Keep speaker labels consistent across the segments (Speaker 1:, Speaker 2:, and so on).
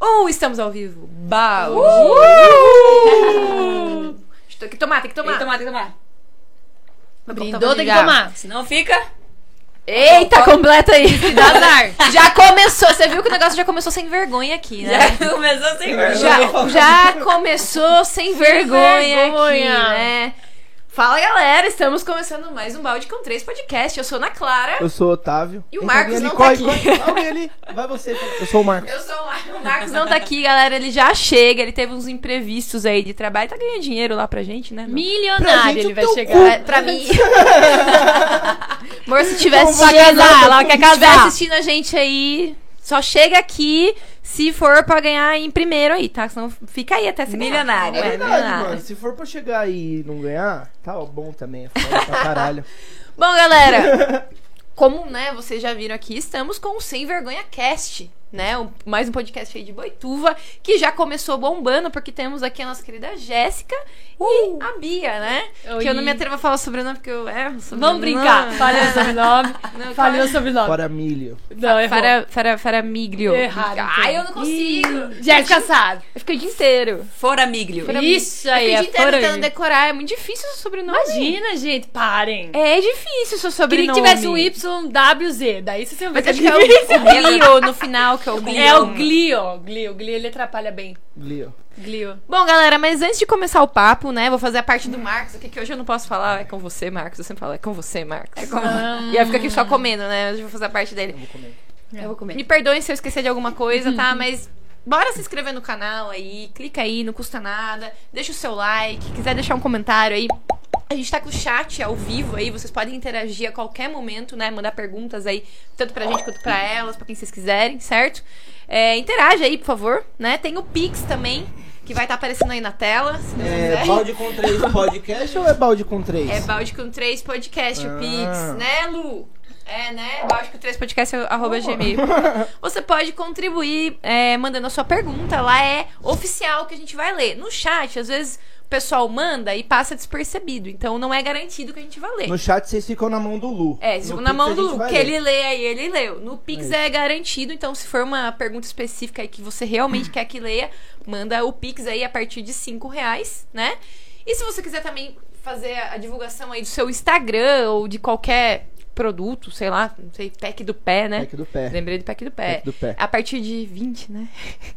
Speaker 1: Um, estamos ao vivo. Bau! Tem que tomar, tem que
Speaker 2: Tem
Speaker 1: tomar.
Speaker 2: que tomar, tem que tomar.
Speaker 1: Brindou, tem que tomar.
Speaker 2: Senão fica.
Speaker 1: Eita, completa aí.
Speaker 3: Danar.
Speaker 1: Já começou, você viu que o negócio já começou sem vergonha aqui, né?
Speaker 2: Já começou sem vergonha.
Speaker 1: Já, já começou sem vergonha,
Speaker 3: vergonha.
Speaker 1: aqui, né? Fala galera, estamos começando mais um Balde com Três podcast. Eu sou Ana Clara.
Speaker 4: Eu sou o Otávio.
Speaker 1: E o
Speaker 4: Tem
Speaker 1: Marcos
Speaker 4: alguém ali?
Speaker 1: não
Speaker 4: corre,
Speaker 1: tá aqui.
Speaker 4: Corre. Alguém ali. Vai você. Eu sou o Marcos.
Speaker 1: Eu sou o Marcos. O Marcos não tá aqui, galera. Ele já chega, ele teve uns imprevistos aí de trabalho. Tá ganhando dinheiro lá pra gente, né?
Speaker 4: Pra
Speaker 3: Milionário
Speaker 4: gente,
Speaker 3: ele
Speaker 4: o
Speaker 3: vai
Speaker 4: teu
Speaker 3: chegar.
Speaker 4: cu.
Speaker 1: É, pra mim. Amor, se tiver
Speaker 4: Então vai
Speaker 1: assistindo,
Speaker 3: casar, ela quer
Speaker 1: Se tiver
Speaker 3: casar.
Speaker 1: assistindo a gente aí, só chega aqui se for pra ganhar em primeiro aí, tá? Senão fica aí até se ganhar.
Speaker 2: Milionário.
Speaker 1: É,
Speaker 4: É verdade,
Speaker 1: milionário.
Speaker 4: mano. Se for pra chegar e não ganhar, tá bom também. É foda pra caralho.
Speaker 1: Bom, galera, como né, vocês já viram aqui, estamos com o Sem Vergonha Cast, né? Um- mais um podcast aí de Boituva, que já começou bombando, porque temos aqui a nossa querida Jéssica
Speaker 4: Uh!
Speaker 1: e a Bia, né? Que eu não me atrevo a falar sobrenome, porque eu erro. sobrenome.
Speaker 3: Vamos brincar.
Speaker 1: Não,
Speaker 3: Falei o
Speaker 1: não,
Speaker 3: sobrenome. Falei o
Speaker 1: fala-
Speaker 3: sobrenome.
Speaker 4: Fora milho.
Speaker 3: Não, errou.
Speaker 1: Fara, fara, fara miglio.
Speaker 3: Errado, então.
Speaker 1: Ai, eu não consigo.
Speaker 3: Jéssica sabe.
Speaker 1: Eu fiquei o dia inteiro.
Speaker 2: Fora miglio.
Speaker 1: Fora-
Speaker 3: Isso
Speaker 1: Eu
Speaker 3: aí,
Speaker 1: fiquei o
Speaker 3: é
Speaker 1: dia inteiro tentando
Speaker 3: fora
Speaker 1: decorar. É muito difícil o sobrenome.
Speaker 3: Imagina, gente, parem.
Speaker 1: É difícil o seu
Speaker 3: Queria
Speaker 1: sobrenome.
Speaker 3: que tivesse um YWZ, daí você vai
Speaker 1: Mas
Speaker 3: ver
Speaker 1: acho que
Speaker 3: que
Speaker 1: é o, o Glio no final, que é o Glio.
Speaker 3: é o Glio. Glio, Glio, ele atrapalha bem.
Speaker 4: Lio.
Speaker 3: Glio.
Speaker 1: Bom, galera, mas antes de começar o papo, né? Vou fazer a parte do Marcos aqui, que hoje eu não posso falar. É com você, Marcos. Eu sempre falo, é com você, Marcos. É com... E eu fico aqui só comendo, né? Hoje eu vou fazer a parte dele.
Speaker 4: Eu vou comer.
Speaker 3: Eu vou comer.
Speaker 1: Me perdoem se eu esquecer de alguma coisa, tá? Mas bora se inscrever no canal aí, clica aí, não custa nada, deixa o seu like, quiser deixar um comentário aí. A gente tá com o chat ao vivo aí, vocês podem interagir a qualquer momento, né? Mandar perguntas aí, tanto pra gente quanto pra elas, pra quem vocês quiserem, certo? É, interage aí, por favor, né? Tem o Pix também, que vai estar aparecendo aí na tela, se Deus
Speaker 4: É
Speaker 1: quiser.
Speaker 4: balde com três podcast ou é balde com três?
Speaker 1: É balde com 3 podcast, o
Speaker 4: Ah.
Speaker 1: Pix, né, Lu? É, né? Balde com 3 podcast, arroba gmail. Você pode contribuir é, mandando a sua pergunta, lá é oficial que a gente vai ler. No chat, às vezes o pessoal manda e passa despercebido, então não é garantido que a gente vai ler.
Speaker 4: No chat vocês ficam na mão do Lu.
Speaker 1: É,
Speaker 4: No
Speaker 1: isso na
Speaker 4: Pix a
Speaker 1: mão do
Speaker 4: gente
Speaker 1: Lu,
Speaker 4: vai
Speaker 1: que
Speaker 4: ler.
Speaker 1: ele lê aí, ele leu. No Pix é, garantido, então se for uma pergunta específica aí que você realmente quer que leia, manda o Pix aí a partir de 5 reais, né? E se você quiser também fazer a divulgação aí do seu Instagram ou de qualquer produto, sei lá, não sei, pack do pé, né?
Speaker 4: Pack do pé.
Speaker 1: Lembrei do pack do pé.
Speaker 4: Pack do pé.
Speaker 1: A partir de 20, né?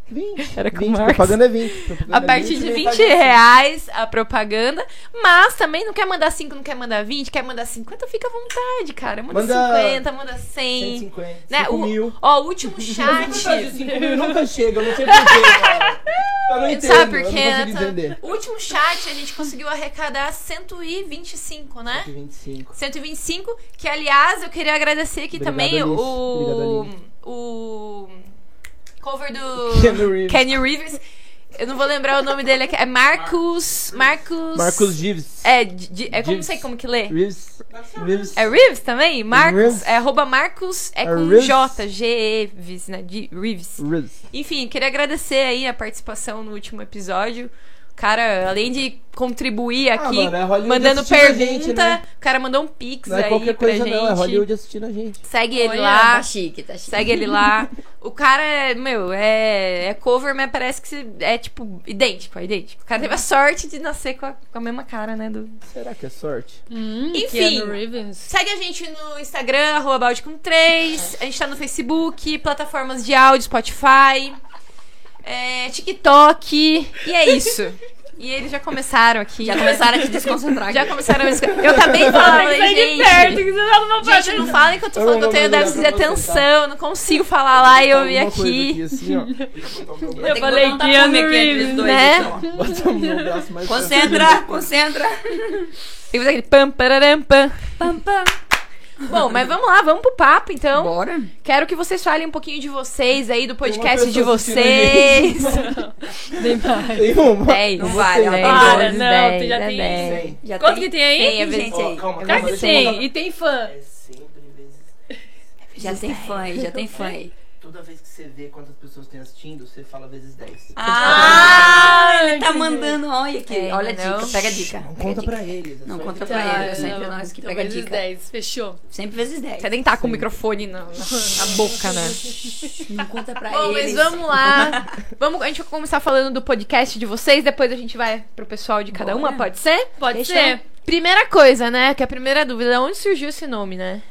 Speaker 4: 20.
Speaker 1: Era com
Speaker 4: 20,
Speaker 1: Marcos.
Speaker 4: Propaganda é 20. propaganda
Speaker 1: A
Speaker 4: é
Speaker 1: partir de 20
Speaker 4: metade é
Speaker 1: reais a propaganda. Mas também não quer mandar 5, não quer mandar 20, quer mandar 50, fica à vontade, cara. Manda,
Speaker 4: Manda
Speaker 1: 50, manda 100.
Speaker 4: 150.
Speaker 1: Né?
Speaker 4: cinco
Speaker 1: O-
Speaker 4: mil.
Speaker 1: Ó, o último
Speaker 4: Mas essa vantagem
Speaker 1: chat.
Speaker 4: de 5 mil nunca chega, eu não sei porquê, cara. Eu não entendo,
Speaker 1: Sabe por
Speaker 4: eu
Speaker 1: quê?
Speaker 4: não
Speaker 1: né?
Speaker 4: consigo entender.
Speaker 1: O último chat a gente conseguiu arrecadar 125, né?
Speaker 4: 25.
Speaker 1: 125, que aliás eu queria agradecer aqui
Speaker 4: Obrigado,
Speaker 1: também
Speaker 4: Alice.
Speaker 1: o.
Speaker 4: Obrigado, Aline.
Speaker 1: O. Cover
Speaker 4: Keanu
Speaker 1: do.
Speaker 4: Reeves.
Speaker 1: Kenny Rivers. Eu não vou lembrar o nome dele aqui. É Marcos. Marcos.
Speaker 4: Marcos Gives.
Speaker 1: É, de- de- é como não
Speaker 4: Gives.
Speaker 1: sei como que lê.
Speaker 4: Reeves. Reeves.
Speaker 1: É Reeves também? Marcos.
Speaker 4: Reeves.
Speaker 1: É arroba Marcos. É
Speaker 4: É
Speaker 1: com
Speaker 4: Reeves.
Speaker 1: J, G-E-V-S, né? De Reeves.
Speaker 4: Reeves.
Speaker 1: Enfim, queria agradecer aí a participação no último episódio. Cara, além de contribuir
Speaker 4: Ah,
Speaker 1: aqui,
Speaker 4: mano, é Hollywood
Speaker 1: mandando
Speaker 4: assistindo a
Speaker 1: pergunta,
Speaker 4: gente, né?
Speaker 1: o cara mandou um pix
Speaker 4: Não
Speaker 1: aí
Speaker 4: é qualquer
Speaker 1: pra
Speaker 4: coisa,
Speaker 1: gente.
Speaker 4: não. É Hollywood assistindo a gente.
Speaker 1: Segue ele
Speaker 2: Olha,
Speaker 1: lá,
Speaker 2: Tá chique, tá chique.
Speaker 1: segue ele lá. O cara, é, meu, é, é cover, mas parece que se- é, tipo, idêntico, é idêntico. O cara teve a sorte de nascer com a, com a mesma cara, né, do,
Speaker 4: Será que é sorte?
Speaker 3: Hum,
Speaker 1: Enfim.
Speaker 3: Keanu Reeves.
Speaker 1: Segue a gente no Instagram, arroba balde com 3. A gente tá no Facebook, plataformas de áudio, Spotify, é, TikTok. E é isso. E eles já começaram aqui.
Speaker 2: Já começaram a te desconcentrar.
Speaker 1: Já começaram a me- Eu acabei falando,
Speaker 3: Sai
Speaker 1: aí,
Speaker 3: de perto,
Speaker 1: gente.
Speaker 3: que você tá numa
Speaker 1: Gente, não falem que eu tô
Speaker 4: Eu
Speaker 1: falando que eu
Speaker 4: vou
Speaker 1: tenho
Speaker 4: me olhar
Speaker 1: déficit de
Speaker 4: pra você, tá?
Speaker 1: atenção, eu não consigo falar lá e eu vim
Speaker 4: Alguma coisa
Speaker 1: aqui.
Speaker 4: assim, ó.
Speaker 2: Vou ter
Speaker 3: Eu
Speaker 2: que
Speaker 3: falei
Speaker 2: botar um
Speaker 3: Keanu
Speaker 2: tapume aqui entre os
Speaker 3: Reeves,
Speaker 2: dois,
Speaker 1: né?
Speaker 2: então.
Speaker 4: Bota um o meu braço mais pra frente.
Speaker 2: Concentra, concentra.
Speaker 1: Tem que fazer aquele pam, pararam, pam. Pam, pam. Bom, mas vamos lá, vamos pro papo então.
Speaker 2: Bora.
Speaker 1: Quero que vocês falem um pouquinho de vocês aí, do podcast de
Speaker 4: pessoa assistindo a
Speaker 1: vocês.
Speaker 3: Tem mais.
Speaker 4: Tem uma.
Speaker 1: Dez.
Speaker 2: Não vale,
Speaker 1: dez,
Speaker 2: para,
Speaker 1: dez,
Speaker 3: não,
Speaker 1: dez,
Speaker 3: tu já
Speaker 1: dez,
Speaker 3: tem
Speaker 1: dez.
Speaker 4: Cem.
Speaker 2: Já
Speaker 3: Quanto que tem aí?
Speaker 1: Tem, é
Speaker 2: gente
Speaker 4: Ó,
Speaker 2: aí.
Speaker 4: calma,
Speaker 3: Claro
Speaker 4: calma.
Speaker 3: que
Speaker 4: deixa eu É
Speaker 3: tem,
Speaker 4: montar-
Speaker 3: e tem fã.
Speaker 4: É sempre vezes
Speaker 2: Já tem fã aí, já tem fã aí.
Speaker 4: toda vez que você vê quantas pessoas tem assistindo, você fala vezes 10.
Speaker 2: Ah, ele tá
Speaker 3: Ai, que
Speaker 2: mandando. Olha aqui.
Speaker 1: É,
Speaker 2: olha a
Speaker 1: entendeu?
Speaker 2: dica. Pega a dica.
Speaker 4: Não
Speaker 2: pega a
Speaker 4: conta
Speaker 2: dica.
Speaker 4: pra eles. é
Speaker 2: Não
Speaker 4: só
Speaker 2: conta
Speaker 4: eles.
Speaker 2: pra
Speaker 3: Tá,
Speaker 2: ele. é Sempre
Speaker 3: não.
Speaker 2: nós que
Speaker 3: Então,
Speaker 2: pega a
Speaker 3: vezes
Speaker 2: dica.
Speaker 3: 10, fechou.
Speaker 2: Sempre vezes 10.
Speaker 1: Você nem tá com o microfone na, na- na boca, né?
Speaker 2: Não conta pra
Speaker 1: Bom, mas
Speaker 2: eles.
Speaker 1: vamos lá. Vamos, a gente vai começar falando do podcast de vocês, depois a gente vai pro pessoal de cada uma,
Speaker 2: Bora.
Speaker 1: pode ser?
Speaker 3: Pode
Speaker 2: Fechou.
Speaker 3: ser.
Speaker 1: Primeira coisa, né? Que a primeira dúvida, onde surgiu esse nome, né?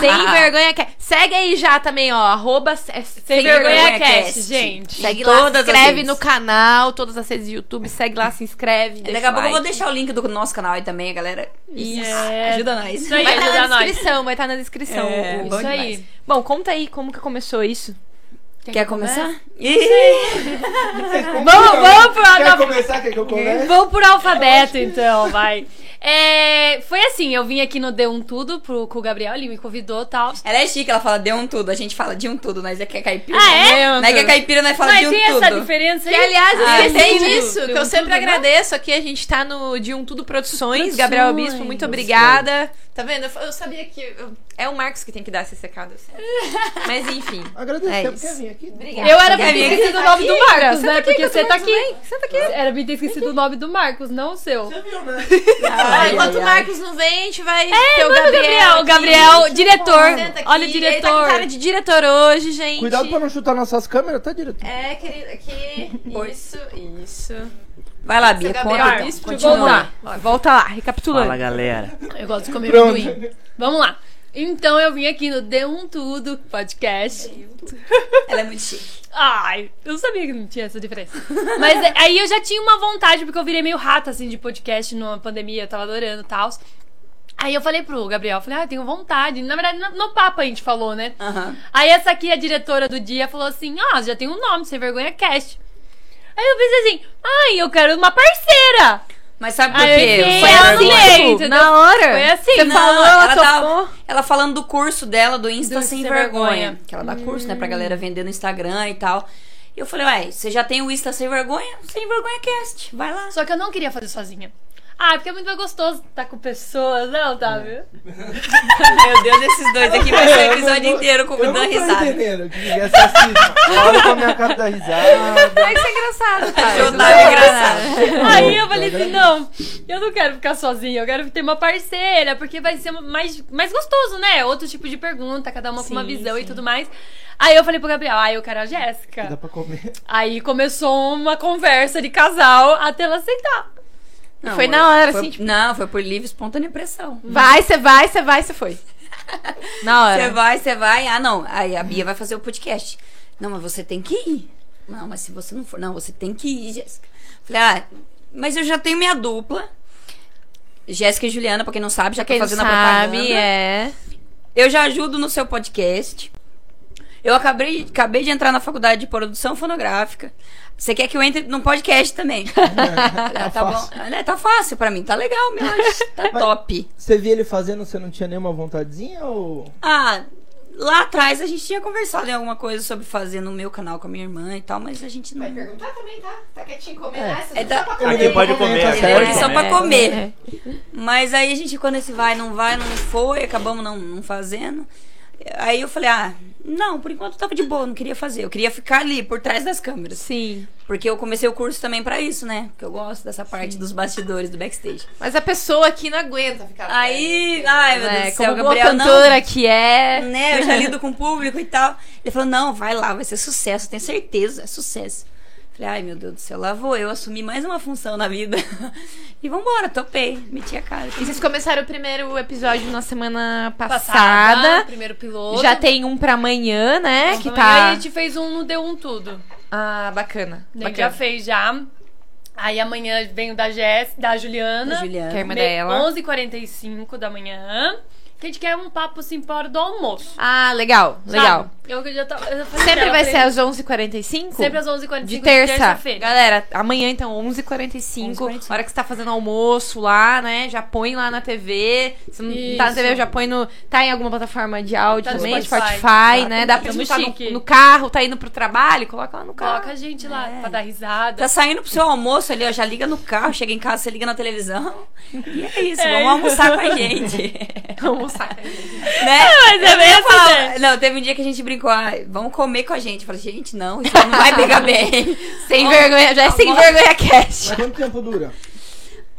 Speaker 1: Sem vergonha que é, Segue aí já também, ó. Arroba se- é, sem, vergonha,
Speaker 2: Vergonha
Speaker 1: cast,
Speaker 2: Cast.
Speaker 1: gente.
Speaker 2: Segue lá,
Speaker 1: todas
Speaker 2: as
Speaker 1: inscreve
Speaker 2: redes.
Speaker 1: no canal, todas as redes do YouTube, segue lá, se inscreve.
Speaker 2: Daqui a pouco eu vou deixar o link do nosso canal aí também, galera.
Speaker 1: Isso.
Speaker 3: É.
Speaker 2: Ajuda nós.
Speaker 3: Isso aí.
Speaker 1: Vai estar
Speaker 3: Ajuda
Speaker 1: na
Speaker 3: nós.
Speaker 1: descrição, vai estar na descrição.
Speaker 2: É,
Speaker 1: o-
Speaker 2: bom
Speaker 1: isso aí.
Speaker 2: demais.
Speaker 1: Bom, conta aí como que começou isso.
Speaker 2: Quer começar?
Speaker 4: Vocês contam
Speaker 3: Vamos,
Speaker 4: pra
Speaker 3: vamos pro
Speaker 4: Quer
Speaker 3: analfabeto.
Speaker 4: começar? Quer que eu comece?
Speaker 3: Vamos por alfabeto, então, vai. É, foi assim, eu vim aqui no Dê Um Tudo pro, com o Gabriel, ele me convidou e tal.
Speaker 2: Ela é chique, ela fala de um tudo. A gente fala de um tudo, nós é que é caipira.
Speaker 3: Ah, é?
Speaker 2: Nós que é caipira, nós fala
Speaker 3: Mas
Speaker 2: de um
Speaker 3: tem
Speaker 2: tudo.
Speaker 3: essa diferença aí?
Speaker 1: Que, aliás, eu
Speaker 2: Ah,
Speaker 1: esqueci
Speaker 2: entendi.
Speaker 1: disso, que
Speaker 3: Deu
Speaker 1: eu
Speaker 3: um
Speaker 1: sempre
Speaker 3: tudo, né?
Speaker 1: agradeço aqui. A gente tá no De Um Tudo Produções.
Speaker 3: Produções.
Speaker 1: Gabriel Bispo, muito
Speaker 3: Gostei.
Speaker 1: obrigada. Tá vendo? Eu, eu sabia que. eu- é o Marcos que tem que dar esse secado. eu sei. Mas enfim. É
Speaker 4: Agradecemos
Speaker 1: isso.
Speaker 4: por vir aqui.
Speaker 1: Obrigada.
Speaker 3: eu era pra
Speaker 2: Gabi,
Speaker 3: ter esquecido o
Speaker 1: tá
Speaker 3: nome do
Speaker 1: aqui,
Speaker 3: Marcos,
Speaker 1: senta
Speaker 3: né?
Speaker 1: aqui,
Speaker 3: Porque
Speaker 1: Gabi,
Speaker 3: você tá
Speaker 1: tudo
Speaker 3: aqui.
Speaker 1: bem? Senta aqui.
Speaker 3: Era pra ter esquecido o nome do Marcos, não o seu.
Speaker 4: Você viu, né?
Speaker 1: Ah,
Speaker 2: Ai,
Speaker 1: enquanto
Speaker 2: ai,
Speaker 1: o
Speaker 2: ai.
Speaker 1: Marcos não vem, a gente vai ter É, o
Speaker 3: manda o Gabriel,
Speaker 1: Gabriel.
Speaker 3: o Gabriel, diretor. Olha o
Speaker 1: Ele tá com
Speaker 3: diretor.
Speaker 1: cara de diretor hoje, gente.
Speaker 4: Cuidado pra não chutar nossas câmeras, tá, diretor?
Speaker 1: É, querido, aqui.
Speaker 2: Oi.
Speaker 1: Isso, isso.
Speaker 2: Vai lá, Bia,
Speaker 1: Seu
Speaker 2: conta.
Speaker 1: Gabriel,
Speaker 2: então.
Speaker 1: isso,
Speaker 2: Continua.
Speaker 3: tipo, vamos lá.
Speaker 1: Ó, Volta lá, recapitulando.
Speaker 5: Fala galera.
Speaker 3: Eu gosto de comer
Speaker 4: Pronto.
Speaker 3: amendoim. Vamos lá. Então eu vim aqui no Dê Um Tudo podcast.
Speaker 2: Ela é muito chique.
Speaker 3: Ai, eu sabia que não tinha essa diferença. Mas é, aí eu já tinha uma vontade, porque eu virei meio rata, assim, de podcast numa pandemia, eu tava adorando e tal. Aí eu falei pro Gabriel, eu falei, ah, eu tenho vontade. Na verdade, no, no papo a gente falou, né?
Speaker 2: Aham.
Speaker 3: Aí essa aqui, a diretora do dia, falou assim, ah, já tem um nome, Sem Vergonha Cast. Aí eu pensei assim, ai, eu quero uma parceira.
Speaker 2: Mas sabe por
Speaker 3: Aí eu
Speaker 2: quê?
Speaker 3: enfiei
Speaker 2: Foi
Speaker 3: ela
Speaker 2: assim.
Speaker 3: no meio, entendeu?
Speaker 1: Na hora.
Speaker 3: Foi assim.
Speaker 1: Você
Speaker 2: Não,
Speaker 1: falou, ela,
Speaker 2: ela
Speaker 1: topou.
Speaker 2: tava- Ela falando do curso dela, do Insta
Speaker 3: Do
Speaker 2: Sem
Speaker 3: Sem
Speaker 2: vergonha.
Speaker 3: Vergonha.
Speaker 2: Que ela dá curso, né, pra galera vender no Instagram e tal. E eu falei, ué, você já tem o Insta Sem Vergonha? Sem Vergonha Cast. Vai lá.
Speaker 3: Só que eu não queria fazer sozinha. Ah, porque é muito mais gostoso estar com pessoas, né,
Speaker 1: É.
Speaker 3: Otávio?
Speaker 2: Meu Deus, esses dois aqui vai ser o episódio
Speaker 4: Eu não-
Speaker 2: inteiro com
Speaker 4: Eu
Speaker 2: dando
Speaker 4: não tô
Speaker 2: risada.
Speaker 4: entendendo o que é essa cisma. Olha com a minha cara da risada.
Speaker 1: Ai, isso é engraçado, cara.
Speaker 2: Seu
Speaker 1: Isso
Speaker 2: Otávio
Speaker 1: é
Speaker 2: é engraçado.
Speaker 3: Aí eu falei assim, não, eu não quero ficar sozinha, eu quero ter uma parceira, porque vai ser mais, mais gostoso, né? Outro tipo de pergunta, cada uma com uma
Speaker 1: Sim,
Speaker 3: visão
Speaker 1: sim.
Speaker 3: e tudo mais. Aí eu falei pro Gabriel, ah, eu quero a Jéssica.
Speaker 4: Dá pra comer.
Speaker 3: Aí começou uma conversa de casal até ela aceitar.
Speaker 2: Não,
Speaker 1: Foi na hora,
Speaker 2: foi-
Speaker 1: assim, tipo-
Speaker 2: Não, foi por livre, espontânea pressão.
Speaker 1: Vai, você vai, você vai, você foi. Na hora.
Speaker 2: Você vai, você vai. Ah, não. Aí a Bia vai fazer o podcast. Não, mas você tem que ir. Não, mas se você não for. Não, você tem que ir, Jéssica. Falei, ah, mas eu já tenho minha dupla. Jéssica e Juliana, pra quem não sabe, já tô
Speaker 1: Quem não
Speaker 2: fazendo a
Speaker 1: sabe,
Speaker 2: propaganda.
Speaker 1: é.
Speaker 2: Eu já ajudo no seu podcast. Eu acabei, acabei de entrar na faculdade de produção fonográfica. Você quer que eu entre num podcast também?
Speaker 4: Tá
Speaker 2: Ah, tá
Speaker 4: fácil.
Speaker 2: bom. É, tá fácil pra mim, tá legal, meu. Tá
Speaker 4: Mas-
Speaker 2: top.
Speaker 4: Você viu ele fazendo, você não tinha nenhuma vontadezinha ou.
Speaker 2: Ah, lá atrás a gente tinha conversado em alguma coisa sobre fazer no meu canal com a minha irmã e tal, mas a gente não.
Speaker 1: perguntar também, tá? Tá quietinho, comer
Speaker 2: É da- só
Speaker 5: Aqui pode comer,
Speaker 4: Tá
Speaker 5: aqui
Speaker 4: certo.
Speaker 3: É.
Speaker 5: pode
Speaker 2: só
Speaker 5: comer.
Speaker 2: pra comer. Mas aí a gente, quando esse vai, não vai, não foi, acabamos não, não fazendo. Aí eu falei, ah, não, por enquanto tava de boa, não queria fazer. Eu queria ficar ali, por trás das câmeras.
Speaker 1: Sim.
Speaker 2: Porque eu comecei o curso também pra isso, né? Porque eu gosto dessa parte dos bastidores, do backstage.
Speaker 1: Mas a pessoa aqui não aguenta ficar. lá.
Speaker 2: Aí, ai meu
Speaker 1: né?
Speaker 2: Deus do
Speaker 1: Como
Speaker 2: céu,
Speaker 1: boa
Speaker 2: Gabriel, não.
Speaker 1: cantora que é.
Speaker 2: né? Eu já lido com o público e tal. Ele falou, não, vai lá, vai ser sucesso, tenho certeza, é sucesso. Falei, ai meu Deus do céu, lá vou eu assumir mais uma função na vida. E vambora, topei, meti a cara.
Speaker 1: E vocês começaram o primeiro episódio na semana
Speaker 3: Passada,
Speaker 1: passada.
Speaker 3: primeiro piloto.
Speaker 1: Já tem um pra amanhã, né?
Speaker 3: Então,
Speaker 1: que
Speaker 3: Aí a
Speaker 1: tá.
Speaker 3: gente fez um no Deu Um Tudo.
Speaker 1: Ah, bacana.
Speaker 3: A gente já
Speaker 1: Bacana.
Speaker 3: fez já. Aí amanhã vem o da Jess, da Juliana.
Speaker 1: Que é a
Speaker 2: Juliana.
Speaker 1: irmã
Speaker 3: Me-
Speaker 1: dela.
Speaker 3: 11h45 da manhã. Que a gente quer um papo assim para do almoço.
Speaker 1: Ah, legal,
Speaker 3: sabe?
Speaker 1: legal.
Speaker 3: Eu que já tava- eu falei pra
Speaker 1: Sempre
Speaker 3: ela,
Speaker 1: vai
Speaker 3: falei,
Speaker 1: ser às 11h45?
Speaker 3: Sempre às 11h45
Speaker 1: De terça.
Speaker 3: feira
Speaker 1: Galera, amanhã então, 11h45.
Speaker 2: 11h45.
Speaker 1: Hora que você tá fazendo almoço lá, né? Já põe lá na TV. Se não tá na
Speaker 3: Isso.
Speaker 1: TV, já põe no. Tá em alguma plataforma de áudio
Speaker 3: Tá no
Speaker 1: também,
Speaker 3: Spotify. Tá.
Speaker 1: Spotify, né? Dá pra
Speaker 3: Tamo
Speaker 1: escutar no,
Speaker 3: chique.
Speaker 1: no carro, tá indo pro trabalho, coloca lá no carro.
Speaker 3: Coloca a gente lá
Speaker 2: É.
Speaker 3: pra dar risada.
Speaker 2: Tá saindo pro seu almoço ali, ó, já liga no carro, chega em casa, você liga na televisão. E é isso,
Speaker 3: É
Speaker 2: vamos almoçar com a gente.
Speaker 1: Vamos saca.
Speaker 2: Né?
Speaker 3: Mas é
Speaker 2: Eu ia
Speaker 3: mesmo,
Speaker 2: falar-
Speaker 3: né?
Speaker 2: Não, teve um dia que a gente brincou, ah, vamos comer com a gente. Eu falei, gente, não, isso não vai pegar bem.
Speaker 1: Sem vergonha, já é sem vergonha cast.
Speaker 4: Mas quanto tempo dura?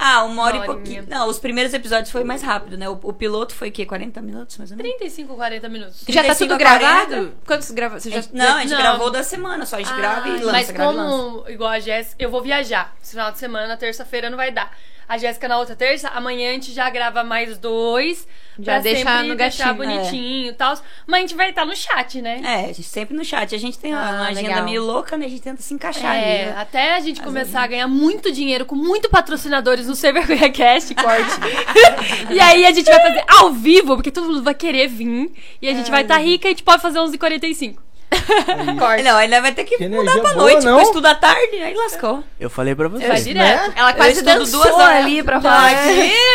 Speaker 2: Ah, uma hora
Speaker 3: Uma
Speaker 2: e
Speaker 3: hora e
Speaker 2: pouquinho.
Speaker 3: meia.
Speaker 2: Não, os primeiros episódios foi mais rápido, né? O, o piloto foi o quê? 40 minutos, mais ou menos?
Speaker 3: 35, 40 minutos.
Speaker 1: Já tá tudo
Speaker 2: 35 a 40?
Speaker 1: gravado? Quantos grava? Você já...
Speaker 2: Não, a gente
Speaker 3: Não.
Speaker 2: gravou da semana, só a gente grava e
Speaker 3: Ah,
Speaker 2: lança,
Speaker 3: Mas
Speaker 2: grava e lança.
Speaker 3: como, igual a Jéssica, eu vou viajar. Esse final de semana, terça-feira, não vai dar. A Jéssica na outra terça, amanhã a gente já grava mais dois.
Speaker 1: Já
Speaker 3: pra
Speaker 1: deixa
Speaker 3: sempre
Speaker 1: no
Speaker 3: deixar
Speaker 1: gatinho,
Speaker 3: bonitinho e tal. Mas a gente vai estar no chat, né?
Speaker 2: É, a gente sempre no chat. A gente tem uma-
Speaker 1: Ah,
Speaker 2: uma agenda
Speaker 1: legal.
Speaker 2: meio louca, né? A gente tenta se encaixar
Speaker 3: É,
Speaker 2: ali. né?
Speaker 3: até a gente começar a ganhar muito dinheiro com muito patrocinadores no Sem Vergonha Cast, corte. e aí a gente vai fazer ao vivo, porque todo mundo vai querer vir. E a gente vai estar rica e a gente pode fazer 11h45.
Speaker 4: É
Speaker 2: Ele, Não, ele vai ter que
Speaker 4: Que
Speaker 2: mudar
Speaker 4: energia
Speaker 2: pra
Speaker 4: boa,
Speaker 2: noite,
Speaker 4: não?
Speaker 2: depois tudo à tarde, aí lascou.
Speaker 5: Eu falei pra
Speaker 3: Vai
Speaker 5: vocês.
Speaker 3: direto.
Speaker 1: Ela Tá quase
Speaker 2: Eu estudo
Speaker 1: dançou
Speaker 2: duas horas
Speaker 1: ali pra falar.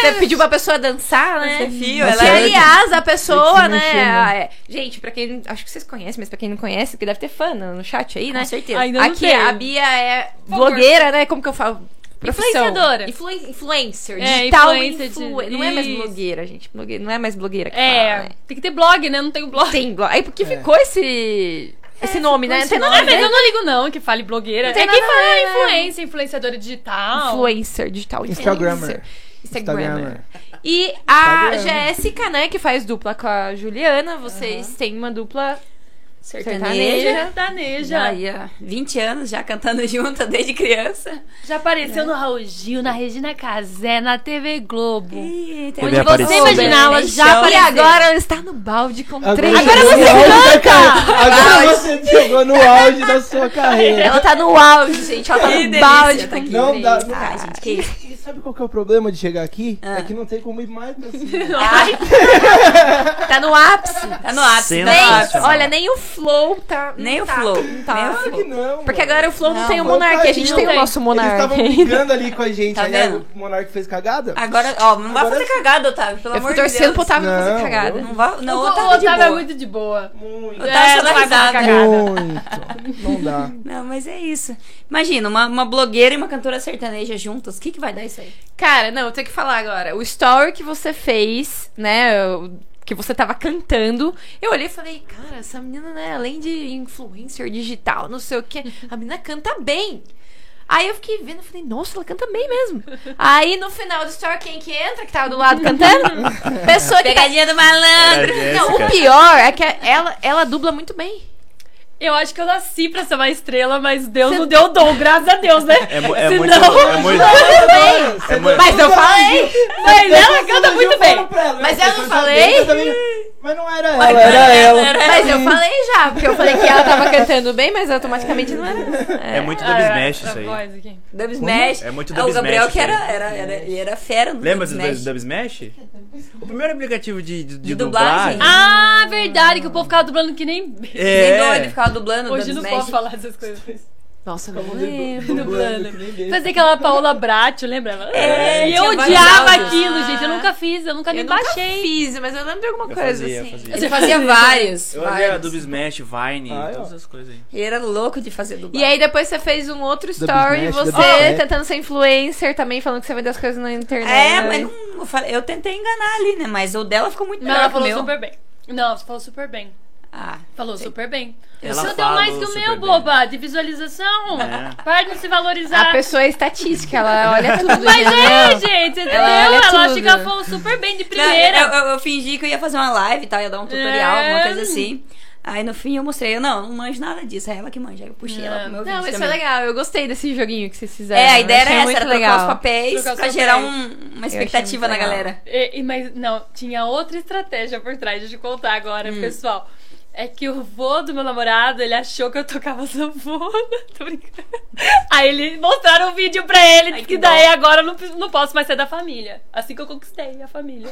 Speaker 1: Você pediu pra pessoa dançar, né?
Speaker 2: Você fio,
Speaker 1: Que,
Speaker 2: ela
Speaker 4: Nossa, é-
Speaker 1: aliás, a
Speaker 4: Tem que
Speaker 1: pessoa,
Speaker 4: se mexer,
Speaker 1: né?
Speaker 4: né?
Speaker 1: ah, é. Gente, pra quem. Acho que vocês conhecem, mas pra quem não conhece, que deve ter fã no no chat aí, né?
Speaker 2: Com certeza.
Speaker 3: Ainda não
Speaker 1: Aqui,
Speaker 3: tem.
Speaker 1: a Bia é
Speaker 3: favor.
Speaker 1: blogueira, né? Como que eu falo? Profissão.
Speaker 3: Influenciadora.
Speaker 1: Influen- influencer.
Speaker 3: É,
Speaker 1: digital
Speaker 3: influencer
Speaker 1: influencer.
Speaker 3: de-
Speaker 1: Não é mais
Speaker 3: Isso.
Speaker 1: blogueira, gente. Blogueira, não é mais blogueira que
Speaker 3: É,
Speaker 1: fala, né?
Speaker 3: tem que ter blog, né? Não tem blog.
Speaker 1: Tem blog. Aí por que
Speaker 4: É.
Speaker 1: ficou esse. Esse nome, né? Não tem nada
Speaker 3: Ah,
Speaker 1: a ver.
Speaker 3: mas eu não ligo não que fale blogueira.
Speaker 1: Não tem
Speaker 3: É quem
Speaker 1: nada a
Speaker 3: fala
Speaker 1: ver, né?
Speaker 3: influência, influencer digital.
Speaker 1: Influencer, digital
Speaker 4: Instagrammer.
Speaker 1: influencer.
Speaker 4: tá
Speaker 1: Instagrammer. E a Jéssica, né, que faz dupla com a Juliana, vocês têm uma dupla
Speaker 2: sertaneja.
Speaker 3: Sertaneja.
Speaker 2: Já ia 20 anos já cantando junta desde criança.
Speaker 3: Já apareceu no Raul Gil, na Regina Casé, na TV Globo.
Speaker 2: Eita,
Speaker 5: Onde apareceu.
Speaker 2: você
Speaker 3: imaginava, já
Speaker 2: Então,
Speaker 1: E
Speaker 3: apareceu.
Speaker 1: agora ela está no balde com três.
Speaker 3: Agora você
Speaker 4: você
Speaker 3: canta!
Speaker 4: Agora você chegou no auge da sua carreira.
Speaker 1: Ela tá no auge, gente. Ela tá
Speaker 2: Que
Speaker 1: no
Speaker 2: delícia,
Speaker 1: balde
Speaker 2: tá
Speaker 1: com
Speaker 2: aqui.
Speaker 4: Não dá. não-
Speaker 2: Ah, gente, que isso.
Speaker 4: E sabe qual que é o problema de chegar aqui? É que não tem como ir mais pra cima.
Speaker 1: ah, Tá no ápice.
Speaker 2: Tá no ápice, tá no ápice.
Speaker 1: Nem,
Speaker 5: Sensacional.
Speaker 1: olha, nem o Flow tá.
Speaker 2: Nem
Speaker 1: não
Speaker 2: o
Speaker 1: tá,
Speaker 2: flow,
Speaker 1: não tá.
Speaker 2: nem o
Speaker 4: Claro que não.
Speaker 1: Porque
Speaker 4: mano.
Speaker 1: agora o Flow não
Speaker 2: Não,
Speaker 1: tem o
Speaker 4: Mano,
Speaker 1: Monark. A gente
Speaker 4: tadinho,
Speaker 1: tem o
Speaker 4: velho.
Speaker 1: nosso
Speaker 4: Eles
Speaker 1: Monark.
Speaker 4: estavam brigando ali com a gente.
Speaker 2: Tá
Speaker 4: aí aí
Speaker 2: vendo? Tá.
Speaker 4: o Monark fez cagada.
Speaker 2: Agora, ó, não vai
Speaker 4: Agora-
Speaker 2: fazer cagada, Otávio, pelo
Speaker 1: Eu
Speaker 2: amor
Speaker 1: fico
Speaker 2: de Deus.
Speaker 1: torcendo pro Otávio não fazer
Speaker 4: Não,
Speaker 1: cagada.
Speaker 2: Não vai, não,
Speaker 3: o
Speaker 1: tá
Speaker 2: Otávio,
Speaker 3: Otávio é
Speaker 2: muito...
Speaker 3: muito de boa.
Speaker 4: Muito.
Speaker 2: Eu tava
Speaker 3: É, não vai fazer
Speaker 2: sonorizada.
Speaker 3: cagada.
Speaker 4: Muito. Não dá.
Speaker 2: Não, mas é isso. Imagina, uma, uma blogueira e uma cantora sertaneja juntas, o que que vai dar isso aí?
Speaker 1: Cara, não, eu tenho que falar agora. O story que você fez, né? o- Que você tava cantando, eu olhei e falei, cara, essa menina, né, além de influencer digital, não sei o quê, a menina canta bem. Aí eu fiquei vendo, eu falei, nossa, ela canta bem mesmo. Aí no final do story, quem que entra, que tava do lado cantando? Pessoa que tá...
Speaker 2: Pegadinha do malandro.
Speaker 1: Não, o pior é que ela, ela dubla muito bem.
Speaker 3: Eu acho que eu nasci pra ser uma estrela, mas Deus não deu o dom, graças a Deus, né?
Speaker 5: É, mu- é
Speaker 3: Senão-
Speaker 5: muito. É muito.
Speaker 4: Agora,
Speaker 5: É muito-
Speaker 1: Mas eu falei,
Speaker 3: Mas ela
Speaker 4: você
Speaker 3: canta
Speaker 4: surgiu
Speaker 3: muito
Speaker 4: falando
Speaker 3: bem.
Speaker 4: pra ela,
Speaker 1: Mas
Speaker 4: né?
Speaker 1: eu
Speaker 4: Você
Speaker 1: não
Speaker 4: sabia
Speaker 1: falei?
Speaker 4: também- Mas não era ela, era
Speaker 2: era
Speaker 4: ela.
Speaker 1: mas eu falei já, porque eu falei que ela tava cantando bem, mas automaticamente não era.
Speaker 5: É muito dub smash
Speaker 3: Ah,
Speaker 5: isso aí.
Speaker 3: voz aqui.
Speaker 2: Dub Smash.
Speaker 5: É muito
Speaker 2: Ah,
Speaker 5: Dub
Speaker 2: O Gabriel
Speaker 5: Smash,
Speaker 2: que era,
Speaker 5: cara.
Speaker 2: era, era, ele era fera no
Speaker 5: Lembra
Speaker 2: Dub
Speaker 5: do
Speaker 2: Smash.
Speaker 5: Dub Smash? O primeiro aplicativo de, de, de
Speaker 2: De
Speaker 5: dublagem.
Speaker 2: dublagem.
Speaker 3: Ah, verdade, que o povo ficava dublando que nem.
Speaker 5: É.
Speaker 2: Nem doido, ficava dublando
Speaker 3: Hoje
Speaker 2: Dub
Speaker 3: não
Speaker 2: Smash.
Speaker 3: posso falar essas coisas.
Speaker 1: Nossa, não lembro.
Speaker 4: Dublando, que nem besta.
Speaker 3: Fazia aquela Paola Bracho, lembra? Ela-
Speaker 2: É,
Speaker 3: e eu
Speaker 2: tinha vários
Speaker 3: odiava
Speaker 2: áudios.
Speaker 3: aquilo, gente. Eu nunca fiz, eu nunca nem
Speaker 1: Eu nunca
Speaker 3: baixei.
Speaker 1: fiz, mas eu lembro de alguma
Speaker 5: Eu
Speaker 1: coisa
Speaker 5: fazia,
Speaker 1: assim.
Speaker 5: eu fazia.
Speaker 2: Ele fazia vários.
Speaker 5: Eu olhei
Speaker 2: vários.
Speaker 5: Dub Smash, Vine,
Speaker 4: Ah,
Speaker 5: todas
Speaker 4: eu-
Speaker 5: essas coisas aí.
Speaker 2: Ele era louco de fazer dublagem.
Speaker 1: E aí depois você fez um outro story,
Speaker 5: né?
Speaker 4: Smash,
Speaker 1: você
Speaker 4: Double Smash.
Speaker 1: tentando ser influencer também, falando que você vende as coisas na internet.
Speaker 3: né?
Speaker 2: É, mas não, eu, falei, eu tentei enganar ali, né? Mas o dela ficou muito
Speaker 3: Não,
Speaker 2: melhor
Speaker 3: ela
Speaker 2: que
Speaker 3: falou
Speaker 2: o meu.
Speaker 3: super bem. Não, você falou super bem.
Speaker 2: Ah,
Speaker 3: Falou super bem.
Speaker 5: Ela
Speaker 3: o seu deu
Speaker 5: falou
Speaker 3: mais que o
Speaker 5: super
Speaker 3: meu,
Speaker 5: bem.
Speaker 3: boba, de visualização.
Speaker 5: É.
Speaker 3: Para de se
Speaker 1: A
Speaker 3: valorizar.
Speaker 1: pessoa é estatística, ela olha tudo.
Speaker 3: Mas
Speaker 1: gente.
Speaker 3: é, gente, entendeu?
Speaker 1: Ela olha
Speaker 3: Ela, acha
Speaker 1: tudo.
Speaker 3: que ela falou super bem de
Speaker 2: Não,
Speaker 3: primeira.
Speaker 2: Eu, eu- eu fingi que eu ia fazer uma live e tal, ia dar um tutorial,
Speaker 3: É.
Speaker 2: alguma coisa assim. Aí no fim eu mostrei, eu não, não manjo nada disso, é ela que manja. Aí eu puxei ela pro meu vídeo.
Speaker 1: Não, mas foi
Speaker 2: também.
Speaker 1: legal, eu gostei desse joguinho que vocês fizeram.
Speaker 2: É, a
Speaker 1: eu
Speaker 2: ideia era
Speaker 1: achei
Speaker 2: essa,
Speaker 1: muito
Speaker 2: era trocar
Speaker 1: legal.
Speaker 2: os papéis
Speaker 3: Trocar os
Speaker 2: pra
Speaker 3: papéis.
Speaker 2: gerar um- uma expectativa na
Speaker 1: muito legal.
Speaker 2: galera.
Speaker 3: É, E- e- mas não, tinha outra estratégia por trás, deixa eu contar agora,
Speaker 2: Hum.
Speaker 3: pessoal. É que o vô do meu namorado, ele achou que eu tocava sanfona. Tô brincando. Aí ele mostraram um vídeo pra ele,
Speaker 2: Ai,
Speaker 3: que,
Speaker 2: que
Speaker 3: daí
Speaker 2: dó.
Speaker 3: agora eu não, preciso- não posso mais ser da família. Assim que eu conquistei a família.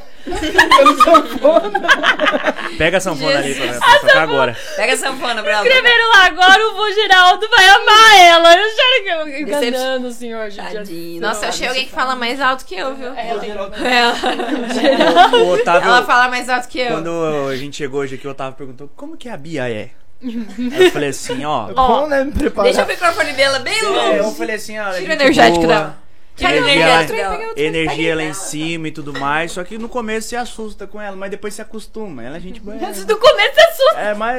Speaker 5: Pega a sanfona ali pra, pra tocar agora.
Speaker 2: Pega a sanfona pra ela. né?
Speaker 3: Escreveram lá, agora o vô Geraldo vai
Speaker 2: Hum.
Speaker 3: amar ela. Eu choro que eu enganando o senhor, gente. assim. É,
Speaker 2: Tadinho.
Speaker 1: Nossa, É eu achei alguém que fala mais alto que eu, viu?
Speaker 3: Ela tem-
Speaker 5: O Otávio,
Speaker 1: Ela fala mais alto que eu.
Speaker 5: quando a gente chegou hoje aqui, o Otávio perguntou como que a Bia é. Aí eu falei assim, ó.
Speaker 4: Bom, né? Me preparar.
Speaker 2: Deixa o microfone dela bem longe.
Speaker 5: É, eu falei assim, ó. a
Speaker 1: Tira o
Speaker 5: gente
Speaker 1: energético
Speaker 5: boa,
Speaker 1: dela. Caiu
Speaker 2: Ele
Speaker 5: energia
Speaker 2: é
Speaker 5: lá,
Speaker 2: dentro dela.
Speaker 5: energia lá em cima e tudo mais. Só que no começo você assusta com ela, mas depois se acostuma. Ela é gente boa.
Speaker 3: Antes do começo é sua.
Speaker 5: É, mas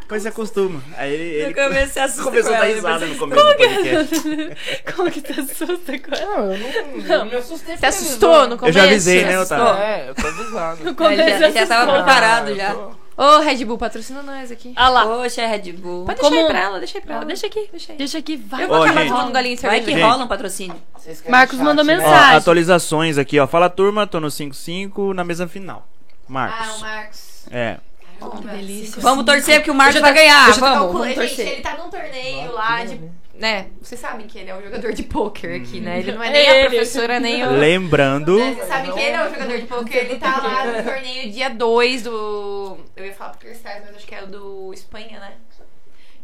Speaker 5: depois se acostuma. Aí ele,
Speaker 2: Eu
Speaker 5: ele
Speaker 2: comecei a assustar.
Speaker 5: começou a dar risada no começo do
Speaker 1: é?
Speaker 5: podcast.
Speaker 3: Como que tá assusta com ela?
Speaker 4: Não, eu não, eu me assustei.
Speaker 1: Você assustou no
Speaker 5: Eu
Speaker 1: começo?
Speaker 5: já avisei, né, Otávio?
Speaker 4: É, eu tô avisado.
Speaker 3: No começo é
Speaker 2: Ele já, ele já tava
Speaker 3: assustou.
Speaker 2: preparado já.
Speaker 1: Ô, Red Bull, patrocina nós aqui.
Speaker 3: Ah lá.
Speaker 2: Poxa, Red Bull.
Speaker 1: Pode
Speaker 3: Como-
Speaker 1: deixar aí pra ela, deixa aí pra
Speaker 3: Ah,
Speaker 1: ela.
Speaker 3: deixa aqui,
Speaker 1: deixa aí.
Speaker 3: Deixa aqui, vai.
Speaker 1: Eu vou acabar
Speaker 5: gente.
Speaker 1: tomando um golinho de
Speaker 2: Vai
Speaker 1: cerveja.
Speaker 2: é que
Speaker 5: Gente.
Speaker 2: rola um patrocínio.
Speaker 3: Marcos mandou
Speaker 4: né?
Speaker 5: Ó,
Speaker 3: mensagem. Mensagem.
Speaker 5: atualizações aqui, ó. Fala turma, tô no 5-5 na mesa final.
Speaker 1: Ah, o
Speaker 5: Marcos.
Speaker 1: Marcos.
Speaker 5: É.
Speaker 3: Que delícia.
Speaker 2: Vamos torcer porque o Marcos vai ganhar.
Speaker 1: Deixa eu
Speaker 2: Vamos,
Speaker 1: calcular.
Speaker 2: vamos
Speaker 1: Gente, ele
Speaker 2: torcer.
Speaker 1: tá num torneio lá de. Né? Vocês sabem que ele é um jogador de pôquer aqui, né? Ele não é
Speaker 3: É
Speaker 1: nem a
Speaker 3: ele.
Speaker 1: professora, nem o.
Speaker 5: Lembrando.
Speaker 1: Né, Vocês sabem que ele é um jogador de pôquer, ele tá lá no torneio dia 2 do. Eu ia falar pro Cristais, mas acho que é o do Espanha, né?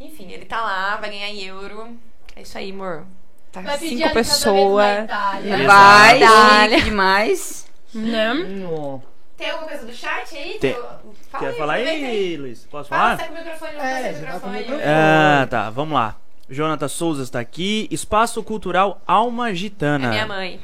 Speaker 1: Enfim, ele tá lá, vai ganhar em euro. É isso aí, amor. Tá
Speaker 3: Vai pedir
Speaker 1: cinco
Speaker 3: ali cada vez mais
Speaker 1: pessoas.
Speaker 3: Itália.
Speaker 1: né?
Speaker 5: Exato.
Speaker 2: Vai,
Speaker 1: Itália.
Speaker 2: chique demais.
Speaker 3: Né?
Speaker 4: Não.
Speaker 1: Tem alguma coisa do chat aí?
Speaker 5: Tem.
Speaker 1: Do- Fala
Speaker 5: Quer
Speaker 1: aí,
Speaker 5: falar
Speaker 1: é? aproveita
Speaker 5: aí, Luiz? Posso
Speaker 1: Fala,
Speaker 5: falar?
Speaker 1: você tá com o microfone, não
Speaker 4: É,
Speaker 1: é,
Speaker 4: você
Speaker 1: o
Speaker 4: tá com o
Speaker 1: microfone.
Speaker 4: microfone.
Speaker 5: Ah, tá, vamos lá. Jonathan Souza está aqui. Espaço Cultural Alma
Speaker 1: É
Speaker 5: Gitana.
Speaker 1: minha mãe.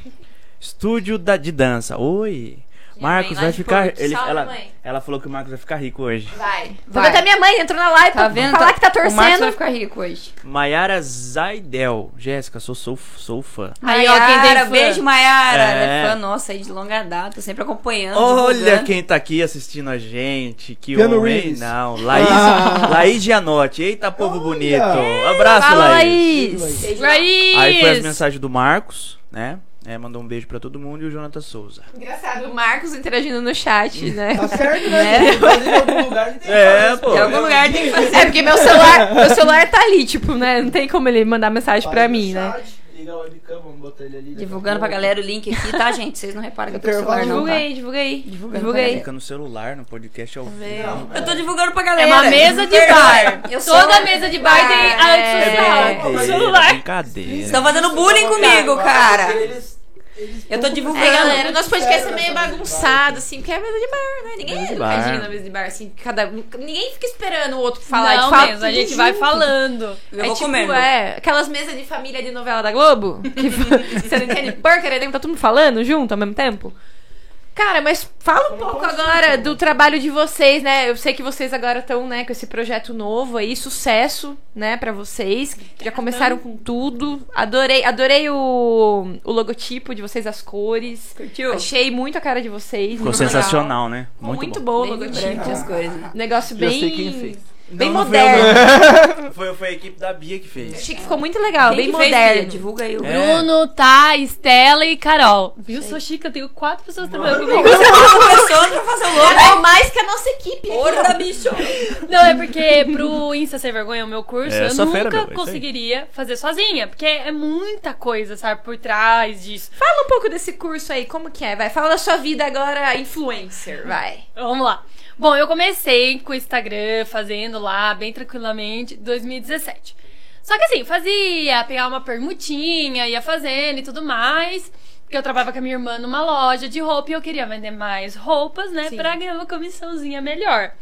Speaker 5: Estúdio da, de dança. Oi.
Speaker 1: Minha
Speaker 5: Marcos
Speaker 1: mãe lá
Speaker 5: vai
Speaker 1: de
Speaker 5: ficar.
Speaker 1: Porto.
Speaker 5: Ele,
Speaker 1: Salve,
Speaker 5: ela,
Speaker 1: mãe.
Speaker 5: ela falou que o Marcos vai ficar rico hoje.
Speaker 1: Vai.
Speaker 2: Vai.
Speaker 1: Até minha mãe entrou na live
Speaker 2: Tá
Speaker 1: pra
Speaker 2: vendo?
Speaker 1: falar
Speaker 2: Tá-
Speaker 1: que tá
Speaker 2: O Marcos vai
Speaker 1: torcendo.
Speaker 2: ficar rico hoje.
Speaker 5: Maiara Zaidel. Jéssica, sou, sou, sou fã.
Speaker 3: Aí, ó, quem tem
Speaker 2: Maiara,
Speaker 3: fã.
Speaker 2: beijo, Maiara.
Speaker 5: É.
Speaker 2: Ela é fã nossa aí de longa data, sempre acompanhando.
Speaker 5: Olha
Speaker 2: divulgando.
Speaker 5: quem tá aqui assistindo a gente. Que
Speaker 4: Keanu
Speaker 5: homem.
Speaker 4: Reeves.
Speaker 5: Não, Laís,
Speaker 4: Ah.
Speaker 5: Laís Gianotti. Eita, povo bonito.
Speaker 4: Ei,
Speaker 5: Abraço,
Speaker 1: Fala,
Speaker 5: Laís.
Speaker 1: Laís.
Speaker 4: Laís.
Speaker 3: Raiz!
Speaker 5: Aí foi as mensagens do Marcos, né? É, mandou um beijo pra todo mundo e o Jonathan Souza.
Speaker 1: Engraçado, o Marcos interagindo no chat, né?
Speaker 4: Tá certo, né? gente? Fazer em algum lugar não tem
Speaker 5: É, pô.
Speaker 2: Em algum lugar tem que fazer.
Speaker 1: É, porque meu celular, meu celular tá ali, tipo, né? Não tem como ele mandar mensagem pra mim,
Speaker 2: Então tá.
Speaker 1: né?
Speaker 4: Liga a webcam, vamos botar ele ali. né?
Speaker 2: Divulgando pra galera o link aqui, tá, gente? Vocês não reparam que eu tô no
Speaker 4: Intervalo.
Speaker 2: celular, não.
Speaker 4: Divulga
Speaker 2: Tá?
Speaker 1: Divulguei, divulguei. Divulguei.
Speaker 5: Fica no celular, no podcast ao vivo.
Speaker 2: Eu tô divulgando pra galera.
Speaker 3: É uma mesa de bar.
Speaker 2: Eu sou-
Speaker 3: Toda mesa de bar tem a
Speaker 1: É.
Speaker 3: antissocial. O celular.
Speaker 5: Brincadeira.
Speaker 2: Estão fazendo bullying comigo, cara.
Speaker 4: Eles- eles
Speaker 2: Eu tô
Speaker 4: vão-
Speaker 2: divulgando.
Speaker 1: É, galera, o nosso podcast é meio bagunçado, assim, porque é mesa de bar, né? Ninguém é
Speaker 5: Mesa de
Speaker 1: educadinho
Speaker 5: bar.
Speaker 1: na mesa de bar, assim, cada... ninguém fica esperando o outro falar.
Speaker 3: Não
Speaker 1: de fala
Speaker 3: mesmo, a
Speaker 1: tudo
Speaker 3: gente vai
Speaker 1: junto.
Speaker 3: falando.
Speaker 2: Eu
Speaker 1: é
Speaker 2: vou
Speaker 1: tipo,
Speaker 2: comendo.
Speaker 1: é, aquelas mesas de família de novela da Globo, que fa- você não entende porcaria nenhuma, tá todo mundo falando junto ao mesmo tempo. Cara, mas fala um pouco agora do trabalho de vocês, né? Eu sei que vocês agora estão, né, com esse projeto novo aí, sucesso, né, pra vocês. Já começaram com tudo. Adorei, adorei o, o logotipo de vocês, as cores.
Speaker 2: Curtiu?
Speaker 1: Achei muito a cara de vocês.
Speaker 5: Ficou
Speaker 1: muito
Speaker 5: sensacional, né?
Speaker 1: legal. Muito,
Speaker 5: bom.
Speaker 1: bom o
Speaker 2: Bem vibrante as
Speaker 1: logotipo.
Speaker 2: coisas. né?
Speaker 1: Negócio
Speaker 4: Já
Speaker 1: bem
Speaker 4: sei quem fez.
Speaker 1: bem
Speaker 5: Não, não foi eu,
Speaker 1: moderno.
Speaker 5: não. Foi, foi a equipe da Bia que fez.
Speaker 1: Achei que ficou muito legal,
Speaker 2: Quem
Speaker 1: bem
Speaker 2: que fez,
Speaker 1: moderno.
Speaker 2: Bia? Divulga aí o
Speaker 5: É.
Speaker 2: grupo.
Speaker 3: Bruno, Tá, Estela e Carol. Viu? Sou chica, eu tenho quatro pessoas trabalhando comigo.
Speaker 2: começando pra fazer o logo.
Speaker 1: É mais que a nossa equipe.
Speaker 2: Porra da bicho.
Speaker 3: Não, é porque pro Insta Sem Vergonha, o meu curso,
Speaker 5: É,
Speaker 3: eu
Speaker 5: essa fera,
Speaker 3: nunca
Speaker 5: meu, é isso aí.
Speaker 3: conseguiria fazer sozinha. Porque é muita coisa, sabe, por trás disso.
Speaker 1: Fala um pouco desse curso aí, como que é? Vai, fala da sua vida agora, influencer, vai.
Speaker 3: Vamos lá. Bom, eu comecei com o Instagram, fazendo lá, bem tranquilamente, 2017. Só que assim, fazia, pegava uma permutinha, ia fazendo e tudo mais. Porque eu trabalhava com a minha irmã numa loja de roupa e eu queria vender mais roupas, né? Pra ganhar uma comissãozinha melhor.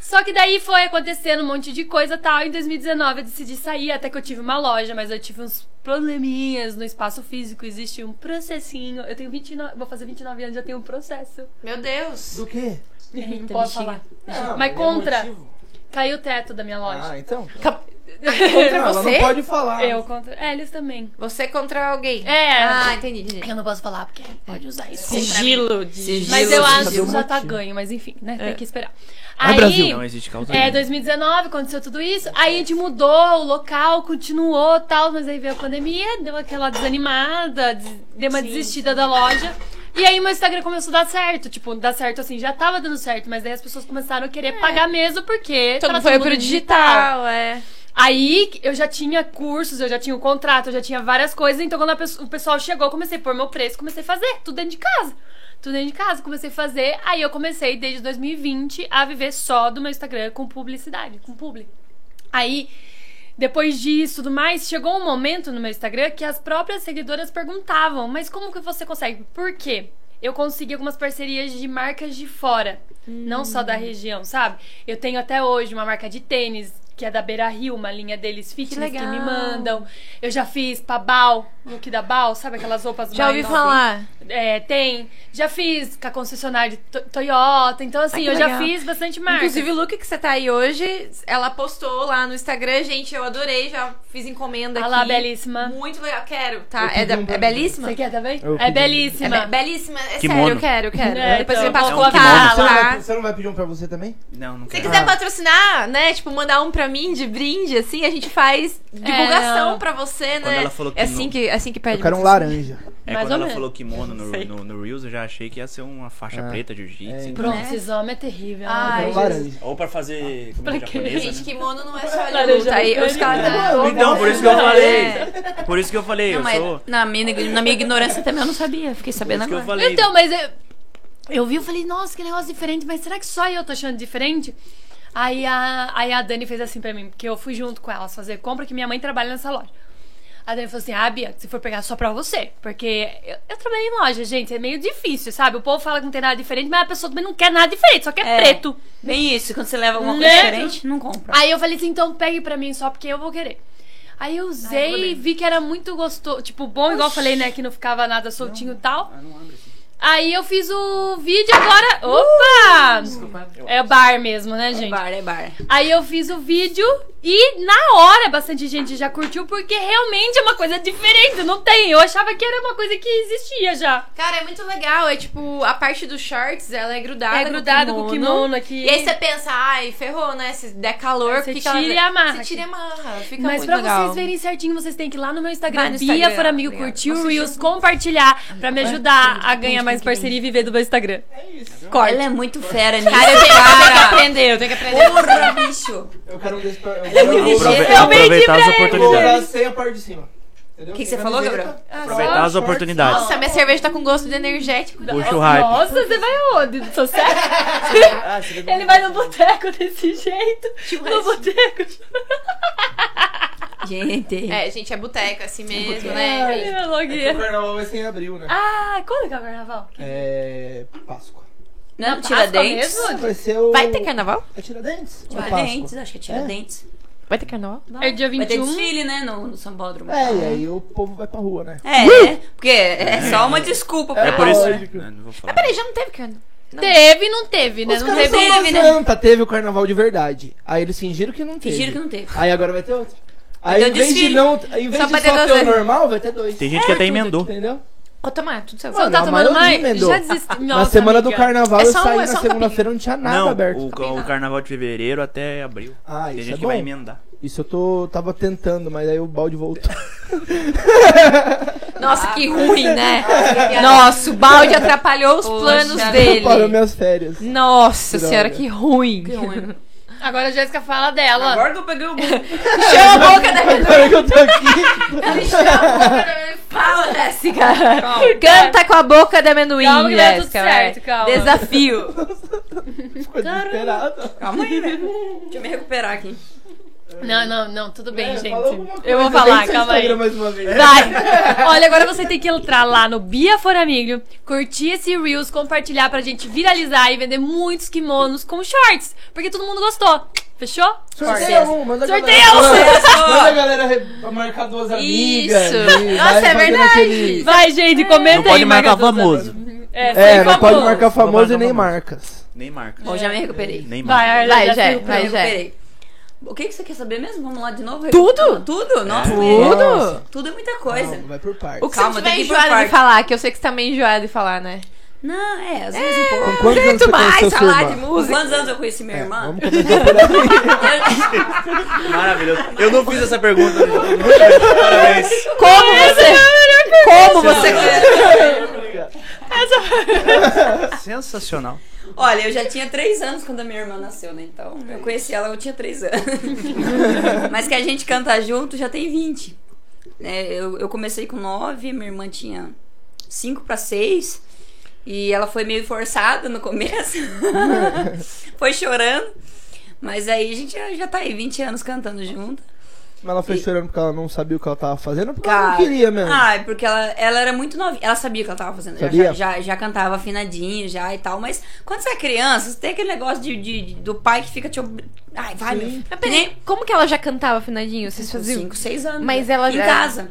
Speaker 3: Só que daí foi acontecendo um monte de coisa e tal. Em 2019 eu decidi sair, até que eu tive uma loja, mas eu tive uns probleminhas no espaço físico. Existe um processinho. Eu tenho 29, vou fazer 29 anos, já tenho um processo.
Speaker 1: Meu Deus.
Speaker 4: Do quê?
Speaker 3: Não
Speaker 2: Eita,
Speaker 3: posso
Speaker 2: bexiga.
Speaker 3: falar.
Speaker 4: Não,
Speaker 3: Mas
Speaker 4: é
Speaker 3: contra.
Speaker 4: motivo.
Speaker 3: Caiu o teto da minha loja.
Speaker 4: Ah, então.
Speaker 1: Contra
Speaker 4: Não, ela
Speaker 1: você?
Speaker 4: não pode falar.
Speaker 3: Eu contra. É, eles também.
Speaker 1: Você contra alguém.
Speaker 3: É.
Speaker 1: Ah, entendi, entendi.
Speaker 3: Eu não posso falar porque pode usar isso.
Speaker 1: Sigilo
Speaker 2: Sigilo.
Speaker 3: Mas eu acho
Speaker 4: Sigilo.
Speaker 3: que já tá ganho, mas enfim, né? Tem que esperar.
Speaker 4: Vai,
Speaker 3: Aí,
Speaker 4: É Brasil.
Speaker 5: Não existe causa.
Speaker 3: É,
Speaker 5: nenhuma.
Speaker 3: 2019 aconteceu tudo isso. Aí a gente mudou o local, continuou tal, mas aí veio a pandemia, deu aquela desanimada, des- deu uma desistida da loja. E aí meu Instagram começou a dar certo. Tipo, dar certo assim, já tava dando certo, mas aí as pessoas começaram a querer pagar mesmo porque.
Speaker 1: Todo
Speaker 3: tava
Speaker 1: mundo foi
Speaker 3: todo
Speaker 1: pro
Speaker 3: mundo
Speaker 1: digital, é.
Speaker 3: Aí eu já tinha cursos, eu já tinha o contrato, eu já tinha várias coisas. Então, quando a pesso- o pessoal chegou, eu comecei a pôr meu preço, comecei a fazer, tudo dentro de casa. Tudo dentro de casa, comecei a fazer. Aí eu comecei desde 2020 a viver só do meu Instagram com publicidade, com publi. Aí, depois disso, tudo mais, chegou um momento no meu Instagram que as próprias seguidoras perguntavam: "Mas como que você consegue? Por quê?" Eu consegui algumas parcerias de
Speaker 1: Hum.
Speaker 3: marcas de fora, não só da região, sabe? Eu tenho até hoje uma marca de tênis que é da Beira Rio, uma linha deles fitness que,
Speaker 1: legal.
Speaker 3: me mandam. Eu já fiz pra Bal, look da Bal, sabe aquelas roupas
Speaker 1: Já ouvi
Speaker 3: mais-
Speaker 1: falar.
Speaker 3: É, tem. Já fiz com a concessionária de To- Toyota, então assim,
Speaker 1: Ai, que
Speaker 3: eu já
Speaker 1: legal.
Speaker 3: fiz bastante marca.
Speaker 1: Inclusive, o look que você tá aí hoje, ela postou lá no Instagram, gente, eu adorei, já fiz encomenda
Speaker 3: Olha
Speaker 1: aqui.
Speaker 3: lá, é belíssima.
Speaker 1: Muito legal, quero,
Speaker 4: Eu
Speaker 1: tá?
Speaker 4: pedi
Speaker 1: É, da-
Speaker 4: um pra
Speaker 1: é
Speaker 4: mim.
Speaker 1: belíssima?
Speaker 3: Você quer também?
Speaker 4: Eu
Speaker 3: É
Speaker 4: pedi.
Speaker 1: É
Speaker 3: belíssima.
Speaker 1: be- belíssima, é sério,
Speaker 5: Kimono.
Speaker 1: eu quero, eu quero.
Speaker 3: É,
Speaker 1: Depois você me
Speaker 3: então,
Speaker 1: passa o
Speaker 5: vou- É um
Speaker 1: contato,
Speaker 4: Você, não vai,
Speaker 1: tá?
Speaker 4: você não vai pedir um pra você também?
Speaker 5: Não, não
Speaker 1: Se
Speaker 5: quero. Ah,
Speaker 4: Ah.
Speaker 1: quiser patrocinar, né? Tipo, mandar um pra mim de brinde, assim, a gente faz divulgação
Speaker 3: não.
Speaker 1: pra você, né?
Speaker 5: Quando ela falou
Speaker 1: é
Speaker 5: que
Speaker 1: assim
Speaker 5: não-
Speaker 1: que, assim que pede.
Speaker 4: Eu quero um
Speaker 1: patrocínio.
Speaker 4: laranja.
Speaker 5: É,
Speaker 3: Mais
Speaker 5: quando
Speaker 3: ou
Speaker 5: ela
Speaker 3: menos.
Speaker 5: falou kimono no,
Speaker 1: Sei.
Speaker 5: no, no Reels, eu já achei que ia ser uma faixa
Speaker 4: Ah.
Speaker 5: preta, jiu-jitsu.
Speaker 4: É,
Speaker 3: Pronto,
Speaker 1: né?
Speaker 3: esses homens é terrível.
Speaker 1: Ai,
Speaker 3: né?
Speaker 4: Eu quero um
Speaker 1: Jesus.
Speaker 4: laranja.
Speaker 5: Ou pra fazer comida
Speaker 3: Pra quê?
Speaker 5: japonesa,
Speaker 1: Gente,
Speaker 5: né?
Speaker 1: kimono não é só de
Speaker 3: Laranja
Speaker 1: luta. Aí, os
Speaker 3: mecânica.
Speaker 1: caras...
Speaker 5: Então, por isso que eu falei. Por isso que eu falei,
Speaker 2: Não,
Speaker 5: eu
Speaker 2: mas
Speaker 5: sou...
Speaker 2: na, minha, ign- na minha ignorância também eu não sabia. Fiquei
Speaker 5: Por
Speaker 2: sabendo
Speaker 5: isso que eu
Speaker 2: agora.
Speaker 5: falei.
Speaker 3: Então, mas eu, eu vi e falei, nossa, que negócio diferente, mas será que só eu tô achando diferente? Aí a, aí a Dani fez assim pra mim, porque eu fui junto com elas fazer compra, que minha mãe trabalha nessa loja. A Dani falou assim: Ah, Bia, se for pegar só pra você. Porque eu, eu trabalhei em loja, gente, é meio difícil, sabe? O povo fala que não tem nada diferente, mas a pessoa também não quer nada diferente, só quer
Speaker 2: É.
Speaker 3: preto.
Speaker 2: Bem isso, quando você leva alguma coisa
Speaker 3: Né?
Speaker 2: diferente, não compra.
Speaker 3: Aí eu falei assim, então pegue pra mim só, porque eu vou querer. Aí eu usei e vi que era muito gostoso, tipo, bom, igual eu falei, né, que não ficava nada soltinho e tal.
Speaker 5: Ah, não abre assim.
Speaker 3: Aí eu fiz o vídeo agora. Opa! É bar mesmo, né, gente?
Speaker 2: bar, é bar.
Speaker 3: Aí eu fiz o vídeo e na hora bastante gente já curtiu, porque realmente é uma coisa diferente, não tem. Eu achava que era uma coisa que existia já.
Speaker 1: Cara, é muito legal. É tipo, a parte dos shorts, ela é grudada.
Speaker 3: É grudado com o kimono aqui.
Speaker 1: E aí você pensa, ai, ferrou, né? Se der calor,
Speaker 3: Aí você
Speaker 1: o que que ela-
Speaker 3: tira e amarra
Speaker 1: Você tira e amarra. Fica
Speaker 3: Mas
Speaker 1: muito
Speaker 3: pra
Speaker 1: legal.
Speaker 3: vocês verem certinho, vocês têm que ir lá no meu Instagram,
Speaker 1: Vai no
Speaker 3: Bia
Speaker 1: Instagram,
Speaker 3: For Amigo,
Speaker 1: obrigada.
Speaker 3: curtir o
Speaker 1: Nossa,
Speaker 3: Reels, compartilhar, pra me ajudar a ganhar mais parceria e viver do meu Instagram.
Speaker 2: Corta. Ela é muito fera nisso.
Speaker 1: Cara, eu tenho, eu tenho que aprender, eu tenho que aprender.
Speaker 2: Porra, bicho.
Speaker 4: Eu quero um desse
Speaker 1: É
Speaker 4: pra. Eu um
Speaker 5: Aprove-
Speaker 3: Eu menti
Speaker 5: aproveitar
Speaker 3: pra ele.
Speaker 5: as
Speaker 4: vou usar
Speaker 5: oportunidades.
Speaker 4: sem a parte de cima. O
Speaker 2: que que você falou, Gabriel?
Speaker 1: Ah,
Speaker 5: Aproveitar as oportunidades.
Speaker 1: Nossa, minha cerveja tá com gosto de energético.
Speaker 5: Puxa o hype.
Speaker 3: Nossa, você vai aonde? Tô sério?
Speaker 5: Ah, você
Speaker 3: Ele vai no boteco desse jeito. No boteco.
Speaker 2: Gente.
Speaker 1: É, gente, é boteco assim mesmo,
Speaker 3: Ai,
Speaker 1: né?
Speaker 3: eu
Speaker 4: É O
Speaker 3: loguei.
Speaker 4: carnaval vai ser em abril, né?
Speaker 3: Ah, quando que é o carnaval?
Speaker 4: É. Páscoa.
Speaker 2: Não, tira dentes.
Speaker 3: Páscoa mesmo?
Speaker 4: Vai ser o.
Speaker 1: Vai ter carnaval?
Speaker 4: É Tiradentes? ou
Speaker 2: Tira
Speaker 4: Páscoa?
Speaker 2: dentes, acho que é tira
Speaker 4: É?
Speaker 2: dentes.
Speaker 1: Vai ter carnaval?
Speaker 3: É dia
Speaker 2: Vai
Speaker 1: um?
Speaker 2: ter
Speaker 3: 21.
Speaker 2: desfile, né, no, no Sambódromo.
Speaker 4: É, e aí o povo vai pra rua, né?
Speaker 2: É, né?
Speaker 1: Uh!
Speaker 2: Porque é só uma desculpa pra
Speaker 5: É por isso.
Speaker 4: Lógico.
Speaker 5: Não, não vou falar.
Speaker 1: Peraí, já não teve carnaval.
Speaker 3: Teve, não teve, né?
Speaker 4: Os
Speaker 3: Não
Speaker 4: caras
Speaker 3: teve.
Speaker 4: são
Speaker 2: teve,
Speaker 4: teve,
Speaker 2: né?
Speaker 4: Teve o carnaval de verdade. Aí eles fingiram que não teve.
Speaker 2: Fingiram que não teve.
Speaker 4: Aí agora vai ter outro. Aí
Speaker 2: ter
Speaker 4: em
Speaker 2: o
Speaker 4: vez de
Speaker 2: desfile.
Speaker 4: não. Em vez
Speaker 1: Só
Speaker 4: de
Speaker 1: pra
Speaker 4: só
Speaker 1: ter
Speaker 4: ter
Speaker 1: dois.
Speaker 4: o normal, vai ter dois. É,
Speaker 5: Tem gente que até emendou.
Speaker 4: Entendeu?
Speaker 1: Ô, Tomar, tudo certo.
Speaker 3: Você não tá
Speaker 4: Mano, a
Speaker 3: tomando
Speaker 4: maioria
Speaker 3: mais?
Speaker 4: emendou.
Speaker 3: Já desisti.
Speaker 4: na
Speaker 3: Nossa,
Speaker 4: semana do
Speaker 3: amiga.
Speaker 4: carnaval
Speaker 1: É
Speaker 4: eu
Speaker 1: só um-
Speaker 4: saí
Speaker 1: é só
Speaker 4: na
Speaker 1: um
Speaker 4: segunda-feira, não tinha nada
Speaker 5: Não,
Speaker 4: aberto.
Speaker 5: o, o carnaval de fevereiro até abril.
Speaker 4: Ah,
Speaker 5: Tem
Speaker 4: isso
Speaker 5: gente
Speaker 4: é
Speaker 5: que vai
Speaker 4: bom.
Speaker 5: emendar.
Speaker 4: Isso eu tô, tava tentando, mas aí o balde voltou.
Speaker 1: Nossa, que ruim, né? Nossa, o balde atrapalhou os
Speaker 2: Poxa,
Speaker 1: planos
Speaker 2: atrapalhou
Speaker 1: dele.
Speaker 4: Parou minhas férias.
Speaker 1: Nossa
Speaker 4: Droga.
Speaker 1: senhora, que ruim.
Speaker 2: Que ruim.
Speaker 3: Agora a Jéssica fala dela.
Speaker 2: Agora que eu peguei o buco.
Speaker 1: Chama a boca da
Speaker 4: Agora que eu tô aqui.
Speaker 2: Fala, Jéssica.
Speaker 1: Canta com a boca de amendoim,
Speaker 3: Calma que vai tudo
Speaker 1: Jéssica, vai.
Speaker 3: certo, calma.
Speaker 1: Desafio.
Speaker 4: Ficou desesperado.
Speaker 2: Calma aí, né? Deixa eu me recuperar aqui.
Speaker 3: Não, não, não, tudo
Speaker 5: É,
Speaker 3: bem, gente.
Speaker 4: Falou É, alguma coisa,
Speaker 3: Eu vou
Speaker 4: vem
Speaker 3: falar,
Speaker 4: seu
Speaker 3: calma aí.
Speaker 4: Instagram mais uma vez.
Speaker 3: Vai! Olha, agora você tem que entrar lá no Bia For Amigo, curtir esse Reels, compartilhar pra gente viralizar e vender muitos kimonos com shorts. Porque todo mundo gostou. Fechou?
Speaker 4: Sorteia um, manda a
Speaker 3: Sorteia
Speaker 4: galera. Manda a galera re- pra marcar duas amigas.
Speaker 1: Isso.
Speaker 4: e vai
Speaker 1: Nossa, é
Speaker 4: fazendo
Speaker 1: verdade.
Speaker 4: aquele-
Speaker 3: Vai, gente, comenta
Speaker 5: Não
Speaker 3: aí.
Speaker 5: pode marcar
Speaker 3: Marcos.
Speaker 5: famoso.
Speaker 3: É, sem
Speaker 4: É, não
Speaker 3: famoso.
Speaker 4: pode marcar famoso e
Speaker 5: Não
Speaker 4: nem
Speaker 5: marca famoso.
Speaker 4: marcas.
Speaker 5: Nem marca.
Speaker 2: Bom, já me recuperei.
Speaker 5: Nem marca.
Speaker 3: Vai,
Speaker 1: Vai,
Speaker 3: já
Speaker 1: Jé,
Speaker 3: se-
Speaker 1: vai,
Speaker 2: Eu
Speaker 1: Jé.
Speaker 2: recuperei. O que, que você quer saber mesmo? Vamos lá de novo?
Speaker 1: Tudo?
Speaker 2: Tudo? Nossa, mulher.
Speaker 1: Tudo?
Speaker 2: Tudo é muita coisa.
Speaker 4: Não, vai por partes.
Speaker 1: O que Calma,
Speaker 2: Calma,
Speaker 1: você não
Speaker 2: tem
Speaker 1: tiver
Speaker 2: que ir pro
Speaker 1: enjoado de
Speaker 2: parque.
Speaker 1: falar, que eu sei que você tá meio enjoado de falar, né?
Speaker 2: Não, é, às vezes um
Speaker 4: Com
Speaker 2: pouco.
Speaker 4: quantos anos você conheceu sua
Speaker 1: falar de
Speaker 4: irmã?
Speaker 2: Com
Speaker 1: música.
Speaker 2: Quantos anos eu conheci minha irmã?
Speaker 4: Vamos começar por aí.
Speaker 5: Maravilhoso. Eu não fiz essa pergunta. Muito bem, Parabéns.
Speaker 1: Como você... Como você...
Speaker 5: Sensacional.
Speaker 2: Olha, eu já tinha três anos quando a minha irmã nasceu, né? Então, eu conheci ela, eu tinha três anos. Mas que a gente canta junto já tem 20. É, eu, eu comecei com nove, minha irmã tinha cinco pra seis. E ela foi meio forçada no começo. foi chorando. Mas aí a gente já, já tá aí 20 anos cantando junto.
Speaker 4: Mas ela foi
Speaker 2: E-
Speaker 4: chorando porque ela não sabia o que ela tava fazendo, porque ela
Speaker 2: Cara,
Speaker 4: não queria mesmo.
Speaker 2: Ah, é porque ela, ela era muito novinha. Ela sabia o que ela tava fazendo. Ela
Speaker 4: Sabia?
Speaker 2: Já, já, já cantava afinadinho, já e tal. Mas quando você é criança, você tem aquele negócio de, de- de- do pai que fica te. ob- Ai, vai, meu filho.
Speaker 1: Mas peraí, como que ela já cantava afinadinho? Vocês faziam?
Speaker 2: 5, 6 anos.
Speaker 1: Mas
Speaker 2: né?
Speaker 1: ela
Speaker 2: em
Speaker 1: já-
Speaker 2: casa.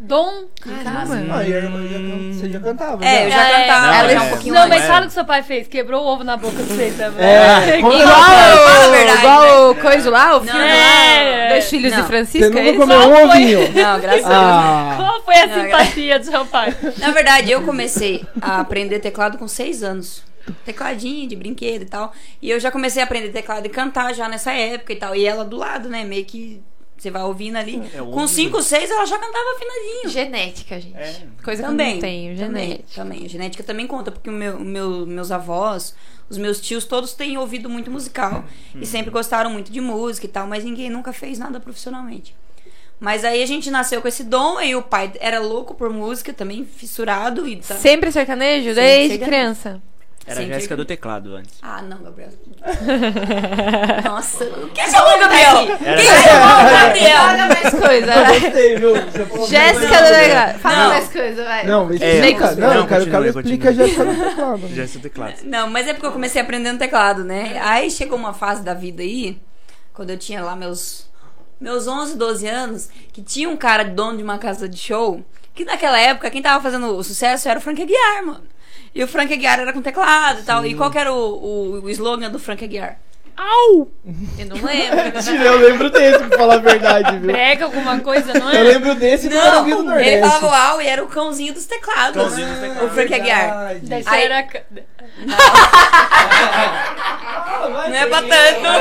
Speaker 3: Dom.
Speaker 2: Em casa.
Speaker 4: Ah, e a irmã já can- você já cantava.
Speaker 2: É, eu
Speaker 4: né?
Speaker 2: já
Speaker 3: É,
Speaker 2: cantava
Speaker 5: ela
Speaker 2: já um
Speaker 5: é-
Speaker 2: pouquinho
Speaker 3: Não,
Speaker 5: antes.
Speaker 3: mas
Speaker 5: É.
Speaker 3: fala o que seu pai fez. Quebrou o ovo na boca de você também.
Speaker 4: É, conta
Speaker 1: Igual,
Speaker 4: pra
Speaker 2: fala a verdade,
Speaker 1: igual o coisa lá, o filho
Speaker 2: Não,
Speaker 1: lá,
Speaker 3: é.
Speaker 1: dois filhos
Speaker 2: Não.
Speaker 1: de
Speaker 4: Você
Speaker 1: Francisca. é
Speaker 4: nunca
Speaker 1: isso?
Speaker 4: comeu
Speaker 3: Só
Speaker 4: um
Speaker 3: foi-
Speaker 4: ovinho?
Speaker 2: Não, graças a Deus.
Speaker 4: Ah,
Speaker 3: Qual foi a
Speaker 2: Não,
Speaker 3: simpatia do seu pai?
Speaker 2: Na verdade, eu comecei a aprender teclado com seis anos. Tecladinho de brinquedo e tal. E eu já comecei a aprender teclado e cantar já nessa época e tal. E ela do lado, né? Meio que você vai ouvindo ali.
Speaker 5: É,
Speaker 2: com
Speaker 5: ouvindo.
Speaker 2: cinco, seis, ela já cantava afinadinho.
Speaker 1: Genética, gente.
Speaker 5: É.
Speaker 1: Coisa que eu
Speaker 2: Também.
Speaker 1: não tenho,
Speaker 2: também,
Speaker 1: genética.
Speaker 2: também. A genética também conta, porque o meu, o meu- meus avós, os meus tios, todos têm ouvido muito musical. E sempre gostaram muito de música e tal, mas ninguém nunca fez nada profissionalmente. Mas aí a gente nasceu com esse dom, aí o pai era louco por música, também fissurado e tá-
Speaker 1: Sempre sertanejo,
Speaker 2: Sim,
Speaker 1: desde
Speaker 2: sertanejo.
Speaker 1: criança.
Speaker 5: Era a
Speaker 2: Sim,
Speaker 5: Jéssica
Speaker 2: que-
Speaker 5: do teclado antes.
Speaker 2: Ah, não, Gabriel. Nossa, quem chamou o é Gabriel?
Speaker 5: Era-
Speaker 2: Quem
Speaker 1: É.
Speaker 2: chamou o Gabriel?
Speaker 1: Fala mais coisa, vai.
Speaker 4: gostei, viu? Você falou né?
Speaker 1: Jéssica do
Speaker 4: verdade.
Speaker 1: negócio. Fala
Speaker 2: Não.
Speaker 1: mais coisa, vai.
Speaker 4: Não,
Speaker 5: É,
Speaker 4: explica.
Speaker 5: não,
Speaker 4: Não, eu quero que ela
Speaker 5: continue,
Speaker 4: explique a
Speaker 5: continue.
Speaker 4: Jéssica no teclado.
Speaker 5: Jéssica do teclado.
Speaker 2: Não, mas é porque eu comecei aprendendo teclado,
Speaker 4: É.
Speaker 2: né? Aí chegou uma fase da vida aí, quando eu tinha lá meus meus 11, 12 anos, que tinha um cara dono de uma casa de show, que naquela época quem tava fazendo o sucesso era o Frank Aguiar, mano. E o Frank Aguiar era com teclado e tal. E qual que era o, o, o slogan do Frank Aguiar?
Speaker 3: Au!
Speaker 1: Eu não lembro.
Speaker 4: Eu lembro desse, pra falar a verdade, viu?
Speaker 3: Prega alguma coisa, não
Speaker 4: Eu
Speaker 3: é?
Speaker 4: lembro desse do Maravilha do
Speaker 2: É, Não,
Speaker 4: Nordeste.
Speaker 2: ele falava uau e era o cãozinho dos teclados. né?
Speaker 5: Cãozinho dos
Speaker 2: O
Speaker 5: teclados.
Speaker 2: Frank Aguiar.
Speaker 3: Daí você
Speaker 2: Ai.
Speaker 3: era ca-
Speaker 2: Não é pra tanto. Não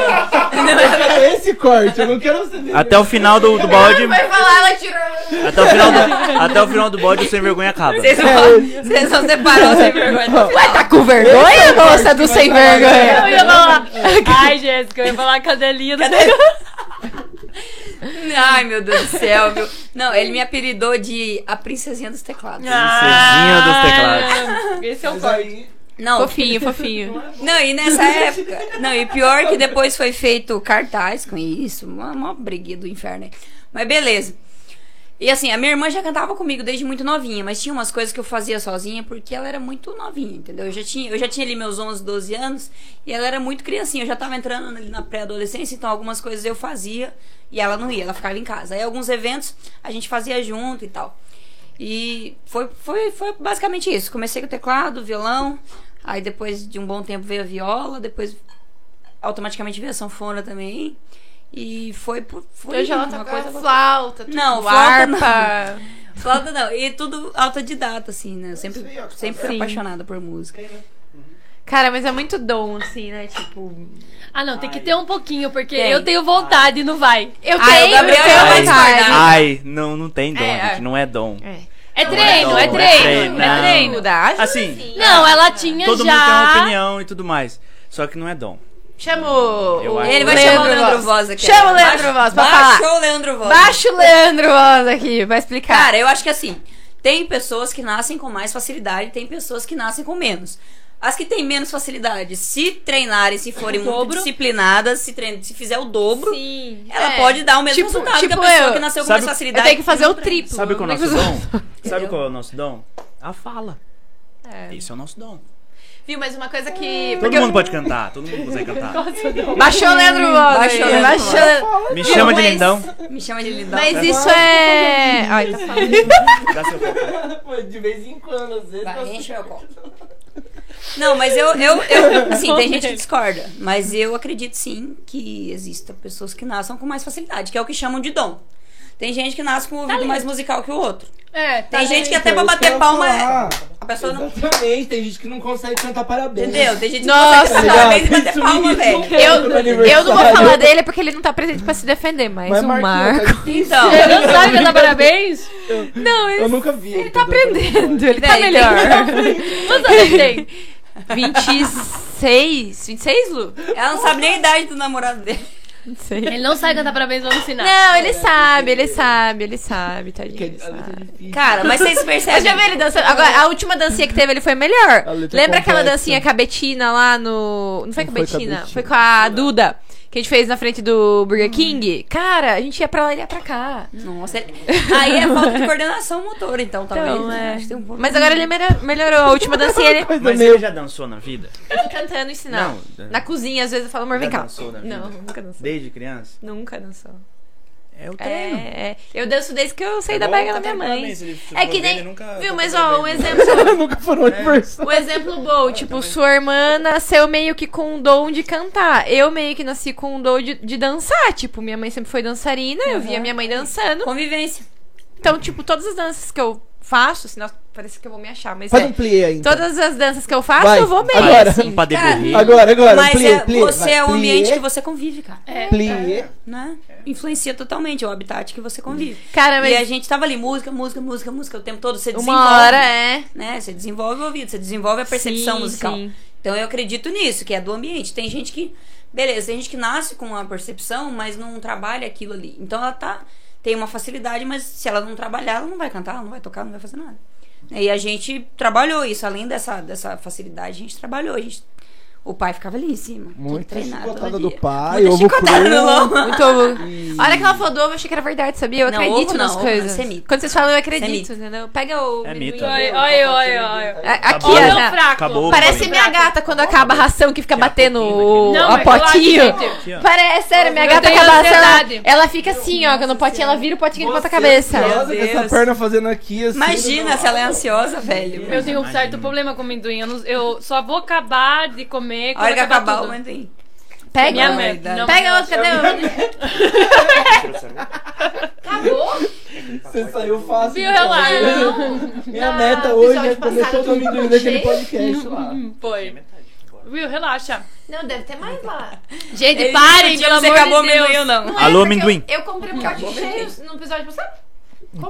Speaker 2: é pra tanto.
Speaker 4: Esse corte, eu não quero você ver.
Speaker 5: Até o final do, do balde.
Speaker 1: Vai falar, ela tirou.
Speaker 5: Até o final do, até o final do balde, o sem vergonha acaba.
Speaker 2: Vocês vão, vocês vão separar o sem vergonha.
Speaker 1: Ué, tá com vergonha, moça do sem vergonha?
Speaker 3: Eu ia falar. Ai, Jéssica, eu ia falar cadelinha do
Speaker 2: Ai, meu Deus do céu, viu? Não, ele me apelidou de a princesinha dos teclados.
Speaker 5: Princesinha dos teclados.
Speaker 3: teclados. Ah, Esse é o
Speaker 4: Mas
Speaker 3: corte.
Speaker 4: aí,
Speaker 2: Não,
Speaker 1: Fofinho, fofinho.
Speaker 2: não, e nessa época. Não, e pior que depois foi feito cartaz com isso. Uma, uma briguinha do inferno aí. Mas beleza. E assim, a minha irmã já cantava comigo desde muito novinha, mas tinha umas coisas que eu fazia sozinha porque ela era muito novinha, entendeu? Eu já tinha, eu já tinha ali meus 11, 12 anos e ela era muito criancinha. Eu já tava entrando ali na pré-adolescência, então algumas coisas eu fazia e ela não ia, ela ficava em casa. Aí alguns eventos a gente fazia junto e tal. E foi, foi, foi basicamente isso. Comecei com teclado, violão, aí depois de um bom tempo veio a viola, depois automaticamente veio a sanfona também. E foi por. Foi
Speaker 1: Hoje ela
Speaker 2: uma
Speaker 1: tá com
Speaker 2: coisa
Speaker 1: a flauta, tudo
Speaker 2: Não, flauta não.
Speaker 1: harpa.
Speaker 2: Flauta não, e é tudo autodidata, assim, né? Eu sempre, sempre fui
Speaker 1: Sim.
Speaker 2: apaixonada por música.
Speaker 1: Cara, mas é muito dom, assim, né? Tipo.
Speaker 3: Ah, não, tem que ter um pouquinho, porque
Speaker 2: Tem.
Speaker 3: eu tenho vontade e não vai.
Speaker 1: Eu
Speaker 2: Ah, o Gabriel
Speaker 1: eu
Speaker 2: já
Speaker 1: tenho
Speaker 2: vai
Speaker 1: vontade.
Speaker 2: discordar.
Speaker 5: Ai, não, não tem dom,
Speaker 1: É,
Speaker 5: gente. Não é dom.
Speaker 1: É.
Speaker 3: É treino,
Speaker 5: Não,
Speaker 3: é
Speaker 5: não,
Speaker 3: treino,
Speaker 5: não.
Speaker 3: é treino.
Speaker 1: Humildade.
Speaker 5: Assim,
Speaker 3: Não, ela tinha
Speaker 5: todo mundo tem uma
Speaker 3: já.
Speaker 5: opinião e tudo mais. Só que não é dom.
Speaker 1: Chama o.
Speaker 5: Eu
Speaker 1: o
Speaker 5: acho. é
Speaker 2: Ele vai
Speaker 5: Leandro
Speaker 2: chamar o Leandro Voz aqui.
Speaker 1: Chama o
Speaker 2: Baixa-
Speaker 1: Leandro Voz pra
Speaker 2: Baixa
Speaker 1: falar.
Speaker 2: o Leandro Voz.
Speaker 1: Baixa o Leandro Voz aqui pra explicar.
Speaker 2: Cara, eu acho que assim, tem pessoas que nascem com mais facilidade, tem pessoas que nascem com menos. As que têm menos facilidade, se treinarem, se forem muito
Speaker 3: dobro.
Speaker 2: disciplinadas, se, trein- se fizer o dobro,
Speaker 3: Sim.
Speaker 2: ela
Speaker 1: É.
Speaker 2: pode dar o mesmo
Speaker 1: Tipo-
Speaker 2: resultado que a
Speaker 1: tipo
Speaker 2: pessoa
Speaker 1: eu.
Speaker 2: que nasceu com
Speaker 5: Sabe-
Speaker 2: mais
Speaker 1: eu
Speaker 2: facilidade.
Speaker 1: tenho que fazer o triplo.
Speaker 5: Sabe qual é o
Speaker 1: Não
Speaker 5: nosso
Speaker 1: tem que
Speaker 5: dom? Sabe
Speaker 2: Entendeu?
Speaker 5: qual é o nosso dom? A fala. Esse é o nosso dom.
Speaker 1: fazer- Viu, mas uma coisa que.
Speaker 5: Todo
Speaker 1: porque eu-
Speaker 5: mundo pode cantar, todo mundo consegue cantar.
Speaker 1: Baixou o Leandro Voz.
Speaker 2: Baixou o
Speaker 1: aí,
Speaker 2: Leandro
Speaker 1: baixou-
Speaker 5: Me chama de
Speaker 1: Mas-
Speaker 5: lindão.
Speaker 2: Me chama de Lindão.
Speaker 1: Mas isso é. Ai, tá falando.
Speaker 5: Dá seu copo.
Speaker 4: De vez em quando, às vezes.
Speaker 2: Vai, enche meu copo. Não, mas eu, eu, eu assim, tem gente que discorda, mas eu acredito sim que existam pessoas que nasçam com mais facilidade, que é o que chamam de dom. Tem gente que nasce com um ouvido mais musical que o outro.
Speaker 3: É,
Speaker 2: Tem gente que até pra
Speaker 4: Então, isso que eu
Speaker 2: bater
Speaker 4: ia
Speaker 2: palma é-
Speaker 4: falar.
Speaker 2: a pessoa não.
Speaker 4: Exatamente, tem gente que não consegue cantar parabéns.
Speaker 2: Entendeu? Tem gente que
Speaker 1: Nossa,
Speaker 2: não consegue
Speaker 4: legal.
Speaker 2: parabéns e bater
Speaker 4: Isso
Speaker 2: palma,
Speaker 4: me- um
Speaker 2: velho.
Speaker 1: Eu, eu não vou
Speaker 4: Aniversário.
Speaker 1: falar dele porque ele não tá presente pra se defender, mas,
Speaker 4: Mas
Speaker 1: o
Speaker 4: Marquinhos,
Speaker 1: Marco.
Speaker 2: Então,
Speaker 3: Você não sabe cantar parabéns?
Speaker 1: Não,
Speaker 4: Eu
Speaker 1: ele,
Speaker 4: nunca vi.
Speaker 1: ele tá aprendendo, ele tá
Speaker 2: Daí,
Speaker 1: melhor.
Speaker 3: Quantos anos tem?
Speaker 1: 26? 26, Lu?
Speaker 2: ela não sabe nem a idade do namorado dele.
Speaker 1: Não sei.
Speaker 3: Ele não sabe cantar parabéns, vamos ensinar.
Speaker 1: Não, ele sabe, ele sabe, ele sabe, tadinho.
Speaker 4: é
Speaker 1: Ele sabe.
Speaker 2: Cara, mas vocês
Speaker 1: Eu já vi
Speaker 2: percebem.
Speaker 1: ele dançando. Agora, a última dancinha que teve, ele foi melhor.
Speaker 4: A letra
Speaker 1: Lembra aquela
Speaker 4: complexa.
Speaker 1: dancinha com a Betina lá no. Não foi com a
Speaker 4: Não foi com a
Speaker 1: Betina?
Speaker 4: Betina.
Speaker 1: Foi com a Duda. Que que a gente fez na frente do Burger King, cara, a gente ia pra lá e ia pra cá.
Speaker 2: Nossa, ele- aí é falta de coordenação motor, então, talvez.
Speaker 1: Então, é.
Speaker 2: Acho que tem um pouco-
Speaker 1: Mas agora ele melho- melhorou. A última dancinha ele
Speaker 4: Coisa
Speaker 5: Mas
Speaker 4: meio-
Speaker 5: ele já dançou na vida?
Speaker 1: cantando ensinar.
Speaker 5: Não.
Speaker 1: Na cozinha, às vezes eu falo, amor, vem
Speaker 5: Já
Speaker 1: cá.
Speaker 5: dançou na vida?
Speaker 1: Não, nunca dançou.
Speaker 5: Desde criança?
Speaker 1: Nunca dançou.
Speaker 5: É o treino.
Speaker 1: É, é. Eu danço desde que eu saí da
Speaker 5: bom,
Speaker 1: barriga da
Speaker 5: tá
Speaker 1: minha
Speaker 5: bom
Speaker 1: mãe.
Speaker 5: também, se ele- se
Speaker 1: É
Speaker 5: for
Speaker 1: que
Speaker 5: ver,
Speaker 1: nem.
Speaker 5: ele nunca-
Speaker 1: Viu,
Speaker 5: nunca
Speaker 1: mas
Speaker 5: foi
Speaker 1: ó,
Speaker 5: bem,
Speaker 1: um
Speaker 5: né?
Speaker 1: exemplo.
Speaker 4: Nunca foram universal.
Speaker 1: Um exemplo bom, tipo, sua irmã nasceu meio que com um dom de cantar. Eu meio que nasci com um dom de, de dançar. Tipo, minha mãe sempre foi dançarina, eu via minha mãe dançando.
Speaker 2: Convivência.
Speaker 1: Então, tipo, todas as danças que eu faço, senão parece que eu vou me achar, mas
Speaker 4: Faz
Speaker 1: é.
Speaker 4: um plie aí. então.
Speaker 1: Todas as danças que eu faço,
Speaker 4: Vai,
Speaker 1: eu vou bem.
Speaker 4: agora.
Speaker 1: assim.
Speaker 5: Pra deburrir.
Speaker 4: Agora, agora.
Speaker 2: Mas
Speaker 4: plie,
Speaker 2: é-
Speaker 4: plie,
Speaker 2: você
Speaker 1: um
Speaker 4: vai,
Speaker 2: é o
Speaker 4: plie,
Speaker 2: ambiente que você convive, cara.
Speaker 4: Plie.
Speaker 2: Né? Influencia totalmente é o habitat que você convive.
Speaker 1: Cara,
Speaker 2: E a
Speaker 1: É. mas
Speaker 2: gente tava ali, música, música, música, música, o tempo todo. Você desenvolve.
Speaker 1: uma hora é.
Speaker 2: né? Você desenvolve o ouvido, você desenvolve a percepção
Speaker 1: Sim,
Speaker 2: musical.
Speaker 1: sim.
Speaker 2: Então eu acredito nisso, que é do ambiente. Tem gente que, beleza, tem gente que nasce com uma percepção, mas não trabalha aquilo ali. Então ela tá tem uma facilidade, mas se ela não trabalhar, ela não vai cantar, ela não vai tocar, não vai fazer nada. E a gente trabalhou isso, além dessa, dessa facilidade, a gente trabalhou. A gente, o pai ficava ali em cima. tudo
Speaker 4: Muita
Speaker 2: treinado,
Speaker 4: chicotada
Speaker 2: todo
Speaker 4: do
Speaker 2: dia.
Speaker 4: pai,
Speaker 2: Muita
Speaker 4: ovo
Speaker 2: chicotada
Speaker 4: cru.
Speaker 2: do Loma.
Speaker 1: Muito A hora que ela falou do ovo, eu achei que era verdade, sabia? Eu
Speaker 2: Não,
Speaker 1: acredito
Speaker 2: ovo não,
Speaker 1: nas
Speaker 2: ovo não,
Speaker 1: coisas.
Speaker 2: isso é mito.
Speaker 1: Quando vocês falam, eu acredito,
Speaker 2: mito.
Speaker 1: entendeu? Pega o.
Speaker 5: É
Speaker 1: amendoim.
Speaker 5: mito.
Speaker 3: Oi, oi, oi, oi.
Speaker 1: A- É, Aqui,
Speaker 5: Acabou.
Speaker 3: Olha o
Speaker 1: Ana.
Speaker 3: fraco.
Speaker 5: Acabou.
Speaker 1: Parece
Speaker 5: Acabou.
Speaker 1: minha gata quando acaba a ração que fica
Speaker 5: Tem a
Speaker 1: batendo
Speaker 5: potinha
Speaker 1: o
Speaker 5: daqui.
Speaker 3: Não,
Speaker 1: a
Speaker 3: mas eu
Speaker 1: potinho.
Speaker 3: acho que-
Speaker 5: Aqui, ó.
Speaker 1: Parece, sério, minha
Speaker 3: Eu
Speaker 1: gata
Speaker 3: tenho
Speaker 1: acaba a ração.
Speaker 3: ansiedade.
Speaker 1: ela- Ela fica assim, ó, quando o potinho ela vira o potinho e bota a cabeça.
Speaker 4: Nossa, com essa perna fazendo aqui assim.
Speaker 2: Imagina se ela é ansiosa, velho.
Speaker 3: Eu tenho um
Speaker 5: Imagina.
Speaker 3: certo problema com amendoim. Eu, não- eu só vou acabar de comer
Speaker 2: A
Speaker 3: quando
Speaker 2: hora que
Speaker 3: acabar,
Speaker 2: acabar o
Speaker 3: tudo.
Speaker 2: amendoim.
Speaker 1: Pega. um.
Speaker 3: Minha mãe.
Speaker 2: Verdade.
Speaker 3: Não,
Speaker 1: Pega outro, cadê o.
Speaker 3: Acabou?
Speaker 4: Você saiu fácil.
Speaker 3: Viu, relaxa. Não.
Speaker 4: Minha
Speaker 3: Na-
Speaker 4: meta hoje é
Speaker 1: episódio
Speaker 4: comer
Speaker 1: passado
Speaker 4: todo
Speaker 1: que eu
Speaker 4: amendoim daquele
Speaker 1: puxei.
Speaker 4: podcast lá.
Speaker 3: Foi. Viu, relaxa.
Speaker 1: Não, deve ter mais lá.
Speaker 3: Gente,
Speaker 2: Eles
Speaker 3: parem,
Speaker 2: discutiram
Speaker 3: pelo
Speaker 2: se
Speaker 3: amor
Speaker 2: acabou
Speaker 3: de
Speaker 2: o amendoim
Speaker 3: Deus.
Speaker 2: ou não.
Speaker 5: Alô, amendoim.
Speaker 1: é Eu, eu comprei um pote cheio no episódio passado.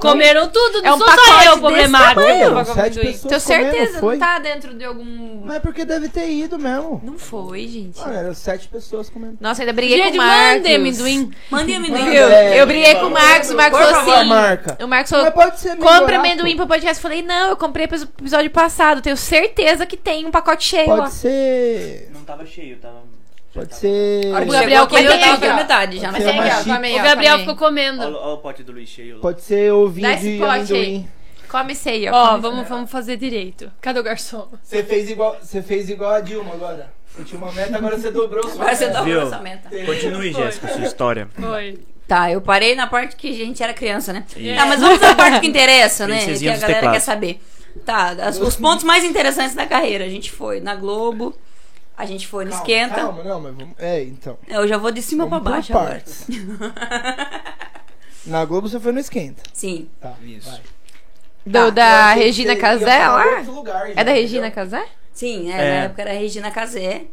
Speaker 3: Comeram tudo,
Speaker 1: É um
Speaker 3: não sou só
Speaker 1: pacote
Speaker 3: eu
Speaker 1: desse
Speaker 3: problemático.
Speaker 1: tamanho.
Speaker 3: Não,
Speaker 4: Sete pessoas
Speaker 1: Tenho certeza,
Speaker 4: comendo, foi?
Speaker 1: não tá dentro de algum.
Speaker 4: Mas porque deve ter ido mesmo.
Speaker 1: Não foi, gente.
Speaker 4: Mano, eram sete pessoas comendo.
Speaker 1: Nossa, ainda briguei
Speaker 3: Gente,
Speaker 1: com o Marcos.
Speaker 3: mandem amendoim.
Speaker 2: Mandem amendoim.
Speaker 4: Manda.
Speaker 1: Viu?
Speaker 4: É.
Speaker 1: Eu briguei com o Marcos, o Marcos
Speaker 4: Por
Speaker 1: falou
Speaker 4: favor,
Speaker 1: assim.
Speaker 4: marca.
Speaker 1: O Marcos
Speaker 4: Mas
Speaker 1: falou.
Speaker 4: pode ser melhorar,
Speaker 1: Compra amendoim
Speaker 4: pô.
Speaker 1: pro podcast. Eu falei, não, eu comprei pro episódio passado. Tenho certeza que tem um pacote cheio lá.
Speaker 4: Pode ser.
Speaker 5: Não tava cheio, tava.
Speaker 4: Pode ser.
Speaker 2: A hora que
Speaker 3: O Gabriel
Speaker 2: chegou aqui,
Speaker 3: comeu
Speaker 2: eu tava
Speaker 3: tudo.
Speaker 2: pela metade já.
Speaker 4: Pode
Speaker 2: mas
Speaker 4: ser
Speaker 2: é
Speaker 4: uma
Speaker 2: legal.
Speaker 4: chique.
Speaker 1: Come aí, ó,
Speaker 3: O Gabriel
Speaker 1: come
Speaker 3: ficou
Speaker 1: aí.
Speaker 5: Olha
Speaker 3: comendo.
Speaker 5: olha o pote do Luiz cheio.
Speaker 4: Pode ser ovinho
Speaker 1: Dá esse
Speaker 4: de
Speaker 1: pote
Speaker 4: amendoim.
Speaker 1: Come esse aí, ó.
Speaker 3: Ó,
Speaker 1: come
Speaker 3: vamos, vamos fazer direito. Cadê o garçom?
Speaker 4: Você fez igual, você fez igual a Dilma agora. Você tinha uma meta, agora você dobrou sua
Speaker 2: Agora você
Speaker 4: meta.
Speaker 2: dá
Speaker 5: Viu?
Speaker 2: uma meta.
Speaker 5: Continue, Jéssica, sua história.
Speaker 3: Foi.
Speaker 2: Tá, eu parei na parte que a gente era criança, né?
Speaker 5: Isso.
Speaker 2: Tá, mas vamos na parte que interessa, né? Que a
Speaker 5: Princesinha dos
Speaker 2: galera quer
Speaker 5: teclados.
Speaker 2: saber. Tá, as- os pontos mais interessantes da carreira. A gente foi na Globo, a gente foi no
Speaker 4: Calma,
Speaker 2: Esquenta.
Speaker 4: Calma, não, mas vamos. É, então.
Speaker 2: Eu já vou de cima
Speaker 4: Vamos
Speaker 2: pra
Speaker 4: por
Speaker 2: baixo agora.
Speaker 4: partes. Na Globo você foi no Esquenta.
Speaker 2: Sim.
Speaker 4: Tá.
Speaker 5: Isso.
Speaker 4: vai.
Speaker 1: Do,
Speaker 2: Tá,
Speaker 1: da
Speaker 4: Eu achei que
Speaker 1: Regina
Speaker 4: você ia
Speaker 1: Casé é
Speaker 4: falar
Speaker 1: lá?
Speaker 4: outro lugar, já,
Speaker 1: É da Regina
Speaker 4: entendeu?
Speaker 1: Casé?
Speaker 2: Sim, é,
Speaker 5: É.
Speaker 2: na época era Regina Casé.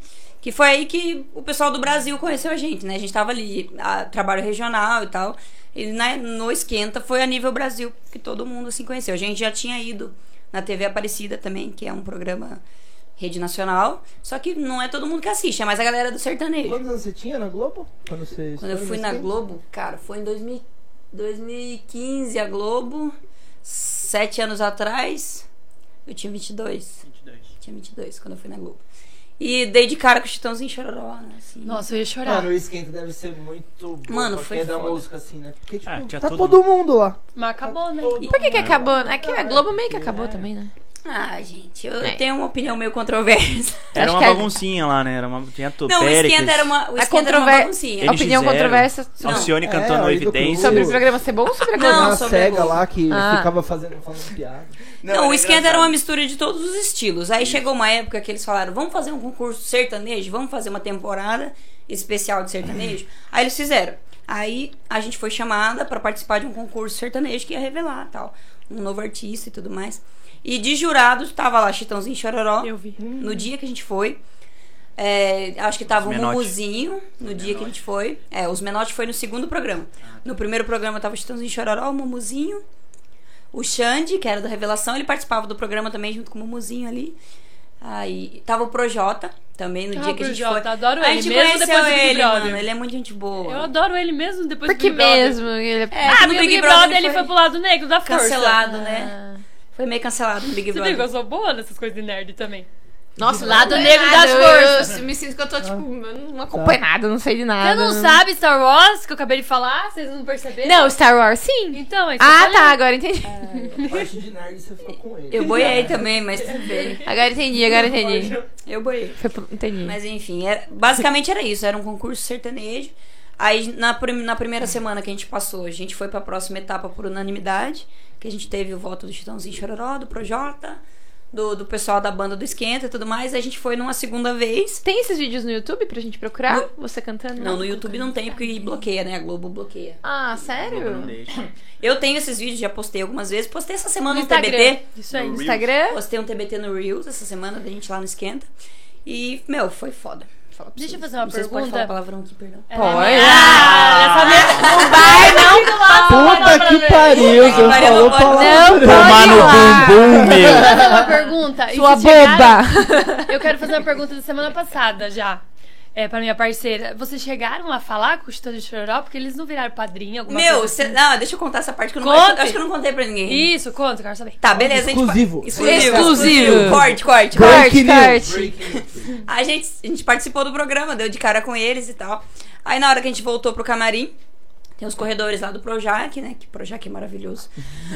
Speaker 2: Que foi aí que o pessoal do Brasil conheceu a gente, né? A gente tava ali, a- trabalho regional e tal. E na- no Esquenta foi a nível Brasil que todo mundo assim conheceu. A gente já tinha ido na TV Aparecida também, que é um programa rede nacional. Só que não é todo mundo que assiste, é mais a galera do sertanejo.
Speaker 4: Quantos anos você tinha na Globo? Quando, você
Speaker 2: Quando eu fui na Globo, cara, foi em 2000 2015 a Globo, sete anos atrás, eu tinha 22. Tinha 22 quando eu fui na Globo. E dei de cara com o Chitãozinho Chororó, né? Assim.
Speaker 3: Nossa, eu ia chorar.
Speaker 4: Mano, o Esquenta deve ser muito bom.
Speaker 2: Mano,
Speaker 4: pra
Speaker 2: foi
Speaker 4: quem é da
Speaker 2: foda.
Speaker 4: música assim, né? Porque, tipo,
Speaker 5: Ah, tinha
Speaker 4: tá
Speaker 5: todo
Speaker 4: todo mundo lá.
Speaker 3: Mas acabou, né?
Speaker 4: Todo
Speaker 1: Por que que acabou? Aqui a Globo meio que acabou também, né?
Speaker 2: Ah, gente, eu
Speaker 1: É.
Speaker 2: tenho uma opinião meio controversa.
Speaker 5: Era
Speaker 1: Acho
Speaker 5: uma
Speaker 1: que era-
Speaker 5: baguncinha lá, né? Era uma... Tinha tudo.
Speaker 2: Não, o esquenta era uma, o
Speaker 1: A
Speaker 2: esquenta era uma
Speaker 1: controver-
Speaker 2: baguncinha.
Speaker 1: A opinião
Speaker 5: NX0.
Speaker 1: controversa
Speaker 2: Não.
Speaker 5: Alcione
Speaker 4: É,
Speaker 5: cantando
Speaker 4: ó, e do
Speaker 5: Evidência.
Speaker 4: Cruz.
Speaker 1: sobre o programa ser bom ou sobre a Globo?
Speaker 2: Não,
Speaker 4: Não,
Speaker 2: sobre
Speaker 4: cega
Speaker 2: Globo.
Speaker 4: lá que
Speaker 1: Ah.
Speaker 4: ficava fazendo, falando piada.
Speaker 2: Não, o esquenta era um
Speaker 5: engraçado.
Speaker 2: uma mistura de todos os estilos. Aí chegou uma época que eles falaram: vamos fazer um concurso sertanejo, vamos fazer uma temporada especial de sertanejo. Aí eles fizeram. Aí a gente foi chamada pra participar de um concurso sertanejo que ia revelar tal. Um novo artista e tudo mais. E de jurados tava lá Chitãozinho e Chororó.
Speaker 3: Eu vi.
Speaker 2: No dia que a gente foi. é, acho que tava
Speaker 5: Os
Speaker 2: o
Speaker 5: Menotti.
Speaker 2: Mumuzinho no dia que a gente foi. É, os Menotti foi no segundo programa.
Speaker 3: Ah, tá.
Speaker 2: No primeiro programa tava o Chitãozinho e Chororó, o Mumuzinho. O Xande, que era da Revelação, ele participava do programa também junto com o Mumuzinho ali. Aí tava o Projota também no
Speaker 3: Ah,
Speaker 2: dia
Speaker 3: o
Speaker 2: que a gente
Speaker 3: Projota,
Speaker 2: foi.
Speaker 3: adoro
Speaker 2: a
Speaker 3: ele,
Speaker 2: gente
Speaker 3: mesmo
Speaker 2: conheceu
Speaker 3: depois do Big
Speaker 2: ele,
Speaker 3: Brother.
Speaker 2: mano. Ele é muito gente boa.
Speaker 3: Eu adoro ele mesmo depois
Speaker 1: Por que
Speaker 3: do Big Brother.
Speaker 1: mesmo? Ele é-
Speaker 2: É,
Speaker 3: Ah,
Speaker 2: no
Speaker 3: no
Speaker 2: Big
Speaker 3: Big
Speaker 2: Brother
Speaker 3: Brother ele
Speaker 2: foi
Speaker 3: foi pro lado negro da força.
Speaker 2: Cancelado, né? Foi meio cancelado no Big
Speaker 3: Você viu que eu
Speaker 2: Brother.
Speaker 3: sou boa nessas coisas de nerd também.
Speaker 1: Nossa,
Speaker 3: Lado
Speaker 1: eu não
Speaker 3: negro
Speaker 1: acompanho
Speaker 3: das
Speaker 1: nada, eu-
Speaker 3: forças.
Speaker 1: Eu, eu me sinto que eu tô, tipo, eu não acompanho nada, Ah, não sei de nada.
Speaker 3: Você não sabe Star Wars que eu acabei de falar? Vocês não perceberam?
Speaker 1: Não, Star Wars sim.
Speaker 3: Então, é isso que eu
Speaker 1: Ah,
Speaker 3: falei.
Speaker 1: tá, agora entendi.
Speaker 4: Parte de nerd você ficou com ele.
Speaker 2: Eu boiei também, mas tudo bem.
Speaker 1: Agora entendi, agora entendi.
Speaker 2: Eu boiei.
Speaker 1: Foi pro- Entendi.
Speaker 2: É. Mas enfim, era- basicamente era isso. Era um concurso sertanejo. Aí na, prim- na primeira semana que a gente passou, a gente foi pra próxima etapa por unanimidade. Que a gente teve o voto do Chitãozinho Chororó, do Projota, do, do pessoal da banda do Esquenta e tudo mais. A gente foi numa segunda vez.
Speaker 1: Tem esses vídeos no YouTube pra gente procurar? Você cantando?
Speaker 2: Não, no YouTube não tem porque bloqueia, né? A Globo bloqueia.
Speaker 1: Ah,
Speaker 5: Não
Speaker 1: sério?
Speaker 5: deixa.
Speaker 2: Eu tenho esses vídeos, já postei algumas vezes. Postei essa semana um no
Speaker 3: No
Speaker 2: TBT.
Speaker 3: Instagram. Isso aí.
Speaker 5: No
Speaker 1: Instagram?
Speaker 2: Postei um TBT no Reels essa semana, da gente lá no Esquenta. E, meu, foi foda. Fala pra
Speaker 3: Deixa eu
Speaker 2: vocês.
Speaker 3: fazer uma
Speaker 2: Não sei se pode falar
Speaker 3: pergunta.
Speaker 2: palavrão aqui, perdão.
Speaker 1: Pode.
Speaker 2: Ah,
Speaker 4: Puta que pariu,
Speaker 2: Que
Speaker 4: você
Speaker 2: pariu, não
Speaker 4: falou
Speaker 2: pode-
Speaker 1: não
Speaker 4: palavrão.
Speaker 1: pode.
Speaker 5: Tomar no
Speaker 1: lá.
Speaker 5: bumbum, meu.
Speaker 3: Fazer uma pergunta. E
Speaker 1: Sua
Speaker 3: se chegaram-
Speaker 1: boba!
Speaker 3: Eu quero fazer uma pergunta da semana passada já. É, pra minha parceira. Vocês chegaram a falar com o Chitão de Chororó? Porque eles não viraram padrinho, alguma
Speaker 2: Meu,
Speaker 3: coisa assim?
Speaker 2: cê, não, deixa eu contar essa parte que eu não
Speaker 3: Conte.
Speaker 2: acho, acho que eu não contei pra ninguém.
Speaker 3: Isso, conta, eu quero saber.
Speaker 2: Tá, beleza.
Speaker 4: Exclusivo.
Speaker 2: A gente, pa- exclusivo.
Speaker 1: Exclusivo.
Speaker 2: Corte, corte. corte.
Speaker 4: Break news.
Speaker 1: corte.
Speaker 2: A gente, a gente participou do programa, deu de cara com eles e tal. Aí na hora que a gente voltou pro camarim, tem os corredores lá do Projac, né? Que Projac é maravilhoso.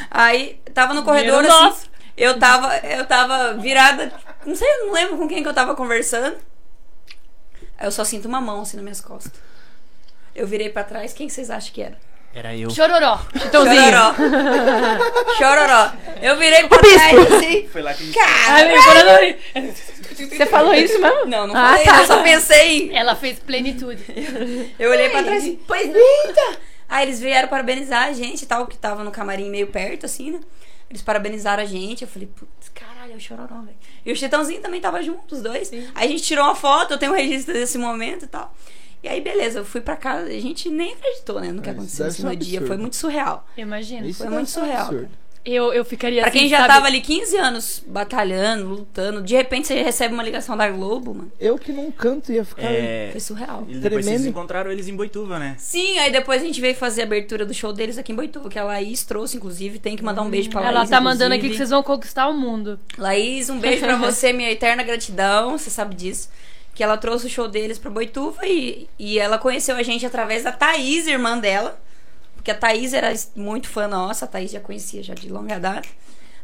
Speaker 2: Aí tava no corredor
Speaker 3: Dinheiro
Speaker 2: assim.
Speaker 3: nosso.
Speaker 2: Eu tava, eu tava virada, não sei, eu não lembro com quem que eu tava conversando. Aí eu só sinto uma mão assim nas minhas costas. Eu virei pra trás, quem que vocês acham que era?
Speaker 5: Era eu.
Speaker 3: Chororó.
Speaker 2: Chororó. Chororó. Eu virei pra trás assim.
Speaker 5: Foi lá que a gente
Speaker 3: Ai,
Speaker 2: Cara.
Speaker 3: meu, quando eu-
Speaker 1: Você falou isso mesmo?
Speaker 2: Não, não
Speaker 1: Ah,
Speaker 2: falei,
Speaker 1: tá.
Speaker 2: eu só pensei.
Speaker 3: Ela fez plenitude.
Speaker 2: Eu olhei pra trás assim, pois linda! Aí eles vieram parabenizar a gente e tal, que tava no camarim meio perto, assim, né? Eles parabenizaram a gente. Eu falei, putz, caralho, é o chororó, velho. E o Chitãozinho também tava junto, os dois. Aí a gente tirou uma foto, eu tenho um registro desse momento e tal. E aí, beleza, eu fui pra casa. A gente nem acreditou, né, no que
Speaker 4: Ah, isso
Speaker 2: aconteceu
Speaker 4: deve
Speaker 2: esse
Speaker 4: ser um
Speaker 2: no dia.
Speaker 4: absurdo.
Speaker 2: Foi muito surreal.
Speaker 3: Imagina.
Speaker 4: Isso
Speaker 2: Foi
Speaker 4: deve
Speaker 2: muito
Speaker 4: ser um
Speaker 2: surreal,
Speaker 4: absurdo.
Speaker 3: Eu, eu ficaria
Speaker 2: Pra
Speaker 3: assim,
Speaker 2: quem já
Speaker 3: sabe?
Speaker 2: tava ali 15 anos batalhando, lutando, de repente você recebe uma ligação da Globo, mano.
Speaker 4: Eu que não canto ia ficar.
Speaker 5: É,
Speaker 2: Foi surreal.
Speaker 5: e depois vocês
Speaker 4: Tremendo.
Speaker 5: encontraram eles em Boituva, né?
Speaker 2: Sim, aí depois a gente veio fazer a abertura do show deles aqui em Boituva, que a Laís trouxe, inclusive. Tem que mandar um beijo pra Laís.
Speaker 3: Ela tá mandando aqui que
Speaker 2: inclusive.
Speaker 3: vocês vão conquistar o mundo.
Speaker 2: Laís, um beijo pra você, minha eterna gratidão, você sabe disso. Que ela trouxe o show deles pra Boituva e, e ela conheceu a gente através da Thaís, irmã dela. Porque a Thaís era muito fã nossa, a Thaís já conhecia já de longa data.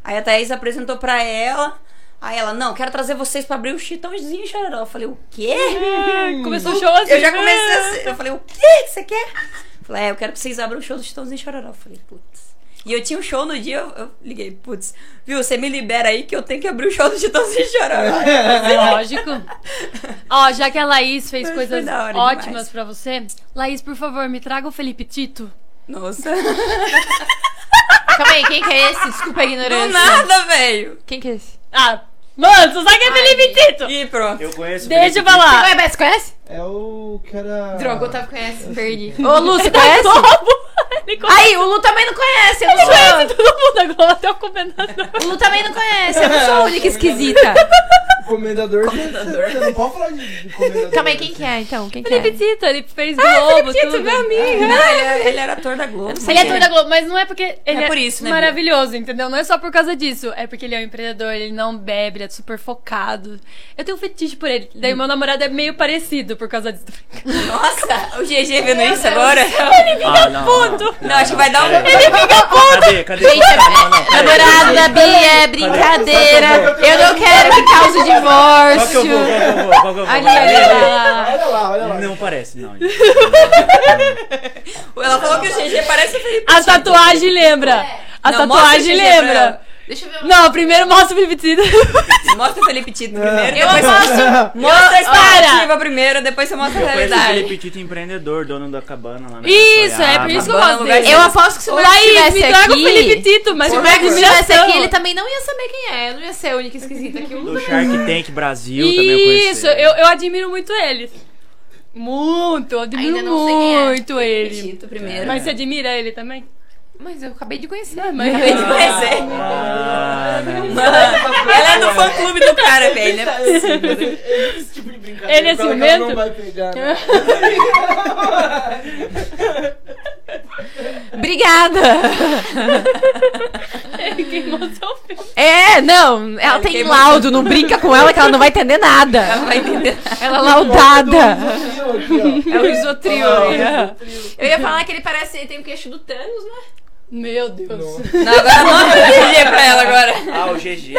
Speaker 2: Aí a Thaís apresentou pra ela. Aí ela, não, quero trazer vocês pra abrir o Chitãozinho e Chororó. Eu falei, o quê?
Speaker 3: Começou o show assim.
Speaker 2: Hum. Eu já comecei assim. Eu falei, o quê que você quer? Eu Falei, é, eu quero que vocês abram o show do Chitãozinho e Chororó. Eu falei, putz. E eu tinha um show no dia, eu, eu liguei, putz, viu, você me libera aí que eu tenho que abrir o show do Chitãozinho e Chororó.
Speaker 3: Lógico. Ó, já que a Laís fez
Speaker 2: Mas foi
Speaker 3: coisas
Speaker 2: da hora
Speaker 3: ótimas
Speaker 2: demais.
Speaker 3: pra você, Laís, por favor, me traga o Felipe Tito.
Speaker 2: Nossa.
Speaker 1: Calma aí, quem que é esse? Desculpa a
Speaker 2: Do
Speaker 3: né?
Speaker 1: ignorância.
Speaker 2: nada, velho.
Speaker 1: Quem que é esse?
Speaker 3: Ah, mano, você sabe quem é Felipe Tito?
Speaker 2: E pronto.
Speaker 5: Eu conheço. o
Speaker 2: é
Speaker 3: Deixa eu
Speaker 5: Felipe
Speaker 1: Ah.
Speaker 3: falar.
Speaker 1: Você conhece?
Speaker 4: É o que era.
Speaker 1: Droga, o Otávio conhece. Perdi. Ô, Lu, você conhece?
Speaker 3: Ele conhece
Speaker 1: Aí, o Lu também não conhece, eu não sou.
Speaker 3: todo mundo agora, até o comendador.
Speaker 1: O Lu também não conhece, eu não sou a única esquisita.
Speaker 4: Comendador. Você você não pode falar de de comendador.
Speaker 1: Calma aí, quem que é então? Quem que é?
Speaker 3: Felipe Tito, ele
Speaker 2: Ah,
Speaker 3: fez Globo, tudo.
Speaker 1: amiga.
Speaker 2: Não, ele, é- ele era ator da Globo.
Speaker 3: Ele é ator da Globo, mas não é porque ele é,
Speaker 2: É por isso, né,
Speaker 3: maravilhoso, entendeu? Não é só por causa disso. É porque ele é um empreendedor, ele não bebe, ele é super focado. Eu tenho um fetiche por ele. Daí meu namorado é meio parecido por causa disso.
Speaker 2: Nossa, o GG vendo isso agora?
Speaker 5: Ah, não, não,
Speaker 2: Não, acho que vai dar um...
Speaker 5: Ele fica puto. Cadê? Cadê? é Não, não, peraí.
Speaker 1: Namorado da Bia, é brincadeira. Eu não quero que cause
Speaker 5: Qual que eu
Speaker 1: divórcio.
Speaker 3: é
Speaker 5: vou? Qual que eu vou? Qual que é eu vou?
Speaker 1: Ali, ali, lá.
Speaker 4: Olha lá, olha lá.
Speaker 5: Não parece, não.
Speaker 2: Ela falou que o GG parece o Felipe.
Speaker 3: A tatuagem lembra. A
Speaker 2: Não, mostra
Speaker 3: tatuagem
Speaker 2: esse
Speaker 3: lembra.
Speaker 1: Deixa eu ver.
Speaker 3: Não, primeiro mostra o Felipe Tito.
Speaker 2: Mostra o Felipe Tito primeiro,
Speaker 1: Eu
Speaker 2: depois
Speaker 1: amo
Speaker 2: mostra a expectativa
Speaker 3: Para!
Speaker 2: primeiro, depois você mostra a
Speaker 5: Eu conheço o
Speaker 2: realidade.
Speaker 5: Felipe Tito empreendedor, dono da cabana lá na
Speaker 3: Isso, é
Speaker 5: Sorocaba.
Speaker 3: por isso que eu
Speaker 2: Babana,
Speaker 3: gosto
Speaker 2: lugar
Speaker 3: dele.
Speaker 1: Eu aposto que se o Marcos
Speaker 3: Laís, me
Speaker 1: estivesse
Speaker 3: traga o Felipe
Speaker 1: aqui...
Speaker 3: Tito, mas
Speaker 1: Se o
Speaker 3: eu
Speaker 1: Marcos estivesse
Speaker 3: admiração.
Speaker 1: aqui, ele tá também não ia saber quem é. Eu não ia ser a única esquisita aqui.
Speaker 5: Do Shark Tank Brasil também eu conheço.
Speaker 3: Isso, eu, eu admiro muito ele. Muito, eu admiro
Speaker 1: Ainda não sei quem é.
Speaker 3: muito ele.
Speaker 2: Tito primeiro.
Speaker 3: Mas você admira ele também?
Speaker 1: Mas eu acabei de conhecer.
Speaker 2: Acabei de conhecer.
Speaker 5: Ah, não.
Speaker 2: Mano, ela é do fã clube do cara, velho. né?
Speaker 4: É, Esse tipo de brincadeira.
Speaker 3: Ele é
Speaker 4: com ela que
Speaker 3: ciumento?
Speaker 4: ela Não vai pegar, né?
Speaker 1: Obrigada.
Speaker 3: Que queimou seu filme.
Speaker 1: É, não, ela tem
Speaker 2: queimou.
Speaker 1: laudo, não brinca com ela que ela não vai entender nada.
Speaker 2: Vai entender.
Speaker 1: Ela é laudada.
Speaker 2: É o isotrio.
Speaker 3: é
Speaker 2: né?
Speaker 1: Eu ia falar que ele parece, ele tem o queixo do Thanos, né?
Speaker 3: Meu Deus.
Speaker 2: Não, agora não vou dizer pra ela agora.
Speaker 5: Ah, o GG.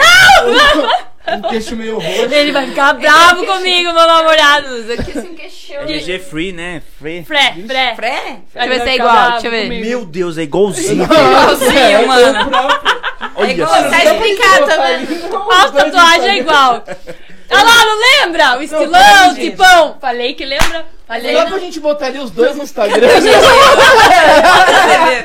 Speaker 4: Um queixo meio roxo.
Speaker 3: Ele vai ficar bravo comigo, meu namorado.
Speaker 1: Aqui assim, um queixão.
Speaker 5: É GG free, né? Free.
Speaker 3: Fré, fré.
Speaker 2: Pré?
Speaker 1: Deixa eu ver se é
Speaker 3: Vai ficar
Speaker 1: igual,
Speaker 3: bravo
Speaker 1: deixa eu ver.
Speaker 3: comigo.
Speaker 5: Meu Deus, é igualzinho.
Speaker 4: É,
Speaker 2: Igualzinho, mano.
Speaker 5: Olha
Speaker 2: É igual,
Speaker 5: só.
Speaker 1: Tá explicado, tá vendo?
Speaker 3: A tatuagem é igual. Olha lá, não lembra? O estilão,
Speaker 4: cara,
Speaker 3: o
Speaker 4: gente.
Speaker 3: tipão. Falei que lembra. Falei.
Speaker 4: Dá pra gente botar ali os dois no Instagram? né?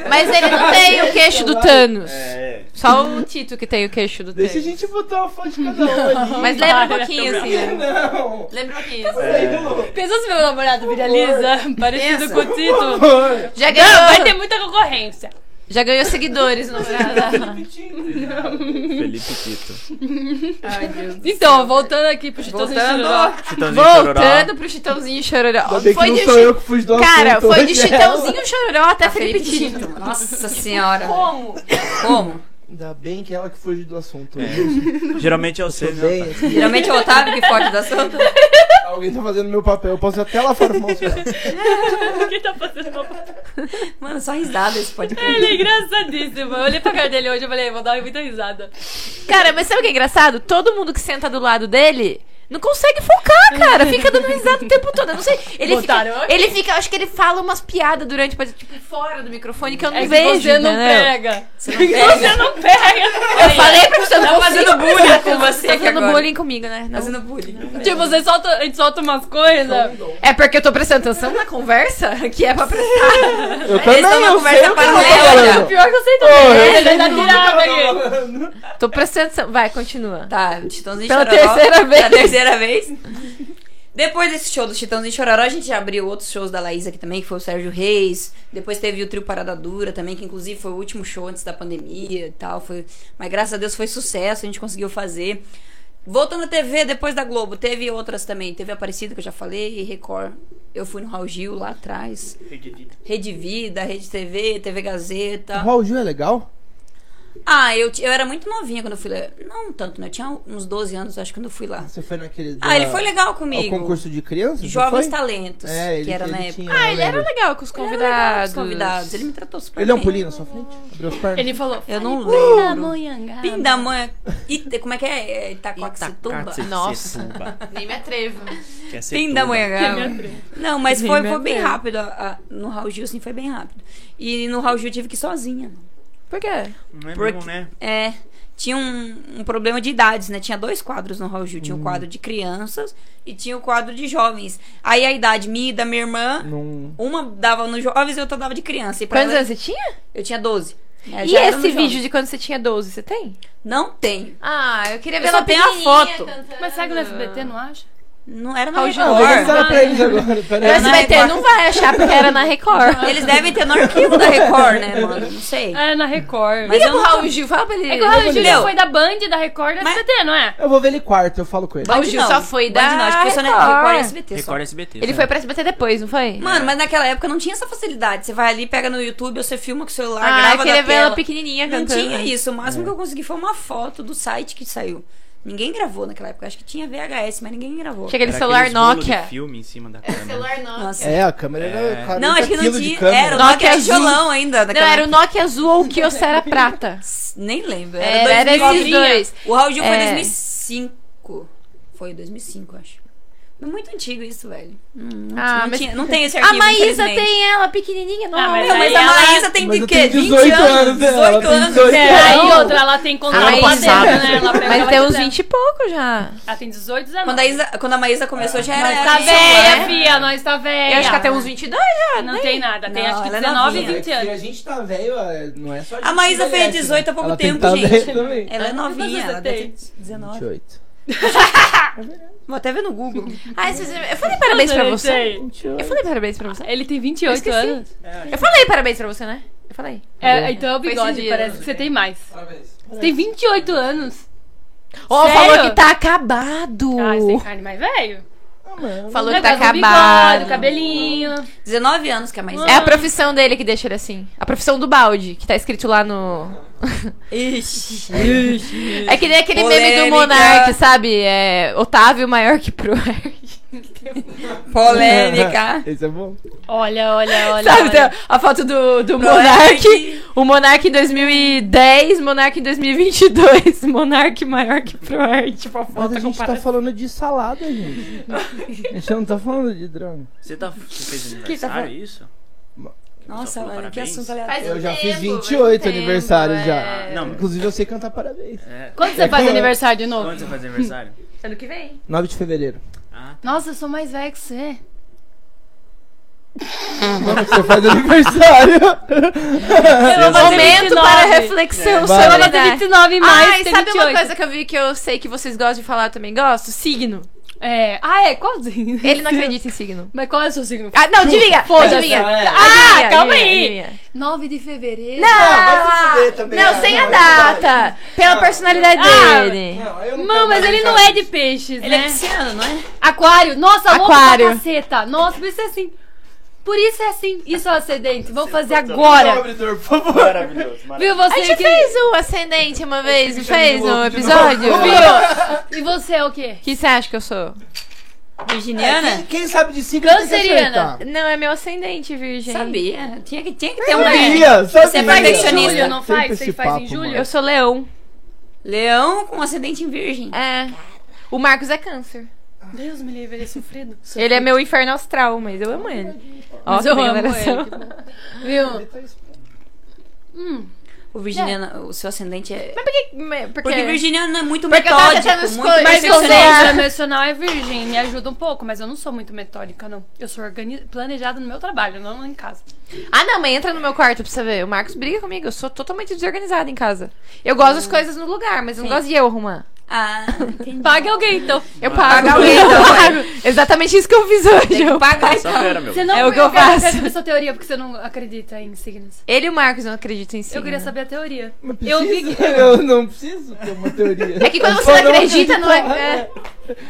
Speaker 1: Mas ele não tem o queixo do Thanos.
Speaker 5: É.
Speaker 1: Só o Tito que tem o queixo do
Speaker 4: Deixa a
Speaker 1: Thanos.
Speaker 4: gente botar uma foto de cada um ali.
Speaker 1: Mas lembra um pouquinho, assim. né?
Speaker 4: Não.
Speaker 1: Lembra um pouquinho.
Speaker 4: É.
Speaker 3: Pensa se meu namorado viraliza, parecido
Speaker 2: Pensa.
Speaker 3: com o Tito.
Speaker 4: Foi.
Speaker 1: Já
Speaker 3: Não, vai ter
Speaker 1: ganhou,
Speaker 3: muita concorrência.
Speaker 1: já ganhou seguidores no
Speaker 5: Felipe Tito.
Speaker 3: Então, voltando aqui pro Chitoso
Speaker 2: Voltando.
Speaker 5: Chitãozinho Chororó.
Speaker 1: Voltando pro Chitãozinho Chororó.
Speaker 4: Ainda bem que
Speaker 1: Foi
Speaker 4: não
Speaker 1: de
Speaker 4: sou
Speaker 1: chi-
Speaker 4: eu que fui do
Speaker 1: Cara,
Speaker 4: assunto né?
Speaker 1: foi de
Speaker 4: hoje.
Speaker 1: Chitãozinho Chororó até Felipe
Speaker 2: Felipe
Speaker 1: Tito.
Speaker 2: Tito. Nossa senhora.
Speaker 1: Como?
Speaker 2: Como?
Speaker 4: Ainda bem que é ela que fugiu do assunto.
Speaker 5: É.
Speaker 4: hoje.
Speaker 5: Geralmente é o
Speaker 4: Tô
Speaker 5: C, né?
Speaker 4: bem, assim,
Speaker 2: Geralmente é o Otávio que foge do assunto.
Speaker 4: alguém tá fazendo meu papel. Eu posso ir até lá fora um pra mostrar.
Speaker 3: Quem tá fazendo uma...
Speaker 2: Mano, só risada esse
Speaker 3: Ele
Speaker 2: podcast.
Speaker 3: é engraçadíssimo. Eu olhei pra cara dele hoje e falei, vou dar muita risada.
Speaker 1: Cara, mas sabe o que é engraçado? Todo mundo que senta do lado dele não consegue focar, cara. Fica dando risada o tempo todo. Eu não sei. Ele fica,
Speaker 3: Botaram aqui.
Speaker 1: ele fica, acho que ele fala umas piadas durante, mas, tipo, fora do microfone que eu não
Speaker 3: É que
Speaker 1: vejo.
Speaker 3: você não
Speaker 1: entendeu?
Speaker 3: pega.
Speaker 2: Você não pega.
Speaker 3: Você não pega.
Speaker 1: Eu falei pra você não
Speaker 2: Tá fazendo
Speaker 1: consigo.
Speaker 2: bullying com você
Speaker 1: Tá
Speaker 2: aqui
Speaker 1: fazendo
Speaker 2: agora.
Speaker 1: bullying comigo, né? Não.
Speaker 2: Fazendo bullying.
Speaker 3: Tipo, você solta, a gente solta umas coisas.
Speaker 1: É porque eu tô prestando atenção na conversa, que é pra prestar.
Speaker 4: Eu também,
Speaker 2: é uma
Speaker 4: eu
Speaker 2: conversa
Speaker 4: sei o que eu tô
Speaker 2: paralela.
Speaker 4: falando.
Speaker 1: é
Speaker 4: É
Speaker 3: Pior que eu sei
Speaker 1: né?
Speaker 4: Ô,
Speaker 3: também.
Speaker 4: eu
Speaker 3: Ele
Speaker 4: sei
Speaker 3: tá
Speaker 4: tudo que
Speaker 3: virado
Speaker 4: eu
Speaker 3: aqui.
Speaker 4: tô falando.
Speaker 1: Tô prestando atenção. Vai, continua.
Speaker 2: Tá, o Chitãozinho
Speaker 1: Pela
Speaker 2: Chororó.
Speaker 1: terceira vez.
Speaker 2: Pela terceira vez. Depois desse show do Chitãozinho Chororó, a gente já abriu outros shows da Laís aqui também, que foi o Sérgio Reis. Depois teve o Trio Parada Dura também, que inclusive foi o último show antes da pandemia e tal. Foi... Mas graças a Deus foi sucesso, a gente conseguiu fazer. Voltando à TV, depois da Globo, teve outras também. Teve Aparecida, que eu já falei, e Record. Eu fui no Raul Gil lá atrás. Rede Vida, Rede TV, TV
Speaker 4: O
Speaker 2: Gazeta.
Speaker 4: Raul Gil é legal?
Speaker 2: Ah, eu, ti- eu era muito novinha quando eu fui lá. Não tanto, né? Eu tinha uns 12 anos, acho, quando eu fui lá.
Speaker 4: Você foi naquele...
Speaker 2: Ah, ele foi legal
Speaker 4: O
Speaker 2: comigo.
Speaker 4: concurso de crianças? não
Speaker 2: Jovens
Speaker 4: foi?
Speaker 2: Talentos,
Speaker 4: É, ele,
Speaker 2: que era
Speaker 4: ele
Speaker 2: na época.
Speaker 4: tinha,
Speaker 1: Ah,
Speaker 4: eu
Speaker 1: ele era
Speaker 4: lembro.
Speaker 1: legal com os
Speaker 2: Ele era legal com
Speaker 1: convidados.
Speaker 2: os convidados. Ele me tratou super
Speaker 4: Ele é um
Speaker 2: bem.
Speaker 4: pulinho na sua frente? Abriu as pernas?
Speaker 3: Ele falou,
Speaker 2: Eu não lembro. Pindamonha. Ita, como é que é? É Itacoaxetuba?
Speaker 1: Nossa. Nem me atrevo.
Speaker 2: Pindamonhangaba. Não, mas foi,
Speaker 1: é Sim,
Speaker 2: foi
Speaker 1: né?
Speaker 2: bem rápido. a- a- no Raul Gil, assim, foi bem rápido. E no Raul Gil eu tive que ir sozinha.
Speaker 1: Por quê?
Speaker 5: Não é
Speaker 2: Porque-
Speaker 5: bom, né?
Speaker 2: É. Tinha um, um problema de idades, né? Tinha dois quadros no Raul Gil. Tinha o quadro de crianças e tinha o quadro de jovens. Aí a idade minha e da minha irmã,
Speaker 4: Num...
Speaker 2: uma dava nos jovens e outra dava de criança. E pra
Speaker 1: Quantos
Speaker 2: ela-
Speaker 1: anos você tinha?
Speaker 2: Eu tinha 12. É,
Speaker 1: E
Speaker 2: já era no
Speaker 1: esse
Speaker 2: jovem.
Speaker 1: vídeo de quando você tinha 12, você tem?
Speaker 2: Não tenho.
Speaker 1: Ah, eu queria
Speaker 2: Eu
Speaker 1: ver
Speaker 2: só
Speaker 1: ela
Speaker 2: tenho a
Speaker 1: pequenininha
Speaker 2: foto.
Speaker 1: cantando.
Speaker 3: mas será que no SBT não acha?
Speaker 2: Não era na
Speaker 1: Raul Gil
Speaker 4: Ah, vou
Speaker 2: Record.
Speaker 4: avisar pra eles agora. Pera
Speaker 1: No
Speaker 2: Era
Speaker 4: aí.
Speaker 2: na
Speaker 1: SBT
Speaker 2: Record.
Speaker 1: não vai achar porque era na Record.
Speaker 2: Eles devem ter no arquivo da Record, né, mano? Não sei.
Speaker 1: É,
Speaker 3: Era É, na Record.
Speaker 2: Mas
Speaker 1: Liga
Speaker 2: eu
Speaker 1: pro
Speaker 2: não...
Speaker 1: Raul Gil, fala pra ele.
Speaker 3: É que o Raul Gil já
Speaker 2: Meu.
Speaker 3: foi da Band, da Record, da
Speaker 2: Mas-
Speaker 3: SBT, não é?
Speaker 4: Eu vou ver ele quarto, eu falo com ele.
Speaker 1: Raul
Speaker 2: Band
Speaker 1: Gil
Speaker 2: não.
Speaker 1: só foi
Speaker 2: Band
Speaker 1: da
Speaker 2: não, acho que foi só na
Speaker 1: Record.
Speaker 2: Record e SBT só.
Speaker 5: Record é. SBT.
Speaker 1: Ele
Speaker 5: só.
Speaker 1: foi pra SBT depois, não foi?
Speaker 2: Mano, mas naquela época não tinha essa facilidade. Você vai ali, pega no YouTube, você filma com o celular,
Speaker 1: ah, eu
Speaker 2: grava
Speaker 1: queria
Speaker 2: da
Speaker 1: ver ela
Speaker 2: tela.
Speaker 1: pequenininha
Speaker 2: Não
Speaker 1: cantando. né? É.
Speaker 2: tinha isso. O máximo que eu consegui foi uma foto do site que saiu. Ninguém gravou naquela época. Acho que tinha VHS, mas ninguém gravou.
Speaker 1: Tinha aquele
Speaker 5: Era
Speaker 1: celular
Speaker 5: aqueles bolo de
Speaker 1: Nokia.
Speaker 5: filme em cima da cama.
Speaker 2: Nossa.
Speaker 4: É, a câmera era
Speaker 5: É.
Speaker 4: 40
Speaker 2: Não, acho que não
Speaker 4: quilos de
Speaker 2: tinha.
Speaker 4: câmera. É
Speaker 2: Era o Nokia
Speaker 1: Nokiazinho.
Speaker 2: Tijolão ainda.
Speaker 1: Não,
Speaker 2: naquela
Speaker 1: era um o
Speaker 2: época.
Speaker 1: Nokia azul ou o Kyocera prata.
Speaker 2: Nem lembro.
Speaker 1: Era,
Speaker 2: Era,
Speaker 1: É, era
Speaker 2: 2000.
Speaker 1: esses dois.
Speaker 2: O Raul Gil foi em
Speaker 1: É.
Speaker 2: 2005. Foi em 2005, acho. Não é muito antigo isso, velho. Hum, Não,
Speaker 1: Ah,
Speaker 2: não
Speaker 1: mas-
Speaker 2: tinha- não tem esse
Speaker 1: A
Speaker 2: arquivo,
Speaker 1: Maísa
Speaker 2: infelizmente.
Speaker 1: tem é- ela pequenininha, não.
Speaker 3: Ah, mas
Speaker 2: Não, mas é
Speaker 3: Aí
Speaker 2: a
Speaker 3: ela-
Speaker 2: Maísa tem
Speaker 4: Mas
Speaker 2: de
Speaker 4: eu
Speaker 2: quê?
Speaker 4: tenho
Speaker 2: 20
Speaker 4: 18
Speaker 2: anos?
Speaker 4: anos, ela tem
Speaker 2: 18 anos.
Speaker 4: 18
Speaker 3: É,
Speaker 4: anos.
Speaker 3: aí
Speaker 4: Não.
Speaker 3: outra, ela tem contato
Speaker 1: Ah,
Speaker 3: lá
Speaker 1: mas
Speaker 3: dentro,
Speaker 1: sabe.
Speaker 3: né? Ela, pega
Speaker 1: Mas tem
Speaker 3: lá
Speaker 1: uns
Speaker 3: pra
Speaker 1: é
Speaker 3: dentro.
Speaker 1: 20 e pouco já.
Speaker 3: Ela tem 18, 19.
Speaker 2: Quando a, Isa, quando a Maísa começou, já era.
Speaker 3: Nós tá
Speaker 2: era
Speaker 3: velha,
Speaker 2: né?
Speaker 3: fia, nós tá velha. Ah,
Speaker 1: Eu acho que até uns 22 já.
Speaker 3: Não tem nada, tem
Speaker 2: Não,
Speaker 3: acho que
Speaker 2: ela é
Speaker 3: 19 e
Speaker 2: novinha.
Speaker 3: 20
Speaker 4: É que
Speaker 3: anos.
Speaker 4: a gente tá velho, é, não é só
Speaker 2: A Maísa fez 18 há pouco tempo,
Speaker 4: tá
Speaker 2: gente.
Speaker 4: Também.
Speaker 2: Ela é
Speaker 3: Quantos anos
Speaker 2: novinha,
Speaker 3: você
Speaker 2: ela deve
Speaker 3: tem?
Speaker 2: ter 19.
Speaker 4: 28.
Speaker 2: Vou até ver no Google.
Speaker 1: Ai, vocês- eu falei parabéns pra
Speaker 3: Quantos
Speaker 1: você.
Speaker 3: anos ele tem?
Speaker 2: É
Speaker 1: Eu falei parabéns pra você.
Speaker 3: Ele tem
Speaker 1: Eu
Speaker 3: 28
Speaker 1: esqueci.
Speaker 3: anos.
Speaker 1: Eu falei parabéns pra você, né? Eu falei.
Speaker 3: É, então é o
Speaker 1: Foi esse
Speaker 3: bigode,
Speaker 1: dia.
Speaker 3: parece que você tem mais. Você tem 28 anos.
Speaker 1: Ó,
Speaker 3: Sério?
Speaker 1: falou que tá acabado.
Speaker 3: Ah, você tem carne mais velho.
Speaker 4: Ah, mano.
Speaker 1: Falou que tá
Speaker 3: Negócio do
Speaker 1: acabado.
Speaker 3: Bigode, o cabelinho.
Speaker 2: 19 anos que a mais.
Speaker 1: É a profissão dele que deixa ele assim. A profissão do balde, que tá escrito lá no.
Speaker 2: Ixi.
Speaker 1: É que nem aquele meme do
Speaker 2: Polêmica.
Speaker 1: Monark, sabe? É Otávio maior que Proerd.
Speaker 2: Polêmica.
Speaker 4: Esse é bom.
Speaker 3: Olha, olha, olha.
Speaker 1: Sabe
Speaker 3: olha.
Speaker 1: então, a foto do, do
Speaker 2: Proerd.
Speaker 1: Monark? O Monark em 2010, Monark em 2022. Monark maior que Proerd. Tipo, a
Speaker 4: Mas
Speaker 1: foto
Speaker 4: a gente tá
Speaker 1: comparada.
Speaker 4: falando de salada, gente. A gente não tá falando de droga.
Speaker 5: Você, tá, você fez
Speaker 2: Que tá
Speaker 5: aniversário, é isso?
Speaker 2: Nossa,
Speaker 5: Só falou
Speaker 2: mano, que
Speaker 5: parabéns?
Speaker 2: assunto aleatório.
Speaker 3: um
Speaker 4: Eu já fiz 28 aniversários já.
Speaker 3: é.
Speaker 5: Não, mas-
Speaker 4: Inclusive eu sei cantar parabéns.
Speaker 5: É.
Speaker 3: Quando você
Speaker 1: Uhum.
Speaker 3: faz aniversário de novo?
Speaker 5: Quando você faz aniversário?
Speaker 3: Ano que vem.
Speaker 4: 9 de fevereiro.
Speaker 5: Ah,
Speaker 3: Nossa, eu sou mais velha que você.
Speaker 4: Mano, você faz aniversário.
Speaker 3: Eu
Speaker 5: é
Speaker 3: vou fazer
Speaker 1: Momento
Speaker 3: 29.
Speaker 1: para reflexão
Speaker 4: Vai.
Speaker 3: Eu
Speaker 1: sobre
Speaker 3: vou fazer
Speaker 1: idade.
Speaker 3: 29 em maio.
Speaker 1: Ai,
Speaker 3: tem
Speaker 1: sabe
Speaker 3: 28.
Speaker 1: uma coisa que eu vi que eu sei que vocês gostam de falar, eu também gosto? Signo.
Speaker 3: É. Ah, é? Qualzinho.
Speaker 1: Ele não acredita em signo.
Speaker 3: Mas qual é o seu signo?
Speaker 1: Ah, não, adivinha!
Speaker 3: Foda-se.
Speaker 1: adivinha.
Speaker 4: É.
Speaker 1: Adivinha, adivinha,
Speaker 3: calma aí.
Speaker 1: adivinha.
Speaker 3: 9 de fevereiro.
Speaker 4: Ah, vai se fuder também,
Speaker 1: Não,
Speaker 4: ah,
Speaker 1: sem a
Speaker 4: vai,
Speaker 1: data. Pela personalidade
Speaker 3: Ah,
Speaker 1: dele.
Speaker 4: Não, eu
Speaker 3: Mano, mas ele não é de peixes,
Speaker 2: Ele é
Speaker 3: né?
Speaker 2: pisciano, não é?
Speaker 3: Aquário. Nossa, louco
Speaker 1: Aquário.
Speaker 3: da caceta. Nossa, por isso é assim. Por isso é assim. Isso é um acidente. Vamos fazer
Speaker 4: Não,
Speaker 3: agora.
Speaker 4: abridor, por favor.
Speaker 5: maravilhoso, maravilhoso.
Speaker 3: Viu
Speaker 1: A
Speaker 3: você
Speaker 1: gente
Speaker 3: que...
Speaker 1: fez um ascendente uma vez, não
Speaker 4: chama de
Speaker 1: fez?
Speaker 4: louco
Speaker 1: No
Speaker 4: de
Speaker 1: episódio?
Speaker 4: novo.
Speaker 1: Viu?
Speaker 3: E você é o quê?
Speaker 1: que você acha que eu sou?
Speaker 2: É, Virginiana?
Speaker 4: Quem sabe de signo tem que
Speaker 3: Canceriana.
Speaker 4: acertar.
Speaker 1: Não, é meu ascendente, virgem.
Speaker 2: Sabia. Tinha que, tinha que ter um ganho.
Speaker 4: Sabia, sabia.
Speaker 2: Você é
Speaker 3: Em
Speaker 2: perfeccionista.
Speaker 3: julho, não
Speaker 4: Sempre
Speaker 3: faz? Você
Speaker 4: esse
Speaker 3: faz em
Speaker 4: papo,
Speaker 3: julho?
Speaker 4: mano.
Speaker 1: Eu sou leão.
Speaker 2: Leão com ascendente em virgem.
Speaker 1: É. O Marcos é câncer.
Speaker 3: Deus me livre, ele é sofrido.
Speaker 1: Ele é meu inferno astral, mas eu amo ele. Ó,
Speaker 3: Mas eu
Speaker 1: tem
Speaker 3: amo ele,
Speaker 1: variação.
Speaker 3: que bom. Viu?
Speaker 2: O virginiana, o seu ascendente é...
Speaker 1: Mas por que. Porque,
Speaker 2: Porque virginiano é muito
Speaker 1: Porque eu tava
Speaker 2: metódico,
Speaker 1: tentando
Speaker 2: muito
Speaker 1: escolher.
Speaker 3: Mas eu sou
Speaker 2: perfeccionista.
Speaker 1: Perfeccionista.
Speaker 3: emocional é virgem, me ajuda um pouco, mas eu não sou muito metódica, não. Eu sou organi- planejada no meu trabalho, não lá em casa.
Speaker 1: Ah, não, mas entra no meu quarto pra você ver. O Marcos briga comigo. Eu sou totalmente desorganizada em casa. Eu gosto das coisas no lugar, mas eu não
Speaker 2: Sim.
Speaker 1: gosto de eu arrumar.
Speaker 2: Ah, entendi.
Speaker 3: Pague alguém, então.
Speaker 1: Eu pago.
Speaker 2: Paga alguém, então,
Speaker 1: eu pago. Exatamente isso que eu fiz hoje. Eu pago.
Speaker 2: Pagar
Speaker 5: Só fera, meu.
Speaker 3: Você não
Speaker 1: É o que eu
Speaker 3: quero-
Speaker 1: faço.
Speaker 3: quero saber sua teoria, porque você não acredita em signos.
Speaker 1: Ele e o Marcos não acreditam em si.
Speaker 3: Eu queria saber a teoria.
Speaker 4: Mas
Speaker 3: Eu vi
Speaker 4: precisa?
Speaker 3: que-
Speaker 4: Eu não preciso ter uma teoria.
Speaker 1: É que quando
Speaker 4: Eu
Speaker 1: você
Speaker 4: só
Speaker 1: não acredita, não
Speaker 4: acredito.
Speaker 1: é. é-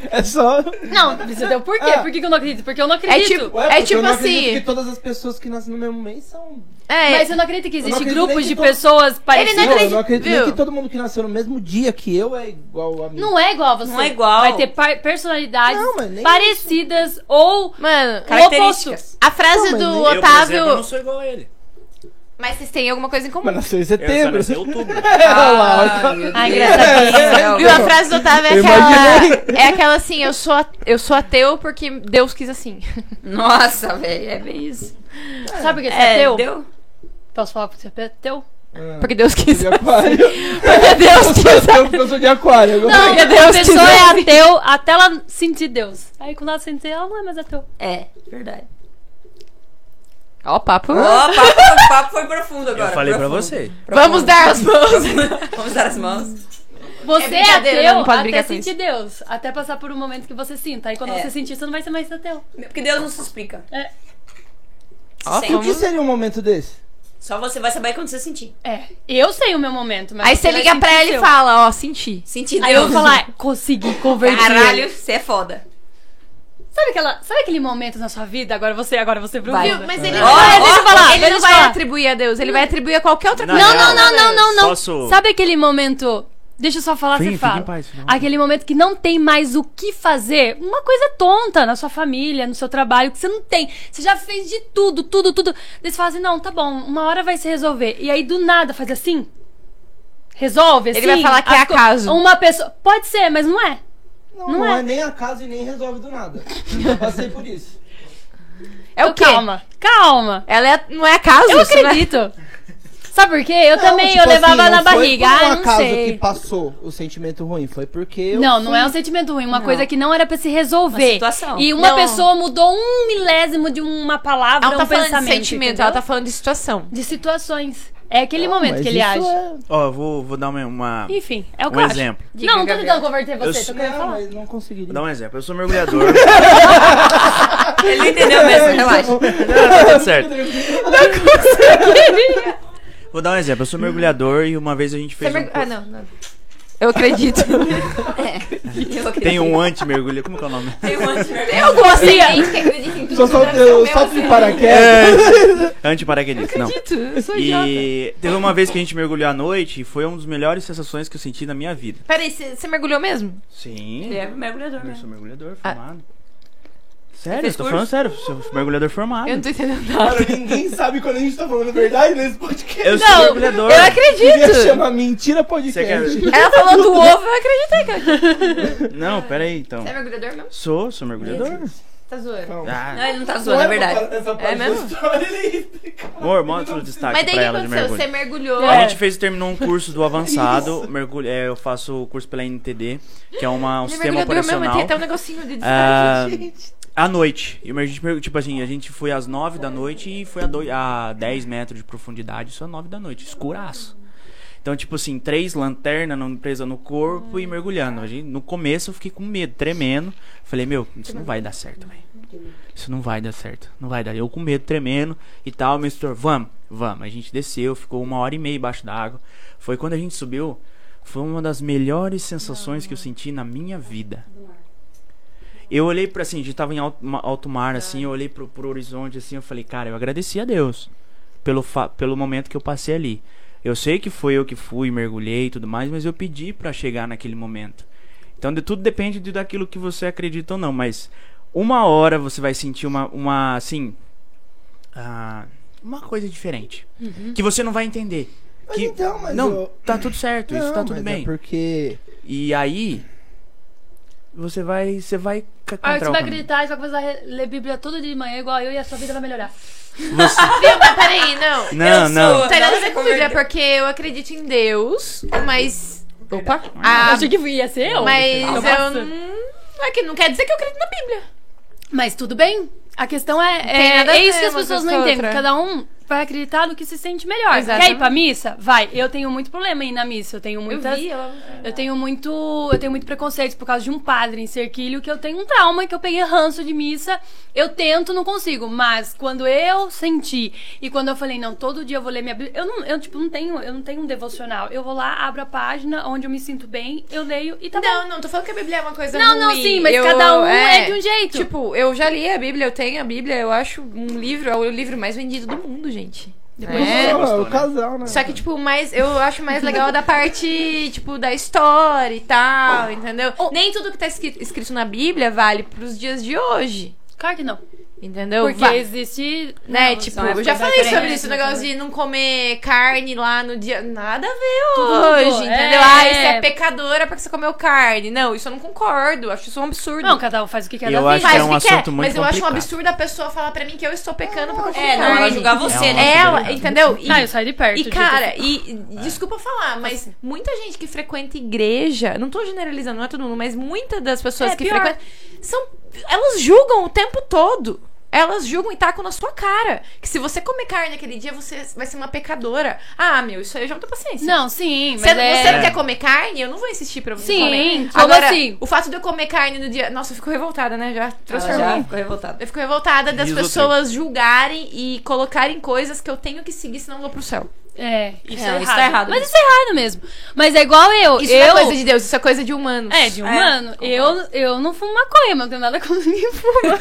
Speaker 4: É só.
Speaker 3: Não, precisa ter o porquê.
Speaker 4: Ah.
Speaker 3: Por que que eu não acredito? Porque eu não acredito.
Speaker 1: tipo-
Speaker 4: Ué,
Speaker 1: É
Speaker 4: porque
Speaker 1: tipo
Speaker 4: eu não acredito
Speaker 1: assim-
Speaker 4: que todas as pessoas que nascem no mesmo mês são.
Speaker 1: É.
Speaker 3: Mas você não acredita que existem
Speaker 4: acredito
Speaker 3: grupos
Speaker 4: nem
Speaker 3: de
Speaker 4: que to-
Speaker 3: pessoas parecidas?
Speaker 1: Não
Speaker 4: Não, eu
Speaker 1: acredito,
Speaker 4: não acredito nem
Speaker 1: viu?
Speaker 4: que todo mundo que nasceu no mesmo dia que eu é igual a mim.
Speaker 3: Não é igual a você.
Speaker 2: Não é igual.
Speaker 3: Vai ter par- personalidades
Speaker 4: Não, mas nem
Speaker 3: parecidas ou
Speaker 1: Mano,
Speaker 2: Características.
Speaker 1: a frase
Speaker 4: Não, mas
Speaker 1: do
Speaker 4: eu,
Speaker 5: Eu, por
Speaker 1: Otávio.
Speaker 5: exemplo, não sou igual a ele.
Speaker 1: Mas vocês têm alguma coisa em comum.
Speaker 4: Mas nasceu em
Speaker 5: Eu só
Speaker 4: setembro.
Speaker 5: nasci em outubro.
Speaker 4: Olha é. lá, olha.
Speaker 3: Ah, engraçadinho.
Speaker 1: Viu? A frase do Otávio é
Speaker 4: Eu
Speaker 1: aquela. É aquela assim, eu sou, a- eu sou ateu porque Deus quis assim.
Speaker 2: Nossa, velho, é bem isso.
Speaker 3: Sabe por que você é,
Speaker 2: É,
Speaker 3: teu?
Speaker 2: deu?
Speaker 3: Posso falar porque você é teu?
Speaker 1: Porque Deus
Speaker 4: Eu
Speaker 1: quis.
Speaker 4: sou de aquário.
Speaker 1: Porque Deus
Speaker 4: Eu
Speaker 1: quis.
Speaker 4: sou, eu sou de aquário. Agora.
Speaker 3: Não,
Speaker 1: Porque Deus
Speaker 3: a pessoa
Speaker 1: quiser.
Speaker 3: é ateu até ela sentir Deus. Aí quando ela sentir, ela não é mais ateu.
Speaker 2: É, verdade.
Speaker 1: Ó, o papo.
Speaker 2: Ó, o papo, o papo foi profundo agora.
Speaker 5: Eu falei pra
Speaker 2: profundo.
Speaker 5: você.
Speaker 1: Vamos dar as mãos.
Speaker 2: Vamos dar as mãos.
Speaker 3: Você é,
Speaker 1: brincadeira,
Speaker 3: ateu
Speaker 1: não pode
Speaker 3: até
Speaker 1: brigar com
Speaker 3: sentir Deus. Até passar por um momento que você sinta. Aí quando
Speaker 2: É.
Speaker 3: você sentir, você não vai ser mais ateu.
Speaker 2: Porque Deus não se explica.
Speaker 3: É.
Speaker 1: Ó,
Speaker 2: Sempre.
Speaker 4: O que seria um momento desse?
Speaker 2: Só você vai saber quando você sentir.
Speaker 3: É. Eu sei o meu momento, mas. é
Speaker 1: Aí você
Speaker 3: vai
Speaker 1: liga
Speaker 3: sentir
Speaker 1: pra
Speaker 3: o
Speaker 1: ele e
Speaker 3: seu.
Speaker 1: fala, ó, senti.
Speaker 2: Sentir
Speaker 3: Aí eu
Speaker 2: Deus.
Speaker 3: vou falar, consegui converter.
Speaker 2: Caralho, você é foda.
Speaker 3: Sabe, aquela, sabe aquele momento na sua vida? Agora você, agora você, Bruno.
Speaker 2: Vai.
Speaker 3: Viu?
Speaker 1: Mas ele
Speaker 2: Ó,
Speaker 1: não vai,
Speaker 2: ó,
Speaker 1: deixa eu falar, ele
Speaker 3: deixa
Speaker 1: não
Speaker 3: eu
Speaker 1: vai
Speaker 3: falar.
Speaker 1: atribuir a Deus, ele vai atribuir a qualquer outra
Speaker 5: Não,
Speaker 1: coisa.
Speaker 3: Não, não, não, não, não, não.
Speaker 5: Posso-
Speaker 3: Sabe aquele momento. Deixa eu só falar,
Speaker 5: Fique-
Speaker 3: você
Speaker 5: fique
Speaker 3: fala.
Speaker 5: em paz, fica em paz.
Speaker 3: aquele momento que não tem mais o que fazer. Uma coisa tonta na sua família, no seu trabalho, que você não tem. Você já fez de tudo, tudo, tudo. Daí você fala assim: não, tá bom, uma hora vai se resolver. E aí do nada faz assim. Resolve, assim.
Speaker 1: Ele vai falar que é
Speaker 3: as co-
Speaker 1: acaso.
Speaker 3: Uma pessoa. Pode ser, mas não é.
Speaker 4: Não,
Speaker 3: Não
Speaker 4: não,
Speaker 3: é.
Speaker 4: é. nem acaso e nem resolve do nada. Eu já passei por isso.
Speaker 1: É o
Speaker 3: Então,
Speaker 1: quê?
Speaker 3: Calma, calma.
Speaker 1: Ela é- não é acaso?
Speaker 3: Eu
Speaker 1: isso não é-
Speaker 3: acredito. Sabe por quê? Eu
Speaker 4: Não,
Speaker 3: também, eu
Speaker 4: tipo assim,
Speaker 3: levava
Speaker 4: não
Speaker 3: na
Speaker 4: foi
Speaker 3: barriga.
Speaker 4: Por um
Speaker 3: Ah, não
Speaker 4: acaso
Speaker 3: sei.
Speaker 4: que passou o sentimento ruim. Foi porque eu.
Speaker 3: Não, não é um sentimento ruim, uma
Speaker 2: Não.
Speaker 3: coisa que não era pra se resolver.
Speaker 2: Uma situação.
Speaker 3: E uma
Speaker 1: Não.
Speaker 3: pessoa mudou um milésimo de uma palavra,
Speaker 1: Ela não
Speaker 3: um
Speaker 1: tá falando de
Speaker 3: pensamento,
Speaker 1: sentimento,
Speaker 3: entendeu?
Speaker 1: ela tá falando de situação.
Speaker 3: de situações. É aquele
Speaker 4: Não,
Speaker 3: momento
Speaker 4: mas
Speaker 3: que ele
Speaker 4: isso
Speaker 3: age.
Speaker 4: é-
Speaker 5: Ó, eu vou, vou dar uma, uma-
Speaker 3: Enfim, é o que
Speaker 5: um
Speaker 3: eu
Speaker 5: exemplo.
Speaker 3: acho.
Speaker 2: Diga,
Speaker 3: não, não tô
Speaker 2: Gabriel.
Speaker 3: tentando converter você,
Speaker 5: Eu
Speaker 3: tô
Speaker 5: sou-
Speaker 3: querendo
Speaker 4: Não,
Speaker 3: falar.
Speaker 4: mas não conseguiria.
Speaker 5: Vou dar um exemplo. Eu sou mergulhador.
Speaker 2: Ele não entendeu é mesmo, né? relaxa.
Speaker 5: Tá tudo certo. Vou dar um exemplo. Eu sou mergulhador e uma vez a gente
Speaker 1: Você
Speaker 5: fez. um
Speaker 1: mergu-
Speaker 5: co-
Speaker 1: Ah, não, não. Eu acredito.
Speaker 2: É, eu acredito.
Speaker 5: Tem um anti-mergulho. Como que é o nome?
Speaker 2: Tem um antes de-
Speaker 1: Eu gostei. é.
Speaker 4: Só solto,
Speaker 3: é
Speaker 4: eu solto
Speaker 3: assim.
Speaker 4: de paraquedas.
Speaker 5: É, anti-paraquedista, não.
Speaker 1: Eu sou
Speaker 5: é um
Speaker 1: idiota.
Speaker 5: E teve uma vez que a gente mergulhou à noite e foi uma das melhores sensações que eu senti na minha vida.
Speaker 1: Peraí, você você mergulhou mesmo?
Speaker 5: Sim.
Speaker 2: Ele é mergulhador
Speaker 5: Eu
Speaker 2: mesmo.
Speaker 5: sou mergulhador
Speaker 1: Ah.
Speaker 5: formado. Sério,
Speaker 2: fez
Speaker 5: eu tô
Speaker 2: curso?
Speaker 5: falando sério, eu sou mergulhador formado.
Speaker 1: Eu Ah, não
Speaker 5: Eu,
Speaker 1: tô entendendo nada.
Speaker 4: Cara, ninguém sabe quando a gente tá falando verdade nesse podcast.
Speaker 5: sou
Speaker 1: Não,
Speaker 5: mergulhador.
Speaker 1: Eu
Speaker 4: Devia
Speaker 1: acredito.
Speaker 4: chamar mentira
Speaker 5: Você quer-
Speaker 4: podcast.
Speaker 1: Ela falou do ovo, eu acreditei. que eu-
Speaker 5: Não, pera aí então.
Speaker 1: Você é mergulhador mesmo?
Speaker 5: Sou, sou mergulhador.
Speaker 1: Tá zoando.
Speaker 4: Calma.
Speaker 2: Não,
Speaker 5: Ah,
Speaker 2: ele não tá zoando, é verdade.
Speaker 1: É mesmo?
Speaker 5: amor, mostra o destaque
Speaker 1: Mas daí o
Speaker 5: pra
Speaker 1: que
Speaker 5: ela de
Speaker 1: aconteceu?
Speaker 5: mergulho.
Speaker 1: Você mergulhou. é
Speaker 5: A gente fez terminou um curso do avançado, mergulho, é, eu faço o curso pela NTD, que é uma,
Speaker 1: Ele
Speaker 5: um
Speaker 1: é
Speaker 5: sistema
Speaker 1: mergulhador mesmo,
Speaker 5: operacional.
Speaker 1: tem até um negocinho de
Speaker 5: Ah,
Speaker 1: destaque, gente.
Speaker 5: À noite. E a gente, mergulhou, tipo assim, a gente foi às 9 da noite e foi a, doi- a 10 metros de profundidade, só 9 da noite, escuraço. Então, tipo assim, três lanternas não- presa no corpo e mergulhando. A gente, no começo eu fiquei com medo, tremendo. Falei, meu, isso não vai dar certo, velho. Isso não vai dar certo, não vai dar. Eu com medo, tremendo e tal, meu instrutor, vamos, vamos. A gente desceu, ficou uma hora e meia embaixo d'água. Foi quando a gente subiu, foi uma das melhores sensações que eu senti na minha vida. Eu olhei pra assim, a gente tava em alto, ma- alto mar, assim, eu olhei pro, pro horizonte, assim, eu falei, cara, eu agradeci a Deus pelo, fa- pelo momento que eu passei ali. Eu sei que foi eu que fui, mergulhei e tudo mais, mas eu pedi pra chegar naquele momento. Então, de- tudo depende de, daquilo que você acredita ou não, mas uma hora você vai sentir uma, uma assim, ah, uma coisa diferente, que você não vai entender.
Speaker 4: Uhum. Mas
Speaker 5: que,
Speaker 4: então, mas
Speaker 5: não,
Speaker 4: eu-
Speaker 5: tá tudo certo, isso tá tudo bem.
Speaker 4: É porque.
Speaker 5: E aí, você vai, você vai c-
Speaker 3: Ah, você
Speaker 5: encontrar o
Speaker 3: vai
Speaker 5: caminho.
Speaker 3: acreditar, você vai começar a re- ler Bíblia todo dia de manhã, igual eu, e a sua vida vai melhorar.
Speaker 5: Você-
Speaker 1: Viu? Mas peraí, não.
Speaker 5: Não, não.
Speaker 1: Não tem nada a ver com Bíblia, porque eu acredito em Deus, mas. Opa!
Speaker 3: Eu
Speaker 1: Ah,
Speaker 3: achei que ia ser eu.
Speaker 1: mas
Speaker 3: Tô
Speaker 1: eu
Speaker 3: passando.
Speaker 1: não. É que não quer dizer que eu acredito na Bíblia.
Speaker 3: Mas tudo bem. A questão é.
Speaker 1: tem
Speaker 3: É,
Speaker 1: nada a
Speaker 3: é
Speaker 1: ver
Speaker 3: isso que as
Speaker 1: uma
Speaker 3: pessoas
Speaker 1: coisa
Speaker 3: não
Speaker 1: com a
Speaker 3: entendem.
Speaker 1: outra.
Speaker 3: Cada um vai acreditar no que se sente melhor. Quer ir pra
Speaker 1: Exatamente.
Speaker 3: missa? Vai. Eu tenho muito problema em ir na missa. Eu tenho muitas.
Speaker 1: ela.
Speaker 3: Eu tenho muito. Eu tenho muito preconceito por causa de um padre em cerquilho que eu tenho um trauma que eu peguei ranço de missa. Eu tento, não consigo. Mas quando eu senti e quando eu falei, não, todo dia eu vou ler minha Bíblia. Eu não, eu, tipo, não tenho, eu não tenho um devocional. Eu vou lá, abro a página onde eu me sinto bem, eu leio e tá bom.
Speaker 1: Não, não, tô falando que a Bíblia é uma coisa
Speaker 3: Não,
Speaker 1: ruim.
Speaker 3: não, sim, mas cada um é de um jeito.
Speaker 1: Tipo, eu já li a Bíblia, eu tenho a Bíblia, eu acho um livro, é o livro mais vendido do mundo, gente.
Speaker 4: É,
Speaker 1: É.
Speaker 5: gostou,
Speaker 4: o
Speaker 5: né?
Speaker 4: casal, né?
Speaker 1: Só que, tipo, mais, eu acho mais legal da parte, tipo, da história e tal, entendeu? Nem tudo que tá escrito, escrito na Bíblia vale pros dias de hoje,
Speaker 3: Claro que não.
Speaker 1: entendeu?
Speaker 3: Porque
Speaker 1: Va-
Speaker 3: existe.
Speaker 1: Né,
Speaker 3: não,
Speaker 1: tipo,
Speaker 3: são
Speaker 1: eu já
Speaker 3: épocas
Speaker 1: falei sobre
Speaker 3: diferentes,
Speaker 1: isso, o
Speaker 3: né?
Speaker 1: negócio de não comer carne lá no dia. Nada a ver
Speaker 3: Tudo
Speaker 1: hoje,
Speaker 3: mudou,
Speaker 1: entendeu?
Speaker 3: é.
Speaker 1: Ah, você é pecadora porque você comeu carne. Não, isso eu não concordo. Acho isso um absurdo.
Speaker 3: Não, cada um faz o que quer
Speaker 5: Eu
Speaker 3: da
Speaker 5: acho
Speaker 3: vida.
Speaker 5: que
Speaker 1: Faz
Speaker 5: é
Speaker 1: o
Speaker 5: um
Speaker 1: que quer,
Speaker 5: assunto muito
Speaker 1: Mas eu acho um
Speaker 5: complicado.
Speaker 1: absurdo a pessoa falar pra mim que eu estou pecando porque eu comi
Speaker 2: É, não,
Speaker 1: carne.
Speaker 2: ela julgar você,
Speaker 5: É
Speaker 2: né?
Speaker 1: Ela, entendeu? E-
Speaker 3: Ah, eu saio de Ah, é. perto.
Speaker 1: e,
Speaker 3: disso.
Speaker 1: cara, e e desculpa falar, mas
Speaker 3: assim.
Speaker 1: muita gente que frequenta igreja, não tô generalizando, não é todo mundo, mas muitas das pessoas
Speaker 3: É,
Speaker 1: que
Speaker 3: pior.
Speaker 1: frequentam. São, elas julgam o tempo todo. Elas julgam e tacam na sua cara. Que se você comer carne aquele dia, você vai ser uma pecadora. Ah, meu, isso aí eu já não tenho paciência.
Speaker 3: Não, sim, mas
Speaker 1: Você,
Speaker 3: é...
Speaker 1: você não quer comer carne? Eu não vou insistir pra você
Speaker 3: Sim,
Speaker 1: comer.
Speaker 3: como
Speaker 1: Agora,
Speaker 3: assim?
Speaker 1: o fato de eu comer carne no dia... Nossa, eu fico revoltada, né? Já trouxe
Speaker 2: Ela
Speaker 1: pra mim.
Speaker 2: já ficou revoltada.
Speaker 1: Eu fico revoltada das
Speaker 5: Riso
Speaker 1: pessoas julgarem e colocarem coisas que eu tenho que seguir, senão eu vou pro céu.
Speaker 3: É, isso,
Speaker 2: Não,
Speaker 3: é
Speaker 2: isso
Speaker 3: errado.
Speaker 2: tá errado
Speaker 3: Mas
Speaker 2: mesmo.
Speaker 3: isso é errado mesmo. Mas é igual eu.
Speaker 1: Isso
Speaker 3: eu...
Speaker 1: não é coisa de é? Deus, isso é coisa de humanos.
Speaker 3: É, de humano. eu, eu não fumo maconha, mas não tenho nada contra ninguém fuma.
Speaker 4: né?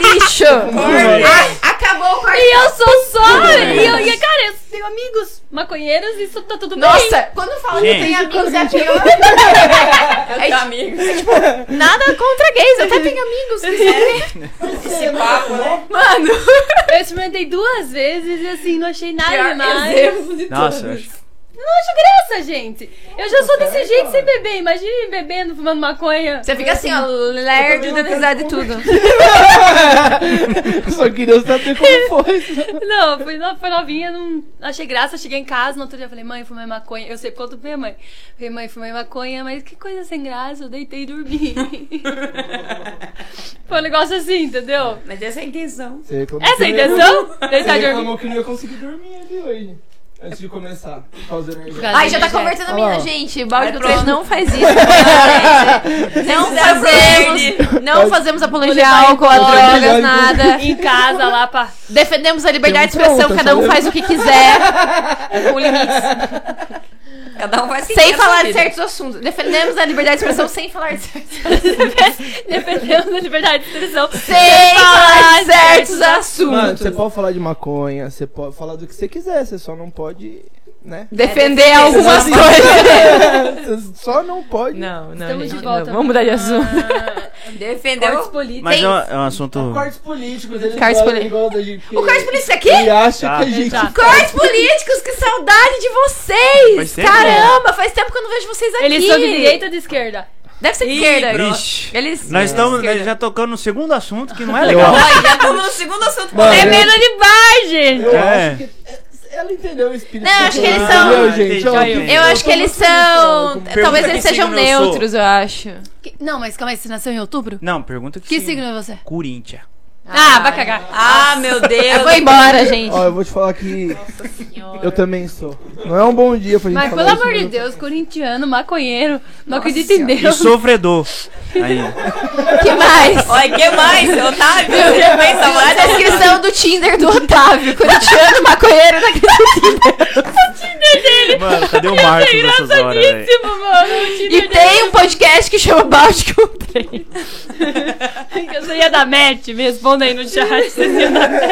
Speaker 1: lixo! Acabou com a...
Speaker 3: e eu sou só.
Speaker 5: é?
Speaker 3: e, eu, e, cara, eu tenho amigos maconheiros e isso tá tudo bem.
Speaker 1: Nossa, quando fala que
Speaker 5: Gente.
Speaker 1: tem amigos é pior.
Speaker 2: Eu tenho amigos.
Speaker 1: Nada contra gays, eu até tenho amigos. que são-
Speaker 2: Esse papo, né?
Speaker 1: Mano,
Speaker 3: Eu experimentei duas vezes e assim, não achei nada
Speaker 1: Pior
Speaker 3: demais.
Speaker 1: exemplo de
Speaker 5: Nossa, eu
Speaker 1: todos.
Speaker 5: acho-
Speaker 3: Não acho graça, gente. Eu já sou desse jeito sem beber. Imagine bebendo, fumando maconha. né?
Speaker 1: Você fica assim, ó, lerdo, dando risada e tudo.
Speaker 4: Só queria saber como foi.
Speaker 3: Não, fui, no- foi novinha, não achei graça, cheguei em casa, no outro dia eu falei, mãe, fumei maconha. Eu sempre conto pra minha mãe. Falei, mãe, fumei maconha, mas que coisa sem graça, eu deitei e dormi. foi um negócio assim, entendeu?
Speaker 2: Mas essa é a intenção.
Speaker 4: Você reclamou
Speaker 3: Essa é a
Speaker 4: que não ia-
Speaker 3: intenção?
Speaker 4: Você
Speaker 3: Deitar e dormir.
Speaker 4: reclamou que não ia conseguir dormir ali hoje. Antes de começar, fazer energia.
Speaker 3: Ai,
Speaker 1: Ai, já tá convertendo a
Speaker 4: Olha lá.
Speaker 1: mina, gente. Balde
Speaker 2: Vai
Speaker 1: do 3
Speaker 2: pronto.
Speaker 1: não faz isso. gente. Não
Speaker 2: Dá
Speaker 1: fazemos, não fazemos apologia a álcool, a
Speaker 4: Olha,
Speaker 1: drogas,
Speaker 4: vai-
Speaker 1: nada.
Speaker 3: Em casa, lá pra.
Speaker 1: Defendemos a liberdade de
Speaker 4: um Tem um
Speaker 1: expressão,
Speaker 4: pronto,
Speaker 1: cada um
Speaker 4: sabe?
Speaker 1: faz o que quiser. Com limites.
Speaker 2: Cada um vai seguir
Speaker 1: Sem
Speaker 2: a sua
Speaker 1: falar de
Speaker 2: vida.
Speaker 1: certos assuntos. Defendemos a liberdade de expressão sem falar de certos
Speaker 3: Defendemos a liberdade de expressão.
Speaker 1: Sem falar de certos
Speaker 4: Mano,
Speaker 1: assuntos.
Speaker 4: você pode falar de maconha, você pode falar do que você quiser, você só não pode, né?
Speaker 1: É, Defender
Speaker 2: defender
Speaker 1: algumas
Speaker 4: essas
Speaker 1: coisas.
Speaker 4: Você só não pode.
Speaker 6: Não, não,
Speaker 3: Estamos
Speaker 6: gente,
Speaker 3: de volta.
Speaker 6: não. Vamos mudar de assunto.
Speaker 3: Cortes
Speaker 2: Ah, Defendeu?
Speaker 3: políticos.
Speaker 5: Mas
Speaker 1: Tem-
Speaker 5: é um, é um assunto.
Speaker 4: Cortes políticos, eles
Speaker 1: Cortes
Speaker 4: gostam-
Speaker 1: poli-
Speaker 4: gostam da gente.
Speaker 1: O corte político aqui?
Speaker 4: Ele acha
Speaker 5: Tá.
Speaker 4: que a gente.
Speaker 3: Exato.
Speaker 1: Cortes políticos, que saudade de vocês!
Speaker 5: Faz tempo,
Speaker 1: Caramba, faz tempo que eu não vejo vocês aqui.
Speaker 3: Eles são de direita ou de esquerda?
Speaker 1: Deve ser esquerda.
Speaker 5: Vixe.
Speaker 1: Eles
Speaker 5: Nós estamos
Speaker 1: esquerda.
Speaker 5: já tocando no segundo assunto que não é legal.
Speaker 2: Olha, já estamos no segundo assunto.
Speaker 4: Mano,
Speaker 3: É medo de bar, gente!
Speaker 4: Eu
Speaker 5: É.
Speaker 4: acho que. Ela entendeu o espírito.
Speaker 1: Não, eu acho que eles
Speaker 4: Entendeu,
Speaker 1: são-
Speaker 4: gente?
Speaker 5: Eu
Speaker 4: Olha,
Speaker 1: Eu acho que
Speaker 4: tô
Speaker 1: eles
Speaker 4: muito
Speaker 1: são.
Speaker 4: feliz,
Speaker 5: Pergunta
Speaker 1: Talvez
Speaker 5: que
Speaker 1: eles sejam
Speaker 5: signo eu sou.
Speaker 1: neutros, eu acho.
Speaker 3: Que- Não, mas calma aí, você nasceu em outubro?
Speaker 5: Não, pergunta que
Speaker 3: Que
Speaker 5: sim.
Speaker 3: signo é você?
Speaker 5: Corinthians.
Speaker 3: Ah,
Speaker 1: é.
Speaker 3: vai cagar.
Speaker 2: Ah, meu Deus.
Speaker 1: Eu vou embora, gente.
Speaker 4: Ó, eu vou te falar que. Eu também sou. Não é um bom dia pra gente
Speaker 3: Mas
Speaker 4: falar
Speaker 3: pelo amor
Speaker 4: isso, né?
Speaker 3: de
Speaker 4: mas eu-
Speaker 3: Deus, corintiano, maconheiro, não acredita em
Speaker 5: E
Speaker 3: Deus. É
Speaker 5: sofredor. Aí.
Speaker 1: que mais?
Speaker 2: Olha, que mais, Otávio? Você pensa
Speaker 1: A
Speaker 2: mais?
Speaker 1: descrição do Tinder do Otávio. Corintiano, maconheiro, né? não acredito.
Speaker 5: Mano, cadê o Marcos
Speaker 3: É
Speaker 5: nessas horas, velho?
Speaker 3: Tipo, mano, o Tinder
Speaker 1: E tem um podcast que chama Báltico.
Speaker 3: dele, que Você ia dar match? Me responda aí no chat. Você ia dar match.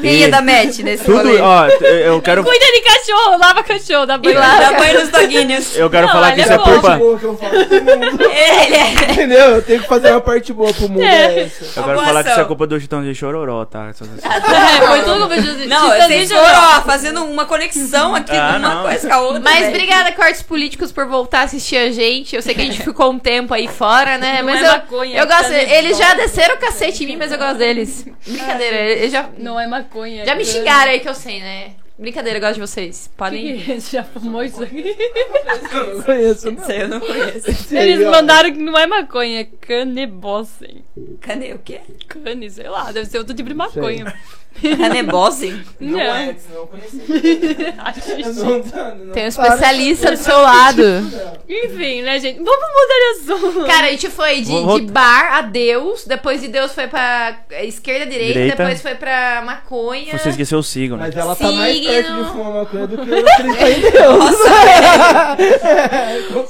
Speaker 2: Quem ia dar match nesse
Speaker 5: Tudo,
Speaker 2: rolê?
Speaker 5: ó, t- eu quero,
Speaker 3: Cuida de cachorro, lava cachorro, dá banho.
Speaker 2: Dá banho nos doguinhos.
Speaker 5: eu quero
Speaker 3: Não,
Speaker 5: falar que
Speaker 3: olha,
Speaker 5: isso é
Speaker 3: bom.
Speaker 5: culpa.
Speaker 4: Boa que eu falo pro mundo,
Speaker 2: Ele é...
Speaker 4: Entendeu? Eu tenho que fazer uma parte boa pro mundo. É essa.
Speaker 5: Eu
Speaker 2: Uma
Speaker 5: quero
Speaker 2: boa
Speaker 5: falar que
Speaker 2: ação.
Speaker 5: isso é culpa do Chitão de Chororó, tá? Essas- essas-
Speaker 3: É, foi tudo culpa de
Speaker 2: Não,
Speaker 3: Titãs
Speaker 1: assim,
Speaker 2: vocês
Speaker 3: de
Speaker 2: foram,
Speaker 3: Joró.
Speaker 2: ó, fazendo uma conexão aqui de
Speaker 5: Ah,
Speaker 2: uma
Speaker 5: não.
Speaker 2: coisa com a outra. É,
Speaker 1: Mas
Speaker 2: velho.
Speaker 1: obrigada, Cortes Políticos, por voltar a assistir a gente. Eu sei que a gente ficou um tempo aí fora, né?
Speaker 3: Não
Speaker 1: mas
Speaker 3: é
Speaker 1: eu,
Speaker 3: maconha,
Speaker 1: eu gosto.
Speaker 3: tá de
Speaker 1: Eles já
Speaker 3: volta.
Speaker 1: desceram o cacete em mim, mas eu gosto deles. Brincadeira, eles já,
Speaker 3: Não Ah, é maconha.
Speaker 1: já me
Speaker 3: cara.
Speaker 1: xingaram aí que eu sei, né? Brincadeira, eu gosto de vocês. Podem.
Speaker 3: Que que é isso? Já fumou isso aqui?
Speaker 4: Eu não conheço, não.
Speaker 2: Isso aí eu não conheço.
Speaker 4: Aí,
Speaker 3: Eles
Speaker 4: ó,
Speaker 3: mandaram que não é maconha, é canebossem.
Speaker 2: Cadê o quê?
Speaker 3: Cane, sei lá, deve ser outro tipo de maconha.
Speaker 2: Canebose?
Speaker 4: Não, é,
Speaker 3: Não,
Speaker 4: senão eu conheci.
Speaker 3: acho
Speaker 4: Eu
Speaker 3: isso.
Speaker 4: não tá- não
Speaker 1: Tem um
Speaker 4: tá, né?
Speaker 1: especialista do seu lado.
Speaker 3: Enfim, né, gente? Vamos mudar de assunto.
Speaker 1: Cara, a gente foi de,
Speaker 5: Vou-
Speaker 1: de bar a Deus, depois de Deus foi pra eh, esquerda, direita,
Speaker 5: Direita.
Speaker 1: depois foi pra maconha.
Speaker 5: Você esqueceu né? o signo.
Speaker 4: Mas ela tá mais perto
Speaker 1: Signo.
Speaker 4: de fumar maconha do que eu acreditar em Deus.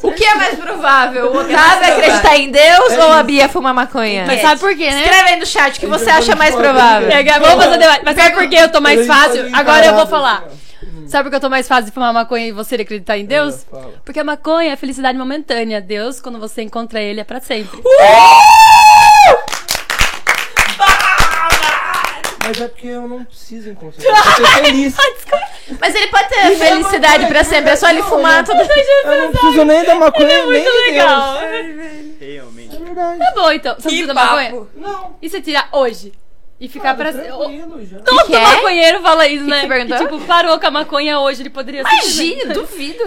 Speaker 1: O que é mais provável?
Speaker 3: é
Speaker 1: O
Speaker 2: mais
Speaker 1: Otávio
Speaker 2: provável?
Speaker 1: acreditar em Deus ou a Bia fumar maconha? É.
Speaker 3: Mas sabe por quê, né?
Speaker 1: Escreve aí no chat o que você
Speaker 4: Então,
Speaker 1: acha mais
Speaker 4: vamos
Speaker 1: provável.
Speaker 4: fazer.
Speaker 3: É, vamos fazer debate. Mas sabe
Speaker 1: um
Speaker 3: por que eu tô É
Speaker 4: A
Speaker 3: mais
Speaker 4: gente pode
Speaker 3: fácil?
Speaker 4: encarar
Speaker 3: Agora eu vou
Speaker 4: desse
Speaker 3: falar.
Speaker 4: lado.
Speaker 3: Sabe por que eu tô mais fácil de fumar maconha e você acreditar em Deus?
Speaker 4: É, fala.
Speaker 3: Porque a maconha é felicidade momentânea. Deus, quando você encontra ele, é pra sempre.
Speaker 4: Mas é porque eu não preciso encontrar. Eu tô feliz.
Speaker 1: Mas ele pode ter
Speaker 4: Isso é
Speaker 1: felicidade
Speaker 4: maconha,
Speaker 1: pra sempre, é só ele
Speaker 4: não,
Speaker 1: fumar
Speaker 4: não.
Speaker 1: todo dia.
Speaker 4: Eu não preciso nem da maconha, é nem de
Speaker 3: Muito legal.
Speaker 5: Realmente.
Speaker 4: Deus. É verdade.
Speaker 3: Tá bom, então. Você
Speaker 2: Que
Speaker 3: precisa da maconha?
Speaker 2: papo.
Speaker 4: Não.
Speaker 3: E você tirar hoje? E ficar
Speaker 4: Cara,
Speaker 3: pra sempre.
Speaker 4: tranquilo já.
Speaker 3: Todo
Speaker 1: Que que é?
Speaker 3: maconheiro fala isso, né?
Speaker 1: você perguntou?
Speaker 3: Que, tipo, parou com a maconha hoje, ele poderia
Speaker 1: Imagina, duvido.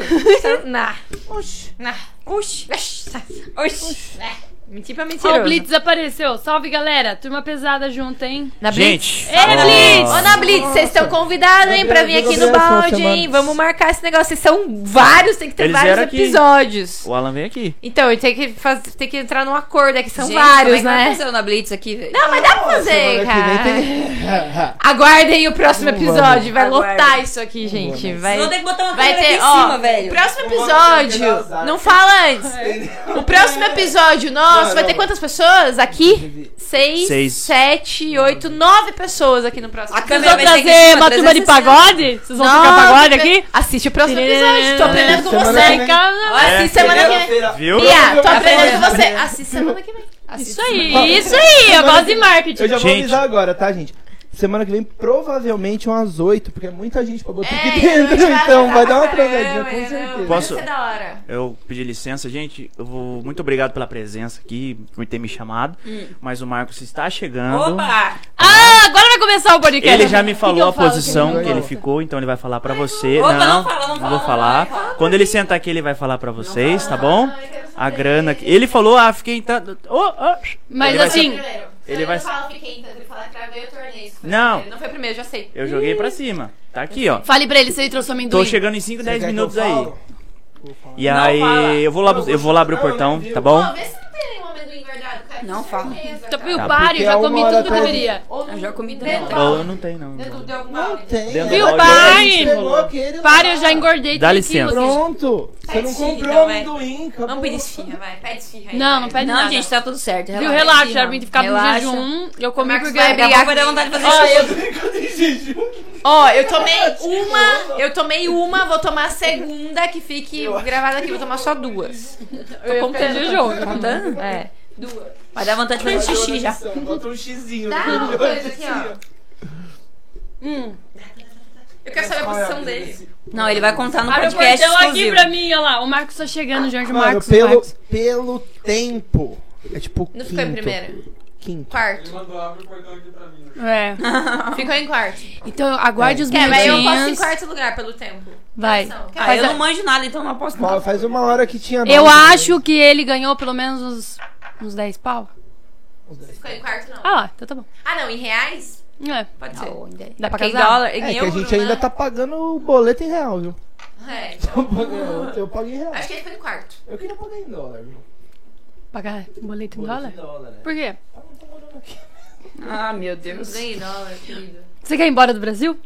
Speaker 1: Nah.
Speaker 4: Oxi.
Speaker 1: Nah.
Speaker 2: Oxi.
Speaker 1: Oxi.
Speaker 2: Oxi. é.
Speaker 1: Mentir pra
Speaker 3: Ó, o
Speaker 1: mentiroso.
Speaker 3: Blitz apareceu. Salve, galera. Turma pesada junto, hein?
Speaker 1: Na Blitz.
Speaker 5: Gente.
Speaker 3: É,
Speaker 5: ó,
Speaker 3: Blitz!
Speaker 1: Ô, na Tá Blitz, vocês estão convidados, hein, pra vir aqui no
Speaker 4: Eu quero
Speaker 1: balde,
Speaker 4: semana.
Speaker 1: hein? Vamos marcar esse negócio. Vocês são vários, tem que ter
Speaker 5: Eles
Speaker 1: vários
Speaker 5: vieram aqui.
Speaker 1: episódios.
Speaker 5: O Alan veio aqui.
Speaker 1: Então, tem que, faz- tem que entrar num acordo aqui, são
Speaker 2: Gente, como é
Speaker 1: vários,
Speaker 2: que vai
Speaker 1: né?
Speaker 2: acontecer na Blitz aqui, velho?
Speaker 1: Não, mas dá pra fazer,
Speaker 4: Semana
Speaker 1: cara.
Speaker 4: que vem tem-
Speaker 1: Aguardem o próximo
Speaker 4: Vamos.
Speaker 1: episódio. Vai
Speaker 2: Aguardem.
Speaker 1: lotar isso aqui, gente. Vai,
Speaker 2: Vou ter que botar uma
Speaker 1: vai
Speaker 2: câmera
Speaker 1: ter,
Speaker 2: aqui
Speaker 1: ó.
Speaker 2: em cima, velho.
Speaker 1: Próximo
Speaker 4: Vamos ter que dar
Speaker 1: episódio.
Speaker 4: azar.
Speaker 1: Não fala antes. O próximo episódio nosso
Speaker 4: Não,
Speaker 1: vai
Speaker 4: não.
Speaker 1: ter quantas pessoas aqui? Seis,
Speaker 5: Seis.
Speaker 1: sete, oito, nove pessoas aqui no próximo.
Speaker 2: A
Speaker 3: Vocês
Speaker 2: câmera vai
Speaker 3: vão
Speaker 2: ser
Speaker 3: trazer
Speaker 2: aqui,
Speaker 3: uma
Speaker 2: pra
Speaker 3: turma de
Speaker 2: 360.
Speaker 3: pagode? Vocês vão tocar
Speaker 1: Nove
Speaker 3: pagode
Speaker 1: pe-
Speaker 3: aqui?
Speaker 1: Assiste o próximo episódio. Tô aprendendo com
Speaker 4: Semana
Speaker 1: você.
Speaker 4: que vem.
Speaker 3: Cara,
Speaker 5: É.
Speaker 1: Assiste semana que vem.
Speaker 4: Feira-
Speaker 5: Viu?
Speaker 1: Bia, tô aprendendo com você. Assiste semana que vem. Assiste
Speaker 3: Isso
Speaker 1: semana que
Speaker 3: aí,
Speaker 1: vem.
Speaker 3: isso aí. Eu gosto de marketing.
Speaker 4: Eu já vou
Speaker 5: Gente.
Speaker 4: avisar agora, tá, gente? Semana que vem, provavelmente umas 8, porque é muita gente pra botar
Speaker 1: É,
Speaker 4: aqui dentro,
Speaker 1: eu já-
Speaker 4: então vai dar uma
Speaker 1: Caramba,
Speaker 4: travadinha, com
Speaker 1: é, não,
Speaker 4: certeza.
Speaker 1: vai
Speaker 5: Posso-
Speaker 1: ser da hora.
Speaker 5: Eu pedi licença, gente. Eu vou... Muito obrigado pela presença aqui, por ter me chamado. Mas o Marcos está chegando.
Speaker 2: Opa!
Speaker 3: Ah, agora vai começar o podcast.
Speaker 5: Ele já me
Speaker 3: Que que
Speaker 5: falou
Speaker 3: eu
Speaker 5: a
Speaker 3: falo,
Speaker 5: posição
Speaker 3: gente?
Speaker 5: que ele ficou, então ele vai falar pra você.
Speaker 2: Opa, não
Speaker 5: não,
Speaker 2: fala, não fala,
Speaker 5: vou
Speaker 2: não
Speaker 5: falar.
Speaker 2: fala, fala
Speaker 5: Quando ele sentar aqui, ele vai falar pra vocês, tá bom? A grana que ele falou, ah, fiquei tá, oh, oh.
Speaker 3: Mas
Speaker 5: Ele vai
Speaker 3: assim,
Speaker 5: ser- Ele vai.
Speaker 1: fala, fiquei, então. Ele fala, travei o torneio.
Speaker 5: Não.
Speaker 1: Não foi o primeiro, já sei.
Speaker 5: Eu joguei pra cima. Tá aqui, ó.
Speaker 3: Fale pra ele se ele trouxe amendoim.
Speaker 5: Tô chegando em 5, 10
Speaker 4: quer que
Speaker 5: minutos
Speaker 4: eu
Speaker 5: aí.
Speaker 4: falo? Vou falar.
Speaker 5: E
Speaker 1: Não fala.
Speaker 5: aí, eu vou lá, bus- eu vou lá abrir o
Speaker 4: Não, não
Speaker 5: portão,
Speaker 4: viu.
Speaker 5: tá bom?
Speaker 1: Ó, vê se não tem nenhum amendoim guardado, cara.
Speaker 2: Não
Speaker 1: com
Speaker 2: fala.
Speaker 1: certeza,
Speaker 3: Tô
Speaker 1: cara.
Speaker 3: pro
Speaker 5: Tá,
Speaker 3: paro,
Speaker 4: porque
Speaker 3: já
Speaker 4: é uma
Speaker 3: comi
Speaker 4: hora
Speaker 3: tudo que eu
Speaker 4: atrás.
Speaker 3: deveria.
Speaker 1: Ou não-
Speaker 2: Eu já comi
Speaker 1: Deu
Speaker 2: também.
Speaker 1: pau.
Speaker 5: Ou não tem, não.
Speaker 1: Deu- deu algum
Speaker 4: Não
Speaker 1: pau.
Speaker 4: tem.
Speaker 5: Deu
Speaker 4: Viu,
Speaker 3: Viu,
Speaker 4: pai?
Speaker 3: pai? Pare,
Speaker 4: Para,
Speaker 3: eu já engordei.
Speaker 5: Dá
Speaker 3: tranquilo.
Speaker 5: licença.
Speaker 4: Pronto. Você não
Speaker 1: Petisfinha,
Speaker 4: comprou
Speaker 1: vai.
Speaker 4: amendoim, acabou.
Speaker 1: então, é. Vamos pedir esfirra, vai. Pede esfirra aí.
Speaker 3: Não, não
Speaker 1: vai.
Speaker 3: pede
Speaker 2: Não,
Speaker 3: nada.
Speaker 2: gente, tá tudo certo.
Speaker 3: Viu?
Speaker 2: relaxa.
Speaker 3: Relaxa, era pra mim ficar no
Speaker 2: Relaxa.
Speaker 3: jejum. Eu
Speaker 1: O
Speaker 3: comi
Speaker 1: Marcos
Speaker 3: porque...
Speaker 1: vai
Speaker 2: Daqui
Speaker 1: brigar
Speaker 2: a pouco vai dar
Speaker 1: comigo.
Speaker 2: vontade de
Speaker 1: Ó, eu-
Speaker 2: fazer
Speaker 4: Cadê jejum?
Speaker 1: Ó, eu tomei uma, eu tomei uma, vou tomar a segunda que fique gravada aqui, vou tomar só duas.
Speaker 3: Eu ia ficar no jejum.
Speaker 2: Contando?
Speaker 1: É, duas.
Speaker 2: Vai dar vontade de fazer xixi já.
Speaker 4: Bota um xizinho.
Speaker 1: Dá
Speaker 4: no
Speaker 1: uma
Speaker 4: olho,
Speaker 1: coisa aqui,
Speaker 4: assim,
Speaker 1: ó.
Speaker 3: Hum.
Speaker 1: Eu quero saber a
Speaker 4: Qual é a
Speaker 1: posição
Speaker 4: dele?
Speaker 1: dele.
Speaker 2: Não, ele vai contar no
Speaker 3: Abre o
Speaker 2: podcast
Speaker 3: portão aqui
Speaker 2: exclusivo.
Speaker 3: pra mim, olha lá. O Marcos tá chegando, Jorge
Speaker 4: Mano,
Speaker 3: Marcos.
Speaker 4: pelo,
Speaker 3: Marcos.
Speaker 4: pelo tempo. É tipo quinto.
Speaker 1: Não ficou em primeiro.
Speaker 4: Quinto.
Speaker 1: Quarto.
Speaker 6: mandou abrir o portão aqui pra mim.
Speaker 3: É.
Speaker 1: Ficou em quarto.
Speaker 3: Então aguarde os
Speaker 1: É, mas eu posso ir em
Speaker 3: minutinhos.
Speaker 1: quarto lugar pelo tempo.
Speaker 3: Vai.
Speaker 1: Não, quero
Speaker 2: Ah, eu
Speaker 1: fazer-
Speaker 2: não manjo nada, então não aposto
Speaker 4: Fala,
Speaker 2: nada.
Speaker 4: Faz uma hora que tinha
Speaker 3: Eu
Speaker 4: nove,
Speaker 3: acho que ele ganhou pelo menos uns, uns 10 pau.
Speaker 1: Ficou em quarto, não.
Speaker 3: Ah lá, então tá bom.
Speaker 1: Ah, Tá não, em reais?
Speaker 3: É,
Speaker 1: Pode ser.
Speaker 3: dá pra
Speaker 2: Em
Speaker 3: casar.
Speaker 2: dólar,
Speaker 4: né? É
Speaker 2: em
Speaker 4: que a
Speaker 2: euro,
Speaker 4: gente
Speaker 1: né?
Speaker 4: ainda tá pagando o boleto em real, viu?
Speaker 1: É, então.
Speaker 4: Eu, eu pago em real.
Speaker 1: Acho que ele ficou em quarto.
Speaker 4: Eu queria pagar em dólar, viu?
Speaker 3: Pagar boleto em
Speaker 4: Boleto
Speaker 3: dólar?
Speaker 4: dólar, né?
Speaker 3: Por quê?
Speaker 4: Ah, não tô morando aqui.
Speaker 2: Ah, meu Deus.
Speaker 1: Ganhei dólar, querido.
Speaker 3: Você quer ir embora do Brasil?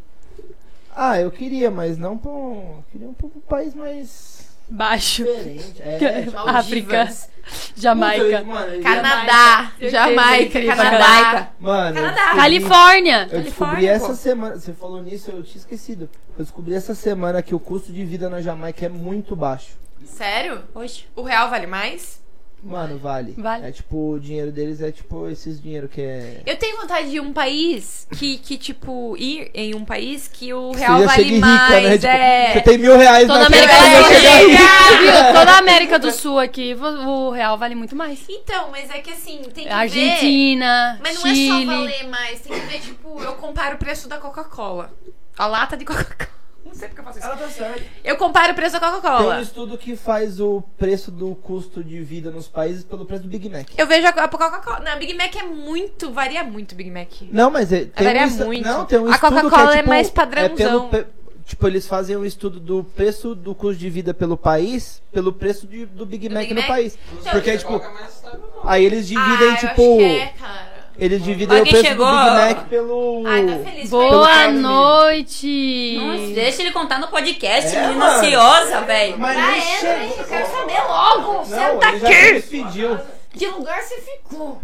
Speaker 4: Ah, eu queria, mas não pra um... Queria um, pra um país mais...
Speaker 3: Baixo.
Speaker 4: Diferente. É,
Speaker 3: Que-
Speaker 4: tipo,
Speaker 3: África.
Speaker 1: Maldivas.
Speaker 3: Jamaica.
Speaker 4: Mano, eu-
Speaker 1: Ah, Canadá,
Speaker 3: Certeza,
Speaker 1: Jamaica,
Speaker 3: incrível.
Speaker 1: Canadá.
Speaker 4: mano, eu
Speaker 1: Canadá.
Speaker 4: descobri-
Speaker 3: Califórnia.
Speaker 4: Eu descobri
Speaker 2: Califórnia,
Speaker 4: essa
Speaker 2: pô.
Speaker 4: semana, você falou nisso, eu tinha esquecido. Eu descobri essa semana que o custo de vida na Jamaica é muito baixo.
Speaker 1: Sério?
Speaker 2: Poxa.
Speaker 1: O real vale mais?
Speaker 4: Mano, vale.
Speaker 3: Vale.
Speaker 4: É tipo, o dinheiro deles é tipo esses dinheiro que é.
Speaker 1: Eu tenho vontade de ir em um país que, que tipo, ir em um país que o
Speaker 4: Você
Speaker 1: real
Speaker 4: já
Speaker 1: vale
Speaker 4: chega rica,
Speaker 1: mais.
Speaker 4: né? Tipo,
Speaker 1: é.
Speaker 4: você tem mil reais
Speaker 3: Toda
Speaker 4: na
Speaker 3: América
Speaker 4: conta,
Speaker 1: vai
Speaker 3: do
Speaker 4: você
Speaker 3: Sul.
Speaker 1: chegar
Speaker 4: chega rico.
Speaker 1: rica.
Speaker 3: Viu? Toda a América do Sul aqui, vo- o real vale muito mais.
Speaker 1: Então, mas é que assim, tem que ver.
Speaker 3: Argentina,
Speaker 1: Mas não é só
Speaker 3: Chile.
Speaker 1: valer mais, tem que ver, tipo, eu comparo o preço da Coca-Cola. A lata de Coca-Cola. Não sei porque eu faço isso.
Speaker 4: Ela tá certa.
Speaker 1: Eu comparo o preço da
Speaker 4: Tem um
Speaker 1: Coca-Cola.
Speaker 4: estudo que faz o preço do custo de vida nos países pelo preço do Big Mac.
Speaker 1: Eu vejo a a Coca-Cola. Não, Big Mac é muito. Varia muito Big Mac.
Speaker 4: Não, mas é, tem
Speaker 1: varia
Speaker 4: um estu-
Speaker 1: muito.
Speaker 4: Não, tem um
Speaker 1: A
Speaker 4: estudo que
Speaker 1: Coca-Cola é
Speaker 4: tipo,
Speaker 1: mais
Speaker 4: pelo
Speaker 1: padrãozão.
Speaker 4: pe- Tipo, eles fazem um estudo do preço do custo de vida pelo país, pelo preço de- do Big
Speaker 1: Do
Speaker 4: Mac
Speaker 1: Big
Speaker 4: no
Speaker 1: Mac?
Speaker 4: país. Porque, tipo,
Speaker 6: Coca Então, é mais sabe não.
Speaker 4: aí eles dividem,
Speaker 1: ah,
Speaker 4: tipo.
Speaker 1: Eu acho que é, cara.
Speaker 4: Eles dividem
Speaker 2: Alguém
Speaker 4: o preço
Speaker 2: chegou?
Speaker 4: do Big Mac pelo.
Speaker 1: Ai, tá feliz.
Speaker 4: Pelo
Speaker 3: Boa
Speaker 4: Carlos.
Speaker 3: noite.
Speaker 2: Nossa, deixa ele contar no podcast,
Speaker 4: É,
Speaker 2: menina
Speaker 4: mano.
Speaker 2: ansiosa, velho.
Speaker 4: Mas
Speaker 1: Já
Speaker 4: nem
Speaker 1: entra,
Speaker 4: chegou.
Speaker 1: hein? Eu quero saber logo.
Speaker 4: Não,
Speaker 1: Senta
Speaker 4: ele já
Speaker 1: aqui.
Speaker 4: despediu.
Speaker 1: Que lugar você ficou?